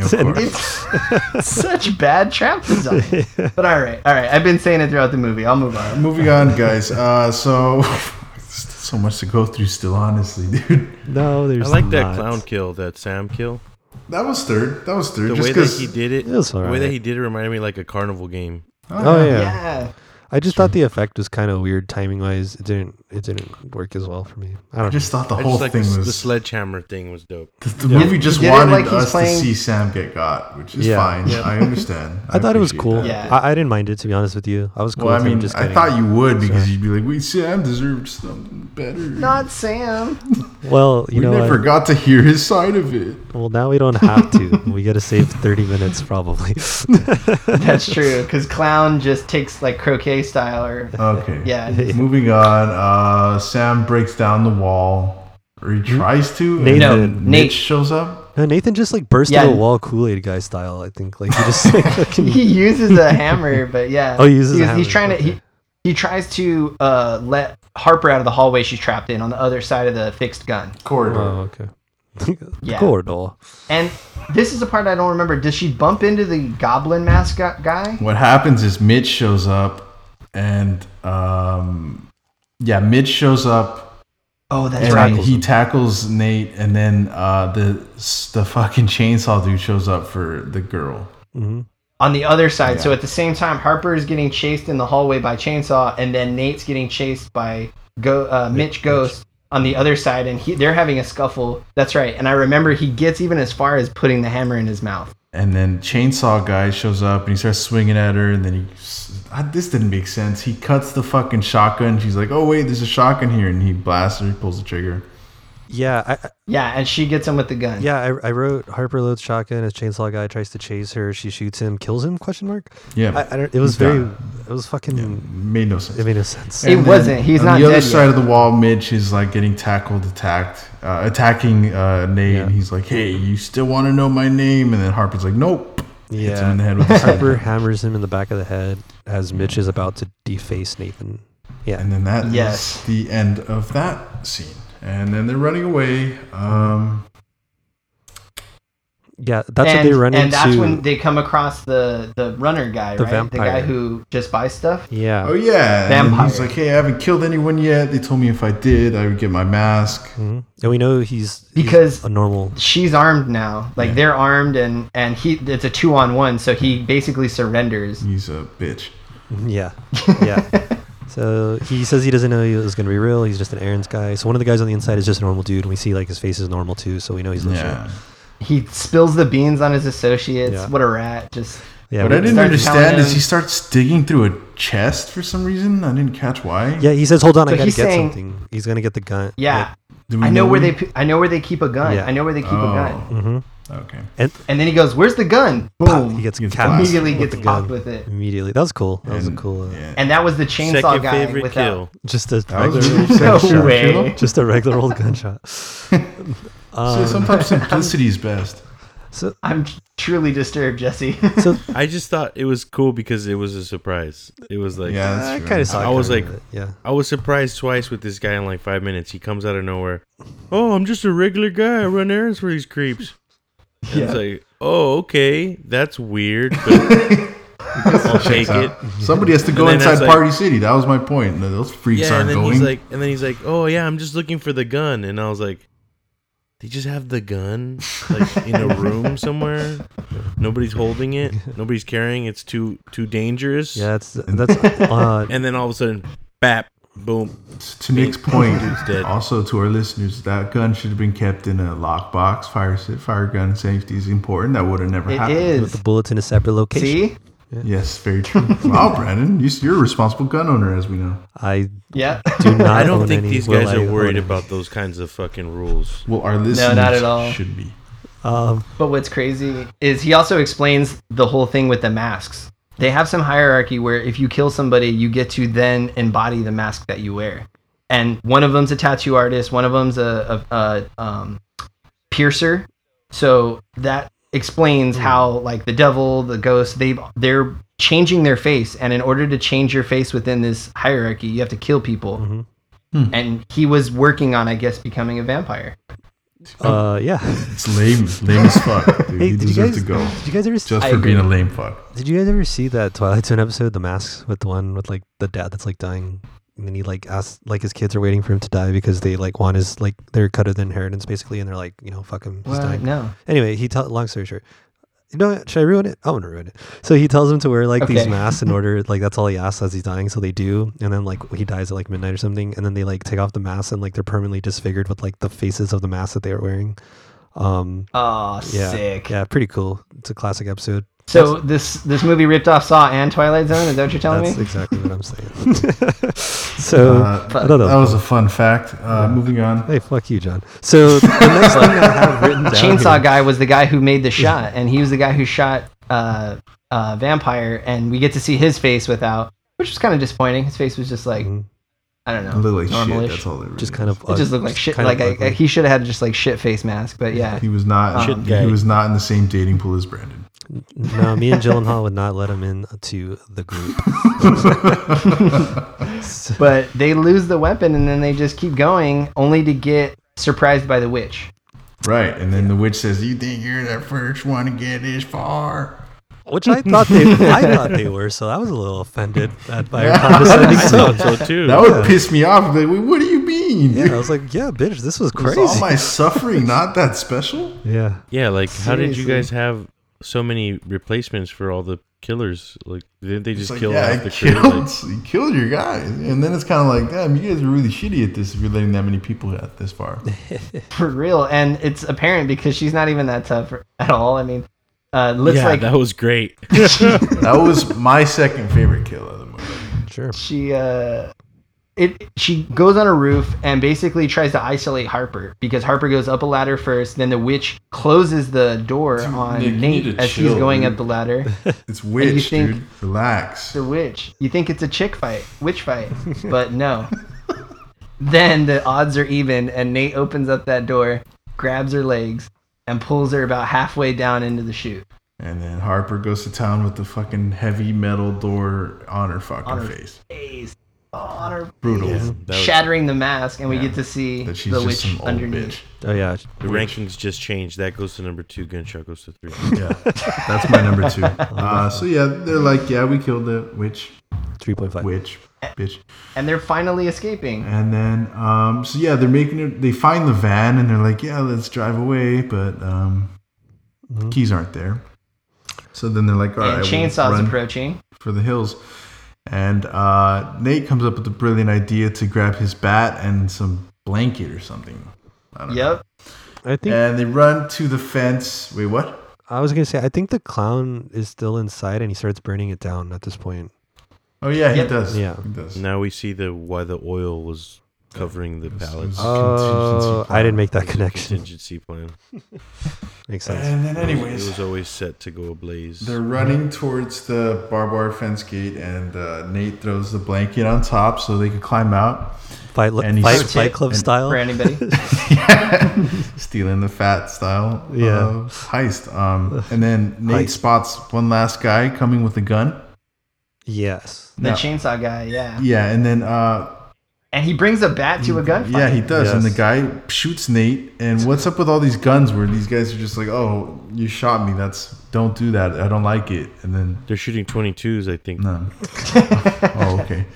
Speaker 5: Of
Speaker 4: And-
Speaker 5: course.
Speaker 3: It's <laughs> such bad trap design.
Speaker 5: <laughs>
Speaker 3: But all right, all right. I've been saying it throughout the movie. I'll move on.
Speaker 5: Moving on, guys. Uh, so <laughs> so much to go through still, honestly, dude.
Speaker 4: no, there's
Speaker 6: I like that
Speaker 4: not.
Speaker 6: clown kill, that Sam kill.
Speaker 5: That was third. That was third.
Speaker 6: The
Speaker 5: just
Speaker 6: way that
Speaker 5: because
Speaker 6: he did it,
Speaker 4: It was
Speaker 6: the way that
Speaker 4: alright.
Speaker 6: he did it reminded me like a carnival game.
Speaker 4: Oh yeah.
Speaker 3: Yeah.
Speaker 4: I just thought the effect was kind of weird timing wise. It didn't. It didn't work as well for me.
Speaker 5: I
Speaker 4: I don't. know.
Speaker 5: just thought the
Speaker 6: I
Speaker 5: whole
Speaker 6: just like
Speaker 5: thing
Speaker 6: the,
Speaker 5: was
Speaker 6: the sledgehammer thing was dope.
Speaker 5: the, the movie just
Speaker 3: He did it
Speaker 5: wanted
Speaker 3: like he's
Speaker 5: us
Speaker 3: playing-
Speaker 5: to see Sam get got, which is
Speaker 4: Yeah.
Speaker 5: fine. I understand.
Speaker 4: <laughs> I thought it was
Speaker 5: appreciate
Speaker 4: cool.
Speaker 5: that.
Speaker 3: Yeah.
Speaker 4: I, I didn't mind it to be honest with you. I was cool.
Speaker 5: Well, I
Speaker 4: with him
Speaker 5: mean,
Speaker 4: just
Speaker 5: I
Speaker 4: getting-
Speaker 5: thought you would because you'd be like, "Wait, Sam deserved something better."
Speaker 3: Not
Speaker 5: <laughs>
Speaker 3: Sam.
Speaker 4: Well, you
Speaker 5: we
Speaker 4: know,
Speaker 5: never
Speaker 4: what?
Speaker 5: got to hear his side of it.
Speaker 4: well now we don't have to. we got to save thirty minutes probably. <laughs>
Speaker 3: That's true. Because clown just takes like croquet style or
Speaker 5: Okay.
Speaker 3: <laughs>
Speaker 4: <laughs>
Speaker 3: yeah.
Speaker 5: Moving on. Uh, Sam breaks down the wall, or
Speaker 4: Hmm?
Speaker 5: he tries to. and
Speaker 4: Nathan.
Speaker 5: then
Speaker 4: No,
Speaker 5: Mitch
Speaker 3: Nate.
Speaker 5: shows up.
Speaker 4: No, Nathan just like burst
Speaker 3: Yeah.
Speaker 4: through a wall, Kool Aid guy
Speaker 3: <laughs>
Speaker 4: style. I think like he just like, fucking
Speaker 3: He uses a hammer, but yeah.
Speaker 4: Oh, he uses a
Speaker 3: He's- He's trying
Speaker 4: hammer,
Speaker 3: to.
Speaker 4: okay.
Speaker 3: He, he tries to uh, let Harper out of the hallway she's trapped in on the other side of the fixed gun.
Speaker 5: Corridor.
Speaker 4: Oh, okay.
Speaker 5: <laughs>
Speaker 4: The
Speaker 3: Yeah.
Speaker 4: Corridor.
Speaker 3: And this is the part I don't remember. Does she bump into the goblin mascot guy?
Speaker 5: What happens is Mitch shows up, and um, yeah, Mitch shows up
Speaker 3: Oh, that's
Speaker 5: and
Speaker 3: right.
Speaker 5: he tackles Nate, and then uh, the the fucking chainsaw dude shows up for the girl.
Speaker 3: on the other side. So at the same time, Harper is getting chased in the hallway by Chainsaw, and then Nate's getting chased by Go uh, Mitch Ghost on the other side, and he they're having a scuffle. That's right. And I remember he gets even as far as putting the hammer in his mouth.
Speaker 5: And then chainsaw guy shows up and he starts swinging at her. And then he, I, this didn't make sense. He cuts the fucking shotgun. She's like, "Oh wait, there's a shotgun here," and he blasts her. He pulls the trigger.
Speaker 4: Yeah, I, I-
Speaker 3: Yeah, and she gets him with the gun.
Speaker 4: yeah. I, I wrote Harper loads shotgun. His chainsaw guy tries to chase her. She shoots him, kills him? Question mark.
Speaker 5: Yeah,
Speaker 4: I, I don't. It was
Speaker 5: he's
Speaker 4: very.
Speaker 5: got-
Speaker 4: It was fucking.
Speaker 5: made no sense.
Speaker 4: It made no sense.
Speaker 3: It
Speaker 5: And then
Speaker 3: wasn't. He's
Speaker 5: on
Speaker 3: not
Speaker 5: the other
Speaker 3: dead
Speaker 5: side
Speaker 3: yet.
Speaker 5: of the wall. Mitch is like getting tackled, attacked, uh, attacking uh, Nate.
Speaker 4: Yeah.
Speaker 5: And he's like, "Hey, you still want to know my name?" And then Harper's like, "Nope." Hits him
Speaker 4: yeah.
Speaker 5: in the
Speaker 3: <laughs>
Speaker 5: head with a
Speaker 4: Harper
Speaker 5: sniper.
Speaker 4: hammers him in the back of the head as Mitch is about to deface Nathan. Yeah.
Speaker 5: And then that is
Speaker 3: Yes.
Speaker 5: the end of that scene. And then they're running away. Um,
Speaker 4: Yeah. That's
Speaker 3: and,
Speaker 4: what they run
Speaker 3: and
Speaker 4: into.
Speaker 3: that's when they come across the the runner guy,
Speaker 4: The
Speaker 3: right? The
Speaker 4: vampire.
Speaker 3: guy who just buys stuff.
Speaker 4: yeah.
Speaker 5: oh yeah, and then he's
Speaker 3: Vampire.
Speaker 5: like, "Hey, I haven't killed anyone yet." They told me if I did, I would get my mask.
Speaker 4: Mhm. And we know he's he's
Speaker 3: Because-
Speaker 4: a normal.
Speaker 3: She's armed now. Like they're armed, and and he it's a two on one. So he basically surrenders.
Speaker 5: He's a bitch.
Speaker 4: Yeah. Yeah. so he says he doesn't know he was going to be real. He's just an errands guy. So one of the guys on the inside is just a normal dude, and we see like his face is normal too. So we know he's legit.
Speaker 5: Yeah,
Speaker 3: He spills the beans on his associates.
Speaker 4: Yeah.
Speaker 3: What a rat! Just
Speaker 4: Yeah.
Speaker 5: what
Speaker 4: we-
Speaker 5: I didn't
Speaker 3: starts
Speaker 5: understand
Speaker 3: telling
Speaker 5: is
Speaker 3: him-
Speaker 5: he starts digging through a chest for some reason. I didn't catch why.
Speaker 4: yeah. He says, "Hold on,
Speaker 3: So
Speaker 4: I got to
Speaker 3: he's
Speaker 4: get
Speaker 3: saying-
Speaker 4: something." He's going to get the gun.
Speaker 3: yeah.
Speaker 5: Do we
Speaker 3: I know where
Speaker 5: what
Speaker 3: they.
Speaker 5: he-
Speaker 3: p- I know where they keep a gun.
Speaker 4: Mm-hmm. Yeah.
Speaker 3: I know where they keep a gun.
Speaker 5: Oh,
Speaker 4: hmm
Speaker 5: okay.
Speaker 3: And then he goes, "Where's the gun?" Boom.
Speaker 4: He gets
Speaker 5: He gets
Speaker 4: capped
Speaker 5: blasted
Speaker 3: immediately
Speaker 4: with
Speaker 3: gets
Speaker 4: the
Speaker 3: popped
Speaker 4: gun.
Speaker 3: with it.
Speaker 4: immediately. That was cool. That was a
Speaker 5: And-
Speaker 4: cool. Uh,
Speaker 5: yeah.
Speaker 3: And that was the chainsaw
Speaker 6: Second
Speaker 3: guy
Speaker 6: favorite
Speaker 3: without.
Speaker 6: kill.
Speaker 4: Just a
Speaker 5: That was
Speaker 4: <laughs> regular,
Speaker 3: <laughs>
Speaker 5: a
Speaker 3: No
Speaker 5: Sexual
Speaker 3: way.
Speaker 4: just a regular old gunshot.
Speaker 5: So
Speaker 4: Um,
Speaker 5: sometimes simplicity is best.
Speaker 4: so,
Speaker 3: I'm truly disturbed, Jesse.
Speaker 4: so
Speaker 6: I just thought it was cool because it was a surprise. It was like
Speaker 5: Yeah,
Speaker 4: I
Speaker 5: that's
Speaker 4: kind
Speaker 5: true.
Speaker 4: of saw.
Speaker 6: I
Speaker 4: it
Speaker 6: was
Speaker 4: coming,
Speaker 6: like-
Speaker 4: but yeah,
Speaker 6: I was surprised twice with this guy in like five minutes. He comes out of nowhere. Oh, I'm just a regular guy. I run errands for these creeps. And It's like, oh, okay, that's weird, but
Speaker 5: <laughs>
Speaker 6: I'll take it.
Speaker 5: Uh, Somebody has to go
Speaker 6: then
Speaker 5: inside
Speaker 6: that's like-
Speaker 5: Party City. That was my point. No, Those freaks
Speaker 6: Yeah, and
Speaker 5: aren't
Speaker 6: then
Speaker 5: going.
Speaker 6: he's like, and then he's like, oh yeah, I'm just looking for the gun, and I was like, they just have the gun like in a
Speaker 5: <laughs>
Speaker 6: room somewhere. Nobody's holding it. Nobody's carrying. It's too too dangerous.
Speaker 4: yeah, that's that's uh,
Speaker 6: And then all of a sudden, bap, boom.
Speaker 5: to Nick's point,
Speaker 6: Dude's dead.
Speaker 5: also to our listeners, that gun should have been kept in a lockbox. Fire sa- fire gun safety is important. That would have
Speaker 3: <laughs>
Speaker 5: never
Speaker 3: it
Speaker 5: happened.
Speaker 4: with the
Speaker 3: is.
Speaker 4: bullets in a separate location.
Speaker 3: See?
Speaker 5: Yes, very true. wow, Brandon, you- you're a responsible gun owner, as we know.
Speaker 4: I
Speaker 3: Yeah.
Speaker 4: do not.
Speaker 6: I don't
Speaker 4: own
Speaker 6: think
Speaker 4: any.
Speaker 6: these
Speaker 4: Will
Speaker 6: guys
Speaker 4: I
Speaker 6: are
Speaker 4: own
Speaker 6: worried
Speaker 4: any?
Speaker 6: about those kinds of fucking
Speaker 5: <laughs>
Speaker 6: rules.
Speaker 5: Well, our listeners
Speaker 3: not at all.
Speaker 5: should be.
Speaker 4: Um,
Speaker 3: But what's crazy is he also explains the whole thing with the masks. They have some hierarchy where if you kill somebody, you get to then embody the mask that you wear. And one of them's a tattoo artist, one of them's a, a, a um, piercer. So that explains how like the devil, the ghost, they they're changing their face. And in order to change your face within this hierarchy, you have to kill people.
Speaker 4: Mhm.
Speaker 3: And he was working on, I guess, becoming a vampire.
Speaker 4: uh, yeah.
Speaker 6: <laughs>
Speaker 4: <laughs>
Speaker 5: It's lame, lame as fuck. Dude.
Speaker 4: Hey,
Speaker 5: he
Speaker 4: did you
Speaker 5: deserves
Speaker 4: guys?
Speaker 5: to go
Speaker 4: <laughs> Did you guys ever? See,
Speaker 5: just
Speaker 3: I
Speaker 5: for
Speaker 3: agree.
Speaker 5: being a lame fuck.
Speaker 4: did you guys ever see that Twilight Zone episode, the masks, with the one with like the dad that's like dying, and then he like asks like his kids are waiting for him to die because they like want his like they're cut of the inheritance basically, and they're like you know fuck him, he's
Speaker 3: What?
Speaker 4: dying.
Speaker 3: No.
Speaker 4: Anyway, he tell long story short. You know, what? should I ruin it? I'm gonna ruin it. So he tells him to wear like these
Speaker 3: Okay. <laughs>
Speaker 4: masks in order, like that's all he asks as he's dying. So they do, and then like he dies at like midnight or something, and then they like take off the masks and like they're permanently disfigured with like the faces of the masks that they were wearing. Um,
Speaker 3: Oh,
Speaker 4: yeah,
Speaker 3: sick.
Speaker 4: yeah, pretty cool. It's a classic episode.
Speaker 3: So this this movie ripped off Saw and Twilight Zone. Is that what you're telling
Speaker 4: That's
Speaker 3: me?
Speaker 4: exactly what
Speaker 3: <laughs>
Speaker 4: I'm saying. so
Speaker 5: Uh,
Speaker 4: I don't know.
Speaker 3: oh.
Speaker 5: That was a fun fact. Uh, moving on.
Speaker 4: hey, fuck you, John. So the next thing I
Speaker 3: <laughs>
Speaker 4: have written down
Speaker 3: Chainsaw
Speaker 4: here-
Speaker 3: guy was the guy who made the shot, and he was the guy who shot uh, uh, vampire, and we get to see his face without, which was kind of disappointing. His face was just like
Speaker 4: Mhm.
Speaker 3: I don't know,
Speaker 5: A little like shit.
Speaker 3: normalish.
Speaker 5: That's all. Really
Speaker 4: just kind of
Speaker 3: it just looked like shit. Like I,
Speaker 5: <laughs>
Speaker 3: I- he should have had just like shit face mask, but yeah.
Speaker 5: He was not.
Speaker 6: Shit guy.
Speaker 5: He was not in the same dating pool as Brandon.
Speaker 4: <laughs> No, me and Gyllenhaal would not let him in to the group. So-
Speaker 3: But they lose the weapon and then they just keep going, only to get surprised by the witch.
Speaker 5: Right, and then the witch says, "You think you're the first one to get this far?"
Speaker 4: which I thought they, I thought they were. So I was a little offended at
Speaker 3: <laughs>
Speaker 4: by her condescending
Speaker 7: I
Speaker 4: tone.
Speaker 7: thought so too.
Speaker 5: That would piss me off. Like, "Wait, what do you mean?
Speaker 4: Yeah, I was like, yeah, bitch, this was
Speaker 5: Is
Speaker 4: crazy.
Speaker 5: all my suffering not that
Speaker 6: <laughs>
Speaker 5: special?
Speaker 4: yeah,
Speaker 6: Yeah, like how did you
Speaker 3: Seriously.
Speaker 6: guys have so many replacements for all the killers? Like did they just
Speaker 5: It's like,
Speaker 6: kill
Speaker 5: yeah,
Speaker 6: half
Speaker 5: I
Speaker 6: the crew?
Speaker 5: <laughs> killed,
Speaker 6: Like,
Speaker 5: you killed your guys, and then it's kind of like, damn, you guys are really shitty at this. If you're letting that many people at
Speaker 6: <laughs>
Speaker 5: this far,
Speaker 3: For real. And it's apparent because she's not even that tough at all. I mean, uh, looks
Speaker 6: yeah,
Speaker 3: like
Speaker 6: that was great.
Speaker 5: <laughs> that was my second favorite kill of the movie.
Speaker 4: sure.
Speaker 3: she uh it she goes on a roof and basically tries to isolate Harper because Harper goes up a ladder first, then the witch closes the door on
Speaker 5: Nick, you
Speaker 3: Nate
Speaker 5: need to
Speaker 3: as he's
Speaker 5: chill,
Speaker 3: going
Speaker 5: dude.
Speaker 3: up the
Speaker 5: <laughs>
Speaker 3: ladder.
Speaker 5: It's witch,
Speaker 3: think-
Speaker 5: dude. Relax.
Speaker 3: the witch. You think it's a chick fight, witch
Speaker 5: <laughs>
Speaker 3: fight, but no. then the odds are even, and Nate opens up that door, grabs her legs, and pulls her about halfway down into the chute.
Speaker 5: And then Harper goes to town with the fucking heavy metal door on her fucking
Speaker 3: On her
Speaker 5: face.
Speaker 3: Ace. Oh, on her
Speaker 5: Brutal.
Speaker 6: That was-
Speaker 3: shattering the mask, and we
Speaker 5: Yeah.
Speaker 3: get to see
Speaker 5: That she's
Speaker 3: the
Speaker 5: just
Speaker 3: witch
Speaker 5: some
Speaker 3: <laughs>
Speaker 5: old
Speaker 3: underneath.
Speaker 4: Oh yeah,
Speaker 6: the rankings just changed. That goes to number two. Gunshot goes to three. <laughs>
Speaker 5: bitch. Yeah, that's my number two. Uh, so yeah, they're like, yeah, we killed the witch,
Speaker 4: three point five.
Speaker 5: witch, bitch.
Speaker 3: And they're finally escaping.
Speaker 5: And then, um, so yeah, they're making it. They find the van and they're like, yeah, let's drive away, but um, keys aren't there. So then they're like, all right,
Speaker 3: and
Speaker 5: we'll
Speaker 3: chainsaws
Speaker 5: run
Speaker 3: approaching.
Speaker 5: for the hills. And uh, Nate comes up with the brilliant idea to grab his bat and some blanket or something. I don't
Speaker 3: Yep.
Speaker 4: I think
Speaker 3: Uh,
Speaker 5: And they run to the fence. Wait, what?
Speaker 4: I was gonna say I think the clown is still inside and he starts burning it down at this point.
Speaker 5: Oh yeah, he
Speaker 3: Yep.
Speaker 5: does.
Speaker 4: Yeah.
Speaker 5: he does.
Speaker 6: Now we see the why the oil was covering the pallets.
Speaker 3: Uh,
Speaker 5: It's a
Speaker 4: Oh,
Speaker 5: contingency
Speaker 4: I didn't make that
Speaker 6: It's a
Speaker 4: connection.
Speaker 6: Contingency plan.
Speaker 4: Makes sense.
Speaker 5: And then,
Speaker 6: it
Speaker 5: anyways,
Speaker 6: was always set to go ablaze.
Speaker 5: they're running towards the barbed wire fence gate, and uh, Nate throws the blanket on top so they could climb out.
Speaker 4: Fight,
Speaker 5: and he
Speaker 4: fight,
Speaker 5: starts-
Speaker 4: fight club
Speaker 5: and-
Speaker 4: style.
Speaker 3: For
Speaker 5: <laughs>
Speaker 3: anybody.
Speaker 5: Stealing the fat style. uh,
Speaker 4: Yeah.
Speaker 5: heist. Um, and then Nate
Speaker 4: Heist.
Speaker 5: spots one last guy coming with a gun.
Speaker 4: Yes.
Speaker 3: The
Speaker 5: No.
Speaker 3: chainsaw guy, yeah.
Speaker 5: Yeah, and then uh,
Speaker 3: And he brings a bat to a gunfight.
Speaker 5: Yeah, he does. And the
Speaker 4: Yes.
Speaker 5: guy shoots Nate. And what's up with all these guns where these guys are just like, oh, you shot me. That's, don't do that. I don't like it. And then,
Speaker 6: They're shooting 22s, I think.
Speaker 5: no. oh,
Speaker 4: <laughs>
Speaker 5: okay.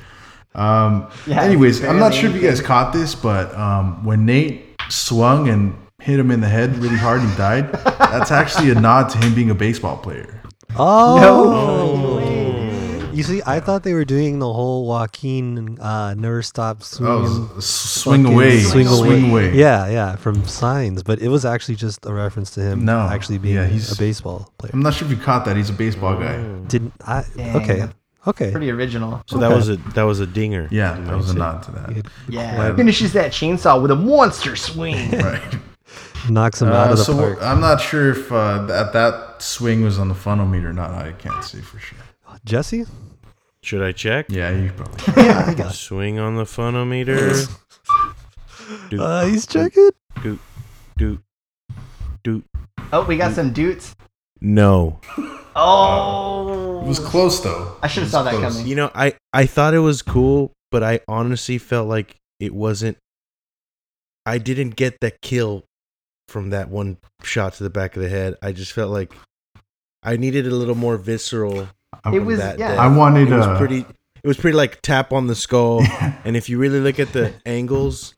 Speaker 5: Um,
Speaker 3: Yeah,
Speaker 5: anyways,
Speaker 3: it's
Speaker 5: I'm not
Speaker 3: very
Speaker 5: sure if you guys caught this, but um, when Nate swung and hit him in the head really hard and
Speaker 4: <laughs>
Speaker 5: died, that's actually a nod to him being a baseball player.
Speaker 4: Oh. You see, I thought they were doing the whole Joaquin uh, never stop swinging.
Speaker 5: Oh, s- swing
Speaker 4: fucking
Speaker 5: away.
Speaker 4: swing away.
Speaker 5: Swing away.
Speaker 4: Yeah, yeah, from signs, but it was actually just a reference to him
Speaker 5: No,
Speaker 4: actually being
Speaker 5: yeah, he's- Mm.
Speaker 4: a baseball player.
Speaker 5: I'm not sure if you caught that. He's a baseball guy.
Speaker 4: Didn't I?
Speaker 3: Dang,
Speaker 4: okay,
Speaker 3: that's
Speaker 4: okay.
Speaker 3: Pretty original.
Speaker 6: So that was a that was a dinger.
Speaker 5: Yeah,
Speaker 6: you
Speaker 5: that
Speaker 6: might
Speaker 5: was a
Speaker 6: say.
Speaker 5: nod to that.
Speaker 4: <laughs>
Speaker 3: Yeah. Finishes that chainsaw with a monster
Speaker 5: <laughs>
Speaker 3: swing.
Speaker 5: Right.
Speaker 4: Knocks him out
Speaker 5: Uh,
Speaker 4: of the
Speaker 5: so
Speaker 4: park.
Speaker 5: I'm not sure if uh, that that swing was on the funnel meter or not. I can't say for sure. <coughs>
Speaker 4: Jesse,
Speaker 6: Should I check?
Speaker 5: Yeah, you probably. should.
Speaker 6: Swing on the <clears throat> funometer.
Speaker 4: uh, he's checking.
Speaker 6: doot doot doot.
Speaker 3: Oh, we got some dudes.
Speaker 6: No.
Speaker 5: It
Speaker 3: Oh,
Speaker 5: was close though.
Speaker 3: I should have saw that
Speaker 5: close.
Speaker 3: coming.
Speaker 6: You know, I I thought it was cool, but I honestly felt like it wasn't. I didn't get that kill from that one shot to the back of the head. I just felt like I needed a little more visceral.
Speaker 5: I,
Speaker 3: It was
Speaker 6: that
Speaker 3: yeah.
Speaker 6: day.
Speaker 5: I wanted.
Speaker 6: It was
Speaker 5: uh,
Speaker 6: pretty. It was pretty like tap on the
Speaker 5: <laughs>
Speaker 6: skull, and if you really look at the angles,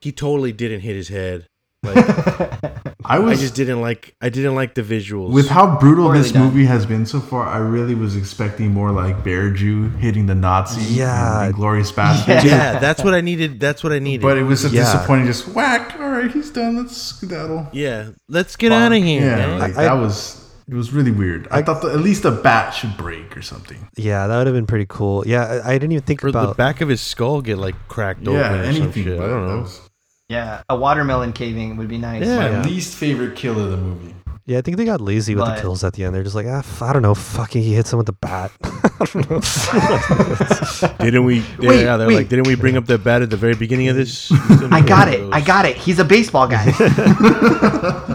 Speaker 6: he totally didn't hit his head. Like
Speaker 5: I
Speaker 6: I
Speaker 5: was
Speaker 6: just didn't like. I didn't like the visuals.
Speaker 5: with how brutal
Speaker 3: Poorly
Speaker 5: this
Speaker 3: done.
Speaker 5: movie has been so far. I really was expecting more like Bear Jew hitting the Nazi.
Speaker 4: Yeah.
Speaker 5: glorious bastard.
Speaker 6: yeah, that's what I needed. That's what I needed.
Speaker 5: But it was a
Speaker 4: Yeah.
Speaker 5: disappointing. Just whack. All right, he's done. Let's skedaddle.
Speaker 6: yeah, let's get out of here.
Speaker 5: Yeah,
Speaker 6: man.
Speaker 5: like
Speaker 4: I-
Speaker 5: that was. It was really weird. I, thought the, at least a bat should break or something.
Speaker 4: Yeah, that would have been pretty cool. Yeah, I, I didn't even think
Speaker 6: or the
Speaker 4: about.
Speaker 6: back of his skull get like cracked open
Speaker 5: Yeah,
Speaker 6: or some
Speaker 5: anything.
Speaker 6: shit.
Speaker 5: but
Speaker 6: I don't
Speaker 5: that
Speaker 6: know.
Speaker 5: was-
Speaker 3: yeah, a watermelon caving would be nice.
Speaker 6: Yeah.
Speaker 5: My least favorite kill of the movie.
Speaker 4: yeah, I think they got lazy with
Speaker 3: But-
Speaker 4: the kills at the end. They're just like, ah, f- I don't know, fucking, he hit someone with a bat.
Speaker 6: Didn't we? Yeah,
Speaker 3: Wait,
Speaker 6: yeah, they're
Speaker 3: wait.
Speaker 6: like, didn't we bring up that bat at the very beginning of this?
Speaker 3: I got it. I got it. He's a baseball
Speaker 5: <laughs>
Speaker 3: guy.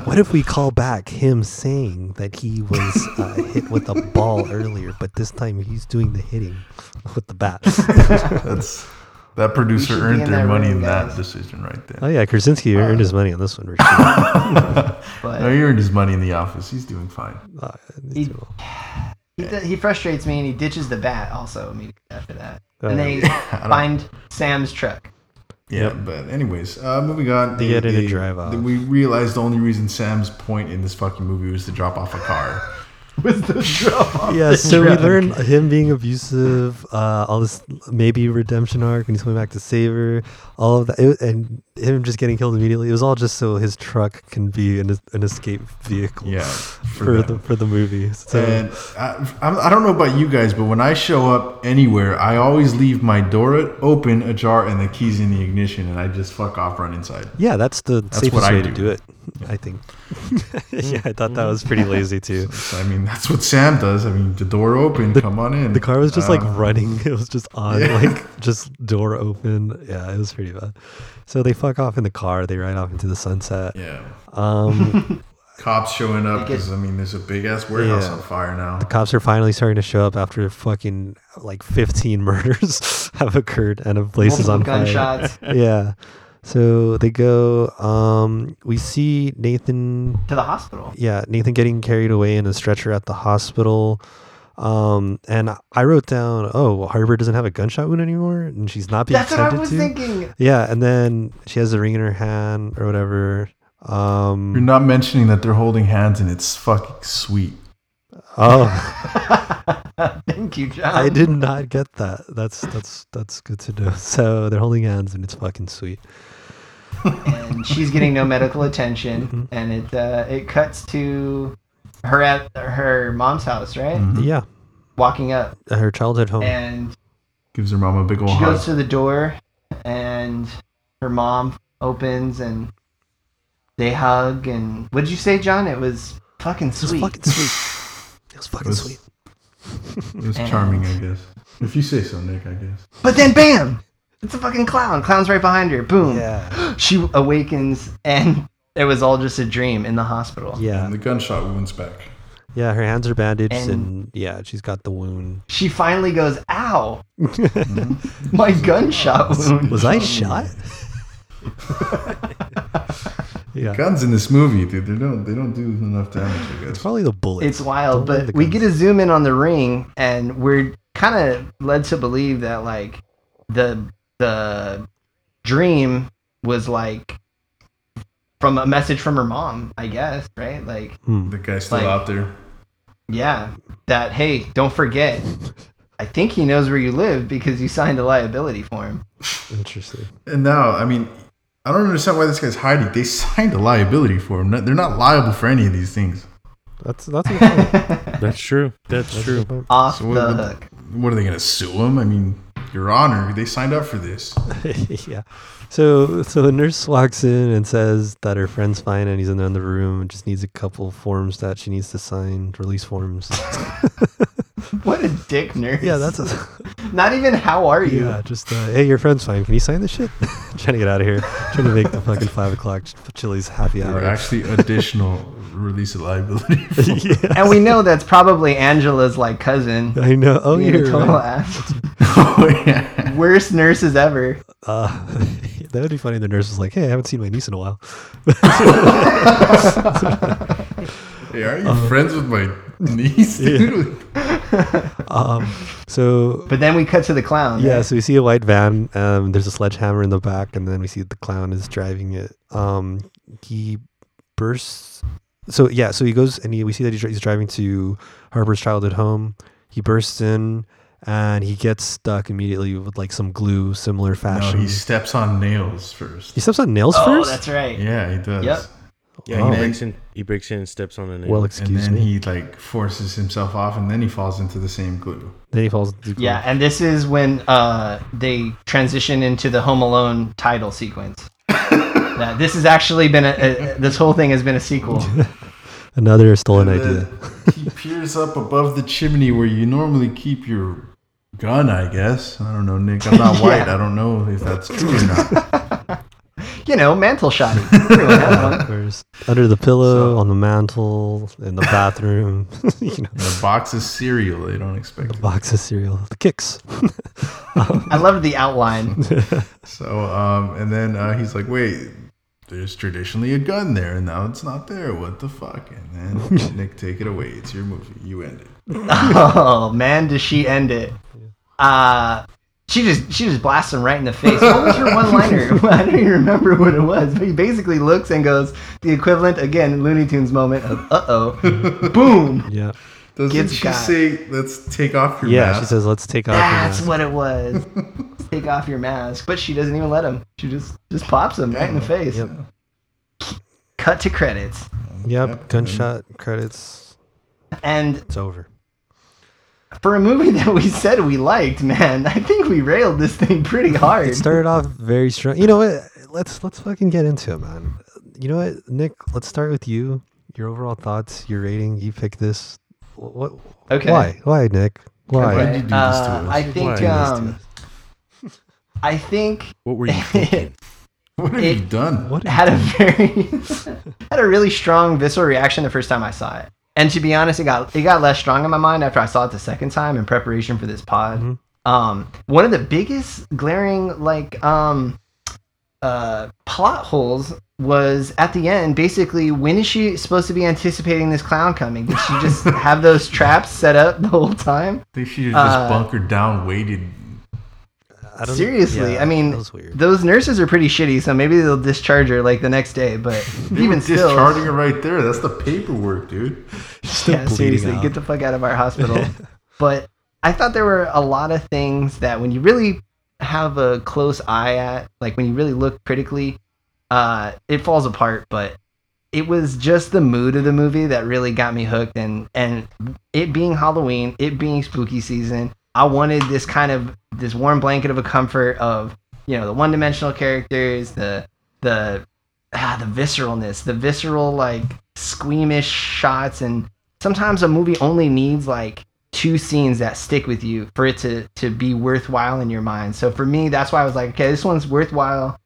Speaker 4: What if we call back him saying that he was <laughs> uh, hit with a ball earlier, but this time he's doing the hitting with the bat?
Speaker 5: That's that
Speaker 3: should
Speaker 5: producer
Speaker 3: be
Speaker 5: earned
Speaker 3: in
Speaker 5: their
Speaker 3: that
Speaker 5: money
Speaker 3: room,
Speaker 5: in that
Speaker 3: guys.
Speaker 5: decision right there.
Speaker 4: <laughs> oh yeah, Krasinski earned his money on this <laughs> one. For sure.
Speaker 5: No,
Speaker 3: But
Speaker 5: he earned his money in the office. He's doing fine.
Speaker 4: Uh,
Speaker 3: He- he, d- he frustrates me and he ditches the bat also immediately after that.
Speaker 4: Oh,
Speaker 3: And they
Speaker 5: <laughs> don't-
Speaker 3: find Sam's truck.
Speaker 5: Yeah, but anyways, uh, moving on. They,
Speaker 4: get in a drive off.
Speaker 5: We realized the only reason Sam's point in this fucking movie was to drop off a car.
Speaker 3: With the drum.
Speaker 4: yeah, so we learn him being abusive, uh, all this maybe redemption arc when he's coming back to save her, all of that, it, and him just getting killed immediately. It was all just so his truck can be an, an escape vehicle
Speaker 5: Yeah, for
Speaker 4: <laughs> for,
Speaker 5: them.
Speaker 4: the, for the movie. <laughs> So
Speaker 5: And I, I'm- I don't know about you guys, but when I show up anywhere, I always leave my door open ajar and the keys in the ignition, and I just fuck off, run inside.
Speaker 4: Yeah, that's the safest
Speaker 5: what I
Speaker 4: way to
Speaker 5: do.
Speaker 4: do it,
Speaker 5: <laughs>
Speaker 4: I think. <laughs> yeah, I thought that was pretty lazy too.
Speaker 5: So, I mean, that's what Sam does. I mean, the door open, come on in.
Speaker 4: The car was just like
Speaker 5: Uh,
Speaker 4: running. <laughs> It was
Speaker 5: <laughs>
Speaker 4: just on,
Speaker 5: Yeah.
Speaker 4: like just door open. Yeah, it was pretty bad. So they fuck off in the car. They ride off into the sunset.
Speaker 5: yeah,
Speaker 4: Um,
Speaker 5: cops showing up
Speaker 3: They get-
Speaker 5: because I mean, there's a big ass warehouse
Speaker 4: Yeah.
Speaker 5: on fire <laughs> now.
Speaker 4: cops are finally starting to show up after fucking like 15 <laughs> murders have occurred and a place is
Speaker 3: Multiple
Speaker 4: on fire.
Speaker 3: gunshots
Speaker 4: Yeah. So they go. Um, we see Nathan
Speaker 3: to the hospital.
Speaker 4: yeah, Nathan getting carried away in a stretcher at the hospital. Um, and I wrote down, oh, Harbor doesn't have a gunshot wound anymore, and she's not being
Speaker 3: That's what I
Speaker 4: attended
Speaker 3: was
Speaker 4: to.
Speaker 3: thinking.
Speaker 4: Yeah, and then she has a ring in her hand or whatever.
Speaker 5: You're
Speaker 4: Um,
Speaker 5: not mentioning that they're holding hands, and it's fucking sweet.
Speaker 4: oh,
Speaker 3: <laughs>
Speaker 4: <laughs>
Speaker 3: Thank you, John.
Speaker 4: I did not get that. That's that's that's good to know. So they're holding hands, and it's fucking sweet.
Speaker 3: and she's getting no medical
Speaker 4: <laughs>
Speaker 3: attention.
Speaker 4: Mm-hmm.
Speaker 3: And it uh, it cuts to her at her mom's house, right?
Speaker 5: Mm-hmm.
Speaker 4: Yeah,
Speaker 3: Walking up,
Speaker 4: her childhood home.
Speaker 3: and
Speaker 5: Gives her mom a big old
Speaker 3: she
Speaker 5: hug.
Speaker 3: goes to the door, and her mom opens, and they hug. And what did you say, John? It was fucking
Speaker 4: it was
Speaker 3: sweet.
Speaker 4: fucking sweet. It was fucking
Speaker 5: It was-
Speaker 4: sweet.
Speaker 5: It was charming, I guess. If you say so, Nick, I guess.
Speaker 3: But then, bam! It's a fucking clown. Clown's right behind her. Boom.
Speaker 4: Yeah,
Speaker 3: She awakens, and it was all just a dream in the hospital.
Speaker 4: yeah,
Speaker 5: And the gunshot wounds back.
Speaker 4: yeah. Her hands are bandaged,
Speaker 3: And-
Speaker 4: and yeah, she's got the wound.
Speaker 3: She finally goes, "Ow,
Speaker 4: Mm-hmm.
Speaker 3: my gunshot wound."
Speaker 4: Was I <laughs> shot? yeah.
Speaker 5: Guns in this movie, dude, they don't they don't do enough damage. I
Speaker 4: It's
Speaker 5: guess.
Speaker 4: probably the bullets.
Speaker 3: It's wild,
Speaker 4: Don't worry,
Speaker 3: but
Speaker 4: the
Speaker 3: we
Speaker 4: guns.
Speaker 3: get a zoom in on the ring, and we're kind of led to believe that like the the dream was like from a message from her mom, I guess, right? Like,
Speaker 4: Hmm.
Speaker 5: The guy's still
Speaker 3: Like-
Speaker 5: out there.
Speaker 3: yeah, that hey, don't forget. I think he knows where you live because you signed a liability form.
Speaker 4: Interesting.
Speaker 5: And now, I mean, I don't understand why this guy's hiding. They <laughs> signed a liability for him. No- They're not liable for any of these things.
Speaker 4: That's that's a good <laughs> point.
Speaker 6: That's true. That's, true.
Speaker 3: Off
Speaker 5: So what
Speaker 3: the
Speaker 5: would-
Speaker 3: hook.
Speaker 5: What are they gonna sue him? I mean, Your Honor, they signed up for this.
Speaker 4: yeah. So so the nurse walks in and says that her friend's fine and he's in the other room and just needs a couple forms that she needs to sign, release forms.
Speaker 3: What a dick nurse.
Speaker 4: <laughs> yeah, that's a,
Speaker 3: not even how are you?
Speaker 4: <laughs> yeah. Just uh, hey, your friend's fine. Can you sign this shit? <laughs> trying to get out of here. Trying to make the fucking five o'clock Chili's happy
Speaker 5: Or
Speaker 4: hour.
Speaker 5: actually, additional
Speaker 3: <laughs>
Speaker 5: release of liability. <laughs>
Speaker 4: yeah,
Speaker 3: And we know that's probably Angela's like cousin.
Speaker 4: I know. Oh,
Speaker 3: Being a
Speaker 4: you're
Speaker 3: total
Speaker 4: right.
Speaker 3: ass.
Speaker 5: oh yeah.
Speaker 3: Worst nurses ever.
Speaker 4: Uh, <laughs> that would be funny. if The nurse was like, "Hey, I haven't seen my niece in a while."
Speaker 5: Hey, are you
Speaker 4: Uh,
Speaker 5: friends with
Speaker 4: <laughs>
Speaker 5: my niece, dude?
Speaker 4: So
Speaker 3: But then we cut to the clown.
Speaker 4: Yeah, so we see a white van. Um, there's a sledgehammer in the back, and then we see the clown is driving it. Um, he bursts. So yeah, so he goes and he, we see that he's, dri- he's driving to Harper's childhood home. He bursts in and he gets stuck immediately with like some glue, similar
Speaker 5: No,
Speaker 4: fashion.
Speaker 5: he steps on nails first.
Speaker 4: he steps on nails
Speaker 3: Oh,
Speaker 4: first.
Speaker 3: that's right.
Speaker 5: Yeah, he does.
Speaker 3: Yep.
Speaker 6: Yeah,
Speaker 4: Oh.
Speaker 6: he breaks in. He breaks in and steps on a nail.
Speaker 4: well,
Speaker 5: And
Speaker 4: excuse
Speaker 5: then
Speaker 4: me.
Speaker 5: he like forces himself off, and then he falls into the same glue.
Speaker 4: then he falls. Into the
Speaker 3: Yeah, and this is when uh, they transition into the Home Alone title <coughs>
Speaker 4: <laughs>
Speaker 3: sequence. Now, this has actually been a, a this whole thing has been a sequel.
Speaker 4: glue. Another stolen
Speaker 5: And
Speaker 4: idea. <laughs>
Speaker 3: <laughs>
Speaker 5: then he peers up above the chimney where you normally keep your gun, I guess. I don't know, Nick. I'm
Speaker 4: <laughs>
Speaker 5: not white. I don't know if that's true or not.
Speaker 3: You know, mantle
Speaker 4: <laughs>
Speaker 3: shotty. Everyone has one.
Speaker 4: Where's- under the pillow, on the mantle, in the bathroom, <laughs> you know,
Speaker 5: The box is cereal. They don't expect it.
Speaker 4: box of cereal, the kicks. <laughs>
Speaker 3: I loved the outline.
Speaker 5: So, um, and then uh, he's like, wait, there's traditionally a gun there, and now it's not there. What the fuck? And
Speaker 4: <laughs>
Speaker 5: then, Nick, take it away. It's your movie. You end it.
Speaker 3: Oh man, does she end it? Uh she just she just blasts him right in the face. What was her one liner? <laughs> I don't even remember what it was, but he basically looks and goes the equivalent again Looney Tunes moment of uh
Speaker 4: <laughs>
Speaker 3: oh, boom.
Speaker 4: Yeah.
Speaker 5: Doesn't
Speaker 3: Gets
Speaker 5: she
Speaker 3: got.
Speaker 5: say, let's take off your
Speaker 4: Yeah.
Speaker 5: mask?
Speaker 4: She says, let's take off. your
Speaker 3: That's
Speaker 4: mask."
Speaker 3: what it was. Take off your mask, but she doesn't even let him. She just just pops him right in the face.
Speaker 4: Yep.
Speaker 3: Cut to credits,
Speaker 4: Yep. Gunshot credits.
Speaker 3: and
Speaker 4: It's over.
Speaker 3: for a movie <laughs> that we said we liked, man, I think we railed this thing pretty hard.
Speaker 4: It started off very strong. You know what? Let's let's fucking get into it, man. You know what, Nick? Let's start with you. Your overall thoughts, your rating. You picked this. What? what
Speaker 3: Okay.
Speaker 4: Why? Why, Nick? Why?
Speaker 5: Why'd you do this to
Speaker 3: Uh,
Speaker 5: us?
Speaker 3: I
Speaker 6: Why'd
Speaker 3: think
Speaker 6: you do this to
Speaker 3: um, I think
Speaker 6: What were you thinking?
Speaker 5: what have you
Speaker 3: it-
Speaker 5: done?
Speaker 4: What?
Speaker 3: had a very <laughs> had a really strong visceral reaction the first time I saw it. And to be honest, it got it got less strong in my mind after I saw it the second time in preparation for this pod. Um, one of the biggest glaring like um, uh, plot holes was at the end. Basically, when is she supposed to be anticipating this clown coming? Did she just have those traps set up the whole time?
Speaker 5: I think she just bunker
Speaker 3: Uh,
Speaker 5: bunkered down, waited.
Speaker 4: I don't-
Speaker 3: Seriously,
Speaker 4: yeah,
Speaker 3: I mean,
Speaker 4: that was weird.
Speaker 3: those nurses are pretty shitty, so maybe they'll discharge her like the next day. But
Speaker 5: <laughs> They
Speaker 3: even
Speaker 5: were
Speaker 3: still,
Speaker 5: discharging her right there. That's the paperwork, dude.
Speaker 4: Still
Speaker 3: <laughs> yeah,
Speaker 4: bleeding
Speaker 3: seriously,
Speaker 4: out.
Speaker 3: get the fuck out of our
Speaker 4: <laughs>
Speaker 3: hospital. but I thought there were a lot of things that when you really have a close eye at, like when you really look critically, uh, it falls apart. But it was just the mood of the movie that really got me hooked, and and it being Halloween, it being spooky season, I wanted this kind of this warm blanket of a comfort of you know the one dimensional characters, the the ah, the visceralness, the visceral like squeamish shots, and sometimes a movie only needs like two scenes that stick with you for it to to be worthwhile in your mind. So for me, that's why I was like, okay, this one's worthwhile.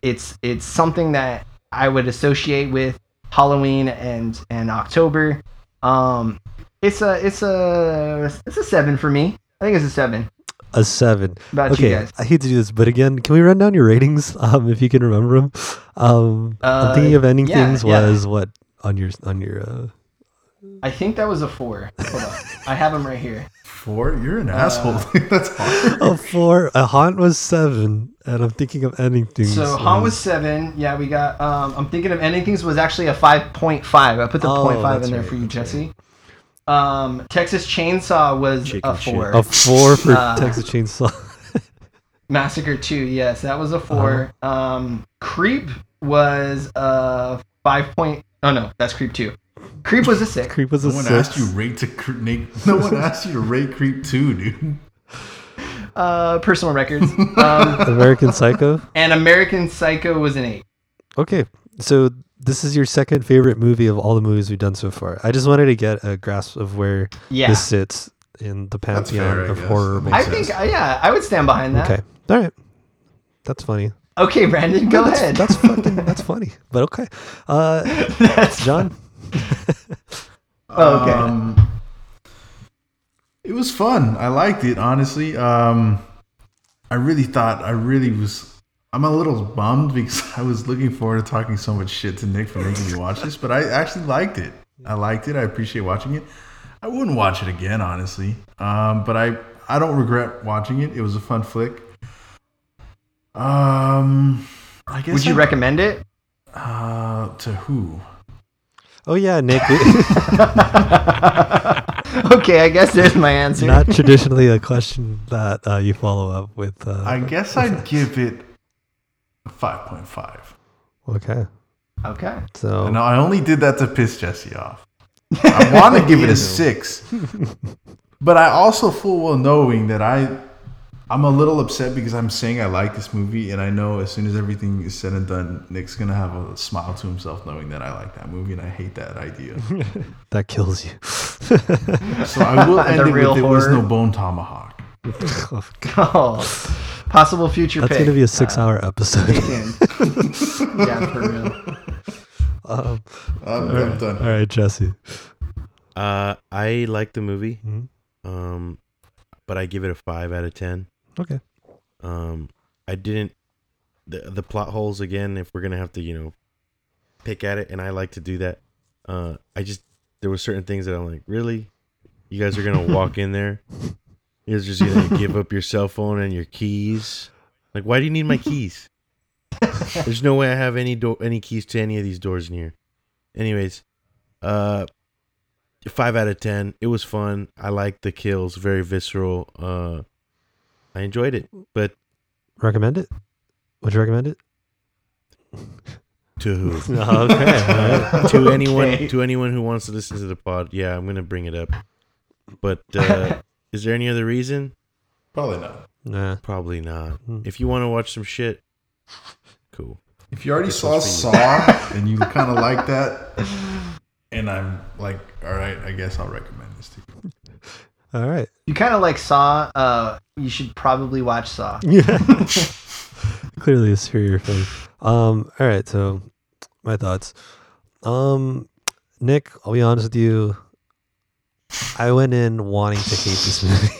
Speaker 3: It's it's something that I would associate with Halloween and and October. Um, it's a it's a it's a seven for me. I think it's a seven.
Speaker 4: a seven.
Speaker 3: About you
Speaker 4: okay,
Speaker 3: guys?
Speaker 4: I hate to do this, but again, can we run down your ratings <laughs> um, if you can remember them? Um, I'm
Speaker 3: Uh,
Speaker 4: thinking of ending
Speaker 3: yeah,
Speaker 4: things
Speaker 3: yeah.
Speaker 4: was what on your on your. Uh,
Speaker 3: I think that was a four. Hold on, I have them right here.
Speaker 5: Four? You're
Speaker 3: Uh,
Speaker 5: an asshole. <laughs> That's hard.
Speaker 4: a four. A haunt was seven, and I'm thinking of ending things.
Speaker 3: So Han was seven. Yeah, we got. Um, I'm thinking of ending things was actually a five point five. I put the
Speaker 4: Oh,
Speaker 3: point five
Speaker 4: that's
Speaker 3: in there
Speaker 4: right,
Speaker 3: for you,
Speaker 4: that's
Speaker 3: Jesse. Um, Texas Chainsaw was
Speaker 6: Chicken
Speaker 3: a
Speaker 6: shit.
Speaker 3: four.
Speaker 4: a four for
Speaker 3: Uh,
Speaker 4: Texas Chainsaw. <laughs>
Speaker 3: Massacre two, yes, that was a
Speaker 4: Uh-huh.
Speaker 3: 4 Um, Creep was a five point. Oh no, that's Creep two. Creep was a six.
Speaker 4: Creep was a
Speaker 5: No one
Speaker 4: six.
Speaker 5: asked you rate to cre- Nick. No one asked you to rate Creep Two, dude.
Speaker 3: Uh, personal
Speaker 4: <laughs>
Speaker 3: records. Um, <laughs>
Speaker 4: American Psycho.
Speaker 3: and American Psycho was an eight.
Speaker 4: Okay, so this is your second favorite movie of all the movies we've done so far. I just wanted to get a grasp of where
Speaker 3: Yeah,
Speaker 4: this sits in the
Speaker 5: That's
Speaker 4: pantheon
Speaker 5: fair, I
Speaker 4: of
Speaker 5: guess.
Speaker 4: horror.
Speaker 5: That
Speaker 4: movies.
Speaker 5: makes
Speaker 3: I think. Uh, yeah, I would stand behind that.
Speaker 4: Okay, all right, that's funny.
Speaker 3: Okay, Brandon, go
Speaker 4: that's,
Speaker 3: ahead.
Speaker 4: That's fucking. That's funny. But okay, uh,
Speaker 3: <laughs> That's-
Speaker 4: John.
Speaker 3: Oh, okay.
Speaker 5: Um, it was fun. I liked it, honestly. Um, I really thought I really was. I'm a little bummed because <laughs> I was looking forward to talking so much shit to Nick for making me watch this, but I actually liked it. I liked it. I appreciate watching it. I wouldn't watch it again, honestly. Um, but I I don't regret watching it. It was a fun flick. Um, I guess
Speaker 3: would you
Speaker 5: I-
Speaker 3: recommend it?
Speaker 5: uh, to who?
Speaker 4: Oh yeah, Nick.
Speaker 3: <laughs> Okay, I guess there's my answer.
Speaker 4: not traditionally a question that uh, you follow up with. Uh,
Speaker 5: I guess I'd give it a 5.5.
Speaker 4: okay,
Speaker 3: okay.
Speaker 4: so
Speaker 5: No, I only did that to piss Jesse off. I want to give it a six, but I also full well knowing that I I'm a little upset because I'm saying I like this movie, and I know as soon as everything is said and done, Nick's gonna have a smile to himself knowing that I like that movie, and I hate that idea.
Speaker 4: That kills you. <laughs>
Speaker 5: So I will end
Speaker 3: The
Speaker 5: it with
Speaker 3: real
Speaker 5: there was
Speaker 3: horror.
Speaker 5: no bone tomahawk.
Speaker 4: Oh, God.
Speaker 3: <laughs> Oh, possible future
Speaker 4: That's
Speaker 3: pick.
Speaker 4: going to be a six
Speaker 5: Uh,
Speaker 4: hour
Speaker 3: <laughs>
Speaker 5: <laughs>
Speaker 4: episode. <laughs>
Speaker 3: yeah, for real.
Speaker 5: I'm,
Speaker 4: Um, all,
Speaker 5: I'm
Speaker 4: right.
Speaker 5: done.
Speaker 4: all right, Jesse.
Speaker 6: Uh, I like the movie,
Speaker 4: Mhm.
Speaker 6: um, but I give it a five out of ten.
Speaker 4: Okay.
Speaker 6: Um, I didn't the the plot holes again. If we're gonna have to, you know, pick at it, and I like to do that. Uh, I just there were certain things that I'm like, really, you guys are gonna walk in there. You're just gonna give up your cell phone and your keys. Like, why do you need my keys? There's no way I have any door, any keys to any of these doors in here. Anyways, uh, five out of ten. It was fun. I liked the kills, very visceral. Uh, I enjoyed it. But
Speaker 4: Recommend it? Would you recommend it?
Speaker 6: to who?
Speaker 4: okay. all
Speaker 6: <laughs>
Speaker 4: right.
Speaker 6: to
Speaker 3: <laughs>
Speaker 6: anyone
Speaker 3: Okay.
Speaker 6: to anyone who wants to listen to the pod, yeah, I'm gonna bring it up. But uh,
Speaker 3: <laughs>
Speaker 6: is there any other reason?
Speaker 5: Probably not.
Speaker 4: Nah.
Speaker 6: Probably not.
Speaker 4: Hmm.
Speaker 6: If you want to watch some shit,
Speaker 3: <laughs>
Speaker 6: cool.
Speaker 5: If you already
Speaker 6: This
Speaker 5: saw
Speaker 6: was for
Speaker 5: Saw
Speaker 6: you.
Speaker 5: and you kind of like that, and I'm like, all right, I guess I'll recommend this to you.
Speaker 4: All right.
Speaker 3: You kind of like Saw. Uh, you should probably watch
Speaker 4: <laughs>
Speaker 3: Saw.
Speaker 4: Yeah. <laughs> Clearly a superior film. Um, all right, so my thoughts. Um, Nick, I'll be honest with you. I went in wanting to hate this movie.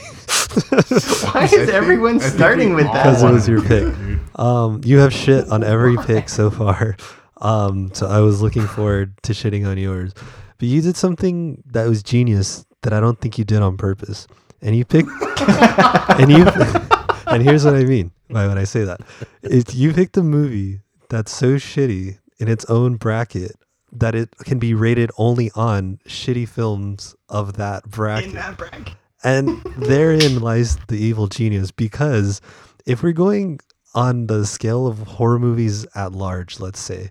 Speaker 4: <laughs>
Speaker 3: Why
Speaker 5: I
Speaker 3: is
Speaker 5: think- I
Speaker 3: everyone
Speaker 5: think
Speaker 3: starting
Speaker 5: we
Speaker 3: with
Speaker 5: all
Speaker 3: that?
Speaker 4: Because it
Speaker 5: wanna
Speaker 4: was your
Speaker 5: do that,
Speaker 4: pick.
Speaker 5: dude.
Speaker 4: um, you have shit on every pick so far. Um, so I was looking forward to shitting on yours. But you did something that was genius that I don't think you did on purpose. And you picked and you <laughs> and here's what I mean by when I say that. It's you picked a movie that's so shitty in its own bracket that it can be rated only on shitty films of that bracket.
Speaker 3: In that bracket.
Speaker 4: And therein lies the evil genius because if we're going on the scale of horror movies at large, let's say,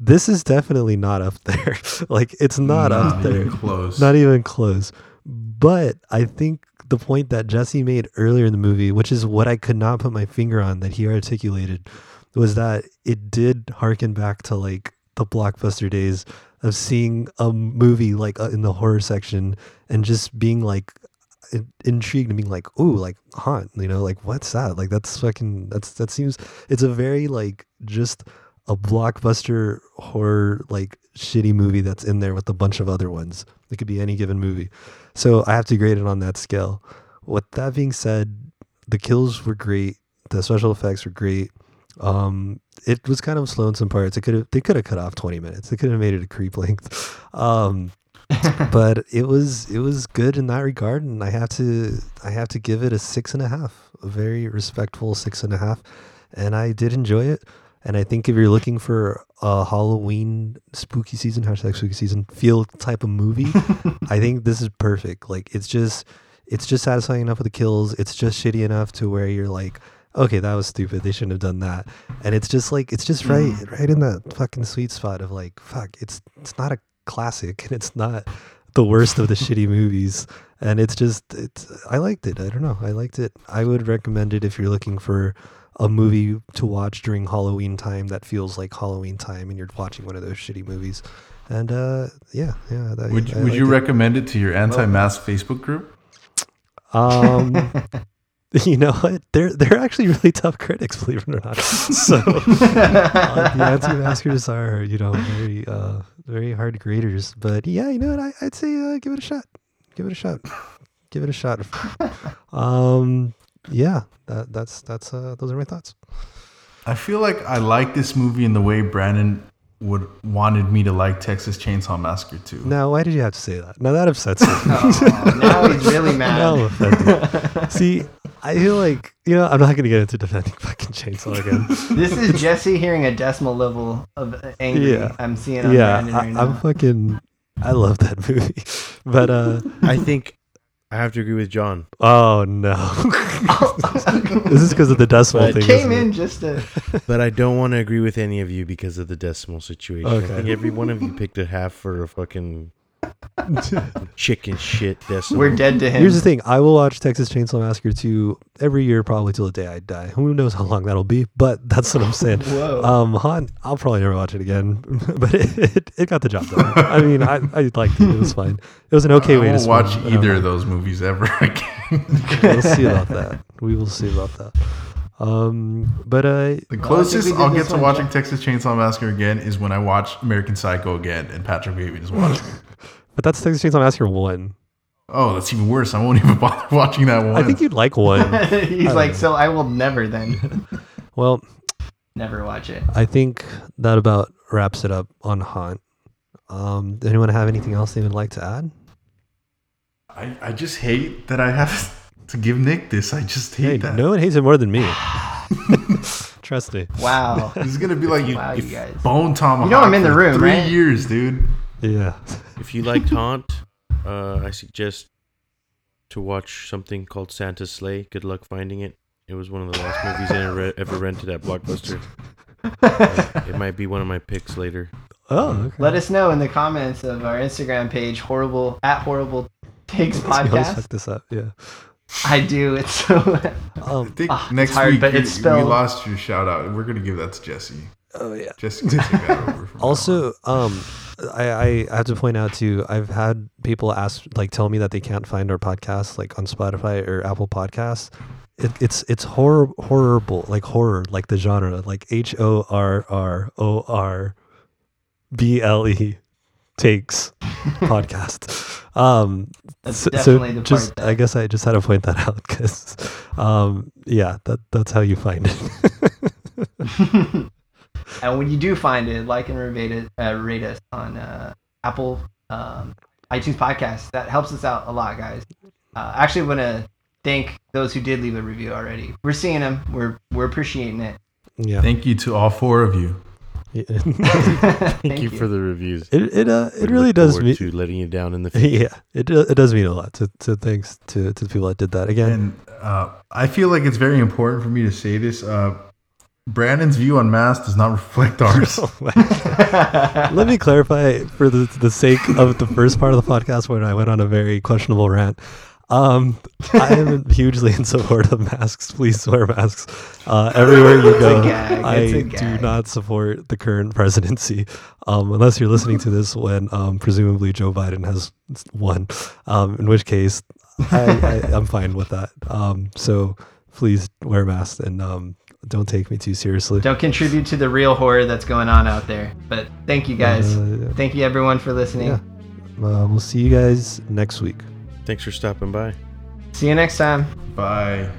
Speaker 4: this is definitely not up there. <laughs> like it's not, up there.
Speaker 5: even close.
Speaker 4: Not even close. But I think the point that Jesse made earlier in the movie, which is what I could not put my finger on that he articulated, was that it did harken back to like the blockbuster days of seeing a movie like uh, in the horror section and just being like in- intrigued and being like, "Ooh, like haunt," you know, like what's that? Like that's fucking that's that seems it's a very like just a blockbuster horror like shitty movie that's in there with a bunch of other ones. It could be any given movie. So I have to grade it on that scale. With that being said, the kills were great. The special effects were great. Um, it was kind of slow in some parts. It could have they could have cut off twenty minutes. They could have made it a creep length. <laughs> Um, but it was it was good in that regard, and I have to I have to give it a six and a half, a very respectful six and a half, and I did enjoy it. And I think if you're looking for a Halloween spooky season hashtag spooky season feel type of movie, I think this is perfect. Like it's just it's just satisfying enough with the kills. It's just shitty enough to where you're like, okay, that was stupid. They shouldn't have done that. And it's just like it's just right
Speaker 5: Mm-hmm.
Speaker 4: right in that fucking sweet spot of like, fuck, it's it's not a classic <laughs> and it's not the worst of
Speaker 5: <laughs>
Speaker 4: the shitty movies. And it's just it's I liked it. I don't know. I liked it. I would recommend it if you're looking for a movie to watch during Halloween time that feels like Halloween time and you're watching one of those shitty movies. And uh yeah, yeah. That,
Speaker 5: Would,
Speaker 4: I
Speaker 5: would you
Speaker 4: liked it.
Speaker 5: recommend it to your anti-mask Facebook group?
Speaker 4: Um, <laughs> you know what? They're they're actually really tough critics, believe it or not. <laughs> So uh, the anti-maskers are, you know, very uh, very hard graders. But yeah, you know what? I, I'd say uh, give it a shot. Give it a shot. Give it a shot. Um, yeah, that that's that's uh, those are my thoughts.
Speaker 5: I feel like I like this movie in the way Brandon would wanted me to like Texas Chainsaw Massacre too.
Speaker 4: Now, why did you have to say that? Now that upsets me.
Speaker 3: Oh, now he's really
Speaker 4: <laughs>
Speaker 3: mad.
Speaker 4: Now I'm offended. See, I feel like you know I'm not gonna get into defending fucking chainsaw again.
Speaker 3: This is Jesse hearing a decimal level of anger.
Speaker 4: Yeah.
Speaker 3: I'm seeing on
Speaker 4: yeah,
Speaker 3: Brandon
Speaker 4: I,
Speaker 3: right
Speaker 4: I'm
Speaker 3: now.
Speaker 4: fucking. I love that <laughs> movie, but uh,
Speaker 6: I think I have to agree with John.
Speaker 4: oh no, <laughs> this is because of the decimal
Speaker 6: But-
Speaker 4: thing.
Speaker 3: Came
Speaker 4: isn't it?
Speaker 3: in just to
Speaker 6: But I don't want to agree with any of you because of the decimal situation. I
Speaker 4: Okay.
Speaker 6: think every one of you picked a half for a fucking
Speaker 5: <laughs>
Speaker 6: chicken shit decimal.
Speaker 3: We're dead to him.
Speaker 4: Here's the
Speaker 3: <laughs>
Speaker 4: thing: I will watch Texas Chainsaw Massacre 2 every year, probably till the day I die. Who knows how long that'll be? But that's what I'm saying.
Speaker 3: <laughs> Whoa.
Speaker 4: Um, Han, I'll probably never watch it again, <laughs> but it, it, it got the job done. I mean, I, I liked it. It was fine. It was an <laughs> okay
Speaker 5: I
Speaker 4: way to
Speaker 5: won't
Speaker 4: spend
Speaker 5: watch
Speaker 4: an
Speaker 5: either
Speaker 4: hour.
Speaker 5: of those movies ever <laughs> again.
Speaker 4: We'll see
Speaker 5: <laughs>
Speaker 4: about that. We will see about that. Um, but uh,
Speaker 5: The
Speaker 3: Well, I think
Speaker 5: closest
Speaker 3: we did
Speaker 5: I'll get
Speaker 3: this
Speaker 5: to
Speaker 3: one,
Speaker 5: watching
Speaker 3: Jeff.
Speaker 5: Texas Chainsaw Massacre again is when I watch American Psycho again and Patrick Bateman is watching. it.
Speaker 4: but that's Texas Chainsaw Massacre one.
Speaker 5: oh, that's even worse. I won't <laughs> even bother watching that one.
Speaker 4: I think you'd like <laughs> one.
Speaker 3: He's like, so I will never then
Speaker 4: well,
Speaker 3: never watch it.
Speaker 4: I think that about wraps it up on Haunt. Um, does anyone have anything else they would like to add?
Speaker 5: I, I just hate that I have <laughs> to give Nick this. I just hate
Speaker 4: Hey,
Speaker 5: that.
Speaker 4: no one hates it more than <laughs> me. Trust me. <laughs>
Speaker 3: Wow.
Speaker 5: This is gonna be like
Speaker 3: Wow,
Speaker 5: if
Speaker 3: you guys.
Speaker 5: bone tomahawk.
Speaker 3: You know I'm in the
Speaker 5: for
Speaker 3: room,
Speaker 5: Three
Speaker 3: right?
Speaker 5: years, dude.
Speaker 4: Yeah.
Speaker 6: If you like Taunt, uh, I suggest to watch something called Santa's Sleigh. Good luck finding it. It was one of the last movies I re- ever rented at Blockbuster. Uh, it might be one of my picks later.
Speaker 4: Oh, okay.
Speaker 3: Let us know in the comments of our Instagram page, horrible at horrible takes
Speaker 4: <laughs> I always fuck
Speaker 3: podcast.
Speaker 4: this up. Yeah.
Speaker 3: I do. It's <laughs> so.
Speaker 5: I
Speaker 4: Um,
Speaker 5: think
Speaker 3: Ah, it's
Speaker 5: next
Speaker 3: hard,
Speaker 5: week
Speaker 3: but
Speaker 5: you-
Speaker 3: it's spelled-
Speaker 5: we lost your shout out. We're gonna give that to Jesse.
Speaker 4: oh yeah.
Speaker 5: Jesse can take that over.
Speaker 4: <laughs>
Speaker 5: From now on.
Speaker 4: Also,
Speaker 3: Uh-huh.
Speaker 4: um, I, I have to point out too. I've had people ask, like, tell me that they can't find our podcast, like on Spotify or Apple Podcasts. It, it's it's horror horrible, like horror, like the genre, like H O R R O R B L E
Speaker 3: <laughs>
Speaker 4: takes podcast. Um,
Speaker 3: That's
Speaker 4: so, so
Speaker 3: definitely the
Speaker 4: just
Speaker 3: part that-
Speaker 4: I guess I just had to point that <laughs> out because, um, yeah, that that's how you find it. <laughs>
Speaker 3: and when you do find it, like and rate, it, uh, rate us on uh, Apple um, iTunes podcast. That helps us out a lot, guys. Uh, actually, want to thank those who did leave a review already. We're seeing them. We're we're appreciating it.
Speaker 4: yeah.
Speaker 5: thank you to all four of you.
Speaker 3: thank,
Speaker 6: Thank, you, for the reviews.
Speaker 4: It it uh, it
Speaker 6: We
Speaker 4: really
Speaker 6: look
Speaker 4: does
Speaker 6: forward
Speaker 4: me-
Speaker 6: to letting you down in the future.
Speaker 4: <laughs> yeah, it do- it does mean a lot. To, to thanks to, to the people that did that again.
Speaker 5: And uh, I feel like it's very important for me to say this. Uh, Brandon's view on mass does not reflect
Speaker 4: <laughs>
Speaker 5: ours.
Speaker 4: Oh my God. Let me clarify for the the sake of the first part of the podcast when I went on a very questionable rant. Um,
Speaker 3: <laughs>
Speaker 4: I am hugely in support of masks. Please wear masks uh, everywhere you go.
Speaker 3: gag,
Speaker 4: I
Speaker 3: it's a
Speaker 4: do
Speaker 3: gag.
Speaker 4: not support the current presidency, um, unless you're listening to this when um, presumably Joe Biden has won. Um, in which case, I, I, I'm fine with that. Um, so please wear masks and um, don't take me too seriously.
Speaker 3: Don't contribute to the real horror that's going on out there. But thank you guys.
Speaker 4: Uh, yeah.
Speaker 3: Thank you everyone for listening.
Speaker 4: Yeah. Uh, we'll see you guys next week.
Speaker 6: Thanks for stopping by.
Speaker 3: See you next time.
Speaker 5: Bye.